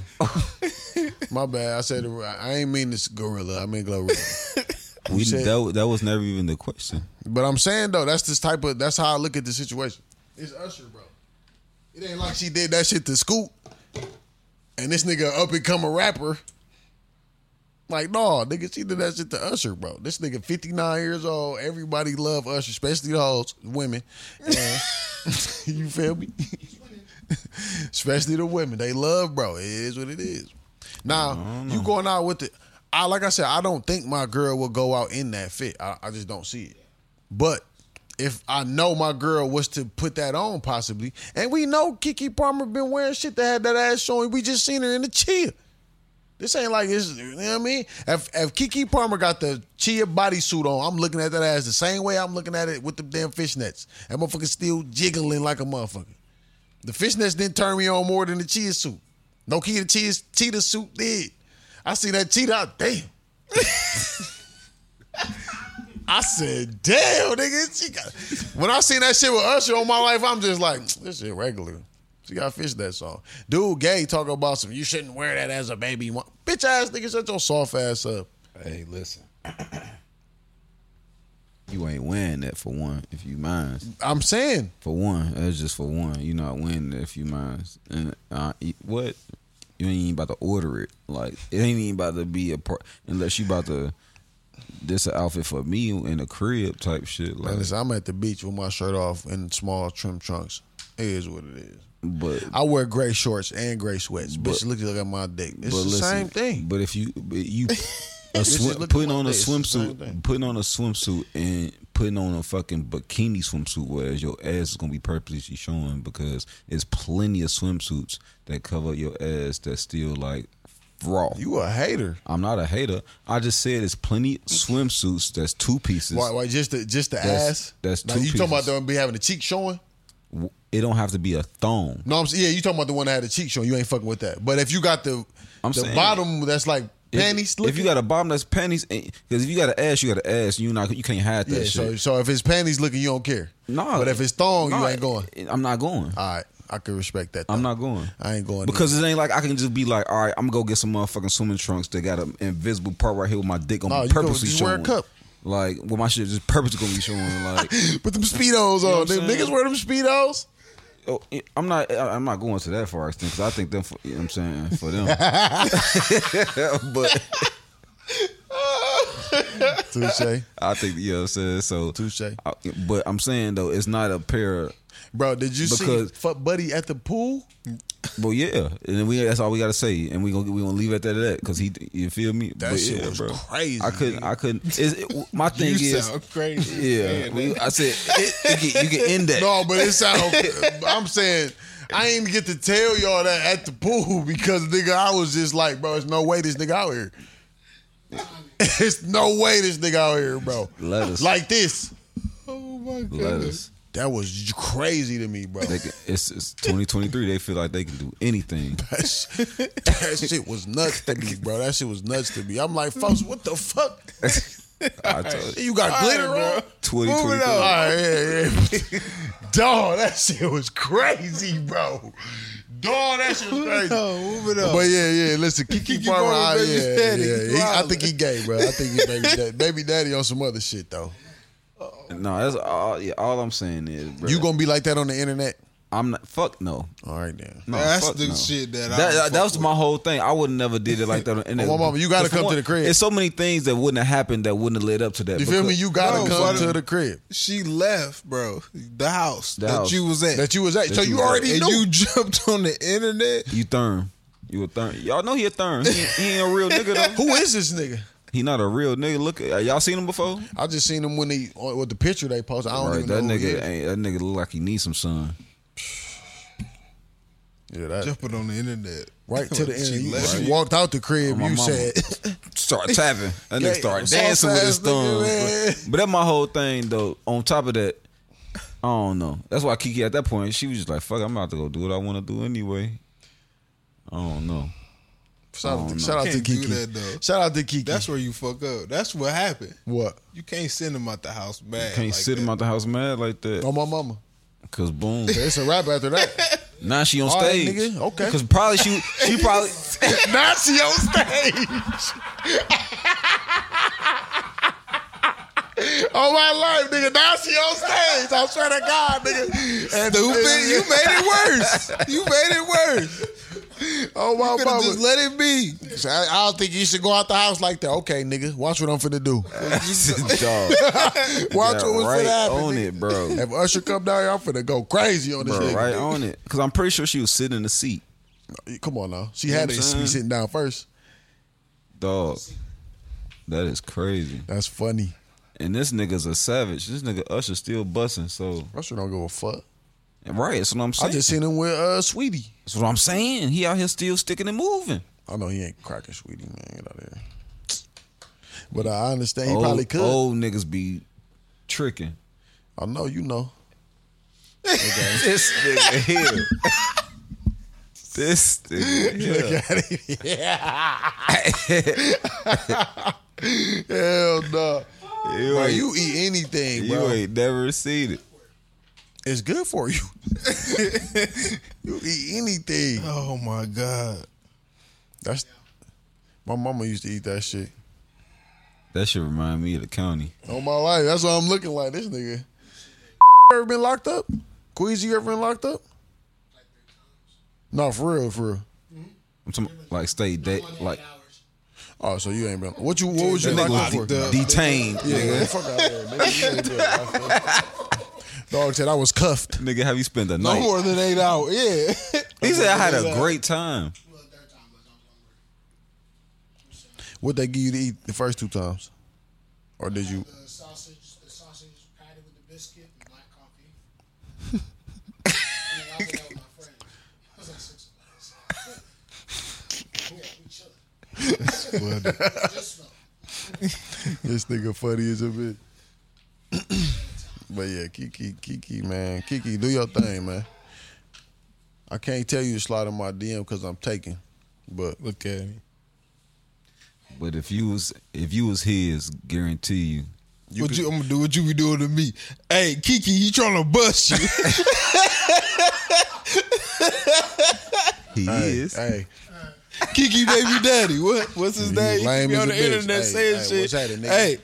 Speaker 2: My bad. I said it right. I ain't mean this gorilla. I mean Glorilla.
Speaker 1: we,
Speaker 2: said-
Speaker 1: that, that was never even the question.
Speaker 2: But I'm saying though, that's this type of that's how I look at the situation. It's Usher, bro. It ain't like she did that shit to Scoop. And this nigga up and coming rapper. Like, no, nigga, she did that shit to Usher, bro. This nigga 59 years old. Everybody love Usher, especially those women. And- you feel me? especially the women. They love, bro. It is what it is. Now, you going out with the I like I said, I don't think my girl will go out in that fit. I, I just don't see it. But if I know my girl was to put that on possibly, and we know Kiki Palmer been wearing shit that had that ass showing, we just seen her in the chia. This ain't like this, you know what I mean? If if Kiki Palmer got the chia bodysuit on, I'm looking at that ass the same way I'm looking at it with the damn fishnets. That motherfucker still jiggling like a motherfucker. The fishnets didn't turn me on more than the chia suit. No key the chia cheetah suit did. I see that cheetah, I- damn. I said, damn, nigga. She got... When I seen that shit with Usher on my life, I'm just like, this shit regular. She got fish that song. Dude, gay talking about some, you shouldn't wear that as a baby. mo-" Bitch ass nigga, shut your soft ass up.
Speaker 1: Hey, listen. You ain't winning that for one, if you minds.
Speaker 2: I'm saying,
Speaker 1: For one, that's just for one. You're not winning that if you minds. And uh, you- what? You ain't even about to order it. Like it ain't even about to be a part unless you about to. This an outfit for me in a crib type shit. Like,
Speaker 2: listen, I'm at the beach with my shirt off and small trim trunks. It is what it is.
Speaker 1: but
Speaker 2: I wear gray shorts and gray sweats. Bitch, look at my dick. It's
Speaker 1: but
Speaker 2: the
Speaker 1: listen,
Speaker 2: same thing.
Speaker 1: But if you but you a
Speaker 2: This is
Speaker 1: swim,
Speaker 2: looking
Speaker 1: putting
Speaker 2: like
Speaker 1: on a
Speaker 2: this, it's the same thing.
Speaker 1: swimsuit, putting on a swimsuit, and putting on a fucking bikini swimsuit, whereas your ass is gonna be purposely showing because there's plenty of swimsuits that cover your ass that's still like raw.
Speaker 2: You a hater.
Speaker 1: I'm not a hater. I just said there's plenty swimsuits that's two pieces.
Speaker 2: Why, why just the just the
Speaker 1: That's-
Speaker 2: ass?
Speaker 1: that's
Speaker 2: now,
Speaker 1: two
Speaker 2: you talking about
Speaker 1: pieces.
Speaker 2: them be having the cheek showing?
Speaker 1: W- It don't have to be a thong.
Speaker 2: No, I'm saying yeah, you talking about the one that had the cheek showing. You ain't fucking with that. But if you got the
Speaker 1: I'm
Speaker 2: the
Speaker 1: saying-
Speaker 2: bottom that's like
Speaker 1: If-
Speaker 2: panties
Speaker 1: If, you got a bottom that's panties, because if you got an ass, you got an ass. You not you can't hide that
Speaker 2: yeah,
Speaker 1: shit.
Speaker 2: so so if it's panties looking, you don't care.
Speaker 1: No,
Speaker 2: But if it's thong,
Speaker 1: nah,
Speaker 2: you ain't going.
Speaker 1: I'm not going.
Speaker 2: All right. I can respect that.
Speaker 1: I'm
Speaker 2: though.
Speaker 1: not going.
Speaker 2: I ain't going
Speaker 1: Because it ain't like I can just be like, all right, I'm gonna go get some motherfucking swimming trunks that got an invisible part right here with my dick on
Speaker 2: No,
Speaker 1: no,
Speaker 2: you go
Speaker 1: purposely
Speaker 2: just
Speaker 1: showing.
Speaker 2: wear a cup.
Speaker 1: Like, well, my shit just purposely gonna be showing. Like,
Speaker 2: Put them speedos on.
Speaker 1: what
Speaker 2: Them
Speaker 1: I'm saying?
Speaker 2: niggas wear them speedos.
Speaker 1: oh, I'm not, I'm not going to that far extent because I think them. For, you know what I'm saying for them, but
Speaker 2: Touche,
Speaker 1: I think you know what I'm saying. So,
Speaker 2: touche.
Speaker 1: I, but I'm saying though, it's not a pair. of-
Speaker 2: Bro, did you
Speaker 1: Because-
Speaker 2: see Fuck Buddy at the pool?
Speaker 1: Well, yeah, and then we that's all we gotta say, and we gonna we gonna leave it at that because he, you feel me?
Speaker 2: That shit was crazy,
Speaker 1: I couldn't, I couldn't. Is it, my thing
Speaker 3: you
Speaker 1: is,
Speaker 3: sound crazy.
Speaker 1: Yeah, we, I said it, it can, you can end that.
Speaker 2: No, but it sound. I'm saying I ain't get to tell y'all that at the pool because nigga, I was just like, bro, it's no way this nigga out here. It's no way this nigga out here, bro.
Speaker 1: Lettuce.
Speaker 2: like this.
Speaker 3: Oh my god.
Speaker 1: Lettuce.
Speaker 2: That was crazy to me, bro.
Speaker 1: They can, it's, it's 2023. They feel like they can do anything.
Speaker 2: That shit- that shit was nuts to me, bro. That shit was nuts to me. I'm like, folks, what the fuck?
Speaker 1: I told you.
Speaker 2: You got glitter on?
Speaker 1: Twitty,
Speaker 3: Move
Speaker 1: twitty,
Speaker 3: it up.
Speaker 2: All right, yeah, yeah. Dog, that shit was crazy, bro. Dog, that shit was crazy.
Speaker 3: No, move it up.
Speaker 2: But yeah, yeah. Listen, Kiki,
Speaker 3: Kiki
Speaker 2: Palmer,
Speaker 3: Palmer,
Speaker 2: I,
Speaker 3: baby
Speaker 2: yeah,
Speaker 3: daddy,
Speaker 2: yeah. He- I
Speaker 3: wildin'.
Speaker 2: think he gay, bro. I think he's baby daddy. Baby daddy on some other shit though.
Speaker 1: No, that's all. Yeah, all I'm saying is, bro,
Speaker 2: You gonna be like that on the internet?
Speaker 1: I'm not. Fuck no.
Speaker 2: All right, then.
Speaker 1: No,
Speaker 3: That's
Speaker 1: fuck
Speaker 3: the
Speaker 1: no.
Speaker 3: shit that I
Speaker 1: that, that,
Speaker 3: don't
Speaker 1: that
Speaker 3: fuck
Speaker 1: was
Speaker 3: with.
Speaker 1: my whole thing. I would have never did it like that. on the internet.
Speaker 2: my Oh, mama, you gotta
Speaker 1: It's
Speaker 2: come
Speaker 1: one-
Speaker 2: to the crib.
Speaker 1: It's so many things that wouldn't have happened that wouldn't have led up to that.
Speaker 2: You feel me?
Speaker 1: because-
Speaker 2: You gotta
Speaker 3: No,
Speaker 2: come
Speaker 3: but-
Speaker 2: to the crib
Speaker 3: She left, bro. The house
Speaker 1: The
Speaker 3: that
Speaker 1: house.
Speaker 3: you was at.
Speaker 2: that you was at.
Speaker 1: That
Speaker 2: so
Speaker 1: you
Speaker 2: you
Speaker 1: was at.
Speaker 2: already
Speaker 3: and
Speaker 2: knew.
Speaker 3: you jumped on the internet.
Speaker 1: you thurm. You a thurm. Y'all know he a thurm. He, he ain't a real nigga though.
Speaker 2: Who is this nigga?
Speaker 1: He not a real nigga. Look, at, y'all seen him before?
Speaker 2: I just seen him when he on- with the picture they posted. I don't
Speaker 1: Right,
Speaker 2: even
Speaker 1: that
Speaker 2: know. who he is.
Speaker 1: nigga ain't. That nigga look like he needs some sun.
Speaker 2: Yeah, that
Speaker 3: Jumping on the internet.
Speaker 2: right to the
Speaker 3: She
Speaker 2: end. You,
Speaker 3: left.
Speaker 2: you walked out the crib.
Speaker 1: Oh, my
Speaker 2: You
Speaker 1: mama.
Speaker 2: said,
Speaker 1: Start tapping. That
Speaker 2: Yeah,
Speaker 1: nigga start
Speaker 2: sauce
Speaker 1: dancing with
Speaker 2: ass
Speaker 1: his
Speaker 2: nigga, man.
Speaker 1: thumbs. But, but that my whole thing though. On top of that, I don't know. That's why Kiki at that point she was just like, "Fuck, I'm about to go do what I want to do anyway." I don't know.
Speaker 2: "Shout out,
Speaker 1: don't
Speaker 2: to,
Speaker 1: know.
Speaker 2: shout out to
Speaker 3: Can't do
Speaker 2: Kiki.
Speaker 3: that, though.
Speaker 2: Shout out to Kiki.
Speaker 3: That's where you fuck up. That's what happened.
Speaker 2: what?
Speaker 3: You can't send him out the house mad.
Speaker 1: Can't
Speaker 3: like
Speaker 1: sit
Speaker 3: that.
Speaker 1: him out the house mad like that.
Speaker 2: On my mama.
Speaker 1: Cause boom,
Speaker 2: It's a wrap after that.
Speaker 1: now she on
Speaker 2: All right,
Speaker 1: stage.
Speaker 2: nigga, okay.
Speaker 1: Cause probably she she probably
Speaker 2: Nazi on stage. All Oh, my life, nigga. Nazi on stage. I swear to God, nigga. And
Speaker 3: Stupid, you made it worse. You made it worse.
Speaker 2: Oh my
Speaker 3: You could
Speaker 2: mama.
Speaker 3: just let it be.
Speaker 2: I, I don't think you should go out the house like that. Okay, nigga. Watch what I'm finna do.
Speaker 1: dog.
Speaker 2: Watch
Speaker 1: Yeah,
Speaker 2: what was finna
Speaker 1: right
Speaker 2: happen.
Speaker 1: on
Speaker 2: nigga.
Speaker 1: it, bro.
Speaker 2: If Usher come down here, I'm finna go crazy on this
Speaker 1: bro,
Speaker 2: nigga.
Speaker 1: right on it. Cause I'm pretty sure she was sitting in the seat,
Speaker 2: Come on now. She
Speaker 1: know
Speaker 2: had to
Speaker 1: what I'm
Speaker 2: be
Speaker 1: saying?
Speaker 2: sitting down first.
Speaker 1: dog. That is crazy.
Speaker 2: That's funny.
Speaker 1: And this nigga's a savage. This nigga Usher still busting. So
Speaker 2: Usher don't give a fuck.
Speaker 1: right, that's what I'm
Speaker 2: I
Speaker 1: saying.
Speaker 2: just seen him with uh, Sweetie.
Speaker 1: that's what I'm saying. He out here still sticking and moving.
Speaker 2: I know he ain't cracking Sweetie, man. Get out of here. But I understand he
Speaker 1: old,
Speaker 2: probably could.
Speaker 1: Old niggas be tricking.
Speaker 2: I know you know.
Speaker 1: This nigga here. this nigga here.
Speaker 2: Hell no.
Speaker 1: You,
Speaker 2: Bro,
Speaker 1: ain't,
Speaker 2: you eat anything,
Speaker 1: you
Speaker 2: bro.
Speaker 1: ain't never seen it.
Speaker 2: It's good for you. you eat anything.
Speaker 3: Oh my god.
Speaker 2: That's my mama used to eat that shit.
Speaker 1: That should remind me of the county.
Speaker 2: All my life. That's what I'm looking like. This nigga. ever been locked up? Queasy you ever been locked up?
Speaker 4: Like three times.
Speaker 2: No, for real, for real.
Speaker 1: I'm talking like stay de-
Speaker 4: One
Speaker 1: like
Speaker 4: eight hours.
Speaker 2: Oh, so you ain't been what you what was you
Speaker 1: that
Speaker 2: locked up
Speaker 1: nigga
Speaker 2: for?
Speaker 1: was de- detained.
Speaker 2: Yeah,
Speaker 1: Nigga.
Speaker 2: get the fuck out of there, nigga. You ain't been locked up. Dog said I was cuffed.
Speaker 1: nigga, have you spent the
Speaker 3: No
Speaker 1: night?
Speaker 3: more than eight hours. Yeah.
Speaker 1: He said I had a great time.
Speaker 4: Well, the third time was I was hungry.
Speaker 2: What they give you to eat the first two times? Or did you
Speaker 4: The sausage, the sausage was patty with the biscuit and black coffee. and I was out with my friends. It was like six of us. yeah, we chilling. Just felt.
Speaker 2: This nigga funny as a bitch. but yeah, Kiki, Kiki, man. Kiki, do your thing, man. I can't tell you to slide in my DM because I'm taking. But
Speaker 3: Look at me.
Speaker 1: But if you was if you was his, guarantee you.
Speaker 3: what you, I'm gonna do what you be doing to me. Hey, Kiki, he trying to bust you.
Speaker 1: He is.
Speaker 2: hey,
Speaker 3: Kiki baby daddy. What what's his
Speaker 2: You
Speaker 3: name?
Speaker 2: lame
Speaker 3: he be
Speaker 2: as
Speaker 3: on
Speaker 2: a
Speaker 3: the
Speaker 2: bitch.
Speaker 3: internet
Speaker 2: Hey,
Speaker 3: saying
Speaker 2: hey,
Speaker 3: shit.
Speaker 2: what's happening, nigga?
Speaker 3: Hey,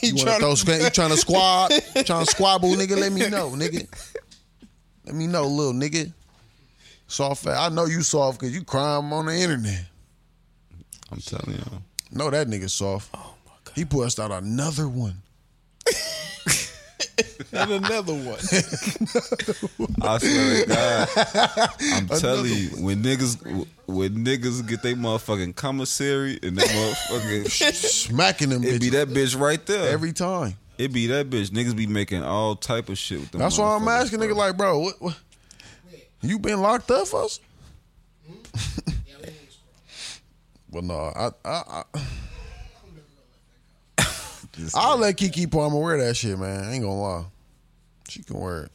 Speaker 3: he
Speaker 2: you
Speaker 3: trying
Speaker 2: wanna throw
Speaker 3: to
Speaker 2: squ- you trying to squab, trying to squabble, nigga? Let me know, nigga. Let me know, little nigga. Soft, ass. I know you soft because you crime on the internet.
Speaker 1: I'm telling you.
Speaker 2: No, that nigga soft. Oh my god, he pushed out another one.
Speaker 3: and another one.
Speaker 1: I swear to God. I'm telling you, when niggas when niggas get they motherfucking commissary and they motherfucking
Speaker 2: Smacking them
Speaker 1: it be
Speaker 2: bitches
Speaker 1: that bitch right there.
Speaker 2: every time.
Speaker 1: it be that bitch. Niggas be making all type of shit with them.
Speaker 2: That's why I'm
Speaker 1: motherfuckers,
Speaker 2: asking,
Speaker 1: bro.
Speaker 2: nigga. Like, bro, what, what? You been locked up for us?
Speaker 4: Hmm? Yeah, we was broke.
Speaker 2: Well, no, I, I, I I'll let Kiki Palmer wear that shit, man. I ain't gonna lie, she can wear it.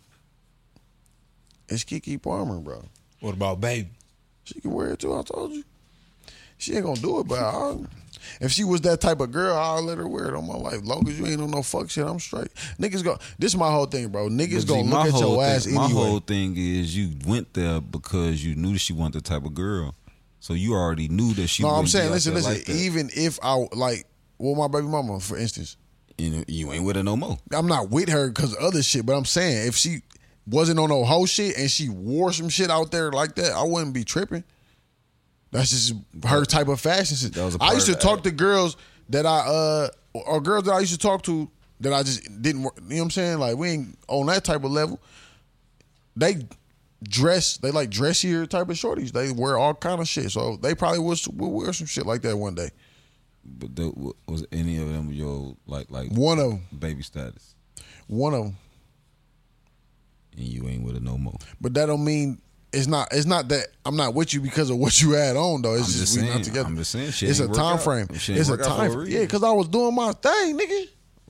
Speaker 2: It's Kiki Palmer, bro.
Speaker 3: What about baby?
Speaker 2: She can wear it too. I told you. She ain't gonna do it, but I, if she was that type of girl, I'll let her wear it on my life. Long as you ain't on no fuck shit, I'm straight. Niggas go. This is my whole thing, bro. Niggas
Speaker 1: But
Speaker 2: gonna
Speaker 1: see,
Speaker 2: look at your
Speaker 1: whole
Speaker 2: ass
Speaker 1: thing,
Speaker 2: anyway.
Speaker 1: My whole thing is you went there because you knew that she wanted the type of girl, so you already knew that she.
Speaker 2: no, I'm
Speaker 1: wouldn't be
Speaker 2: saying,
Speaker 1: out
Speaker 2: listen,
Speaker 1: there
Speaker 2: listen.
Speaker 1: like that.
Speaker 2: even if I like, well, my baby mama, for instance,
Speaker 1: you, know, you ain't with her no more.
Speaker 2: I'm not with her because of other shit, but I'm saying if she wasn't on no whole shit and she wore some shit out there like that, I wouldn't be tripping. That's just her type of fashion. Shit.
Speaker 1: That was a
Speaker 2: I used to
Speaker 1: part of
Speaker 2: talk
Speaker 1: that.
Speaker 2: to girls that I uh or girls that I used to talk to that I just didn't. work. You know what I'm saying? Like we ain't on that type of level. They dress. They like dressier type of shorties. They wear all kind of shit. So they probably was will wear some shit like that one day.
Speaker 1: But the, wa- was any of them your like like
Speaker 2: One of 'em.
Speaker 1: baby status,
Speaker 2: One of them.
Speaker 1: and you ain't with her no more.
Speaker 2: But that don't mean it's not. It's not that I'm not with you because of what you had on though. It's
Speaker 1: I'm
Speaker 2: just,
Speaker 1: just
Speaker 2: we not
Speaker 1: saying,
Speaker 2: together.
Speaker 1: I'm just saying, shit
Speaker 2: it's a
Speaker 1: ain't work
Speaker 2: time
Speaker 1: out.
Speaker 2: frame.
Speaker 1: Shit ain't
Speaker 2: It's a
Speaker 1: work out for
Speaker 2: time.
Speaker 1: a
Speaker 2: frame.
Speaker 1: reason.
Speaker 2: Yeah, because I was doing my thing, nigga.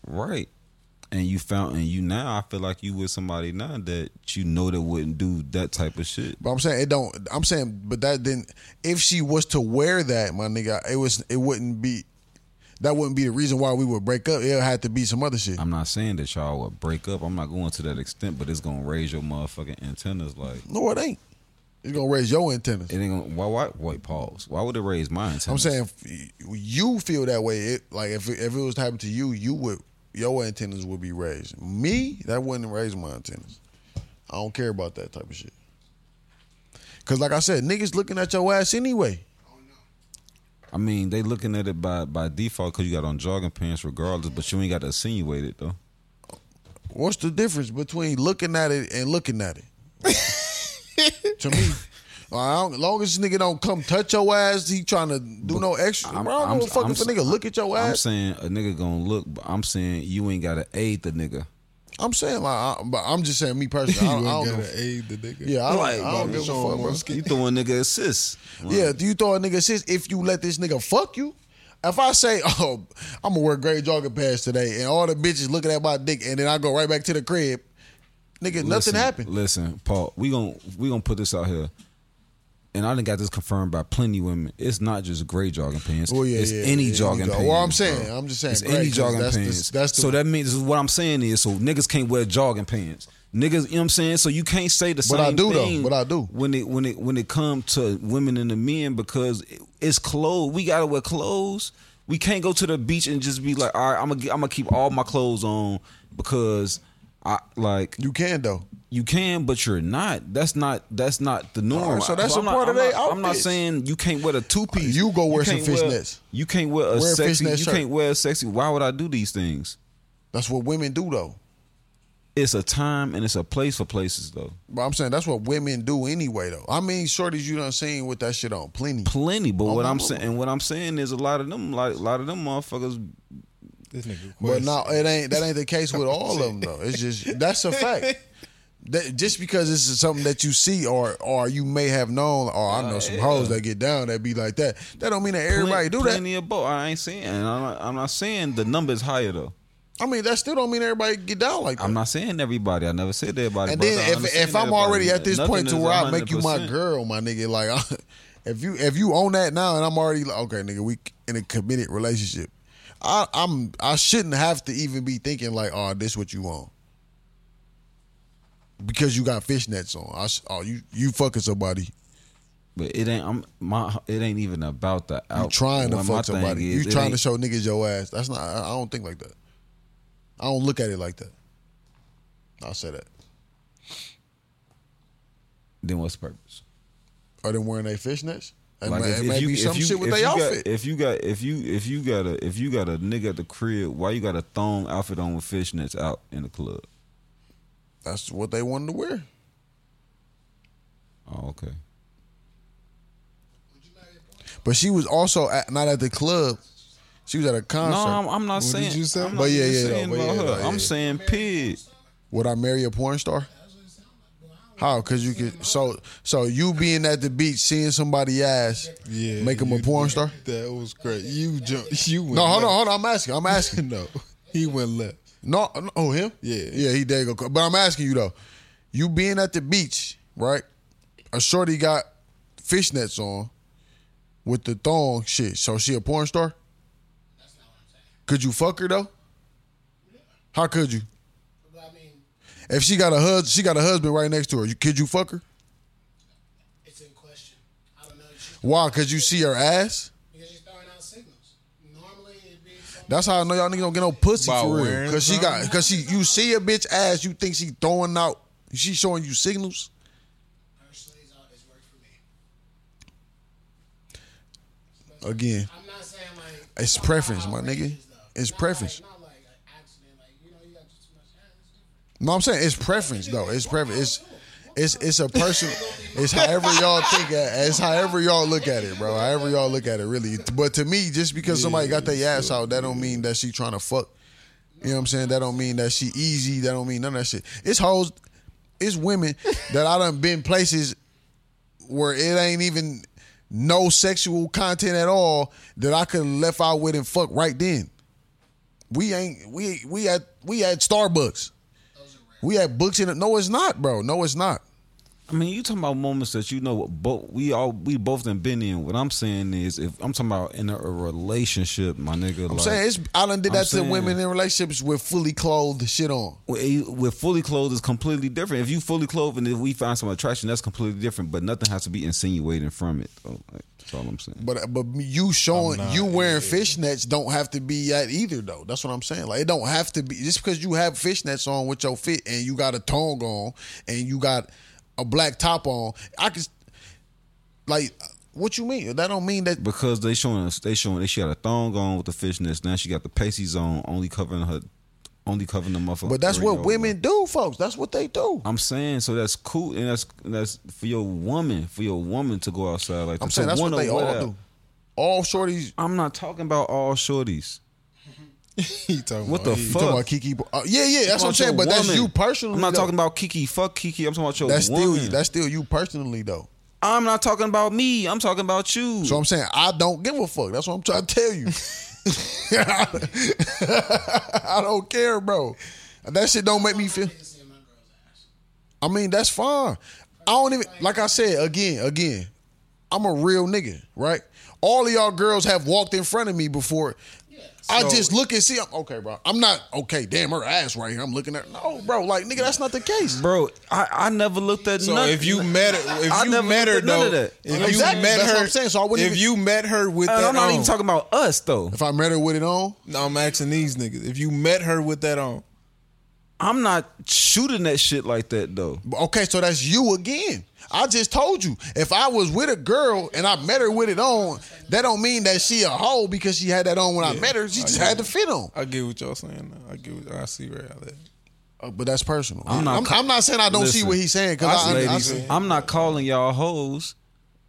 Speaker 1: Right. And you found and you now I feel like you with somebody now that you know that wouldn't do that type of shit.
Speaker 2: But I'm saying it don't. I'm saying, but that didn't. If she was to wear that, my nigga, it was. It wouldn't be. That wouldn't be the reason why we would break up. It had to be some other shit.
Speaker 1: I'm not saying that y'all would break up. I'm not going to that extent, but it's gonna raise your motherfucking antennas. Like
Speaker 2: no, it ain't. It's gonna raise your antennas.
Speaker 1: it ain't gonna. Why? Why? Wait, pause. Why would it raise my antennas?
Speaker 2: I'm saying if you feel that way. It, like if it, if it was to happen to you, you would your antennas would be raised. Me, that wouldn't raise my antennas. I don't care about that type of shit. Cause like I said, niggas looking at your ass anyway.
Speaker 4: Oh no.
Speaker 1: I mean, they looking at it by by default because you got on jogging pants regardless, but you ain't got to insinuate it though.
Speaker 2: What's the difference between looking at it and looking at it? to me. I don't, long as this nigga don't come touch your ass, he trying to do no extra.
Speaker 1: I'm-
Speaker 2: Bro, I don't
Speaker 1: I'm-
Speaker 2: give a fuck
Speaker 1: I'm
Speaker 2: if a
Speaker 1: s-
Speaker 2: nigga look at your
Speaker 1: I'm
Speaker 2: ass.
Speaker 1: saying a nigga gonna look, but I'm saying you ain't gotta aid the nigga.
Speaker 2: I'm saying, like, I, but I'm just saying, me personally, I don't,
Speaker 3: you
Speaker 2: I
Speaker 3: ain't
Speaker 2: don't give
Speaker 3: gotta
Speaker 2: a
Speaker 3: aid the nigga.
Speaker 2: Yeah, I don't,
Speaker 1: Like,
Speaker 2: I don't
Speaker 1: bro,
Speaker 2: give a
Speaker 3: show
Speaker 2: fuck,
Speaker 3: him
Speaker 2: bro.
Speaker 3: what's
Speaker 1: You throwing nigga assists.
Speaker 2: Yeah, do you throw a nigga sis if you let this nigga fuck you? If I say, oh, I'm gonna wear gray jogging pants today, and all the bitches looking at my dick, and then I go right back to the crib, nigga, nothing
Speaker 1: Listen,
Speaker 2: happened.
Speaker 1: Listen, Paul, we gon' we gonna put this out here. And I done got this confirmed by plenty women. It's not just gray jogging pants.
Speaker 2: Well, Oh, yeah,
Speaker 1: it's
Speaker 2: yeah,
Speaker 1: any
Speaker 2: yeah,
Speaker 1: jogging
Speaker 2: any jog-
Speaker 1: pants.
Speaker 2: well, I'm saying-
Speaker 1: bro.
Speaker 2: I'm just saying
Speaker 1: it's
Speaker 2: gray,
Speaker 1: any
Speaker 2: 'cause
Speaker 1: jogging
Speaker 2: that's the-
Speaker 1: pants.
Speaker 2: that's the-
Speaker 1: so that means what I'm saying is so niggas can't wear jogging pants. Niggas, you know what I'm saying? So you can't say the
Speaker 2: But
Speaker 1: same
Speaker 2: I do, though.
Speaker 1: thing
Speaker 2: But I do.
Speaker 1: when it when it when it come to women and the men because it- it's clothes. We gotta wear clothes. We can't go to the beach and just be like, all right, I'm gonna I'm gonna keep all my clothes on because I like
Speaker 2: You can though.
Speaker 1: you can, but you're not. That's not. That's not the norm.
Speaker 2: Alright, so that's
Speaker 1: I'm
Speaker 2: a
Speaker 1: not-
Speaker 2: part of
Speaker 1: I'm
Speaker 2: their
Speaker 1: not- I'm not
Speaker 2: outfits.
Speaker 1: saying you can't wear a two piece.
Speaker 2: You go wear some
Speaker 1: wear,
Speaker 2: fishnets.
Speaker 1: You can't wear a
Speaker 2: Wear a
Speaker 1: sexy.
Speaker 2: fishnet
Speaker 1: you
Speaker 2: shirt.
Speaker 1: can't wear a sexy. Why would I do these things?
Speaker 2: That's what women do though.
Speaker 1: It's a time and it's a place for places though.
Speaker 2: But I'm saying that's what women do anyway though. I mean, shorties you done seen with that shit on plenty.
Speaker 1: Plenty, but
Speaker 2: Oh,
Speaker 1: what
Speaker 2: my
Speaker 1: I'm
Speaker 2: Lord.
Speaker 1: saying, and what I'm saying is a lot of them, like a lot of them motherfuckers.
Speaker 3: This nigga
Speaker 2: But
Speaker 3: quest.
Speaker 2: no, it ain't. That ain't the case with all of them though. It's just that's a fact. That, just because this is something that you see or or you may have known, or I know some hoes that get down that be like that. That don't mean that everybody
Speaker 1: plen-
Speaker 2: do that.
Speaker 1: Plenty of both. I ain't saying. and I'm not, I'm not saying the number is higher though.
Speaker 2: I mean, that still don't mean everybody get down like that.
Speaker 1: I'm not saying everybody. I never said everybody.
Speaker 2: and
Speaker 1: brother. I
Speaker 2: then if
Speaker 1: understand
Speaker 2: if I'm
Speaker 1: everybody.
Speaker 2: already at this
Speaker 1: Nothing
Speaker 2: point to
Speaker 1: is
Speaker 2: where I make you my
Speaker 1: 100%.
Speaker 2: girl, my nigga, like if you if you own that now, and I'm already like, okay, nigga, we in a committed relationship. I, I'm I shouldn't have to even be thinking like, oh, this what you want. Because you got fishnets on, I, sh- oh you you fucking somebody.
Speaker 1: But it ain't. I'm my. It ain't even about the
Speaker 2: You
Speaker 1: out.
Speaker 2: trying to
Speaker 1: what my
Speaker 2: fuck
Speaker 1: thing
Speaker 2: somebody.
Speaker 1: is,
Speaker 2: You
Speaker 1: it
Speaker 2: trying to
Speaker 1: ain't-
Speaker 2: show niggas your ass. That's not. I, I don't think like that. I don't look at it like that. I'll say that.
Speaker 1: Then what's the purpose?
Speaker 2: Are they wearing their fishnets? It
Speaker 1: Like
Speaker 2: may,
Speaker 1: if,
Speaker 2: it
Speaker 1: if
Speaker 2: may
Speaker 1: you,
Speaker 2: be
Speaker 1: if
Speaker 2: some
Speaker 1: you,
Speaker 2: shit with
Speaker 1: if
Speaker 2: their
Speaker 1: you got-
Speaker 2: outfit.
Speaker 1: if you got if you if you got a if you got a nigga at the crib, why you got a thong outfit on with fishnets out in the club?
Speaker 2: That's what they wanted to wear.
Speaker 1: Oh, okay.
Speaker 4: Would you marry a boy?
Speaker 2: But she was also at, not at the club. She was at a concert.
Speaker 1: No, I'm, I'm not
Speaker 3: did
Speaker 1: saying.
Speaker 3: you say?
Speaker 1: I'm not
Speaker 2: But yeah,
Speaker 1: even
Speaker 2: yeah,
Speaker 1: saying
Speaker 2: though, but
Speaker 1: about
Speaker 2: yeah,
Speaker 1: her.
Speaker 2: though, yeah.
Speaker 1: I'm saying pig.
Speaker 2: Would I marry a porn star?
Speaker 4: That's what it sounds like. Boy, I don't
Speaker 2: How? Cause you could. So so you being at the beach, seeing somebody ass,
Speaker 3: yeah,
Speaker 2: make him a
Speaker 3: you-
Speaker 2: porn star.
Speaker 3: That was great. You jump. You went
Speaker 2: No, hold on,
Speaker 3: left.
Speaker 2: hold on. I'm asking. I'm asking.
Speaker 3: No, he went left.
Speaker 2: No, no oh him?
Speaker 3: Yeah.
Speaker 2: yeah. He there you go. But I'm asking you though, you being at the beach, right? A shorty got fishnets on. with the thong shit. So she a porn star? Could you fuck her though? How could you?
Speaker 4: But I mean,
Speaker 2: If she got a hus, she got a husband right next to her. You, could you fuck her?
Speaker 4: it's in question. I don't know. She,
Speaker 2: Why? Cause you see her ass.
Speaker 4: because she's throwing out signals. Normally, it'd be something.
Speaker 2: That's how I know y'all niggas don't get no pussy
Speaker 3: By
Speaker 2: for real.
Speaker 3: wearing
Speaker 2: Cause she got, cause she, you see a bitch ass, you think she throwing out, she showing you signals.
Speaker 4: Personally, it's always worked for me.
Speaker 2: Again,
Speaker 4: I'm not saying like
Speaker 2: It's preference, my nigga.
Speaker 4: outrageous, though.
Speaker 2: It's
Speaker 4: Not
Speaker 2: preference.
Speaker 4: Like, not like an accident. Like you know, you got too much ass.
Speaker 2: no, I'm saying it's preference though. It's preference. It's it's it's a person. It's however y'all think. At, it's however y'all look at it, bro. However y'all look at it, really. But to me, just because somebody got their ass out, that don't mean that she trying to fuck. You know what I'm saying? That don't mean that she easy. That don't mean none of that shit. It's hoes. It's women that I done been places where it ain't even no sexual content at all that I could left out with and fuck right then. We ain't we we at we at Starbucks. We at books in it. No, it's not, bro. No, it's not.
Speaker 1: I mean, you talking about moments that you know both we all we both done been in. What I'm saying is, if I'm talking about in a, a relationship, my nigga,
Speaker 2: I'm
Speaker 1: like,
Speaker 2: saying it's I done did
Speaker 1: I'm
Speaker 2: that to
Speaker 1: saying-
Speaker 2: women in relationships with fully clothed shit on.
Speaker 1: with with eh, fully clothed is completely different. If you fully clothed and if we find some attraction, that's completely different. But nothing has to be insinuating from it. So, like, that's all I'm saying.
Speaker 2: But but you showing
Speaker 3: I'm not,
Speaker 2: you wearing fishnets don't have to be that either though. That's what I'm saying. Like it don't have to be just because you have fishnets on with your fit and you got a tongue on and you got a black top on. I can like what you mean? That don't mean that
Speaker 1: Because they showing us, they showing that she had a thong on with the fishnets. Now she got the pasties on, only covering her, only covering the muffin.
Speaker 2: But that's what women do, folks. That's what they do.
Speaker 1: I'm saying so that's cool, and that's that's for your woman, for your woman to go outside like
Speaker 2: I'm
Speaker 1: that,
Speaker 2: saying
Speaker 1: to
Speaker 2: that's what
Speaker 1: wanna
Speaker 2: they
Speaker 1: wear
Speaker 2: all
Speaker 1: that.
Speaker 2: do. All shorties.
Speaker 1: I'm not talking about all shorties.
Speaker 3: He talking
Speaker 1: What
Speaker 3: about
Speaker 1: the
Speaker 3: he-
Speaker 2: You
Speaker 1: fuck?
Speaker 2: talking about Kiki? Uh, yeah, yeah. That's what I'm saying.
Speaker 1: Talking
Speaker 2: But
Speaker 1: about your
Speaker 2: that's you
Speaker 1: woman.
Speaker 2: personally.
Speaker 1: I'm not
Speaker 2: though.
Speaker 1: talking about Kiki. Fuck Kiki. I'm talking about your
Speaker 2: That's still
Speaker 1: woman.
Speaker 2: you. That's still you personally though.
Speaker 1: I'm not talking about me. I'm talking about you.
Speaker 2: So I'm saying I don't give a fuck. That's what I'm trying to tell you. I don't care, bro. That shit don't make me feel.
Speaker 4: Niggas seeing my girl's ass.
Speaker 2: I mean, that's fine. I don't even like I said again, again. I'm a real nigga, right? All of y'all girls have walked in front of me before. I just look and see. I'm okay, bro. I'm not okay. Damn, her ass right here. I'm looking at. No, bro. Like nigga, that's not the case.
Speaker 1: Bro, I, I never looked at
Speaker 3: So
Speaker 1: none-
Speaker 3: if you met her, if
Speaker 1: I
Speaker 3: you
Speaker 1: never
Speaker 3: met her
Speaker 1: looked at none
Speaker 3: though,
Speaker 1: of that.
Speaker 3: if you
Speaker 2: Exactly.
Speaker 3: met
Speaker 2: That's
Speaker 3: her,
Speaker 2: what I'm saying. So I wouldn't
Speaker 3: if
Speaker 2: even-
Speaker 3: you met her with
Speaker 1: And
Speaker 3: that
Speaker 1: Uh, I'm not
Speaker 3: on,
Speaker 2: um,
Speaker 1: even talking about us though.
Speaker 2: If I met her with it on,
Speaker 3: No, I'm asking these niggas. If you met her with that on,
Speaker 1: I'm not shooting that shit like that though.
Speaker 2: Okay, so that's you again. I just told you. If I was with a girl and I met her with it on, that don't mean that she a hoe because she had that on when I met her. She just had the fit on.
Speaker 3: I get what y'all saying. Now. I get. What, I see where y'all at.
Speaker 2: Uh, but that's personal.
Speaker 1: I'm
Speaker 2: I'm
Speaker 1: not
Speaker 2: not, I'm,
Speaker 1: ca-
Speaker 2: not saying I don't see
Speaker 1: Listen,
Speaker 2: what he's saying because I, I,
Speaker 1: Ladies,
Speaker 2: I,
Speaker 1: I'm not calling y'all hoes,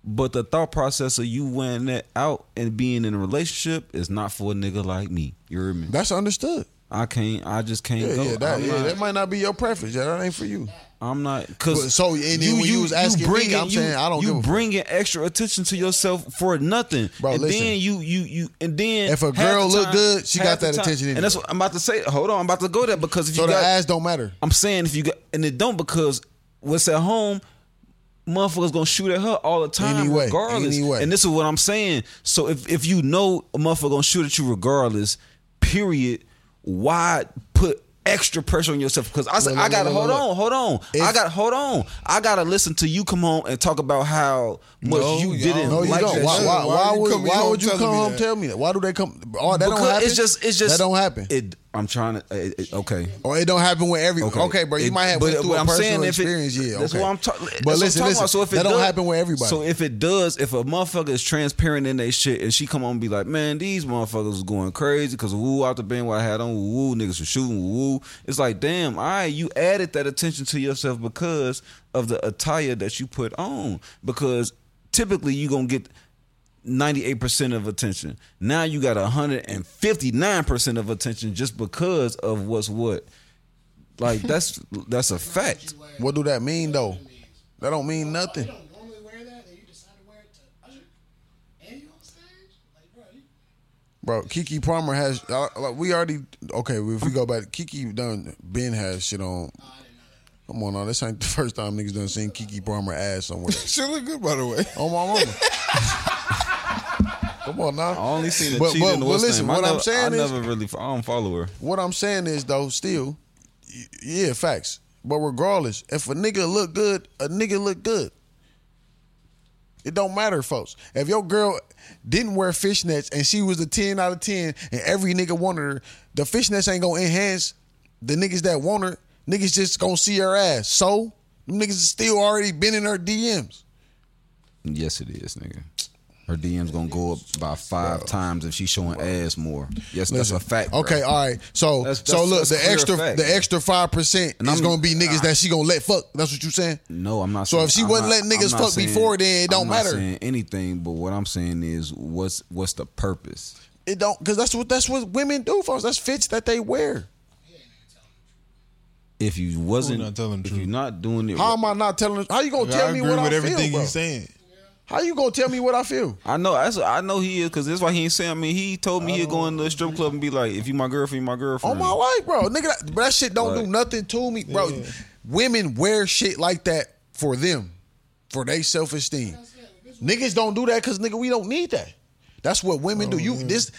Speaker 1: but the thought process of you wearing that out and being in a relationship is not for a nigga like me. You hear me?
Speaker 2: that's understood.
Speaker 1: I can't. I just can't
Speaker 2: Yeah,
Speaker 1: go.
Speaker 2: yeah, that,
Speaker 1: I'm,
Speaker 2: yeah,
Speaker 1: not,
Speaker 2: that might not be your preference. Yeah, that ain't for you.
Speaker 1: I'm not.
Speaker 2: But
Speaker 1: Cause
Speaker 2: so, and then when you was asking me,
Speaker 1: bringing-
Speaker 2: I'm saying I don't
Speaker 1: You
Speaker 2: give a fuck.
Speaker 1: bringing extra attention to yourself for nothing,
Speaker 2: Bro,
Speaker 1: And
Speaker 2: listen.
Speaker 1: then you, you, you, and then
Speaker 2: If a
Speaker 1: half
Speaker 2: girl
Speaker 1: the
Speaker 2: look
Speaker 1: time-
Speaker 2: good, she
Speaker 1: half
Speaker 2: got
Speaker 1: the
Speaker 2: that
Speaker 1: time-
Speaker 2: attention
Speaker 1: And that's what I'm about to say. Hold on, I'm about to go there because if
Speaker 2: So
Speaker 1: you
Speaker 2: the
Speaker 1: got,
Speaker 2: ass don't matter.
Speaker 1: I'm saying if you got and it don't because what's at home, motherfuckers gonna shoot at her all the time
Speaker 2: Anyway,
Speaker 1: regardless.
Speaker 2: anyway.
Speaker 1: And this is what I'm saying. So if if you know a motherfucker gonna shoot at you regardless, period, why put extra pressure on yourself? Because I said
Speaker 2: Look, look,
Speaker 1: I gotta
Speaker 2: look, look,
Speaker 1: hold
Speaker 2: look.
Speaker 1: on, hold on. I
Speaker 2: If-
Speaker 1: gotta hold on. I gotta listen to you come home and talk about how much
Speaker 3: No,
Speaker 1: you
Speaker 3: y'all-
Speaker 1: didn't
Speaker 2: No, you
Speaker 1: like
Speaker 2: don't.
Speaker 1: that
Speaker 2: Why,
Speaker 1: shit.
Speaker 2: why,
Speaker 3: Why
Speaker 2: why
Speaker 3: you
Speaker 2: would,
Speaker 3: come- you
Speaker 2: why
Speaker 3: don't
Speaker 2: would you
Speaker 3: tell
Speaker 2: come
Speaker 3: me
Speaker 2: home
Speaker 3: that?
Speaker 2: tell me that? Why do they come? Oh, that
Speaker 1: Because
Speaker 2: don't happen.
Speaker 1: it's just it's just
Speaker 2: that don't happen.
Speaker 1: It, I'm trying to it, okay.
Speaker 2: Or Oh, it don't happen with every. Okay,
Speaker 1: Okay.
Speaker 2: bro, you
Speaker 1: It-
Speaker 2: might have
Speaker 1: but-
Speaker 2: went through
Speaker 1: but
Speaker 2: a
Speaker 1: I'm
Speaker 2: personal
Speaker 1: saying if it-
Speaker 2: experience. yeah,
Speaker 1: that's
Speaker 2: okay.
Speaker 1: what I'm, ta- that's
Speaker 2: But
Speaker 1: what I'm
Speaker 2: listen,
Speaker 1: talking
Speaker 2: listen,
Speaker 1: about. So if it
Speaker 2: that
Speaker 1: does,
Speaker 2: don't happen with everybody.
Speaker 1: So if it does, if a motherfucker is transparent in their shit, and she come on and be like, "Man, these motherfuckers was going crazy because woo out the band what I had on, woo niggas was shooting, woo." It's like, damn, all right, you added that attention to yourself because of the attire that you put on. Because typically you gonna get. 98% of attention. Now you got 159% of attention just because of what's what. Like that's that's a fact.
Speaker 4: You wear
Speaker 2: what do that mean though? That don't mean
Speaker 4: You
Speaker 2: nothing.
Speaker 4: don't normally wear that, and you decide to wear it to Usher, and you on stage, like bro, you,
Speaker 2: Bro, Kiki Palmer has. uh, like, we already okay. If we go back, Kiki done Ben has shit on.
Speaker 4: oh, I didn't know that.
Speaker 2: Come on, now this ain't the first time niggas done seen Kiki Palmer ass somewhere.
Speaker 3: She look good, by the way.
Speaker 2: on my mama. Oh, Come on
Speaker 1: I
Speaker 2: now.
Speaker 1: only seen the
Speaker 2: But-
Speaker 1: cheating.
Speaker 2: but-
Speaker 1: and
Speaker 2: but
Speaker 1: what's
Speaker 2: listen,
Speaker 1: name. I
Speaker 2: what I'm
Speaker 1: never-
Speaker 2: saying
Speaker 1: I
Speaker 2: is-
Speaker 1: never really. I don't follow her.
Speaker 2: What I'm saying is though, still, y- yeah, facts. But regardless, if a nigga look good, a nigga look good. It don't matter, folks. If your girl didn't wear fishnets and she was a 10 out of 10 and every nigga wanted her, the fishnets ain't gonna enhance the niggas that want her. Niggas just gonna see her ass. So, them niggas is still already been in her DMs.
Speaker 1: Yes, it is, nigga. Her DMs gonna go up by five times if she showing ass more. Yes,
Speaker 2: Listen,
Speaker 1: that's a fact. bro.
Speaker 2: Okay, all right. So,
Speaker 1: That's-
Speaker 2: so
Speaker 1: that's-
Speaker 2: look,
Speaker 1: that's
Speaker 2: the
Speaker 1: clear
Speaker 2: extra,
Speaker 1: fact.
Speaker 2: the extra five percent
Speaker 1: And
Speaker 2: is
Speaker 1: I'm-
Speaker 2: gonna be niggas that she gonna let fuck. That's what you saying?
Speaker 1: No, I'm not.
Speaker 2: So
Speaker 1: saying,
Speaker 2: if she
Speaker 1: I'm
Speaker 2: wasn't
Speaker 1: not-
Speaker 2: letting niggas
Speaker 1: I'm not
Speaker 2: fuck before then, it don't
Speaker 1: I'm not
Speaker 2: matter.
Speaker 1: saying anything, but what I'm saying is, what's what's the purpose?
Speaker 2: It don't, cause that's what that's what women do, folks. That's fits that they wear.
Speaker 1: If you wasn't,
Speaker 3: not telling the
Speaker 1: if you're
Speaker 3: truth?
Speaker 1: not doing it,
Speaker 2: How
Speaker 1: right-
Speaker 2: am I not telling? How you gonna tell
Speaker 3: I
Speaker 2: me
Speaker 3: agree
Speaker 2: what
Speaker 3: with
Speaker 2: I
Speaker 3: everything
Speaker 2: feel, bro?
Speaker 3: you're saying.
Speaker 2: How you gonna tell me what I feel?
Speaker 1: I know that's I know he is because that's why he ain't saying. I mean, he told me he'd go into a strip club and be like, "If you my girlfriend, you my girlfriend."
Speaker 2: On my life, bro, nigga, that, but that shit don't
Speaker 1: Like-
Speaker 2: do nothing to me, bro. Women wear shit like that for them, for their self esteem. Niggas don't do that because nigga, we don't need that. That's what women do. You this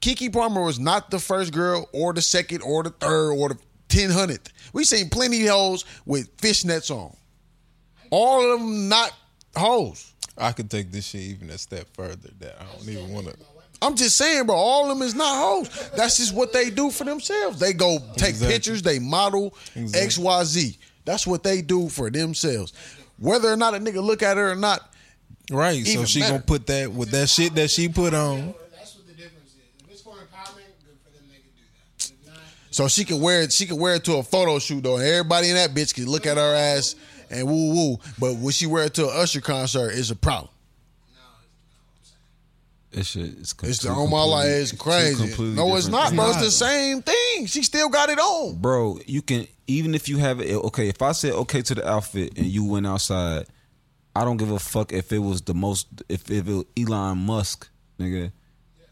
Speaker 2: Kiki Palmer was not the first girl or the second or the third or the ten hundredth. We seen plenty of hoes with fishnets on. All of them not hoes.
Speaker 3: I could take this shit even a step further. That I don't even want to.
Speaker 2: I'm just saying, bro. All of them is not hoes. That's just what they do for themselves. They go take
Speaker 3: Exactly.
Speaker 2: pictures, they model
Speaker 3: Exactly.
Speaker 2: X, Y, Z. That's what they do for themselves. Whether or not a nigga look at her or not,
Speaker 3: Right. so
Speaker 2: Even
Speaker 3: she
Speaker 2: better.
Speaker 3: gonna put that with that shit that she put on.
Speaker 4: That's what the difference is. If it's for empowerment, good for them. They can do that. If not,
Speaker 2: so she can wear it. She can wear it to a photo shoot though. and Everybody in that bitch can look at her ass and woo woo. But when she wear it to an Usher concert, it's a problem.
Speaker 4: no. It's, no I'm saying.
Speaker 1: It should, it's,
Speaker 2: It's
Speaker 1: two
Speaker 2: the on my
Speaker 1: completely-
Speaker 2: life is
Speaker 1: two
Speaker 2: crazy.
Speaker 1: completely
Speaker 2: No, it's not,
Speaker 1: different
Speaker 2: bro. It's the
Speaker 1: things.
Speaker 2: same thing. She still got it on.
Speaker 1: bro. You can even if you have it. Okay, if I said okay to the outfit and you went outside, I don't give a fuck if it was the most. If if it Elon Musk, nigga,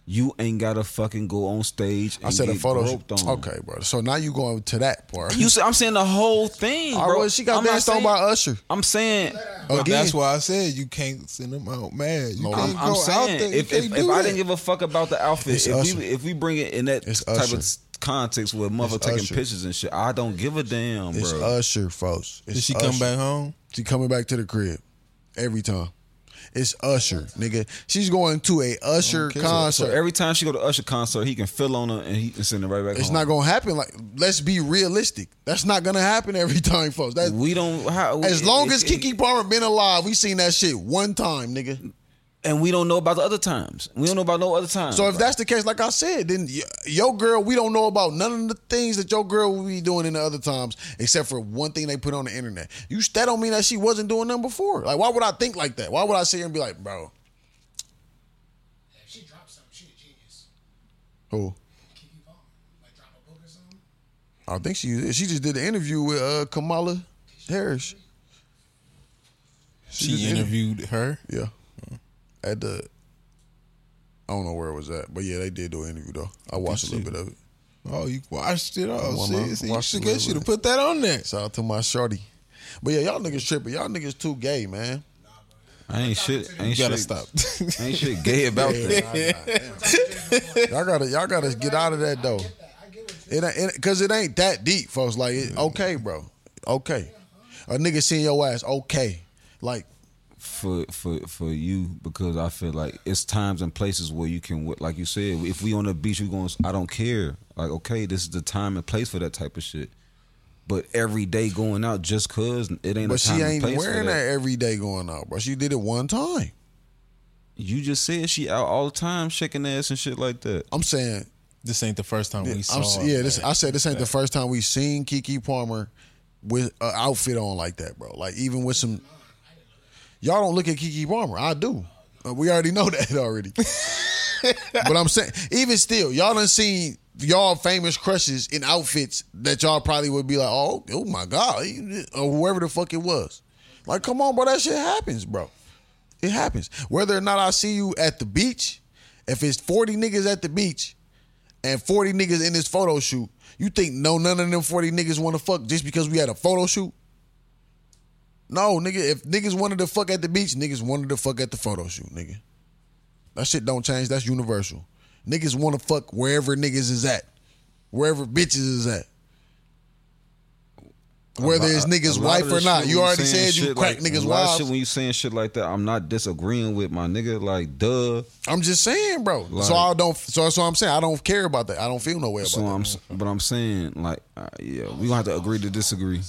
Speaker 1: you ain't gotta fucking go on stage. And
Speaker 2: I said a
Speaker 1: get
Speaker 2: photo
Speaker 1: groped
Speaker 2: shoot.
Speaker 1: on.
Speaker 2: Okay, bro. So now you going to that part?
Speaker 1: You said I'm saying the whole thing,
Speaker 2: I
Speaker 1: bro.
Speaker 2: was- she got
Speaker 1: I'm not
Speaker 2: danced on
Speaker 1: saying-
Speaker 2: by Usher.
Speaker 1: I'm saying.
Speaker 2: Again.
Speaker 3: But
Speaker 2: Oh,
Speaker 3: that's why I said you can't send them out mad. You can't
Speaker 1: I'm, I'm
Speaker 3: go out there.
Speaker 1: saying
Speaker 3: You
Speaker 1: if,
Speaker 3: can't
Speaker 1: if,
Speaker 3: do
Speaker 1: if I
Speaker 3: that.
Speaker 1: didn't give a fuck about the outfit,
Speaker 2: It's
Speaker 1: if
Speaker 2: Usher.
Speaker 1: we if we bring it in that
Speaker 2: It's
Speaker 1: type
Speaker 2: Usher.
Speaker 1: of s- context with motherfucker taking
Speaker 2: Usher.
Speaker 1: pictures and shit, I don't give a damn,
Speaker 2: It's
Speaker 1: bro.
Speaker 2: Usher, folks. It's
Speaker 3: Did Oh, she come
Speaker 2: Usher.
Speaker 3: back home?
Speaker 2: She coming back to the crib every time. It's Usher, nigga. She's going to a Usher concert.
Speaker 1: So every time she go to Usher concert, he can fill on her and he can send her right back
Speaker 2: it's
Speaker 1: home.
Speaker 2: not gonna happen. Like, let's be realistic. That's not gonna happen every time, folks. That's,
Speaker 1: we don't how,
Speaker 2: as long
Speaker 1: it-
Speaker 2: as
Speaker 1: it-
Speaker 2: Kiki Palmer been alive, we seen that shit one time, nigga.
Speaker 1: and we don't know about the other times. We don't know about no other times.
Speaker 2: So if that's the case, like I said, then y- your girl, we don't know about none of the things that your girl will be doing in the other times, except for one thing they put on the internet. You that don't mean that she wasn't doing them before. Like, why would I think like that? Why would I sit here and be like, bro,
Speaker 4: If she drops something, she a genius.
Speaker 2: who?
Speaker 4: Kiki Palmer, like drop a book or something.
Speaker 2: I don't think she is. She just did an interview with uh, Kamala Harris.
Speaker 3: She,
Speaker 2: just interviewed-
Speaker 3: interviewed her.
Speaker 2: Yeah. At the I don't know where it was at, but yeah, they did do an interview though. I watched a little bit of it.
Speaker 3: Oh, you watched it all.
Speaker 2: Well, I
Speaker 3: Shit, Oh, see, you
Speaker 2: watched
Speaker 3: should
Speaker 2: it
Speaker 3: get
Speaker 2: a
Speaker 3: you to
Speaker 2: little
Speaker 3: put that on there.
Speaker 2: Shout out to my shorty. But yeah, y'all niggas tripping. Y'all niggas too gay, man.
Speaker 1: I ain't shit. Ain't
Speaker 3: You gotta
Speaker 1: shit,
Speaker 3: stop.
Speaker 1: Ain't shit gay about that.
Speaker 2: Y'all gotta y'all gotta get out of that though.
Speaker 4: I get what you.
Speaker 2: It ain't it, cause it ain't that deep, folks. Like it, okay, bro. Okay. A nigga seeing your ass, okay. Like
Speaker 1: for for for you because I feel like it's times and places where you can like you said if we on the beach we going I don't care like okay this is the time and place for that type of shit but every day going out just cause it ain't
Speaker 2: but
Speaker 1: a time
Speaker 2: she
Speaker 1: and
Speaker 2: ain't
Speaker 1: place for
Speaker 2: wearing
Speaker 1: that.
Speaker 2: that every day going out, bro. She did it one time.
Speaker 1: you just said she out all the time shaking ass and shit like that
Speaker 2: I'm saying
Speaker 3: This ain't the first time we saw.
Speaker 2: I'm,
Speaker 3: her,
Speaker 2: s- yeah, this,
Speaker 3: man.
Speaker 2: I said this ain't the first time we seen Kiki Palmer with an outfit on like that, bro. Like even with some, y'all don't look at Kiki Palmer. I do. Uh, we already know that already. but I'm saying, even still, y'all done seen y'all famous crushes in outfits that y'all probably would be like, oh, oh my god, he- or whoever the fuck it was. Like, come on, bro, that shit happens, bro. It happens. Whether or not I see you at the beach, if it's 40 niggas at the beach and 40 niggas in this photo shoot, you think no none of them 40 niggas want to fuck just because we had a photo shoot? No, nigga, if niggas wanted to fuck at the beach, niggas wanted to fuck at the photo shoot, nigga. That shit don't change. That's universal. Niggas want to fuck wherever niggas is at, wherever bitches is at. Whether
Speaker 1: lot-
Speaker 2: it's niggas'
Speaker 1: a lot
Speaker 2: wife
Speaker 1: of
Speaker 2: or
Speaker 1: the
Speaker 2: not,
Speaker 1: shit
Speaker 2: you
Speaker 1: when
Speaker 2: already
Speaker 1: saying
Speaker 2: said you
Speaker 1: shit
Speaker 2: crack
Speaker 1: like-
Speaker 2: niggas'
Speaker 1: a lot of shit
Speaker 2: wives.
Speaker 1: When you saying shit like that, I'm not disagreeing with my nigga. Like, duh.
Speaker 2: I'm just saying, bro.
Speaker 1: Like-
Speaker 2: so I don't. So that's what I'm saying. I don't care about that. I don't feel no way about
Speaker 1: So
Speaker 2: that.
Speaker 1: I'm, s- but I'm saying like, uh, yeah, we gonna have to agree to disagree.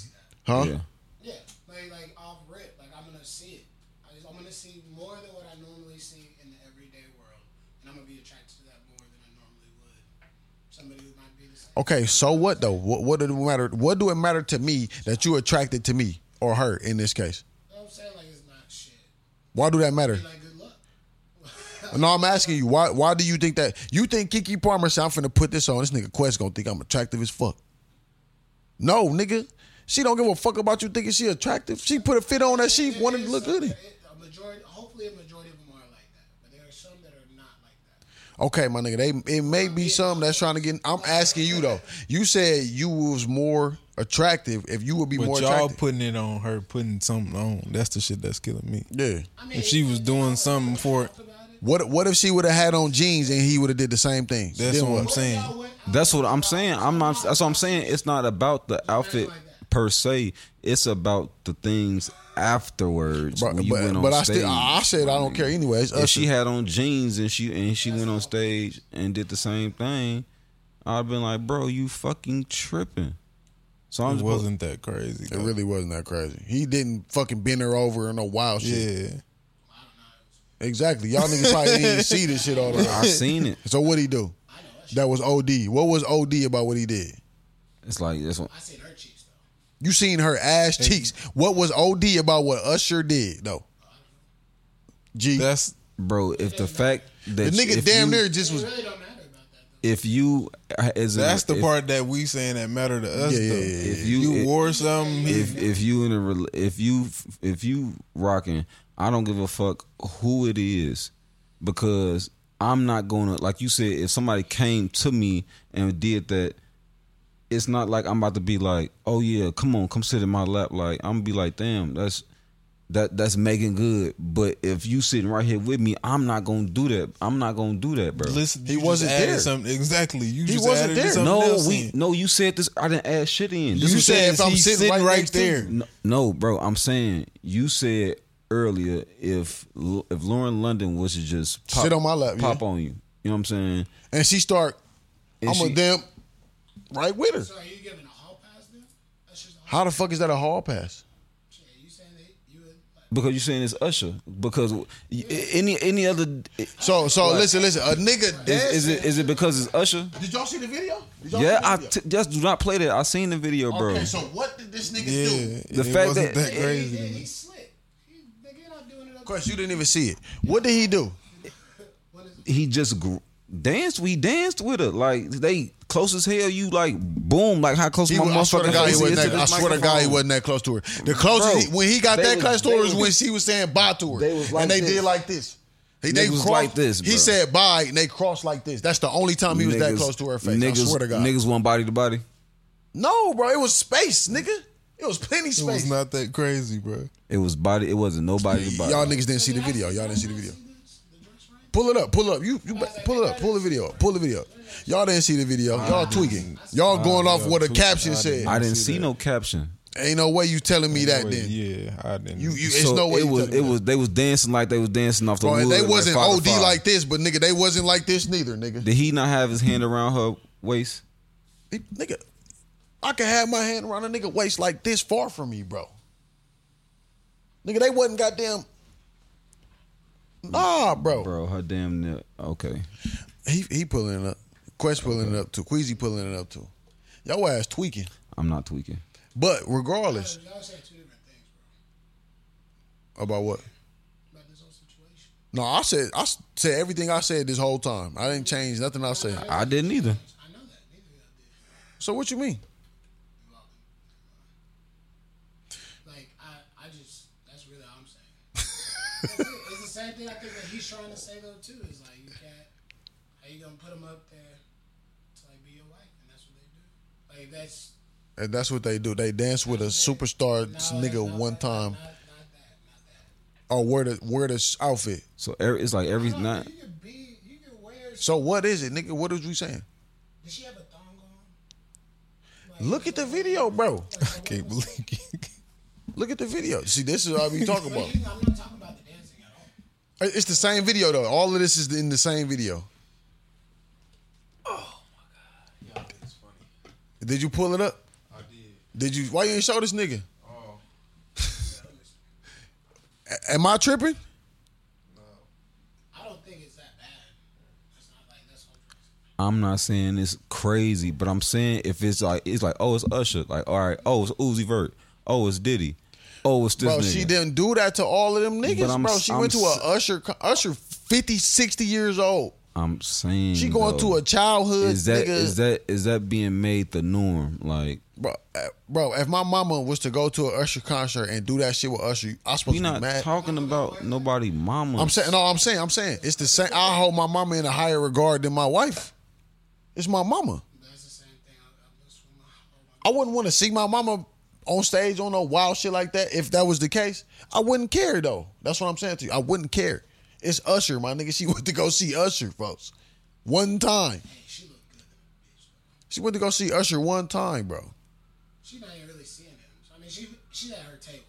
Speaker 2: Huh?
Speaker 1: Yeah.
Speaker 4: Yeah, like like off rip, like I'm gonna see it. I just, I'm gonna see more than what I normally see in the everyday world, and I'm gonna be attracted to that more than I normally would. Somebody who might be the same.
Speaker 2: Okay, so what though? What, what did it matter? What do it matter to me that you attracted to me or her in this case?
Speaker 4: You know what I'm saying like it's not shit.
Speaker 2: Why do that matter?
Speaker 4: Be like good luck.
Speaker 2: No, I'm asking you. Why? Why do you think that? You think Kiki Palmer said I'm finna put this on? This nigga Quest gonna think I'm attractive as fuck. No, nigga, she don't give a fuck about you thinking she attractive. She put a fit on that she
Speaker 4: There
Speaker 2: wanted to
Speaker 4: is
Speaker 2: look
Speaker 4: some-
Speaker 2: good in.
Speaker 4: it- A majority, hopefully, a majority of them are like that, but there are some that are not like that.
Speaker 2: Okay, my nigga, they it may be some that's trying to get. I'm asking you though. You said you was more attractive if you would be
Speaker 3: But
Speaker 2: more
Speaker 3: y'all
Speaker 2: attractive.
Speaker 3: putting it on her, putting something on. That's the shit that's killing me.
Speaker 2: yeah.
Speaker 4: I mean,
Speaker 3: If she was doing something for it,
Speaker 4: about it,
Speaker 2: What What if she would have had on jeans and he would have did the same thing?
Speaker 3: that's
Speaker 2: Then
Speaker 3: what
Speaker 2: what?
Speaker 3: I'm saying.
Speaker 4: I went out
Speaker 1: That's what I'm saying. I'm not. That's what I'm saying. It's not about the outfit per se. It's about the things afterwards.
Speaker 2: But,
Speaker 1: when you
Speaker 2: but,
Speaker 1: went on
Speaker 2: but I
Speaker 1: stage,
Speaker 2: still, I I said I don't care anyway. It's
Speaker 1: If
Speaker 2: us.
Speaker 1: she had on jeans and she and she went on stage and did the same thing, I'd been like, bro, you fucking tripping. So I'm
Speaker 3: It
Speaker 1: just
Speaker 3: wasn't that crazy.
Speaker 2: it
Speaker 3: though.
Speaker 2: really wasn't that crazy. He didn't fucking bend her over or no wild shit.
Speaker 3: Yeah.
Speaker 2: Exactly. Y'all niggas probably didn't even see this shit all the
Speaker 1: I
Speaker 2: time.
Speaker 1: seen it.
Speaker 2: So what he do? That was OD. What was OD about what he did?
Speaker 1: It's like this one.
Speaker 4: I seen her cheeks though.
Speaker 2: You seen her ass cheeks. What was OD about what Usher did though? G.
Speaker 3: That's
Speaker 1: bro. If the fact
Speaker 2: the
Speaker 1: that
Speaker 2: nigga
Speaker 1: if
Speaker 2: damn
Speaker 1: you,
Speaker 2: near just was.
Speaker 4: It really don't matter about that. Though.
Speaker 1: if you as a-
Speaker 3: that's the
Speaker 1: if-
Speaker 3: part that we saying that matter to us.
Speaker 2: Yeah, yeah,
Speaker 3: though.
Speaker 2: yeah, yeah,
Speaker 3: If
Speaker 1: yeah.
Speaker 3: you
Speaker 1: If-
Speaker 3: wore something, he-
Speaker 1: if if you in a rel- if you if you rocking, I don't give a fuck who it is because I'm not gonna like you said. If somebody came to me and did that, it's not like I'm about to be like, oh yeah, come on, come sit in my lap. Like I'm gonna be like, damn, that's that that's making good. But if you sitting right here with me, I'm not gonna do that. I'm not gonna do that, bro.
Speaker 3: listen,
Speaker 2: He
Speaker 3: you just
Speaker 2: wasn't
Speaker 3: added
Speaker 2: there.
Speaker 3: Something. Exactly. You just
Speaker 2: wasn't
Speaker 3: added
Speaker 2: there.
Speaker 3: Something
Speaker 1: No,
Speaker 3: else
Speaker 1: we
Speaker 3: in.
Speaker 1: no. You said this. I didn't add shit in. This
Speaker 2: You
Speaker 1: was-
Speaker 2: said if I'm
Speaker 3: he's
Speaker 2: sitting right next to
Speaker 3: there.
Speaker 1: No, no, bro. I'm saying you said earlier if L- if Lauren London was to just pop,
Speaker 2: Sit on my lap,
Speaker 1: pop
Speaker 2: yeah.
Speaker 1: on you. You know what I'm saying?
Speaker 2: And she start.
Speaker 1: And
Speaker 2: I'm
Speaker 1: she-
Speaker 2: a damn. Right with her.
Speaker 4: So are you giving a hall pass then? That's just a hall
Speaker 2: How the fuck is that a hall pass?
Speaker 4: pass. Are you saying that you would like?
Speaker 1: Because you're saying it's Usher. Because w- y- any any other is,
Speaker 2: So so listen listen. A nigga dancing.
Speaker 1: is it is it because it's Usher?
Speaker 2: Did y'all see the video? Did y'all
Speaker 1: Yeah,
Speaker 2: see the
Speaker 1: I
Speaker 2: video?
Speaker 1: t- just do not play that. I seen the video, bro.
Speaker 2: Okay, so what did this nigga
Speaker 3: Yeah.
Speaker 2: do?
Speaker 1: The
Speaker 3: it
Speaker 1: fact
Speaker 3: wasn't
Speaker 1: that-
Speaker 3: that
Speaker 1: it-
Speaker 4: He
Speaker 3: crazy. to
Speaker 4: did.
Speaker 3: me.
Speaker 4: He slipped. He, nigga, you're not doing it.
Speaker 2: Of
Speaker 4: Up.
Speaker 2: course, you didn't even see it. What did he do?
Speaker 4: What is it?
Speaker 1: He just gr- danced. We danced with her. Like they close as hell. You like boom. Like how close
Speaker 2: He
Speaker 1: my
Speaker 2: was, I swear to
Speaker 1: motherfucking
Speaker 2: God, he
Speaker 1: face
Speaker 2: wasn't
Speaker 1: is
Speaker 2: that. I
Speaker 1: this
Speaker 2: swear to God, he
Speaker 1: microphone?
Speaker 2: wasn't that close to her. The closest
Speaker 1: Bro,
Speaker 2: he, when he got
Speaker 1: they
Speaker 2: that
Speaker 1: was-
Speaker 2: close to
Speaker 1: they
Speaker 2: her
Speaker 1: was-
Speaker 2: was when she was saying bye to her,
Speaker 1: They was like
Speaker 2: and they
Speaker 1: this.
Speaker 2: did like this. They, they
Speaker 1: Niggas was
Speaker 2: crossed,
Speaker 1: like this,
Speaker 2: He
Speaker 1: bro.
Speaker 2: said bye, and they crossed like this. That's the only time he was that
Speaker 1: Niggas-
Speaker 2: close to her face.
Speaker 1: Niggas,
Speaker 2: I swear to God.
Speaker 1: niggas want body to body.
Speaker 2: No, bro, it was space, nigga. It was plenty
Speaker 3: It
Speaker 2: space.
Speaker 3: was not that crazy, bro.
Speaker 1: It was body. It wasn't nobody to body.
Speaker 2: Y'all niggas didn't see the video. Y'all didn't see the video.
Speaker 4: It's The dress right?
Speaker 2: Pull it up, pull up. You, you ba- pull it up, pull the video up, pull the video up. Y'all didn't see the video. Y'all tweaking. Y'all going off what a caption said.
Speaker 1: I didn't
Speaker 3: see
Speaker 1: see
Speaker 3: that.
Speaker 1: no caption.
Speaker 2: Ain't no way you telling me that
Speaker 3: Boy,
Speaker 2: then.
Speaker 3: Yeah, I didn't.
Speaker 2: You, you, it's
Speaker 1: So
Speaker 2: no way.
Speaker 1: it
Speaker 2: you
Speaker 1: was.
Speaker 2: telling me
Speaker 1: It
Speaker 2: that.
Speaker 1: was. They was dancing like they was dancing off the
Speaker 2: Bro,
Speaker 1: wood.
Speaker 2: and they
Speaker 1: like
Speaker 2: wasn't
Speaker 1: five to
Speaker 2: OD
Speaker 1: five.
Speaker 2: like this, but nigga, they wasn't like this neither, nigga.
Speaker 1: Did he not have his hand around her waist?
Speaker 2: He- nigga, I can have my hand around a nigga waist like this far from me, bro. Nigga, they wasn't goddamn. Nah, bro.
Speaker 1: Bro, her damn. Near, okay.
Speaker 2: He he pulling it up. Quest pulling it up too. Queasy pulling it up too. Y'all ass tweaking.
Speaker 1: I'm not tweaking.
Speaker 2: But regardless
Speaker 4: Y'all saying two different things, bro.
Speaker 2: about what.
Speaker 4: About this whole situation.
Speaker 2: No, I said I s- said everything I said this whole time. I didn't change nothing I said.
Speaker 1: I didn't either.
Speaker 4: I know that. Neither of y'all did.
Speaker 2: So what you mean?
Speaker 4: You all did. Like I, I just. That's really all I'm saying. That's it. it's the same thing I think that he's trying to say though too. Is like you can't. How you gonna put him up there to like be your wife? And that's what they do. Like that's
Speaker 2: And that's what they do. They dance with a superstar
Speaker 4: No,
Speaker 2: nigga
Speaker 4: that's not
Speaker 2: one
Speaker 4: that.
Speaker 2: time.
Speaker 4: Not, not that, not that.
Speaker 2: or wear the wear the outfit.
Speaker 1: So every, it's like every
Speaker 4: No,
Speaker 1: night.
Speaker 4: you can be
Speaker 2: So what is it, nigga? What was we saying?
Speaker 4: Did she have a thong on?
Speaker 2: Look at the video, bro.
Speaker 3: I can't believe it.
Speaker 2: Look at the video. See, this is what I be talking about.
Speaker 4: But you know, I'm not talking about the dancing at all.
Speaker 2: It's the same video though. All of this is in the same video.
Speaker 5: Y'all niggas funny.
Speaker 2: Did you pull it up?
Speaker 5: I did.
Speaker 2: Did you? Why you ain't show this nigga?
Speaker 5: Oh,
Speaker 2: A- am I tripping?
Speaker 5: no.
Speaker 4: I don't think it's that bad. It's not like that's whole
Speaker 1: I'm not saying it's crazy, but I'm saying if it's like it's like oh it's Usher, like all right, oh it's Uzi Vert, oh it's Diddy, oh it's this
Speaker 2: Bro,
Speaker 1: nigga.
Speaker 2: she didn't do that to all of them
Speaker 1: But
Speaker 2: niggas,
Speaker 1: I'm-
Speaker 2: bro. She
Speaker 1: I'm
Speaker 2: went to
Speaker 1: s-
Speaker 2: a Usher, co- Usher 50, 60 years old.
Speaker 1: I'm saying
Speaker 2: She going
Speaker 1: though,
Speaker 2: to a childhood
Speaker 1: Is that
Speaker 2: nigga.
Speaker 1: is that is that being made the norm? Like
Speaker 2: bro, uh, bro, if my mama was to go to a Usher concert and do that shit with Usher, I supposed
Speaker 1: we
Speaker 2: to
Speaker 1: not
Speaker 2: be mad.
Speaker 1: talking about nobody mama.
Speaker 2: I'm saying, no, I'm saying, I'm saying, it's the same. I hold my mama in a higher regard than my wife. It's my mama.
Speaker 4: That's the same thing. I, I'm just with my, oh my
Speaker 2: I wouldn't want to see my mama on stage on no wild shit like that. If that was the case, I wouldn't care though. That's what I'm saying to you. I wouldn't care. It's Usher, my nigga. She went to go see Usher, folks. One time.
Speaker 4: hey, she look good, bitch. though.
Speaker 2: She went to go see Usher one time, bro.
Speaker 4: She not even really seeing him. I mean, she she's at her table.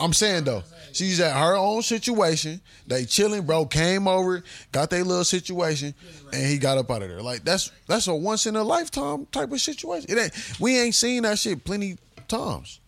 Speaker 2: I'm saying though, she's at her own situation. They chilling, bro. Came over, got their little situation, and he got up out of there. Like that's that's a once in a lifetime type of situation. It ain't we ain't seen that shit plenty times,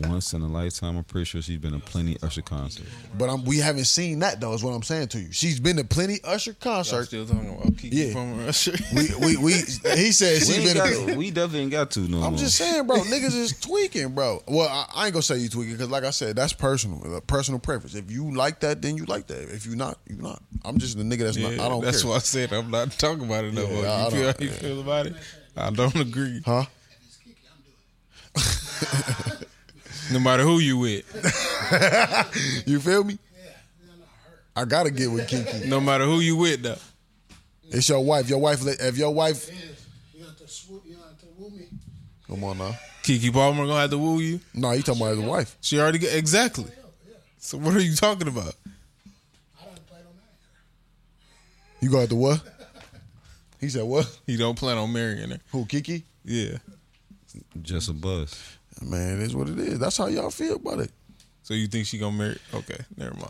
Speaker 1: Once in a lifetime, I'm pretty sure she's been to plenty Usher concerts.
Speaker 2: but I'm, we haven't seen that though. Is what I'm saying to you. She's been to plenty Usher
Speaker 3: I'm
Speaker 2: concerts.
Speaker 3: still talking about Kiki
Speaker 2: Yeah.
Speaker 3: from Russia.
Speaker 2: We we we. He said
Speaker 1: We,
Speaker 2: she's
Speaker 1: ain't
Speaker 2: been.
Speaker 1: got,
Speaker 2: To,
Speaker 1: we definitely ain't got to no
Speaker 2: I'm
Speaker 1: more.
Speaker 2: just saying, bro. Niggas is tweaking, bro. Well, I, I ain't gonna say you tweaking because, like I said, that's personal, uh, personal preference. If you like that, then you like that. If you not, you not. I'm just the nigga that's
Speaker 3: Yeah,
Speaker 2: not. I don't
Speaker 3: that's
Speaker 2: care.
Speaker 3: why I said I'm not talking about it no
Speaker 2: Yeah,
Speaker 3: more.
Speaker 2: I
Speaker 3: You feel
Speaker 2: don't-
Speaker 3: how you feel about it? I don't agree.
Speaker 2: Huh?
Speaker 4: If it's Kiki, I'm doing it.
Speaker 3: No matter who you with,
Speaker 2: You feel me?
Speaker 4: Yeah, no, not her.
Speaker 2: I gotta get with Kiki.
Speaker 3: no matter who you with, though.
Speaker 2: It's your wife. Your wife. let- If your wife,
Speaker 4: Yeah, you have to swoop. You have to woo me.
Speaker 2: come on now.
Speaker 3: Kiki Palmer gonna have to woo you.
Speaker 2: No, you talking about his wife?
Speaker 3: She already got exactly. So what are you talking about?
Speaker 4: I don't play no man.
Speaker 2: You go after what? He said what?
Speaker 3: He don't plan on marrying her.
Speaker 2: Who? Kiki?
Speaker 3: Yeah.
Speaker 1: Just a buzz.
Speaker 2: Man, it is what it is. That's how y'all feel about it.
Speaker 3: So you think she gonna marry? Okay, never mind.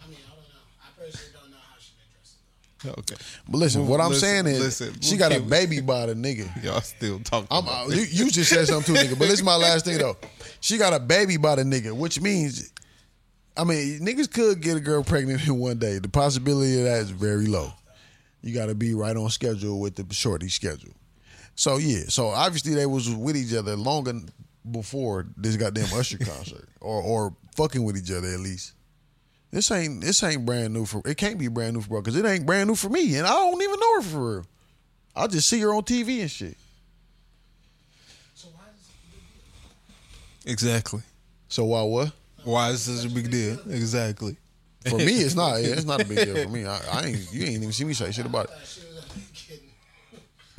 Speaker 4: I mean, I don't know. I personally don't know how she been dressing though.
Speaker 3: Okay,
Speaker 2: But listen, what I'm
Speaker 3: Listen,
Speaker 2: saying is,
Speaker 3: listen.
Speaker 2: she got a
Speaker 3: Kiki-
Speaker 2: baby by the nigga.
Speaker 3: y'all still talking.
Speaker 2: I'm,
Speaker 3: about
Speaker 2: uh, you, you just said something too, nigga. But this is my last thing though. She got a baby by the nigga, which means, I mean, niggas could get a girl pregnant in one day. The possibility of that is very low. You got to be right on schedule with the shorty schedule. So yeah, so obviously they was with each other longer before this goddamn Usher concert, or or fucking with each other at least. This ain't this ain't brand new for it can't be brand new for bro because it ain't brand new for me and I don't even know her for real. I just see her on TV and shit.
Speaker 4: So why does it look good?
Speaker 3: exactly.
Speaker 2: So why what?
Speaker 3: Why is this such a big deal? Exactly.
Speaker 2: For me, it's not. Yeah, it's not a big deal for me. I, I ain't. You ain't even see me say shit about
Speaker 4: I
Speaker 2: it.
Speaker 4: thought she was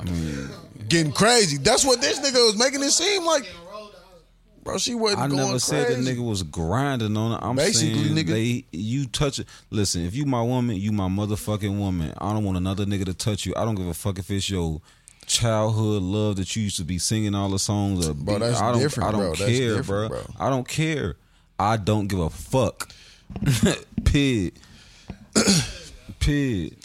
Speaker 4: only getting
Speaker 1: I mean,
Speaker 2: Getting crazy. That's what this nigga was making it seem like.
Speaker 4: getting rolled. I was like,
Speaker 2: Bro, she wasn't
Speaker 1: I
Speaker 2: going
Speaker 1: never said that
Speaker 2: crazy.
Speaker 1: nigga was grinding on her. I'm
Speaker 2: Basically,
Speaker 1: saying
Speaker 2: nigga.
Speaker 1: they you touch it. Listen, if you my woman, you my motherfucking woman. I don't want another nigga to touch you. I don't give a fuck if it's your childhood love that you used to be singing all the songs. Or
Speaker 2: Bro,
Speaker 1: be-
Speaker 2: that's
Speaker 1: I don't,
Speaker 2: different,
Speaker 1: I don't
Speaker 2: bro. That's
Speaker 1: care,
Speaker 2: different, bro.
Speaker 1: I don't care. I don't give a fuck. Pig. Pig.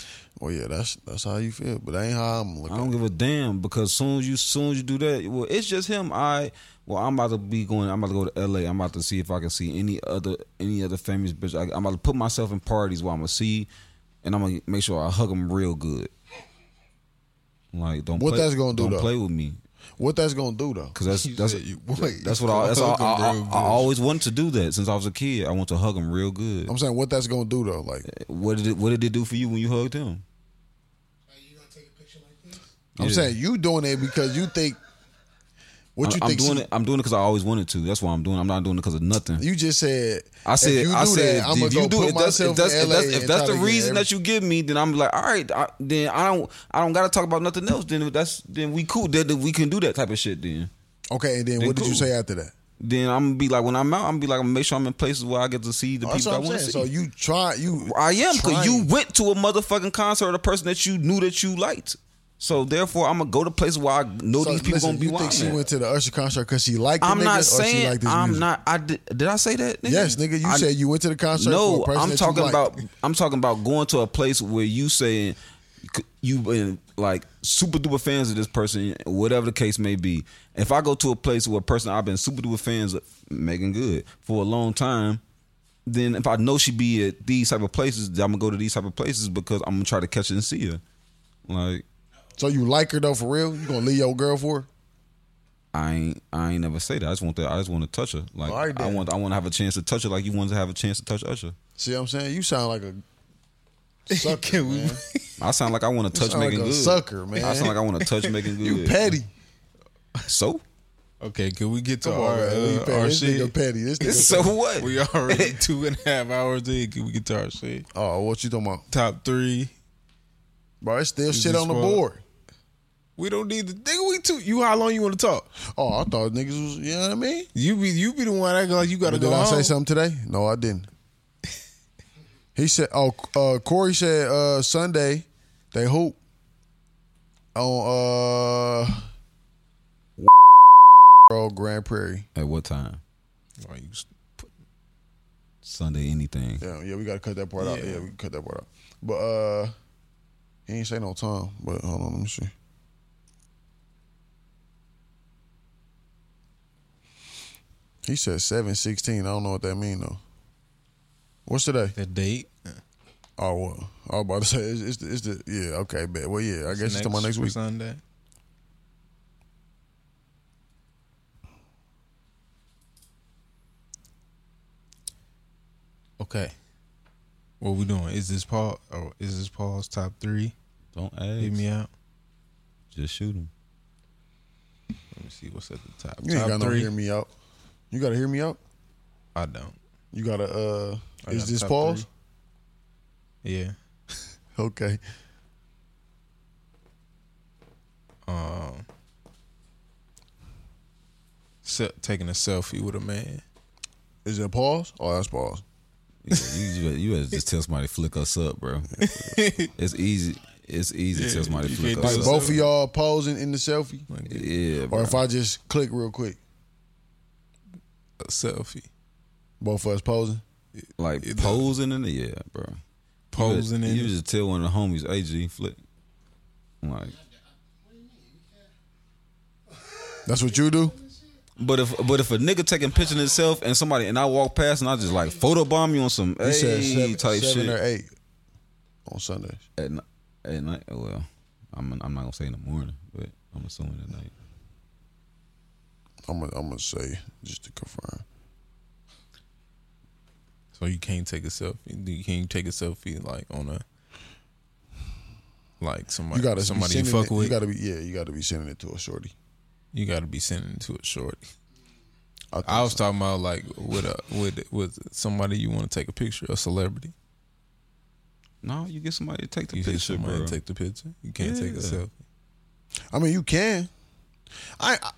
Speaker 2: Well, yeah, that's that's how you feel, but that ain't how I'm
Speaker 1: I
Speaker 2: looking.
Speaker 1: don't give a damn because soon as you soon as you do that, well, it's just him. I well, I'm about to be going. I'm about to go to L.A. I'm about to see if I can see any other any other famous bitch. I, I'm about to put myself in parties where I'm gonna see, and I'm gonna make sure I hug them real good. Like don't
Speaker 2: What
Speaker 1: play,
Speaker 2: that's gonna do,
Speaker 1: Don't
Speaker 2: though?
Speaker 1: play with me
Speaker 2: What that's gonna do though?
Speaker 1: because that's
Speaker 3: You
Speaker 1: that's
Speaker 3: said you- boy,
Speaker 1: that's
Speaker 3: you
Speaker 1: what I, that's all,
Speaker 3: hug
Speaker 1: I,
Speaker 3: 'em
Speaker 1: I,
Speaker 3: real
Speaker 1: I
Speaker 3: good.
Speaker 1: always wanted to do that since I was a kid. I want to hug them real good.
Speaker 2: I'm saying what that's gonna do though. Like,
Speaker 1: What did it, what did it do for you when you hugged him?
Speaker 4: are you gonna take a picture like this?
Speaker 2: I'm
Speaker 1: Yeah.
Speaker 2: saying you doing it because you think what you
Speaker 1: I'm, I'm
Speaker 2: think.
Speaker 1: doing
Speaker 2: she-
Speaker 1: it. I'm doing it because I always wanted to. That's why I'm doing. it. I'm not doing it because of nothing.
Speaker 2: You just said.
Speaker 1: I said,
Speaker 2: If you
Speaker 1: I
Speaker 2: do
Speaker 1: said,
Speaker 2: that, I'm gonna
Speaker 1: if
Speaker 2: go
Speaker 1: you do
Speaker 2: put
Speaker 1: it, that's,
Speaker 2: myself
Speaker 1: if that's,
Speaker 2: in
Speaker 1: if
Speaker 2: LA
Speaker 1: that's, if
Speaker 2: and
Speaker 1: that's
Speaker 2: try to
Speaker 1: the
Speaker 2: get
Speaker 1: reason
Speaker 2: every-
Speaker 1: that you give me, then I'm like, all right, I, then I don't, I don't gotta talk about nothing else. Then that's, then we cool. Then, then we can do that type of shit. Then,
Speaker 2: Okay, and then
Speaker 1: Then
Speaker 2: what did you
Speaker 1: cool.
Speaker 2: say after that?
Speaker 1: then I'm gonna be like, when I'm out, I'm gonna be like, I'm gonna make sure I'm in places where I get to see the
Speaker 2: Oh, That's
Speaker 1: people
Speaker 2: what
Speaker 1: I
Speaker 2: I'm
Speaker 1: want
Speaker 2: saying.
Speaker 1: to see.
Speaker 2: So you try you.
Speaker 1: I am because you
Speaker 2: trying.
Speaker 1: went to a motherfucking concert of a person that you knew that you liked. So therefore, I'm gonna go to places where I know
Speaker 2: So
Speaker 1: these people
Speaker 2: listen,
Speaker 1: gonna be
Speaker 2: you think
Speaker 1: watching.
Speaker 2: she went to the Usher concert because she liked the
Speaker 1: I'm
Speaker 2: niggas
Speaker 1: not
Speaker 2: or she
Speaker 1: saying
Speaker 2: liked his
Speaker 1: I'm
Speaker 2: music?
Speaker 1: not. I did, did I say that? Nigga?
Speaker 2: Yes, nigga, you
Speaker 1: I-
Speaker 2: said you went to the concert. for
Speaker 1: No,
Speaker 2: a person
Speaker 1: I'm
Speaker 2: that
Speaker 1: talking
Speaker 2: you liked.
Speaker 1: about. I'm talking about going to a place where you saying c- you been like super duper fans of this person, whatever the case may be. If I go to a place where a person I've been super duper fans of Megan Good for a long time, then if I know she be at these type of places, then I'm gonna go to these type of places because I'm gonna try to catch her and see her. Like
Speaker 2: So you like her though for real? You gonna leave your girl for her?
Speaker 1: I ain't, I ain't never say that. I just want that. I just want to touch her. Like
Speaker 2: All right,
Speaker 1: I
Speaker 2: then.
Speaker 1: want, I want to have a chance to touch her. Like you wanted to have a chance to touch Usher.
Speaker 2: See what I'm saying? You sound like a sucker,
Speaker 3: Can we-
Speaker 2: man.
Speaker 1: I sound like I want to touch
Speaker 2: sound
Speaker 1: Megan
Speaker 2: like a
Speaker 1: Good.
Speaker 2: sucker, man.
Speaker 1: I sound like I want to touch Megan Good.
Speaker 2: You petty.
Speaker 1: So
Speaker 3: Okay, can we get to
Speaker 2: Come on,
Speaker 3: our,
Speaker 2: man. You
Speaker 3: uh,
Speaker 2: petty.
Speaker 3: our
Speaker 2: this nigga
Speaker 3: shit?
Speaker 2: petty. This nigga.
Speaker 1: so what?
Speaker 3: We already two and a half hours in. Can we get to our shit?
Speaker 2: oh, what you talking about,
Speaker 3: Top three.
Speaker 2: bro? It's still shit
Speaker 3: this
Speaker 2: on the
Speaker 3: what-
Speaker 2: board.
Speaker 3: We don't need the nigga. We two. You how long you want to talk?
Speaker 2: Oh, I thought niggas was. You know what I mean?
Speaker 3: You be you be the one acting like you got to
Speaker 2: But
Speaker 3: go
Speaker 2: did I
Speaker 3: home.
Speaker 2: say something today? No, I didn't. he said, "Oh, uh, Corey said uh, Sunday they hoop on uh, Road Grand Prairie."
Speaker 1: At what time?
Speaker 3: Oh, you s-
Speaker 1: Sunday anything.
Speaker 2: Yeah, yeah, we gotta cut that part out.
Speaker 3: Yeah.
Speaker 2: Yeah, we can cut that part out. But uh, he ain't say no time. But hold on, let me see. He said seven sixteen. I don't know what that mean though. What's today?
Speaker 3: The date.
Speaker 2: Oh well, I was about to say it's, it's, the, it's the yeah okay bet. Well yeah, I guess it's tomorrow next week.
Speaker 3: Sunday. Okay. What we doing? Is this Paul or is this Paul's top three?
Speaker 1: Don't
Speaker 3: Hit
Speaker 1: ask.
Speaker 3: me out.
Speaker 1: Just shoot him.
Speaker 3: Let me see what's at the top.
Speaker 2: You ain't
Speaker 3: top
Speaker 2: got no
Speaker 3: three.
Speaker 2: hear me out. You gotta hear me out.
Speaker 3: I don't.
Speaker 2: You gotta uh.
Speaker 3: I
Speaker 2: is
Speaker 3: got
Speaker 2: this
Speaker 3: top
Speaker 2: pause?
Speaker 3: three. Yeah.
Speaker 2: Okay.
Speaker 3: Um. Se- taking a selfie with a man.
Speaker 2: Is it pause? Oh, that's pause.
Speaker 1: You, you, you better just tell somebody to flick us up, bro. it's easy. It's easy to tell somebody to
Speaker 3: you
Speaker 1: flick
Speaker 3: can't
Speaker 1: us
Speaker 3: do
Speaker 1: up.
Speaker 3: it.
Speaker 2: Both of y'all posing in the selfie,
Speaker 3: Like a
Speaker 1: Yeah, bro.
Speaker 2: or if I just click real quick,
Speaker 3: selfie.
Speaker 2: both of us posing.
Speaker 1: like posing in the yeah, bro.
Speaker 3: Posing
Speaker 1: you,
Speaker 3: in.
Speaker 1: You
Speaker 3: it.
Speaker 1: just tell one of the homies, "Hey, G, flick." I'm like,
Speaker 2: That's what you do.
Speaker 1: but if but if a nigga taking picture of himself and somebody and I walk past and I just like photobomb you on some
Speaker 2: He
Speaker 1: hey
Speaker 2: said seven,
Speaker 1: type
Speaker 2: seven
Speaker 1: shit
Speaker 2: or eight on Sundays.
Speaker 1: at night. At night, oh well, I'm I'm not gonna say in the morning, but I'm assuming at night.
Speaker 2: I'm gonna I'm gonna say just to confirm.
Speaker 3: So you can't take a selfie. You can't take a selfie like on a like somebody.
Speaker 2: You gotta be
Speaker 3: somebody you
Speaker 2: sending
Speaker 3: fuck
Speaker 2: it,
Speaker 3: with.
Speaker 2: You gotta be yeah. You gotta be sending it to a shorty.
Speaker 3: be sending it to a shorty.
Speaker 2: I, think
Speaker 3: I was
Speaker 2: so.
Speaker 3: talking about like with a with with somebody you want to take a picture, a celebrity.
Speaker 1: No, you get somebody to take the
Speaker 3: You hit
Speaker 1: picture,
Speaker 3: somebody
Speaker 1: bro.
Speaker 3: and take the picture. You can't take a
Speaker 1: Yeah.
Speaker 3: selfie.
Speaker 2: I mean, you can. I I,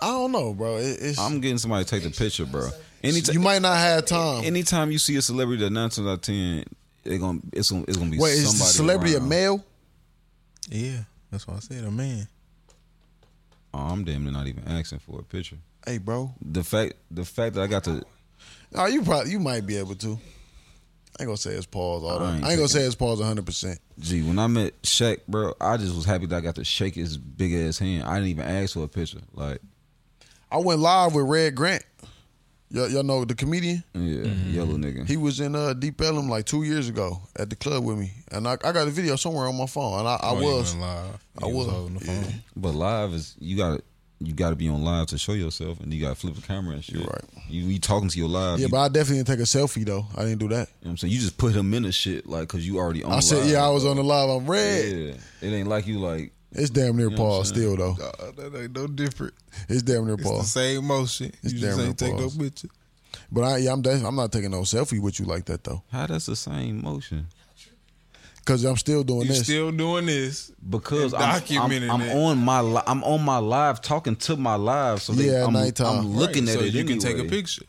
Speaker 2: I don't know, bro. It, it's
Speaker 1: I'm getting somebody to take the picture, bro. Anytime,
Speaker 2: you might not have time.
Speaker 1: anytime you see a celebrity that nine times out of ten, they gonna it's gonna it's gonna be
Speaker 2: Wait, is the
Speaker 1: somebody
Speaker 2: celebrity
Speaker 1: around.
Speaker 2: a male?
Speaker 3: Yeah, that's why I said a man.
Speaker 1: Oh, I'm damn near not even asking for a picture.
Speaker 2: Hey, bro.
Speaker 1: The fact the fact that I got to
Speaker 2: Oh, you probably you might be able to. I ain't gonna say it's pause all that.
Speaker 1: I
Speaker 2: I
Speaker 1: ain't
Speaker 2: ain't, gonna say it's pause 100. percent
Speaker 1: gee when I met Shaq, bro, I just was happy that I got to shake his big ass hand. I didn't even ask for a picture. Like,
Speaker 2: I went live with Red Grant. Y'all, y'all know the comedian.
Speaker 1: yeah, yellow nigga.
Speaker 2: He was in uh, Deep Ellum like two years ago at the club with me, and I, I got a video somewhere on my phone, and I, I
Speaker 3: Oh, you
Speaker 2: was.
Speaker 3: went live.
Speaker 2: I
Speaker 3: You
Speaker 2: was.
Speaker 3: holding the phone.
Speaker 1: But live is you got to you got to be on live to show yourself, and you got to flip the camera and shit.
Speaker 2: You're right.
Speaker 1: You, you talking to your live?
Speaker 2: Yeah,
Speaker 1: you,
Speaker 2: but I definitely didn't take a selfie though. I didn't do that.
Speaker 1: you know what I'm saying you just put him in the shit, like, cause you already on.
Speaker 2: I said,
Speaker 1: live.
Speaker 2: yeah, I was on the live. I'm red.
Speaker 1: Yeah, it ain't like you like
Speaker 2: It's damn near
Speaker 1: what I'm
Speaker 2: pause still though.
Speaker 3: Uh, that ain't no different.
Speaker 2: It's damn near
Speaker 3: It's the
Speaker 2: pause.
Speaker 3: same motion.
Speaker 2: It's
Speaker 3: you just
Speaker 2: damn
Speaker 3: ain't
Speaker 2: near
Speaker 3: take no
Speaker 2: pause.
Speaker 3: picture.
Speaker 2: But I, yeah, I'm def- I'm not taking no selfie with you like that though.
Speaker 1: how that's the same motion.
Speaker 2: because I'm still doing
Speaker 3: You
Speaker 2: this.
Speaker 3: still doing this?
Speaker 1: because
Speaker 3: And
Speaker 1: I'm,
Speaker 3: documenting
Speaker 1: I'm, I'm
Speaker 3: it.
Speaker 1: on my li- I'm on my live talking to my live, so they,
Speaker 2: Yeah,
Speaker 1: I'm,
Speaker 2: nighttime.
Speaker 1: I'm looking
Speaker 3: Right,
Speaker 1: at
Speaker 3: so
Speaker 1: it.
Speaker 3: you can take a
Speaker 1: anyway.
Speaker 3: picture.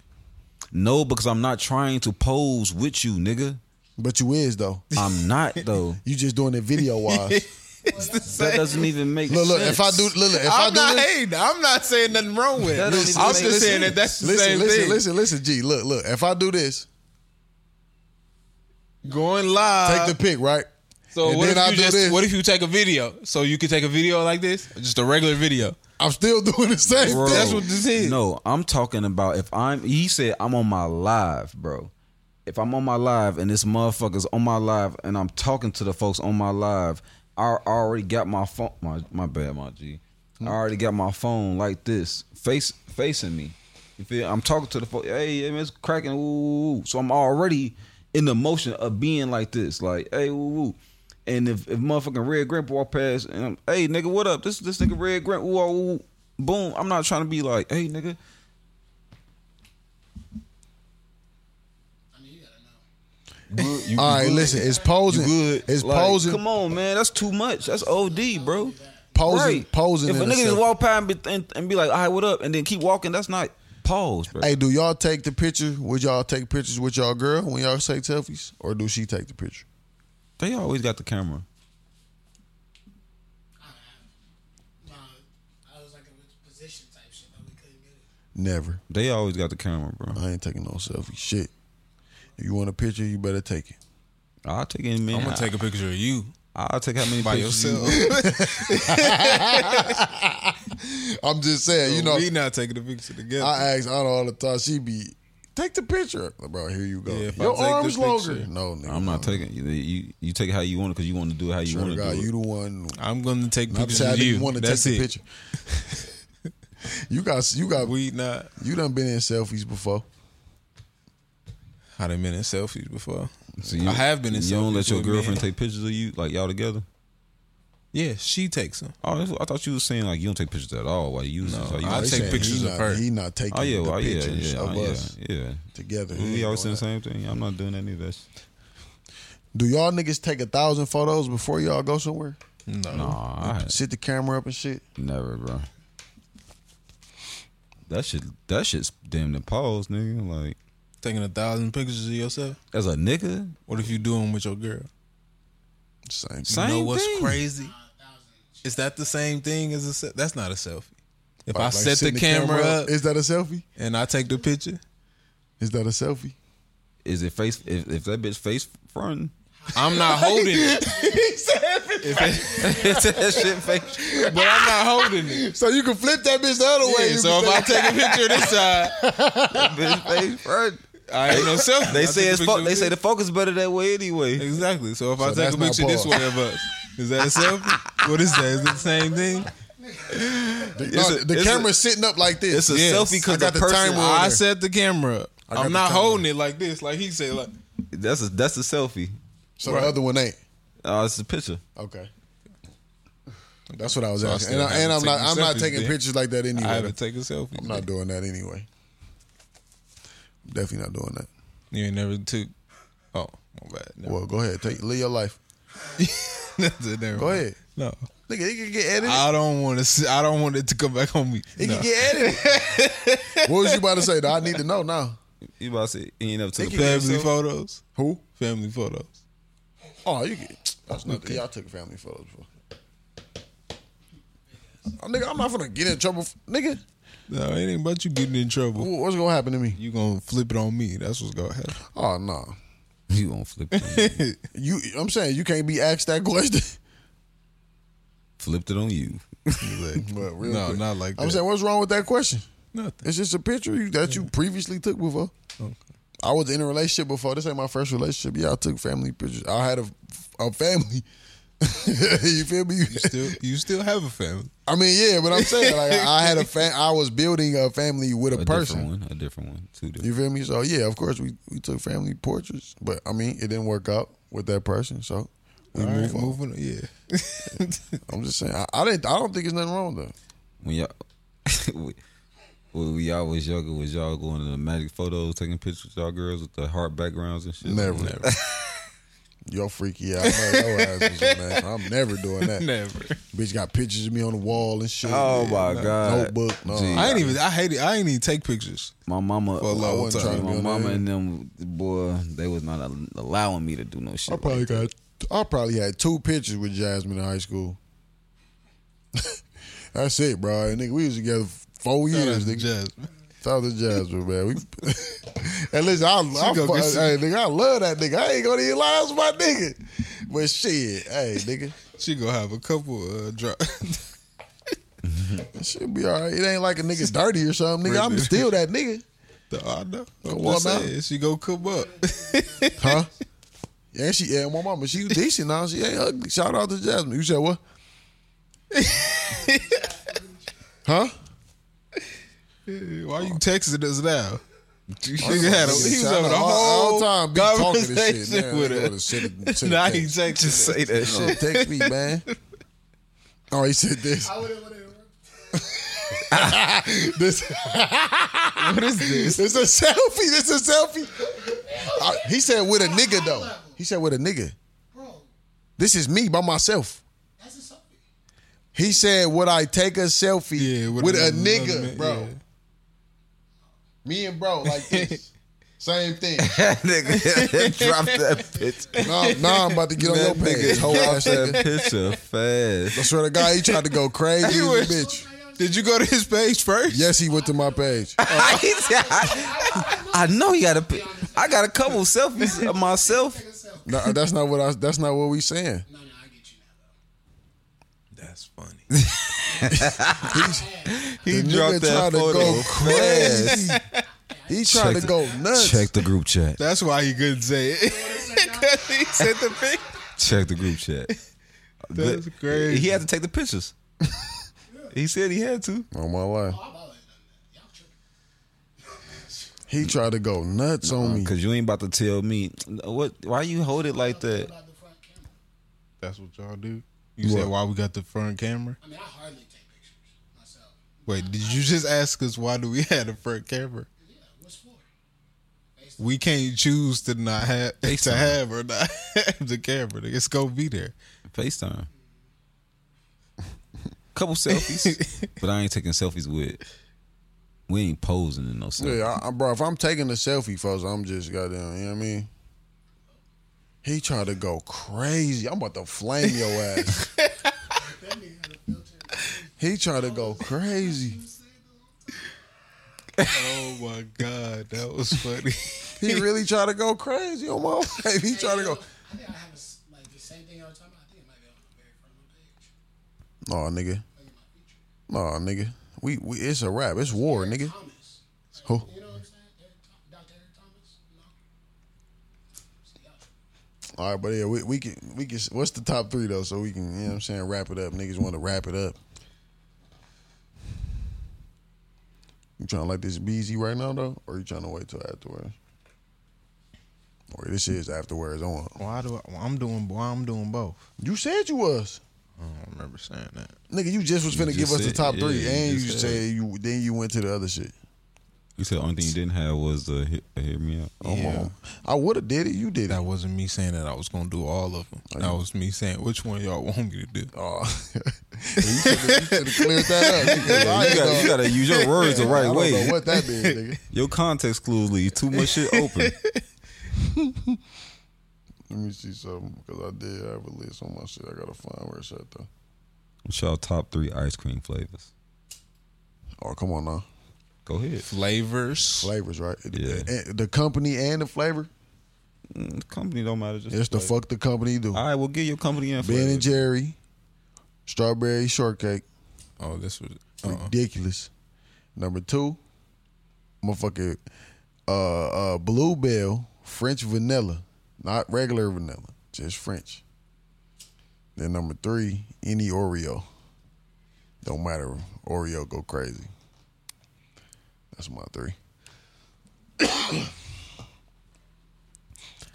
Speaker 1: No, because I'm not trying to pose with you, nigga.
Speaker 2: but you is though.
Speaker 1: I'm not though.
Speaker 2: You just doing it video wise.
Speaker 1: that doesn't even make
Speaker 2: look,
Speaker 1: sense.
Speaker 2: look. If I do, look, look, if i
Speaker 3: I'm
Speaker 2: do
Speaker 3: not
Speaker 2: this,
Speaker 3: hating. I'm not saying nothing wrong with it.
Speaker 1: That
Speaker 3: I'm
Speaker 1: don't even
Speaker 3: just
Speaker 1: make sense.
Speaker 3: saying that that's the
Speaker 2: listen,
Speaker 3: same
Speaker 2: listen,
Speaker 3: thing.
Speaker 2: listen, listen, G. Look, look. If I do this,
Speaker 3: Going live.
Speaker 1: Uh,
Speaker 2: take the pic, right?
Speaker 3: so
Speaker 2: and
Speaker 3: what
Speaker 2: then
Speaker 3: if you
Speaker 2: I do
Speaker 3: just,
Speaker 2: this.
Speaker 3: What if you take a video? So you can take a video like this, just a regular video.
Speaker 2: I'm still doing the same
Speaker 1: Bro,
Speaker 2: thing.
Speaker 3: That's what this is.
Speaker 1: No, I'm talking about if I'm. He said I'm on my live, bro. If I'm on my live and this motherfucker's on my live and I'm talking to the folks on my live, I already got my phone. My my bad, my G. I already got my phone like this, face facing me. You feel? I'm talking to the folks. Hey, hey, man, it's cracking. Ooh, ooh, ooh. so I'm already in the motion of being like this, like hey, woo, woo. And if, if motherfucking Red Grandpa walk past and I'm, hey nigga, what up? This this nigga Red Grandpa, ooh, ah, ooh, boom. I'm not trying to be like, hey nigga,
Speaker 4: I mean, you gotta know.
Speaker 2: All right, listen. It's posing. It's
Speaker 1: Like,
Speaker 2: posing.
Speaker 1: Come on, man, that's too much. That's OD, bro.
Speaker 2: Posing.
Speaker 1: Right.
Speaker 2: Posing.
Speaker 1: If a
Speaker 2: in
Speaker 1: nigga just
Speaker 2: itself.
Speaker 1: walk past and be, and, and be like, all right, what up, and then keep walking, that's not pause, bro.
Speaker 2: Hey, do y'all take the picture? Would y'all take pictures with y'all girl when y'all take selfies, or do she take the picture?
Speaker 1: They always got the camera.
Speaker 4: I have. My, I was like in a position type shit, but we couldn't get it.
Speaker 2: Never.
Speaker 1: They always got the camera, bro.
Speaker 2: I ain't taking no selfie. Shit. If you want a picture, you better take it.
Speaker 1: I'll take any minute.
Speaker 3: I'm gonna take a picture of you
Speaker 1: I'll take how many
Speaker 3: by
Speaker 1: pictures you
Speaker 3: yourself.
Speaker 1: want.
Speaker 2: I'm just saying. You know,
Speaker 3: we not taking a picture together.
Speaker 2: Oh. I ask Anna all the time. She be take the picture, bro. Here you go.
Speaker 3: Yeah, if I
Speaker 2: Your
Speaker 3: take the
Speaker 2: arms longer.
Speaker 3: picture-
Speaker 2: No, nigga,
Speaker 1: I'm not
Speaker 3: Oh.
Speaker 2: no.
Speaker 1: taking you. You, you take it how you want it because you want to do it how you
Speaker 2: Swear
Speaker 1: want
Speaker 2: to
Speaker 1: to
Speaker 2: God,
Speaker 1: do it.
Speaker 2: you the one.
Speaker 3: I'm gonna take
Speaker 2: I'm
Speaker 3: pictures
Speaker 2: sad
Speaker 3: of
Speaker 2: that
Speaker 3: you.
Speaker 2: you want to take
Speaker 3: That's
Speaker 2: the
Speaker 3: it.
Speaker 2: picture. you got you got
Speaker 3: We not.
Speaker 2: you done been in selfies before.
Speaker 3: I done been in selfies before.
Speaker 1: So you-
Speaker 3: I have been in.
Speaker 1: You don't
Speaker 3: selfies
Speaker 1: let your
Speaker 3: with men.
Speaker 1: girlfriend take pictures of you like y'all together.
Speaker 3: Yeah, she takes them.
Speaker 1: Oh, that's what- I thought you was saying like you don't take pictures at all while you use this. Like, you
Speaker 3: I
Speaker 1: don't
Speaker 3: take
Speaker 1: shit.
Speaker 2: He
Speaker 3: pictures
Speaker 2: not-
Speaker 3: of her.
Speaker 2: He not taking
Speaker 1: Oh yeah,
Speaker 2: the
Speaker 1: well, yeah,
Speaker 2: pictures
Speaker 1: yeah,
Speaker 2: of
Speaker 3: oh,
Speaker 1: yeah,
Speaker 2: us
Speaker 1: yeah.
Speaker 2: together. He
Speaker 1: We always saying
Speaker 2: ain't
Speaker 1: the
Speaker 2: doing
Speaker 1: same thing. I'm not doing any of that. shit.
Speaker 2: that. Do y'all niggas take a thousand photos before y'all go somewhere?
Speaker 3: No.
Speaker 1: Nah, I
Speaker 2: Sit the camera up and shit.
Speaker 1: never, bro. That shit, that shit's damn near pause, nigga. Like
Speaker 3: Taking a thousand pictures of yourself.
Speaker 1: as a nigga,
Speaker 3: What if you do them with your girl?
Speaker 2: Same.
Speaker 1: same
Speaker 3: you know what's
Speaker 1: thing.
Speaker 3: crazy?
Speaker 4: A thousand.
Speaker 3: Is that the same thing as a se- that's not a selfie? If I
Speaker 2: Like,
Speaker 3: set the
Speaker 2: sitting
Speaker 3: camera, up
Speaker 2: is that a selfie?
Speaker 3: and I take the picture,
Speaker 2: Is that a selfie?
Speaker 1: Is it face? If, if that bitch face front,
Speaker 3: I'm not holding it.
Speaker 1: is that shit face?
Speaker 3: But I'm not holding it.
Speaker 2: So you can flip that bitch the other way.
Speaker 3: Yeah,
Speaker 2: You
Speaker 3: so
Speaker 2: can
Speaker 3: if I take a picture of this side,
Speaker 1: Bitch face front.
Speaker 3: I ain't no selfie.
Speaker 1: They
Speaker 3: I
Speaker 1: say
Speaker 3: take a
Speaker 1: it's
Speaker 3: picture
Speaker 1: fo-
Speaker 3: of
Speaker 1: they
Speaker 3: this.
Speaker 1: say the focus better that way anyway.
Speaker 3: Exactly. So if I take
Speaker 2: that's
Speaker 3: a
Speaker 2: not
Speaker 3: picture this
Speaker 2: pause.
Speaker 3: way of us, is that a selfie? What is that? Is it the same thing?
Speaker 2: take- no,
Speaker 1: it's a-
Speaker 2: the
Speaker 1: it's a-
Speaker 2: camera's sitting up like this.
Speaker 1: It's a
Speaker 3: Yes.
Speaker 1: selfie
Speaker 2: I
Speaker 1: because
Speaker 2: got the
Speaker 1: the person.
Speaker 2: timer on
Speaker 3: I
Speaker 2: there.
Speaker 3: set the camera up.
Speaker 2: got
Speaker 3: I'm
Speaker 2: the
Speaker 3: not
Speaker 2: camera.
Speaker 3: holding it like this, like he said. Like
Speaker 1: That's a that's a selfie.
Speaker 2: so the other one ain't.
Speaker 1: Uh, it's a picture.
Speaker 2: Okay. That's what I was
Speaker 3: I
Speaker 2: asking.
Speaker 3: still
Speaker 2: And, I, and I'm
Speaker 3: haven't
Speaker 2: not.
Speaker 3: taken
Speaker 2: I'm not
Speaker 3: selfies
Speaker 2: taking
Speaker 3: then.
Speaker 2: pictures like that
Speaker 3: I
Speaker 2: anyway.
Speaker 3: haven't taken selfies.
Speaker 2: I'm not doing that anyway. I'm definitely not doing that.
Speaker 3: You ain't never took. Oh, my bad. Never.
Speaker 2: Well, go ahead. Take live your life.
Speaker 3: That's it, never
Speaker 2: Go
Speaker 3: mind.
Speaker 2: ahead.
Speaker 3: No,
Speaker 2: Nigga, it can get edited.
Speaker 3: I don't want to. I don't want it to come back on me.
Speaker 2: it
Speaker 3: No.
Speaker 2: can get edited. what was you about to say? though? I need to know now.
Speaker 1: You about to say end up to
Speaker 2: Thank
Speaker 1: the
Speaker 2: you.
Speaker 3: Family
Speaker 2: So-
Speaker 3: photos.
Speaker 2: Who?
Speaker 3: Family photos.
Speaker 2: Oh, you get. That's not. Y'all took family photos before. Oh, nigga, I'm not gonna get in trouble. f- Nigga,
Speaker 3: No, it ain't about you getting in
Speaker 2: wh-
Speaker 3: trouble.
Speaker 2: what's gonna happen to me?
Speaker 3: You gonna flip it on me. That's what's gonna happen.
Speaker 2: Oh no,
Speaker 1: You gonna flip it on,
Speaker 2: you. I'm saying you can't be asked that question.
Speaker 1: flipped it on you.
Speaker 2: But real
Speaker 3: no,
Speaker 2: quick.
Speaker 3: not like that.
Speaker 2: I'm saying, what's wrong with that question?
Speaker 3: Nothing.
Speaker 2: It's just a picture you, that you previously took before. I was in a relationship before. This ain't my first relationship. Yeah, I took family pictures. I had a, a family. you feel me?
Speaker 3: Still, you still have a family.
Speaker 2: I mean, yeah, but I'm saying like I, I had a fam- I was building a family with a,
Speaker 1: A different
Speaker 2: person.
Speaker 1: one. A different one. Two different.
Speaker 2: You feel me? So yeah, of course we, we took family portraits, but I mean it didn't work out with that person. So we
Speaker 3: All right,
Speaker 2: move on.
Speaker 3: moving on. Yeah.
Speaker 2: I'm just saying I, I didn't. I don't think it's nothing wrong with that.
Speaker 1: when y'all when we all was younger, was y'all going to the magic photos, taking pictures with y'all girls with the hard backgrounds and shit?
Speaker 2: Never.
Speaker 1: Like,
Speaker 2: Never. Yo, freaky. I know your ass was on that. I'm never doing that.
Speaker 3: Never.
Speaker 2: Bitch got pictures of me on the wall and shit.
Speaker 1: Oh, my God.
Speaker 2: Notebook. No.
Speaker 1: Gee.
Speaker 3: I ain't even. I hate it. I ain't even take pictures.
Speaker 1: My mama,
Speaker 3: For a long
Speaker 1: I wasn't
Speaker 3: time.
Speaker 1: trying to be
Speaker 2: My
Speaker 1: on my mama
Speaker 2: mama
Speaker 1: and them boy, they was not allowing me to do no shit.
Speaker 2: I probably got. I probably had two pictures with Jasmine in high school. That's it, bro. And nigga, we was together four
Speaker 3: Shout out
Speaker 2: years.
Speaker 3: to
Speaker 2: Nigga,
Speaker 3: Jasmine.
Speaker 2: shout out to Jasmine, man. We, and listen, I, I,
Speaker 3: go
Speaker 2: fu-
Speaker 3: get some-
Speaker 2: hey, nigga, I love that nigga. I ain't gonna even lie, that's my nigga. But shit, hey, nigga,
Speaker 3: She gonna have a couple uh, drop.
Speaker 2: shit be all right. It ain't like a nigga dirty or something, nigga. I'm still that nigga,
Speaker 3: I know. oh, I'm
Speaker 2: Come
Speaker 3: just
Speaker 2: on now.
Speaker 3: saying, she gonna come up.
Speaker 2: huh? And she, and my mama, she was decent now. She ain't ugly. Shout out to Jasmine. You said what? huh?
Speaker 3: Why you texting us now? Nigga had a, he was
Speaker 2: Shout out
Speaker 3: having a
Speaker 2: all-
Speaker 3: whole
Speaker 2: all time be talking
Speaker 3: conversation
Speaker 2: this shit. Man,
Speaker 3: with
Speaker 2: They
Speaker 3: her.
Speaker 2: would've sent it- sent it
Speaker 3: Now he
Speaker 2: text.
Speaker 3: texting. Just say that
Speaker 2: Shit, text me, man. Oh, he said this.
Speaker 4: I wouldn't want to interrupt.
Speaker 2: This. what is this? It's a selfie. This a selfie. Uh, he said with a nigga though. He said with a nigga.
Speaker 4: Bro,
Speaker 2: This is me by myself.
Speaker 4: that's a selfie.
Speaker 2: He said, "Would I take a selfie
Speaker 3: Yeah,
Speaker 2: with,
Speaker 3: with
Speaker 2: a
Speaker 3: another
Speaker 2: nigga,
Speaker 3: man,
Speaker 2: bro?"
Speaker 3: yeah.
Speaker 2: Me and bro like this. Same thing.
Speaker 1: nigga, drop that picture.
Speaker 2: Now, now I'm about to get on your
Speaker 1: That
Speaker 2: page,
Speaker 1: nigga
Speaker 2: whole
Speaker 1: dropped
Speaker 2: ass nigga.
Speaker 1: that picture
Speaker 2: I
Speaker 1: fast.
Speaker 2: swear to God, he tried to go crazy,
Speaker 3: He
Speaker 2: as a
Speaker 3: was-
Speaker 2: bitch.
Speaker 3: Did you go to his page first?
Speaker 2: Yes, he went to my page.
Speaker 1: He said, I, I know he got a. pi- I got a couple selfies of myself.
Speaker 4: Take a selfie.
Speaker 2: No, that's not what I. That's not what we saying.
Speaker 4: No, no, I get you now,
Speaker 3: That's funny.
Speaker 1: He
Speaker 2: The
Speaker 1: dropped
Speaker 2: nigga
Speaker 1: that
Speaker 2: tried to
Speaker 1: photo
Speaker 2: go
Speaker 1: fast.
Speaker 2: crazy. He tried
Speaker 1: Check-
Speaker 2: to go nuts.
Speaker 1: Check the group chat.
Speaker 3: That's why he couldn't say it. 'Cause he said the pic.
Speaker 1: Check the group chat.
Speaker 3: That's
Speaker 1: But
Speaker 3: crazy.
Speaker 1: He had to take the pictures. he said he had to.
Speaker 2: On my life,
Speaker 4: though. I've always done that. Y'all tripping.
Speaker 2: he tried to go nuts on me.
Speaker 1: Cause you ain't about to tell me what. Why you hold it like that?
Speaker 4: About the front camera.
Speaker 3: That's what y'all do. You said why we got the front camera?
Speaker 4: I mean, I hardly take pictures myself.
Speaker 3: Wait, did you just ask us why do we have the front camera?
Speaker 4: Yeah, what's for?
Speaker 3: We can't choose to not have to have or not have the camera. It's gonna be there.
Speaker 1: Facetime. Couple selfies, but I ain't taking selfies with. We ain't posing in no selfie.
Speaker 2: Yeah, I, I- bro. If I'm taking a selfie, folks, I'm just goddamn. You know what I mean? He tried to go crazy. I'm about to flame your ass.
Speaker 4: That nigga had a filter.
Speaker 2: He tried to go crazy.
Speaker 3: Oh my god, that was funny.
Speaker 2: He really tried to go crazy on my life. He tried to go.
Speaker 4: I think I have a, s- like the same thing I was talking about. I think it might be on the very front of the
Speaker 2: No,
Speaker 4: page.
Speaker 2: nigga.
Speaker 4: Like in my
Speaker 2: No,
Speaker 4: feature.
Speaker 2: nigga. We, we it's a wrap. It's war, nigga.
Speaker 4: Thomas. Like,
Speaker 2: Who?
Speaker 4: You know what I'm saying? Eric Tho- Dr. Eric Thomas? No. See, y'all tripping.
Speaker 2: All right, but yeah, we, we can we can. What's the top three though? So we can, you know, what I'm saying, wrap it up. Niggas want to wrap it up. You trying to like this BZ right now though, or you trying to wait till afterwards? Or this is afterwards on.
Speaker 3: Why do I, well, I'm doing? Why I'm doing both?
Speaker 2: You said you was.
Speaker 3: I don't remember saying that.
Speaker 2: Nigga, you just was finna
Speaker 1: just
Speaker 2: give us the
Speaker 1: said-
Speaker 2: top
Speaker 1: yeah,
Speaker 2: three,
Speaker 1: you
Speaker 2: and
Speaker 1: just
Speaker 2: you
Speaker 1: said.
Speaker 2: said you then you went to the other shit.
Speaker 1: You said the only thing you didn't have was the hit, hear me out. Oh
Speaker 2: Come on. I would have did it. You did it.
Speaker 3: That wasn't me saying that I was gonna do all of them. That was me saying which one y'all want me to do.
Speaker 2: Oh, you should have cleared that up. nigga. I
Speaker 1: you,
Speaker 2: ain't
Speaker 1: gotta,
Speaker 2: gonna-
Speaker 1: you gotta use your words the
Speaker 2: I
Speaker 1: right
Speaker 2: don't
Speaker 1: way.
Speaker 2: know what that means, nigga.
Speaker 1: Your context clues leave too much shit open.
Speaker 2: Let me see something because I did have a list on my shit. I gotta find where it's at though.
Speaker 1: What's y'all top three ice cream flavors?
Speaker 2: Oh, come on now,
Speaker 1: Go ahead.
Speaker 3: Flavors.
Speaker 2: flavors, right?
Speaker 1: Yeah.
Speaker 2: And the company and the flavor.
Speaker 1: Mm, company don't matter. Just
Speaker 2: It's the
Speaker 1: flavor.
Speaker 2: fuck the company do.
Speaker 1: All right, we'll get your company in.
Speaker 2: ben
Speaker 1: flavor.
Speaker 2: and Jerry, strawberry shortcake,
Speaker 3: Oh, this was. Uh-uh.
Speaker 2: ridiculous. Number two, motherfucker, uh, uh, bluebell French vanilla, not regular vanilla, just French. Then number three, any Oreo. Don't matter, Oreo go crazy. That's my three.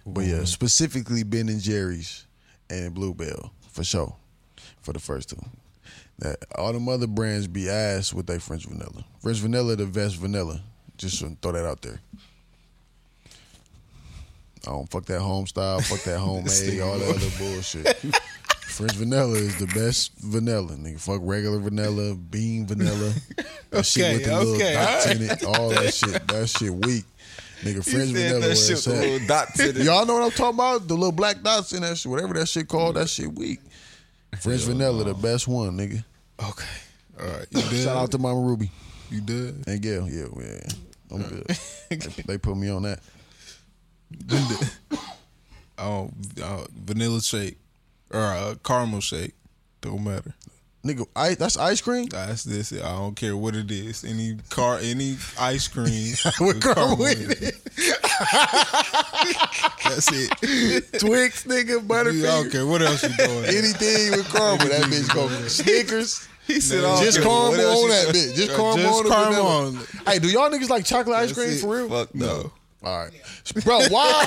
Speaker 2: but yeah,
Speaker 3: Mm-hmm.
Speaker 2: specifically Ben and Jerry's and Bluebell for sure, for the first two. That all them other brands be ass with their French vanilla. French vanilla, the best vanilla. Just to throw that out there. I don't fuck that home style, fuck that homemade, all that other bullshit. French vanilla is the best vanilla, nigga. Fuck regular vanilla, bean vanilla, that shit with the
Speaker 3: Okay,
Speaker 2: little
Speaker 3: okay,
Speaker 2: dots in it, all that shit. That shit weak, nigga. French vanilla, where it's at.
Speaker 1: dots in
Speaker 2: Y'all know what I'm talking about? The little black dots in that shit, whatever that shit called, that shit weak. French vanilla, the best one, nigga.
Speaker 3: Okay. All right. You did.
Speaker 2: Shout out to Mama Ruby
Speaker 3: You did.
Speaker 2: and Gail. Yeah, yeah, I'm good. they, they put me on that.
Speaker 3: Oh, oh, vanilla shake or a caramel shake. Don't matter.
Speaker 2: Nigga, I, that's ice cream.
Speaker 3: That's this. I don't care what it is. Any car, any ice cream
Speaker 2: With caramel
Speaker 3: in
Speaker 2: in it.
Speaker 3: That's it.
Speaker 2: Twix, nigga,
Speaker 3: You-
Speaker 2: Butterfinger.
Speaker 3: okay. What else you doing?
Speaker 2: Anything with caramel, that bitch go. Snickers.
Speaker 3: he said,
Speaker 2: Just, caramel
Speaker 3: What else
Speaker 2: on
Speaker 3: you
Speaker 2: that
Speaker 3: doing?
Speaker 2: bitch. Just
Speaker 3: Yeah,
Speaker 2: caramel
Speaker 3: just
Speaker 2: on the
Speaker 3: caramel
Speaker 2: vanilla.
Speaker 3: on it.
Speaker 2: Hey, do y'all niggas like chocolate ice
Speaker 3: That's
Speaker 2: cream
Speaker 3: it.
Speaker 2: for real?
Speaker 1: Fuck no.
Speaker 2: All right, bro. Why?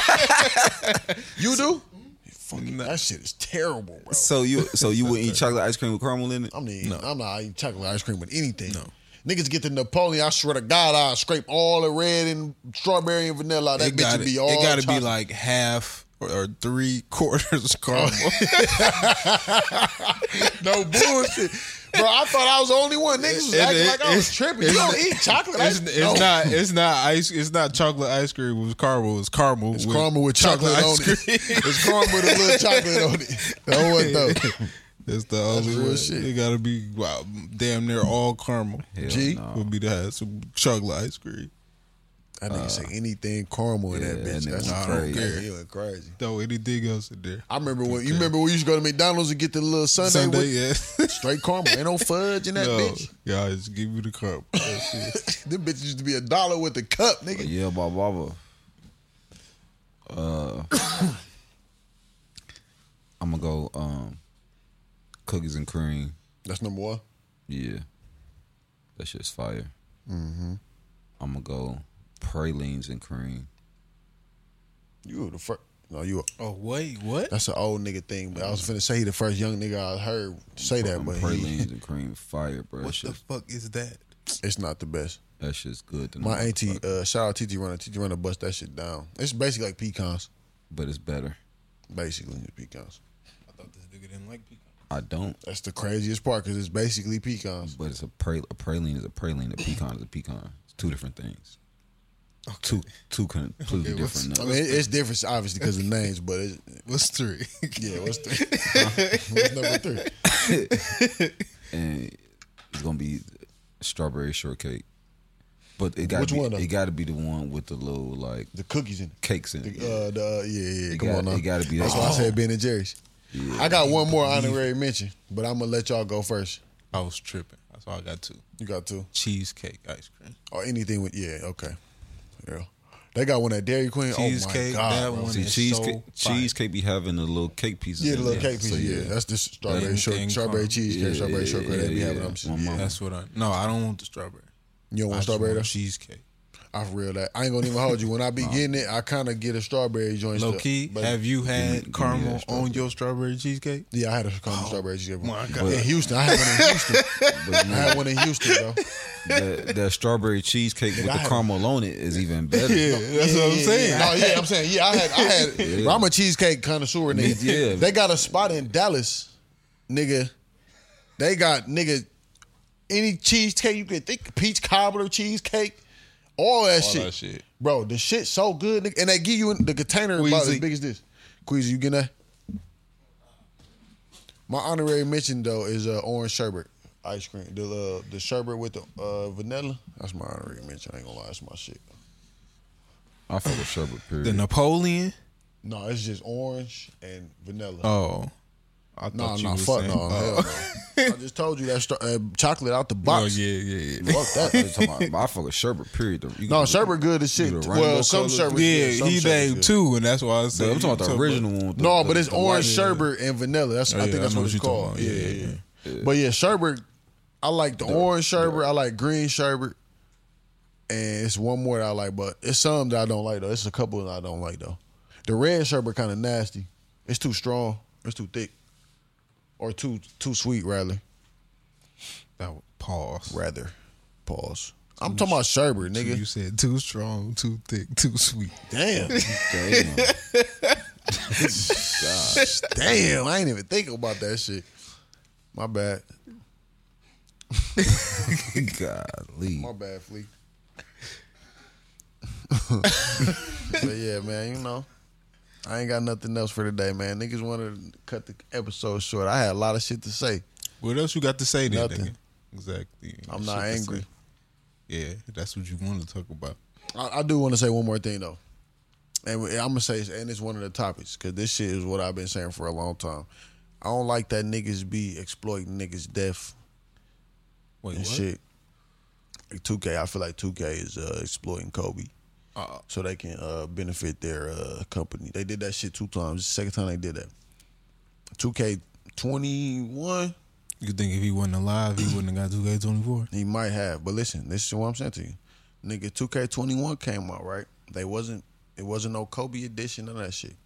Speaker 2: you do? Fucking, That shit is terrible, bro.
Speaker 1: So you so you wouldn't eat chocolate ice cream with caramel in it?
Speaker 2: I'm not. Eating, I'm not eating chocolate ice cream with anything. No. Niggas get the Napoleon. I swear to God, I will scrape all the red and strawberry and vanilla. That
Speaker 3: It
Speaker 2: bitch
Speaker 3: gotta,
Speaker 2: would be all.
Speaker 3: it gotta be
Speaker 2: chocolate.
Speaker 3: like half or, or three quarters caramel.
Speaker 2: Oh. no bullshit, bro. I thought I was the only one. Niggas was
Speaker 3: It-
Speaker 2: acting
Speaker 3: it-
Speaker 2: like I was
Speaker 3: it's-
Speaker 2: tripping. You
Speaker 3: it's-
Speaker 2: don't eat chocolate. ice-
Speaker 3: It's, it's
Speaker 2: No.
Speaker 3: not. It's not ice. It's not chocolate ice cream with caramel. It's caramel.
Speaker 2: It's caramel with chocolate,
Speaker 3: ice
Speaker 2: on
Speaker 3: cream.
Speaker 2: it. It's caramel with a little chocolate on it. That one though.
Speaker 3: That's the only
Speaker 2: real
Speaker 3: one.
Speaker 2: shit.
Speaker 3: It gotta be wow, damn near all caramel.
Speaker 1: Hell
Speaker 2: G?
Speaker 1: no.
Speaker 3: Would be the highest chocolate ice cream.
Speaker 2: I didn't say anything caramel in that
Speaker 1: yeah,
Speaker 2: bitch.
Speaker 1: that
Speaker 2: That's
Speaker 1: nigga
Speaker 2: I
Speaker 1: crazy.
Speaker 2: crazy.
Speaker 3: Throw anything else in there.
Speaker 2: I remember when you remember when you used to go to McDonald's and get the little Sunday,
Speaker 3: Sunday,
Speaker 2: with
Speaker 3: yeah.
Speaker 2: straight caramel. Ain't no fudge in that
Speaker 3: no,
Speaker 2: bitch.
Speaker 3: y'all just give me the cup. That's it.
Speaker 2: Them bitches used to be a dollar with the cup, nigga.
Speaker 1: Yeah, Bob Baba. Uh, I'm gonna go um, cookies and cream.
Speaker 2: That's number one.
Speaker 1: Yeah, that shit's fire. Mm-hmm. I'm gonna go pralines and cream.
Speaker 2: You were the first. No, you. Were,
Speaker 3: Oh wait, what?
Speaker 2: that's an old nigga thing. But I was finna say he the first young nigga I heard say that,
Speaker 1: Um,
Speaker 2: but he,
Speaker 1: pralines and cream, fire, bro. That
Speaker 3: What the
Speaker 1: shit's,
Speaker 3: fuck is that?
Speaker 2: it's not the best.
Speaker 1: that shit's good. than
Speaker 2: My
Speaker 1: a
Speaker 2: auntie,
Speaker 1: motherfucker,
Speaker 2: uh, shout out TT Runner. TT Runner bust that shit down. It's basically like pecans.
Speaker 1: but it's better.
Speaker 2: Basically, it's pecans.
Speaker 3: I thought this nigga didn't like pecan.
Speaker 1: I don't,
Speaker 2: That's the craziest part because it's basically pecans.
Speaker 1: but it's a, pra- a praline is a praline. A pecan is a pecan. It's two different things. Two, two completely
Speaker 3: what's-
Speaker 1: different.
Speaker 2: I
Speaker 1: nuts.
Speaker 2: mean, it- it's different obviously because of names, but it's,
Speaker 3: What's three?
Speaker 2: yeah, what's three? what's number three?
Speaker 1: and it's gonna be strawberry shortcake. But it got
Speaker 2: Which
Speaker 1: to be,
Speaker 2: one, though?
Speaker 1: it got to be the one with the little like
Speaker 2: The cookies in it.
Speaker 1: cakes in it.
Speaker 2: The, uh, the, uh, yeah, yeah, yeah.
Speaker 1: It
Speaker 2: Come
Speaker 1: got-
Speaker 2: on now.
Speaker 1: it gotta be
Speaker 2: That's
Speaker 1: that.
Speaker 2: why I said Ben and Jerry's. I got one more honorary mention, but I'm gonna let y'all go first.
Speaker 3: I was tripping. That's all I got two.
Speaker 2: You got two
Speaker 3: Cheesecake ice cream.
Speaker 2: or anything with yeah, okay. Yeah, they got one at Dairy Queen. oh my
Speaker 3: Cheesecake,
Speaker 2: god,
Speaker 3: that
Speaker 2: bro.
Speaker 3: one.
Speaker 1: See,
Speaker 3: It's
Speaker 1: cheesecake,
Speaker 3: so fire.
Speaker 1: cheesecake be having the little cake pieces.
Speaker 2: Yeah,
Speaker 1: in
Speaker 2: the little
Speaker 1: it.
Speaker 2: cake piece.
Speaker 1: So,
Speaker 2: yeah. that's the strawberry
Speaker 3: Anything
Speaker 2: short, strawberry
Speaker 3: caramel.
Speaker 2: cheesecake,
Speaker 1: Yeah,
Speaker 2: strawberry
Speaker 1: yeah,
Speaker 2: shortcreme.
Speaker 1: yeah,
Speaker 2: they be
Speaker 1: yeah.
Speaker 2: having them. shit,
Speaker 1: My
Speaker 2: yeah.
Speaker 1: mama.
Speaker 3: That's what I. No, I don't want the strawberry.
Speaker 2: You don't
Speaker 3: I
Speaker 2: want
Speaker 3: just
Speaker 2: strawberry?
Speaker 3: want
Speaker 2: though?
Speaker 3: cheesecake.
Speaker 2: I for real that I ain't gonna even hold you. When I be getting it, I kind of get a strawberry joint.
Speaker 3: Low
Speaker 2: still,
Speaker 3: key,
Speaker 2: but-
Speaker 3: have you had
Speaker 1: give me that
Speaker 3: caramel
Speaker 1: strawberry.
Speaker 3: on your strawberry cheesecake?
Speaker 2: Yeah, I had a caramel strawberry cheesecake.
Speaker 3: my
Speaker 2: before.
Speaker 3: God.
Speaker 2: In Houston, I had one in Houston.
Speaker 1: But
Speaker 2: I
Speaker 1: you
Speaker 2: had one in Houston, bro.
Speaker 1: know, that, that strawberry cheesecake with
Speaker 2: I
Speaker 1: the
Speaker 2: had-
Speaker 1: caramel on it is even better.
Speaker 3: that's what I'm saying.
Speaker 2: No, yeah, I'm saying. Yeah, I had. I had. bro, I'm a cheesecake connoisseur, nigga.
Speaker 1: Yeah.
Speaker 2: They got a spot in Dallas, nigga. They got nigga any cheesecake you could think, peach cobbler cheesecake, all that, shit.
Speaker 3: that shit.
Speaker 2: bro. The shit so good, nigga. and they give you in the container about as
Speaker 3: Queasy.
Speaker 2: big as this. Queasy, you getting that? My honorary mention though is uh, orange sherbet ice cream. The uh, the sherbet with the uh, vanilla. That's my honorary mention. I ain't gonna lie, that's my shit.
Speaker 1: I fuck with sherbet. Period.
Speaker 3: The Napoleon.
Speaker 2: No, it's just orange and vanilla.
Speaker 3: Oh, I
Speaker 2: no,
Speaker 3: thought you
Speaker 2: no,
Speaker 3: were
Speaker 2: fuck
Speaker 3: saying-
Speaker 2: no, hell no. I just told you that stra- uh, chocolate out the
Speaker 3: Oh
Speaker 2: box.
Speaker 3: yeah, yeah, yeah.
Speaker 1: fuck that. I'm talking about- I fuck with sherbet. Period. You
Speaker 2: No,
Speaker 1: can-
Speaker 2: sherbet good as shit.
Speaker 1: You the
Speaker 2: Well,
Speaker 1: rainbow
Speaker 2: some
Speaker 1: colors?
Speaker 2: sherbet,
Speaker 3: Yeah,
Speaker 2: some
Speaker 3: he
Speaker 2: sherbet
Speaker 3: named
Speaker 2: good.
Speaker 3: two, and that's why I
Speaker 1: But
Speaker 3: said.
Speaker 1: I'm talking about the original one. with the-
Speaker 2: No,
Speaker 1: the-
Speaker 2: but it's
Speaker 1: the
Speaker 2: orange
Speaker 1: light-
Speaker 2: sherbet and vanilla. That's
Speaker 3: Oh,
Speaker 2: I
Speaker 3: yeah,
Speaker 2: think
Speaker 3: I
Speaker 2: that's
Speaker 3: know
Speaker 2: what
Speaker 3: what
Speaker 2: it's
Speaker 3: you talking
Speaker 2: called.
Speaker 3: about.
Speaker 2: Yeah,
Speaker 3: Yeah,
Speaker 2: yeah, yeah. But yeah, sherbet. I like the orange sherbet. I like green sherbet. And it's one more that I like, but it's some that I don't like though. It's a couple that I don't like though. The red sherbet kind of nasty. It's too strong. It's too thick, or too too sweet rather.
Speaker 3: That was- pause.
Speaker 2: rather. Pause. I'm talking about sherbet,
Speaker 3: You
Speaker 2: nigga.
Speaker 3: said too strong, too thick, too sweet.
Speaker 2: Damn.
Speaker 1: Damn.
Speaker 2: Gosh, damn, I ain't even thinking about that shit. My bad.
Speaker 1: Golly.
Speaker 2: My bad, Flea. but yeah, man, you know, I ain't got nothing else for today, man. Niggas wanted to cut the episode short. I had a lot of shit to say.
Speaker 3: What else you got to say then?
Speaker 2: Nothing.
Speaker 3: nigga? Exactly.
Speaker 2: I'm
Speaker 3: Shit
Speaker 2: not
Speaker 3: to say.
Speaker 2: angry.
Speaker 3: Yeah, that's what you want to talk about.
Speaker 2: I, I do want to say one more thing though, and I'm gonna say, it's- and it's one of the topics because this shit is what I've been saying for a long time. I don't like that niggas be exploiting niggas' death
Speaker 3: Wait,
Speaker 2: and
Speaker 3: what?
Speaker 2: shit. Like 2K, I feel like 2K is uh, exploiting Kobe. So they can uh, benefit their uh, company. They did that shit two times. It's the second time they did that. 2K21,
Speaker 3: You think if he wasn't alive, he wouldn't have got 2K24?
Speaker 2: he might have. But listen, this is what I'm saying to you. Nigga, 2K21 came out, right? They wasn't, it wasn't no Kobe edition of that shit.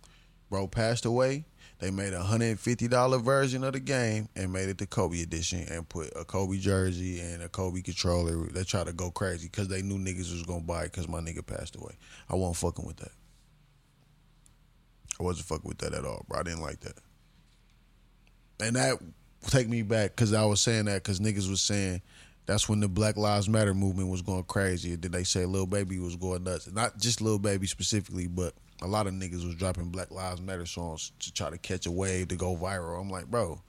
Speaker 2: Bro passed away. They made a $150 version of the game and made it the Kobe edition and put a Kobe jersey and a Kobe controller. They tried to go crazy because they knew niggas was going to buy it because my nigga passed away. I wasn't fucking with that. I wasn't fucking with that at all, bro. I didn't like that. And that take me back because I was saying that because niggas was saying that's when the Black Lives Matter movement was going crazy. Did they say Lil Baby was going nuts? Not just Lil Baby specifically, but a lot of niggas was dropping Black Lives Matter songs to try to catch a wave to go viral. I'm like, bro,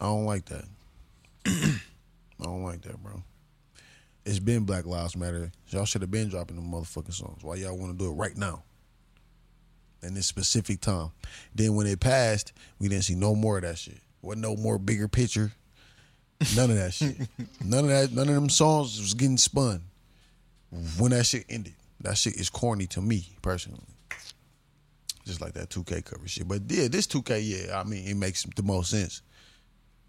Speaker 2: I don't like that. I don't like that, bro. It's been Black Lives Matter. Y'all should have been dropping them motherfucking songs. Why y'all want to do it right now? in this specific time. Then when it passed, we didn't see no more of that shit. Wasn't no more bigger picture. None of that shit. none of that. None of them songs was getting spun when that shit ended. That shit is corny to me personally. Just like that 2K cover shit. But yeah, this 2K, yeah, I mean, it makes the most sense.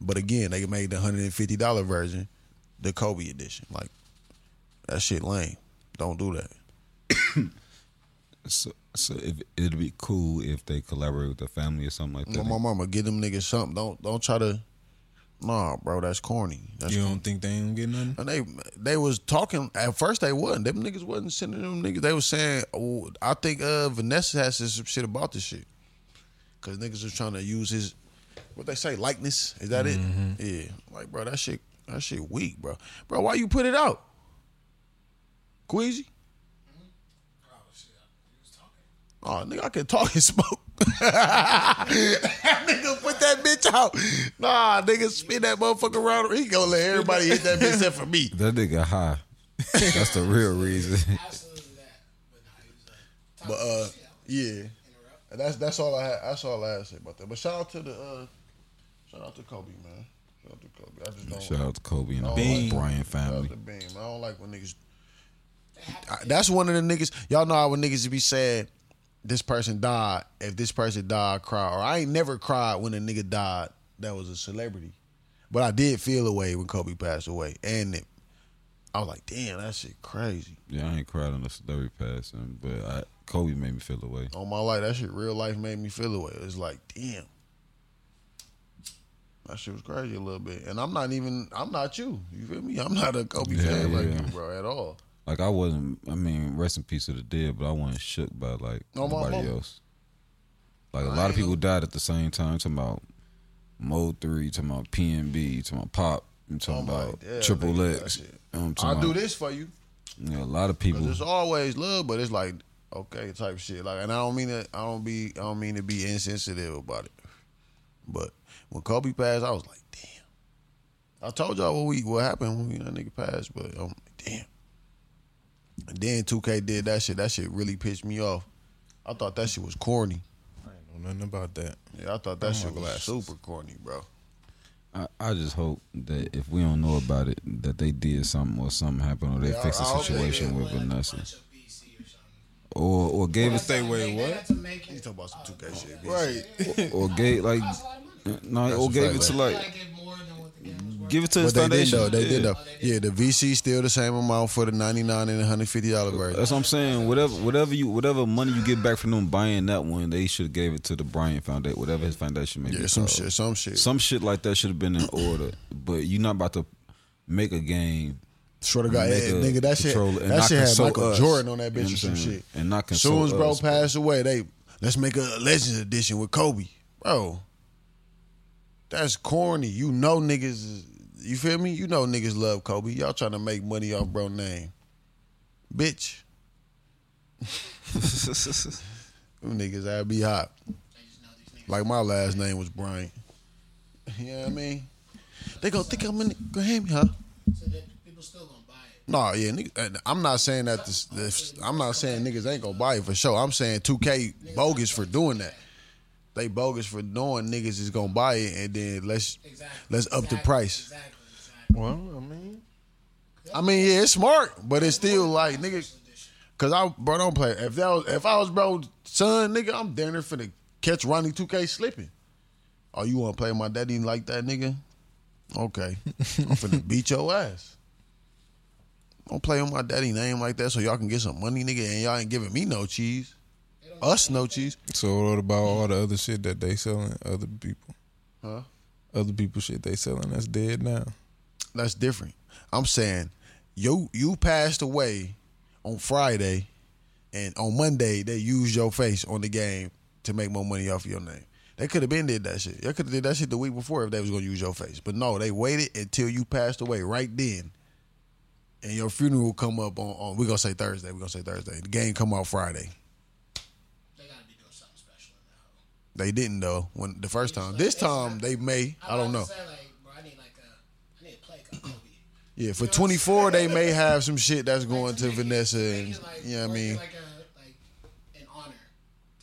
Speaker 2: But again, they made the $150 version, the Kobe edition. Like, that shit lame. Don't do that.
Speaker 1: So, so if, it'd be cool if they collaborate with the family or something like that.
Speaker 2: No, my mama, give them niggas something. Don't don't try to. Nah, bro, that's corny. That's
Speaker 3: You don't think they ain't get nothing?
Speaker 2: and they they was talking at first. They wasn't. Them niggas wasn't sending them niggas. They was saying, oh, I think uh, Vanessa has said some shit about this shit. Cause niggas was trying to use his what they say likeness. Is that it? Yeah. Like, bro, that shit that shit weak, bro. Bro, why you put it out? Queasy.
Speaker 4: Oh shit, he was talking.
Speaker 2: Oh, nigga, I can talk and smoke. nigga, put that bitch out. Nah, nigga, spin that motherfucker around. He gonna let everybody hit that bitch except for me.
Speaker 1: That nigga high. That's the real reason.
Speaker 4: Absolutely that. But nah, he was like, talking
Speaker 2: But uh,
Speaker 4: shit. I
Speaker 2: yeah,
Speaker 4: would interrupt.
Speaker 2: And that's that's all I had. That's all I had to say about that. But shout out to the uh, shout out to Kobe, man. Shout out to Kobe. I just don't.
Speaker 1: Shout out to Kobe and the
Speaker 3: Bean.
Speaker 1: Bryant
Speaker 2: shout out
Speaker 1: family.
Speaker 2: to Beam. I don't like when niggas.
Speaker 4: They had to
Speaker 2: I, that's one of the niggas. Y'all know how when niggas be saying, "This person died." If this person died, I cry. Or I ain't never cried when a nigga died that was a celebrity, but I did feel away when Kobe passed away, and it, I was like, "Damn, that shit crazy."
Speaker 1: Yeah, I ain't cried on the celebrity passing, but I, Kobe made me feel away.
Speaker 2: on my life, that shit real life made me feel away. It's like, damn. That shit was crazy a little bit. And I'm not even I'm not you. You feel me? I'm not a Kobe
Speaker 1: Yeah,
Speaker 2: fan like
Speaker 1: yeah.
Speaker 2: you, bro, at all.
Speaker 1: Like I wasn't. I mean, rest in peace to the dead, but I wasn't shook by like
Speaker 2: No, my
Speaker 1: nobody
Speaker 2: mom-
Speaker 1: else. Like a lot of people died at the same time. Talking about Mo three, talking about PNB, talking about Pop, I'm talking
Speaker 2: Oh my
Speaker 1: about
Speaker 2: God,
Speaker 1: Triple
Speaker 2: nigga, that
Speaker 1: X.
Speaker 2: shit.
Speaker 1: I'm talking
Speaker 2: I'll do
Speaker 1: about- Mm-hmm.
Speaker 2: this for you.
Speaker 1: Yeah, a lot of people.
Speaker 2: Cause it's always love, but it's like, okay, type shit. Like and I don't mean to I don't be I don't mean to be insensitive about it. But when Kobe passed, I was like, damn. I told y'all what we what happened when we, that nigga passed, but I'm like, damn. And then 2K did that shit. That shit really pissed me off. I thought that shit was corny.
Speaker 3: I ain't know nothing about that.
Speaker 2: Yeah, I thought that
Speaker 3: my
Speaker 2: shit was
Speaker 3: glasses.
Speaker 2: super corny, bro.
Speaker 1: I, I just hope that if we don't know about it, that they did something or something happened or they
Speaker 2: Yeah,
Speaker 1: fixed
Speaker 2: I
Speaker 1: the
Speaker 2: hope they
Speaker 1: situation
Speaker 2: did.
Speaker 1: with
Speaker 4: play like a
Speaker 1: Vanessa
Speaker 4: bunch of BC or something.
Speaker 1: or or gave us
Speaker 3: Say, wait,
Speaker 4: They-
Speaker 3: what?
Speaker 4: They had to make it.
Speaker 2: You talking about some 2K shit. bitch.
Speaker 3: Right.
Speaker 1: or gave like
Speaker 4: Cost a lot of money.
Speaker 1: no or
Speaker 2: a
Speaker 1: gave
Speaker 2: fact,
Speaker 1: it to
Speaker 2: man.
Speaker 4: Like,
Speaker 1: like
Speaker 4: like give more than what the game
Speaker 2: Mm-hmm.
Speaker 4: was worth.
Speaker 1: give it to his
Speaker 2: But they did
Speaker 1: foundation.
Speaker 2: though. They did
Speaker 1: Yeah.
Speaker 2: though. Yeah, the VC still the same amount for the ninety nine and one hundred fifty dollar version.
Speaker 1: That's what I'm saying. Whatever, whatever you, whatever money you get back from them buying that one, they should have gave it to the Bryant Foundation, whatever his foundation may be.
Speaker 2: Yeah, some
Speaker 1: called.
Speaker 2: shit. Some shit.
Speaker 1: Some shit like that should have been in order. But you're not about to make a game.
Speaker 2: Swear to God,
Speaker 1: Make
Speaker 2: hey,
Speaker 1: a
Speaker 2: nigga, that shit,
Speaker 1: controller and
Speaker 2: that
Speaker 1: not
Speaker 2: shit had
Speaker 1: consult
Speaker 2: Michael
Speaker 1: us.
Speaker 2: Jordan on that
Speaker 1: You know
Speaker 2: bitch or
Speaker 1: what
Speaker 2: some
Speaker 1: I'm saying?
Speaker 2: shit.
Speaker 1: And not
Speaker 2: Soon as
Speaker 1: consult
Speaker 2: bro
Speaker 1: us, bro.
Speaker 2: passed away, they let's make a Legends edition with Kobe, bro. That's corny. You know niggas. is- You feel me? You know niggas love Kobe. Y'all trying to make money off bro name, bitch. Them niggas, I be hot.
Speaker 4: They just know these niggas.
Speaker 2: Like my last name was Bryant. You know what I mean? They gonna think I'm in the Grammy, huh?
Speaker 4: So that people still gonna buy it.
Speaker 2: No, yeah, nigga, and I'm not saying that. This, this, I'm not saying niggas ain't gonna buy it for sure. I'm saying 2K bogus for doing that. They bogus for knowing niggas is gonna buy it, and then let's
Speaker 4: Exactly.
Speaker 2: let's up the
Speaker 4: Exactly,
Speaker 2: price.
Speaker 4: Exactly. Exactly.
Speaker 3: Well, I mean,
Speaker 2: I mean, yeah, it's smart, but it's still like nigga, cause I bro don't play. If that was if I was bro son, nigga, I'm down there finna catch Ronnie 2K slipping. Oh, you wanna play my daddy like that, nigga? Okay, I'm finna beat your ass. Don't play on my daddy name like that, so y'all can get some money, nigga. And y'all ain't giving me no cheese, us no cheese.
Speaker 3: so what about all the other shit that they selling other people?
Speaker 2: Huh?
Speaker 3: Other people shit they selling that's dead now.
Speaker 2: That's different. I'm saying you you passed away on Friday, and on Monday they used your face on the game to make more money off your name. They could have been did that shit. They could have did that shit the week before if they was gonna use your face. But no, they waited until you passed away right then, and your funeral come up on. on we gonna say Thursday. We gonna say Thursday. The game come out Friday.
Speaker 4: They gotta be doing something special in that hole.
Speaker 2: They didn't though. When the first time. This time they may. I don't know.
Speaker 4: Say like, bro, I need like a, I need a play like Kobe.
Speaker 2: Yeah, for 24 they may have some shit that's going
Speaker 4: Like,
Speaker 2: to
Speaker 4: make it-
Speaker 2: Vanessa
Speaker 4: make
Speaker 2: and
Speaker 4: it like-
Speaker 2: you know what I
Speaker 4: make it
Speaker 2: mean.
Speaker 4: Like a like an honor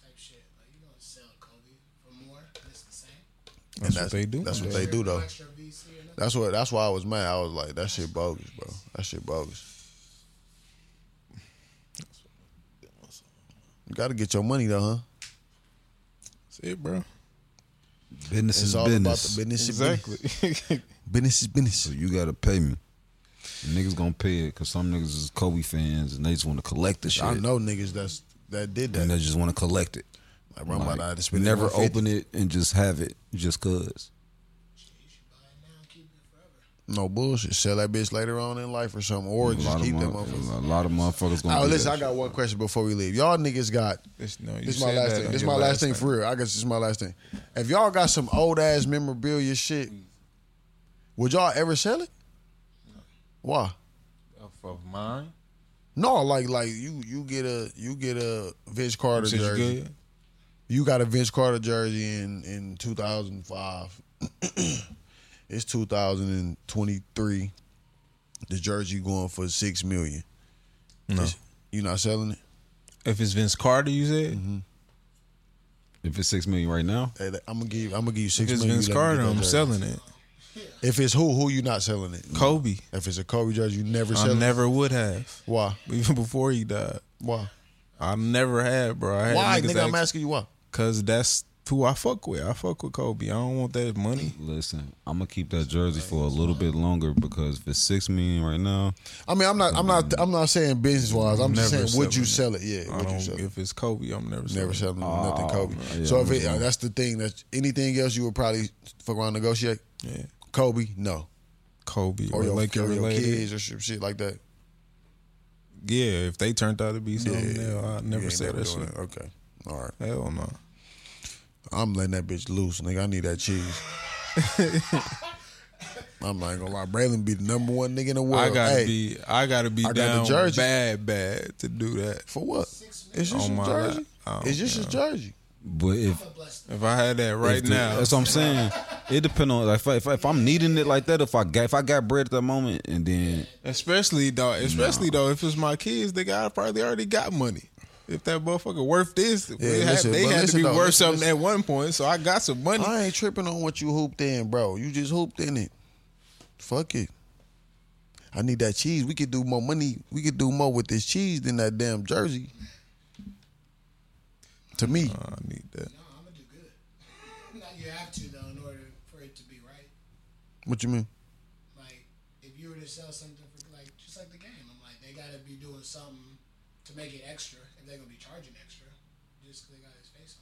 Speaker 4: type shit. Like you gonna sell Kobe for more? And it's the same.
Speaker 3: That's, what they do.
Speaker 2: That's what
Speaker 3: man.
Speaker 2: they do
Speaker 4: No
Speaker 2: though.
Speaker 4: extra VC or nothing.
Speaker 2: That's what. That's why I was mad. I was like, that shit bogus, bro. That shit bogus. You gotta get your money though, huh?
Speaker 3: That's it, bro.
Speaker 1: Business
Speaker 2: It's
Speaker 1: is
Speaker 2: all
Speaker 1: business.
Speaker 2: about the business. is
Speaker 3: Exactly.
Speaker 2: Business is business.
Speaker 1: So you gotta pay me. And niggas gonna pay it because some niggas is Kobe fans and they just want to collect the shit.
Speaker 2: I know niggas that's that did that.
Speaker 1: And they just want to collect it.
Speaker 2: Like, bro, I'm about to have to spend
Speaker 1: never
Speaker 2: $150.
Speaker 1: open it and just have it just cause.
Speaker 4: You should buy it now and keep it forever.
Speaker 2: No bullshit. Sell that bitch later on in life or something, or
Speaker 1: A lot,
Speaker 2: just
Speaker 1: of
Speaker 2: keep that
Speaker 1: mother-
Speaker 2: motherfucker.
Speaker 1: a lot of motherfuckers gonna.
Speaker 2: Oh,
Speaker 1: do
Speaker 2: listen,
Speaker 1: that
Speaker 2: I got one question before we leave. Y'all niggas got
Speaker 3: This, no, you
Speaker 2: This is my
Speaker 3: said
Speaker 2: last
Speaker 3: that
Speaker 2: thing.
Speaker 3: on
Speaker 2: This is
Speaker 3: your
Speaker 2: my last thing
Speaker 3: night.
Speaker 2: for real. I guess this is my last thing. If y'all got some old ass memorabilia shit, would y'all ever sell it? Why?
Speaker 5: Of, of mine.
Speaker 2: No, like like you you get a you get a Vince Carter
Speaker 3: Since you
Speaker 2: jersey. You,
Speaker 3: good?
Speaker 2: got a Vince Carter jersey in in 2005. it's 2023. The jersey going for six million.
Speaker 3: No.
Speaker 2: Is- You not selling it?
Speaker 3: If it's Vince Carter, you said.
Speaker 1: shit. If it's six million right now,
Speaker 2: Hey, I'm gonna give I'm gonna give you
Speaker 3: If
Speaker 2: six
Speaker 3: it's
Speaker 2: million,
Speaker 3: Vince
Speaker 2: you let me get
Speaker 3: Carter,
Speaker 2: that
Speaker 3: I'm
Speaker 2: jersey.
Speaker 3: selling it.
Speaker 2: If it's who who you not selling it?
Speaker 3: Kobe,
Speaker 2: If it's a Kobe jersey, you never
Speaker 3: I
Speaker 2: sell it.
Speaker 3: never would have,
Speaker 2: Why?
Speaker 3: even before he died.
Speaker 2: Why?
Speaker 3: I never had, bro. I had
Speaker 2: Why,
Speaker 3: niggas
Speaker 2: nigga? I'm
Speaker 3: ask-
Speaker 2: asking you why.
Speaker 3: Cause that's who I fuck with. I fuck with Kobe. I don't want that money.
Speaker 1: listen, I'm gonna keep that jersey for a little bit longer because if it's six million right now,
Speaker 2: I mean, I'm not, I'm not, I'm not saying business wise. I'm just
Speaker 3: Never
Speaker 2: saying, would you sell
Speaker 3: selling
Speaker 2: it? Yeah,
Speaker 3: I
Speaker 2: would you
Speaker 3: don't.
Speaker 2: sell it?
Speaker 3: If it's Kobe, I'm never
Speaker 2: Never
Speaker 3: selling.
Speaker 2: selling
Speaker 1: Oh,
Speaker 2: nothing, Kobe.
Speaker 1: yeah,
Speaker 2: so if it,
Speaker 1: yeah.
Speaker 2: that's the thing. That's anything else you would probably fuck around and negotiate.
Speaker 3: Yeah,
Speaker 2: Kobe, no,
Speaker 3: Kobe
Speaker 2: or,
Speaker 3: or,
Speaker 2: your,
Speaker 3: like
Speaker 2: or
Speaker 3: your
Speaker 2: your
Speaker 3: related.
Speaker 2: kids or some shit like that.
Speaker 3: Yeah, if they turned out to be something,
Speaker 2: Yeah,
Speaker 3: else, I
Speaker 2: You
Speaker 3: never
Speaker 2: ain't
Speaker 3: sell that shit.
Speaker 2: doing it. Okay, all right.
Speaker 3: Hell no.
Speaker 2: I'm letting that bitch loose, nigga. I need that cheese. I'm not gonna lie. Braylon be the number one nigga in the world.
Speaker 3: I gotta
Speaker 2: Hey,
Speaker 3: be. I gotta be
Speaker 2: I got the
Speaker 3: down
Speaker 2: jersey.
Speaker 3: bad, bad to do that.
Speaker 2: for what? It's just
Speaker 3: On
Speaker 2: your
Speaker 3: my
Speaker 2: jersey.
Speaker 3: lap. I don't
Speaker 2: It's just your jersey.
Speaker 1: but if
Speaker 4: But bless them.
Speaker 3: If I had that right
Speaker 1: If the-
Speaker 3: now,
Speaker 1: That's what I'm saying. It depends on like, if, I, if, I, if I'm needing it like that. If I got if I got bread at that moment, and then
Speaker 3: Especially though, especially though, if it's my kids, they got probably already got money. If that motherfucker worth this, they had,
Speaker 2: listen,
Speaker 3: they
Speaker 2: but
Speaker 3: had
Speaker 2: listen
Speaker 3: to be
Speaker 2: though,
Speaker 3: worth
Speaker 2: listen,
Speaker 3: something
Speaker 2: listen.
Speaker 3: at one point. So I got some money.
Speaker 2: I ain't tripping on what you hooped in, bro. You just hooped in it. Fuck it. I need that cheese. We could do more money. We could do more with this cheese than that damn jersey. To me,
Speaker 3: Uh, I need that.
Speaker 4: No, I'm gonna do good. now you have to though in order for it to be right.
Speaker 2: what you mean?
Speaker 4: Like if you were to sell something for like just like the game, I'm like they gotta be doing something to make it extra. If they're gonna be charging extra, just 'cause they got his face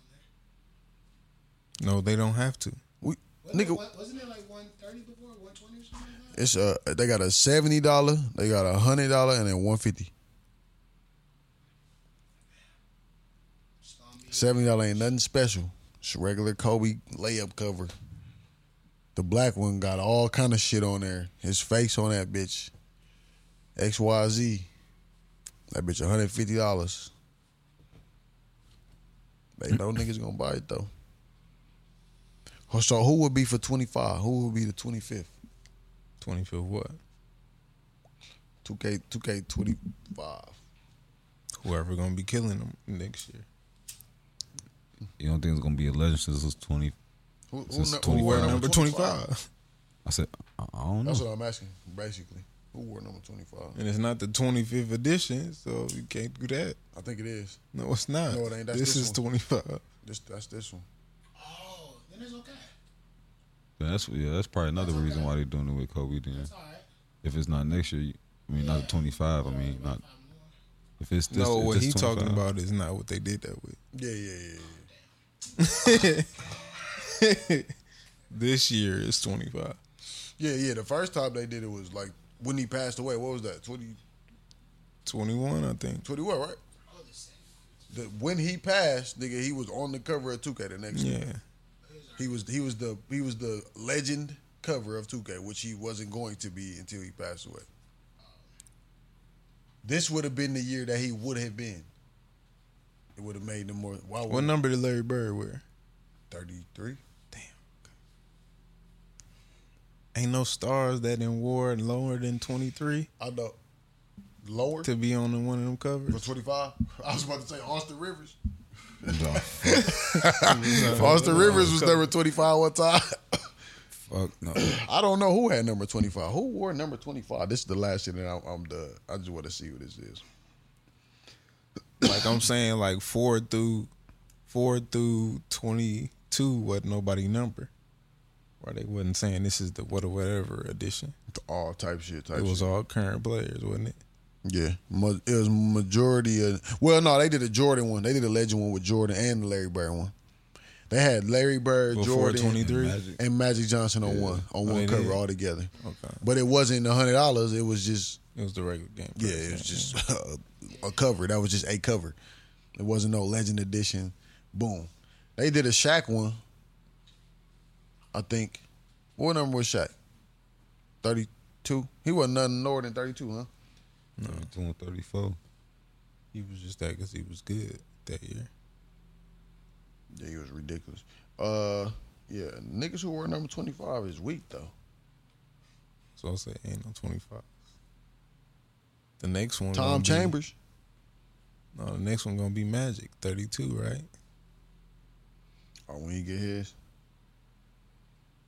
Speaker 4: on there.
Speaker 3: No, they don't have to.
Speaker 2: We,
Speaker 4: Wasn't
Speaker 2: nigga,
Speaker 4: it, wa- wasn't it like 130 before, 120 or something like that?
Speaker 2: it's a. They got a seventy dollar. They got a hundred dollar and then one fifty.
Speaker 4: Just on me.
Speaker 2: Seventy dollar ain't nothing special. It's a regular Kobe layup cover. The black one got all kind of shit on there. His face on that bitch. X Y Z. That bitch one hundred fifty dollars. They no niggas gonna buy it though. Oh, So who would be for twenty five? Who would be the twenty fifth?
Speaker 3: Twenty fifth what?
Speaker 2: Two K two K twenty five.
Speaker 3: Whoever gonna be killing them next year.
Speaker 1: You don't think it's gonna be a legend since it's twenty?
Speaker 2: Who, who,
Speaker 1: Since
Speaker 2: kno- who
Speaker 1: 25.
Speaker 2: wore
Speaker 1: Whoever
Speaker 2: number twenty five?
Speaker 1: I said I I don't know.
Speaker 2: That's what I'm asking, basically. Who wore number twenty five?
Speaker 3: And it's not the 25th edition, so you can't do that.
Speaker 2: I think it is.
Speaker 3: No, it's not.
Speaker 2: No, it ain't. That's
Speaker 3: this,
Speaker 2: this
Speaker 3: is
Speaker 2: one.
Speaker 3: 25.
Speaker 2: This that's this one.
Speaker 4: Oh, then it's okay.
Speaker 1: Yeah, that's yeah. That's probably another
Speaker 4: That's
Speaker 1: reason
Speaker 4: okay.
Speaker 1: why they're doing it with Kobe. Then
Speaker 4: It's all right.
Speaker 1: if it's not next year, you, I mean not the twenty five. I mean not
Speaker 4: Five more.
Speaker 1: if it's this.
Speaker 3: no,
Speaker 1: if
Speaker 3: what
Speaker 1: this
Speaker 3: he talking
Speaker 1: 25.
Speaker 3: about is not what they did that with.
Speaker 2: Yeah, yeah, yeah. yeah.
Speaker 3: This year is 25.
Speaker 2: Yeah, yeah. The first time they did it was like when he passed away. What was that? 20,
Speaker 3: 21, I think.
Speaker 2: 21, right?
Speaker 4: Oh, the same.
Speaker 2: The, when he passed, nigga, he was on the cover of 2K the next year.
Speaker 3: Yeah.
Speaker 2: He was he was the he was the legend cover of 2K, which he wasn't going to be until he passed away. This would have been the year that he would have been. It would have made him more. Why
Speaker 3: What number did Larry Bird wear?
Speaker 2: Thirty three.
Speaker 3: Damn. Ain't no stars that in wore lower than 23
Speaker 2: I know. Lower
Speaker 3: to be on the one of them
Speaker 2: for
Speaker 3: covers.
Speaker 2: twenty five. I was about to say Austin Rivers.
Speaker 1: Nah, fuck,
Speaker 2: Austin Rivers was number twenty five one time.
Speaker 1: fuck no.
Speaker 2: I don't know who had number twenty five. Who wore number twenty five? This is the last shit, and I'm, I'm done. I just want to see who this is.
Speaker 3: like I'm saying, like four through four through twenty two wasn't nobody number. Or they wasn't saying this is the what or whatever edition.
Speaker 2: All type shit. Type
Speaker 3: It was
Speaker 2: shit.
Speaker 3: all current players, wasn't it?
Speaker 2: yeah. Ma- It was majority of. Well, no, they did a Jordan one. They did a legend one with Jordan and the Larry Bird one. They had Larry Bird,
Speaker 3: Before
Speaker 2: Jordan,
Speaker 3: twenty three.
Speaker 1: Magic.
Speaker 2: and Magic Johnson on one on
Speaker 3: Oh,
Speaker 2: one
Speaker 3: they
Speaker 2: cover
Speaker 3: did?
Speaker 2: all together.
Speaker 3: Okay.
Speaker 2: But it wasn't a hundred dollars. It was just
Speaker 3: It was the regular game.
Speaker 2: Yeah,
Speaker 3: price,
Speaker 2: it was just a, a cover. That was just a cover. It wasn't no legend edition. Boom. They did a Shaq one. I think. What number was Shaq? Thirty-two. He wasn't nothing lower than thirty-two, huh?
Speaker 1: Doing thirty four.
Speaker 3: He was just that because he was good that year.
Speaker 2: Yeah, he was ridiculous. Uh, yeah, niggas who were number twenty-five is weak though.
Speaker 3: So I'll say ain't no twenty five. The next one gonna
Speaker 2: Tom
Speaker 3: be-
Speaker 2: Chambers.
Speaker 3: no, the next one gonna be Magic, thirty two, right?
Speaker 2: Oh, when he get his,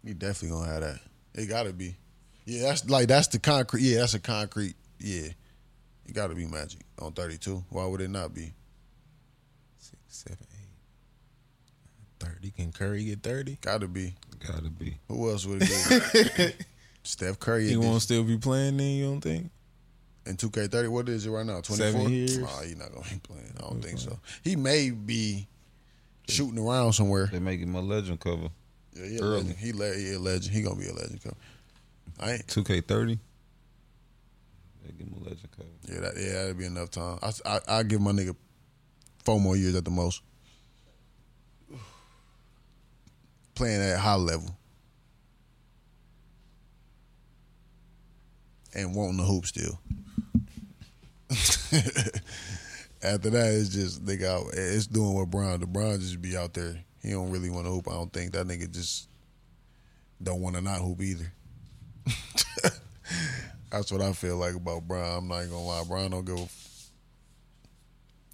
Speaker 2: he definitely gonna have that. It gotta be. Yeah, that's like that's the concrete. Yeah, that's a concrete. Yeah, it gotta be magic on thirty two. Why would it not be?
Speaker 3: Six, seven, eight. Thirty. Can Curry get thirty?
Speaker 2: Gotta be.
Speaker 1: Gotta be.
Speaker 2: Who else would it be? Steph Curry
Speaker 3: He
Speaker 2: edition.
Speaker 3: won't still be playing then, you don't think?
Speaker 2: in two K thirty. What is it right now? Twenty
Speaker 3: Seven
Speaker 2: four.
Speaker 3: years.
Speaker 2: Nah, he's not gonna be playing. I don't think so. He may be shooting around somewhere.
Speaker 1: They making my legend cover.
Speaker 2: Yeah, he a
Speaker 1: Early.
Speaker 2: legend. He, le- he a legend. He gonna be a legend. Come. I ain't.
Speaker 1: Two K thirty. They give him a legend cover.
Speaker 2: Yeah, that, yeah, that'd be enough time. I, I I give my nigga four more years at the most. Playing at high level and wanting the hoop still. After that, it's just nigga. I- It's doing what Brown. The Brown just be out there. He don't really want to hoop. I don't think that nigga just don't want to not hoop either. That's what I feel like about Brian. I'm not even gonna lie, Brian don't go.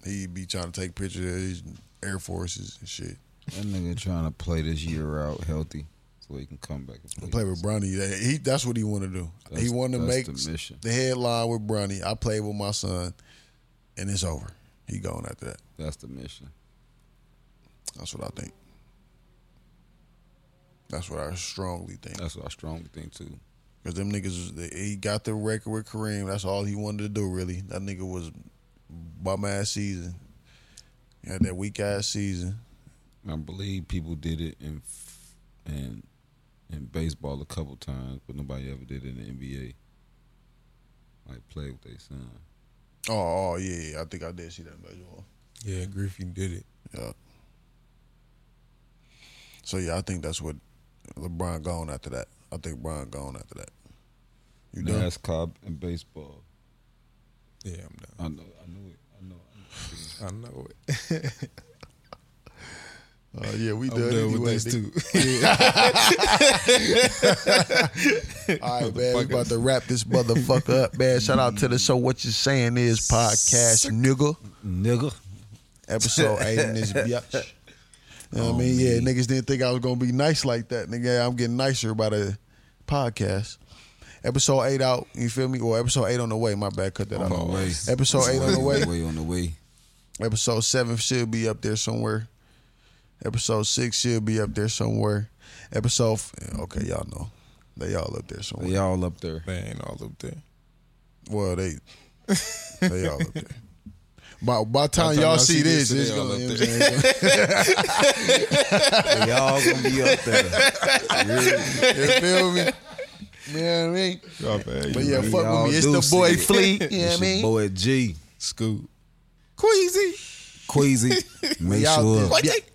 Speaker 2: He be trying to take pictures of his Air Forces and shit.
Speaker 1: That nigga trying to play this year out healthy so he can come back and play.
Speaker 2: Play with Bronny. That- He that's what he want to do. he
Speaker 1: That's-
Speaker 2: want to
Speaker 1: that's
Speaker 2: make
Speaker 1: the
Speaker 2: the,
Speaker 1: mission.
Speaker 2: headline with Bronny. I played with my son, and it's over. He gone after that.
Speaker 1: That's the mission.
Speaker 2: That's what I think. That's what I strongly think.
Speaker 1: That's what I strongly think too.
Speaker 2: Because them niggas, was- they- he got the record with Kareem. That's all he wanted to do, really. That nigga was bum ass season. He had that weak ass season.
Speaker 1: I believe people did it in f- in in baseball a couple times, but nobody ever did it in the NBA. Like play with their son.
Speaker 2: Oh, oh yeah, yeah, I think I did see that in baseball.
Speaker 3: Yeah, Griffey did it.
Speaker 2: Yeah. So yeah, I think that's what LeBron gone after that. I think Brian gone after that. You done?
Speaker 1: NASCAR and baseball.
Speaker 3: Yeah, I'm done.
Speaker 1: I know. I knew it. I know. I knew it.
Speaker 3: I know it.
Speaker 2: Uh, yeah, we
Speaker 3: I'm
Speaker 2: done,
Speaker 3: done with
Speaker 2: anyway.
Speaker 3: this too.
Speaker 2: All right, man. We about to wrap this motherfucker up, man. Shout out to the So What You Saying Is podcast, nigga.
Speaker 1: Nigga.
Speaker 2: Episode 8 in this bitch. You know what I mean? Yeah, niggas didn't think I was going to be nice like that. Nigga, yeah, I'm getting nicer by the podcast. Episode 8 out, you feel me? Or episode 8 on the way. My bad, cut that
Speaker 1: On
Speaker 2: out.
Speaker 1: the way.
Speaker 2: Episode 8 Oh, on the way.
Speaker 1: On the way.
Speaker 2: Episode seven should be up there somewhere. Episode six should be up there somewhere. Episode f- okay, y'all know they all up there somewhere.
Speaker 1: They all up there.
Speaker 3: they ain't all up there.
Speaker 2: Well, they they all up there. By by the time y'all see this, it's
Speaker 3: they all
Speaker 2: gonna.
Speaker 3: up
Speaker 2: you know
Speaker 3: there.
Speaker 2: what I'm saying?
Speaker 1: They all gonna be up there.
Speaker 2: You feel me? You know what I mean? But yeah,
Speaker 1: We
Speaker 2: fuck
Speaker 1: all
Speaker 2: with me. It's
Speaker 1: do
Speaker 2: the
Speaker 1: see
Speaker 2: boy
Speaker 1: it.
Speaker 2: Fleet. You know
Speaker 1: It's
Speaker 2: what I
Speaker 1: your
Speaker 2: mean?
Speaker 1: boy G.
Speaker 3: Scoop.
Speaker 1: Queasy. Queasy. Make
Speaker 2: Y'all
Speaker 1: sure
Speaker 2: think-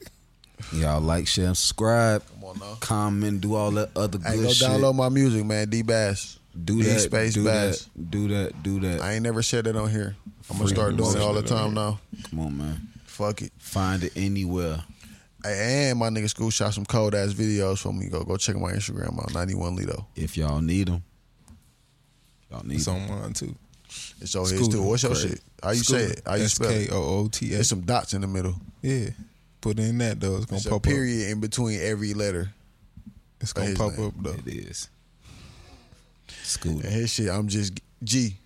Speaker 1: y'all like, share, and subscribe.
Speaker 2: Come on now.
Speaker 1: Comment, do all that other
Speaker 2: Hey,
Speaker 1: good
Speaker 2: go
Speaker 1: shit.
Speaker 2: download my music, man. D Bass.
Speaker 1: do
Speaker 2: D
Speaker 1: that.
Speaker 2: Space
Speaker 1: do
Speaker 2: Bass.
Speaker 1: that. Do that. Do that.
Speaker 2: I ain't never said that on here. I'm gonna
Speaker 1: Free
Speaker 2: start doing it
Speaker 1: music.
Speaker 2: all the time now.
Speaker 1: Come on, man.
Speaker 2: Fuck it.
Speaker 1: Find it anywhere.
Speaker 2: Hey, And my nigga school shot some cold ass videos for me. Go go check my Instagram out. Ninety one Lito.
Speaker 1: If y'all need them, y'all need
Speaker 3: It's
Speaker 1: 'em.
Speaker 3: on mine too.
Speaker 2: It's all his
Speaker 3: School,
Speaker 2: too. What's your
Speaker 3: great.
Speaker 2: shit? How you say it? How you
Speaker 3: S
Speaker 2: spell
Speaker 3: K
Speaker 2: it?
Speaker 3: O O T
Speaker 2: There's
Speaker 3: S.
Speaker 2: some dots in the middle.
Speaker 3: Yeah. Put in that though. It's gonna
Speaker 2: It's a
Speaker 3: pop up.
Speaker 2: period in between every letter.
Speaker 3: It's gonna
Speaker 2: his
Speaker 3: pop
Speaker 2: name.
Speaker 3: up though.
Speaker 1: It is. School.
Speaker 2: And his shit, I'm just G.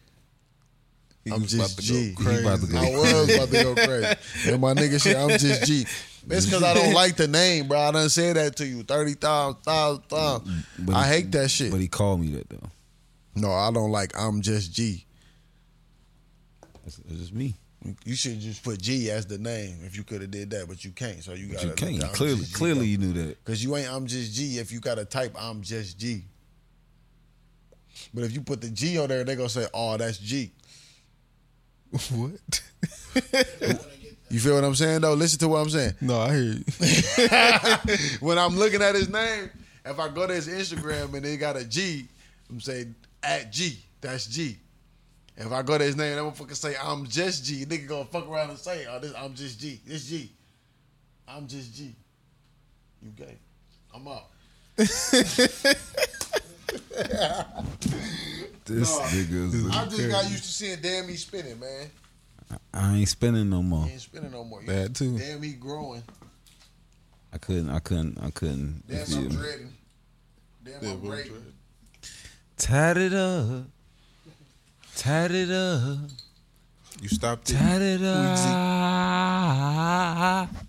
Speaker 3: He
Speaker 2: I'm
Speaker 3: was about
Speaker 2: just
Speaker 3: to
Speaker 2: G.
Speaker 3: go
Speaker 1: He about to
Speaker 3: crazy.
Speaker 1: go
Speaker 2: I was about to go crazy. And my nigga shit, I'm just G. It's because I don't like the name, bro. I done said that to you 30,000 thousand times.
Speaker 1: But
Speaker 2: I
Speaker 1: he-
Speaker 2: hate that shit.
Speaker 1: But he called me that though.
Speaker 2: No, I don't like I'm just G.
Speaker 1: That's, that's just me.
Speaker 2: You should just put G as the name if you could have did that, but you can't. So you got
Speaker 1: You can't. Clearly, clearly, you knew that.
Speaker 2: Cause you ain't I'm just G. If you gotta type I'm just G. But if you put the G on there, they gonna say, oh, that's G.
Speaker 3: what?
Speaker 2: You feel what I'm saying though? Listen to what I'm saying.
Speaker 3: No, I hear you.
Speaker 2: When I'm looking at his name, if I go to his Instagram and they got a G, I'm saying at G. That's G. If I go to his name, that motherfucker say I'm just G. Nigga gonna fuck around and say, oh, this I'm just G. This G. I'm just G. You gay. I'm out.
Speaker 1: This
Speaker 2: No,
Speaker 1: nigga, is-
Speaker 2: I just got used to seeing damn me spinning, man.
Speaker 1: I ain't spinning no more.
Speaker 2: He ain't spinning no more.
Speaker 3: That too.
Speaker 2: Damn, he growing.
Speaker 1: I couldn't. I couldn't. I couldn't.
Speaker 2: Damn,
Speaker 1: Yeah.
Speaker 2: I'm dreading. Damn, I'm breaking.
Speaker 1: Tied it up. Tied it up.
Speaker 3: You stopped it.
Speaker 1: Tied it up.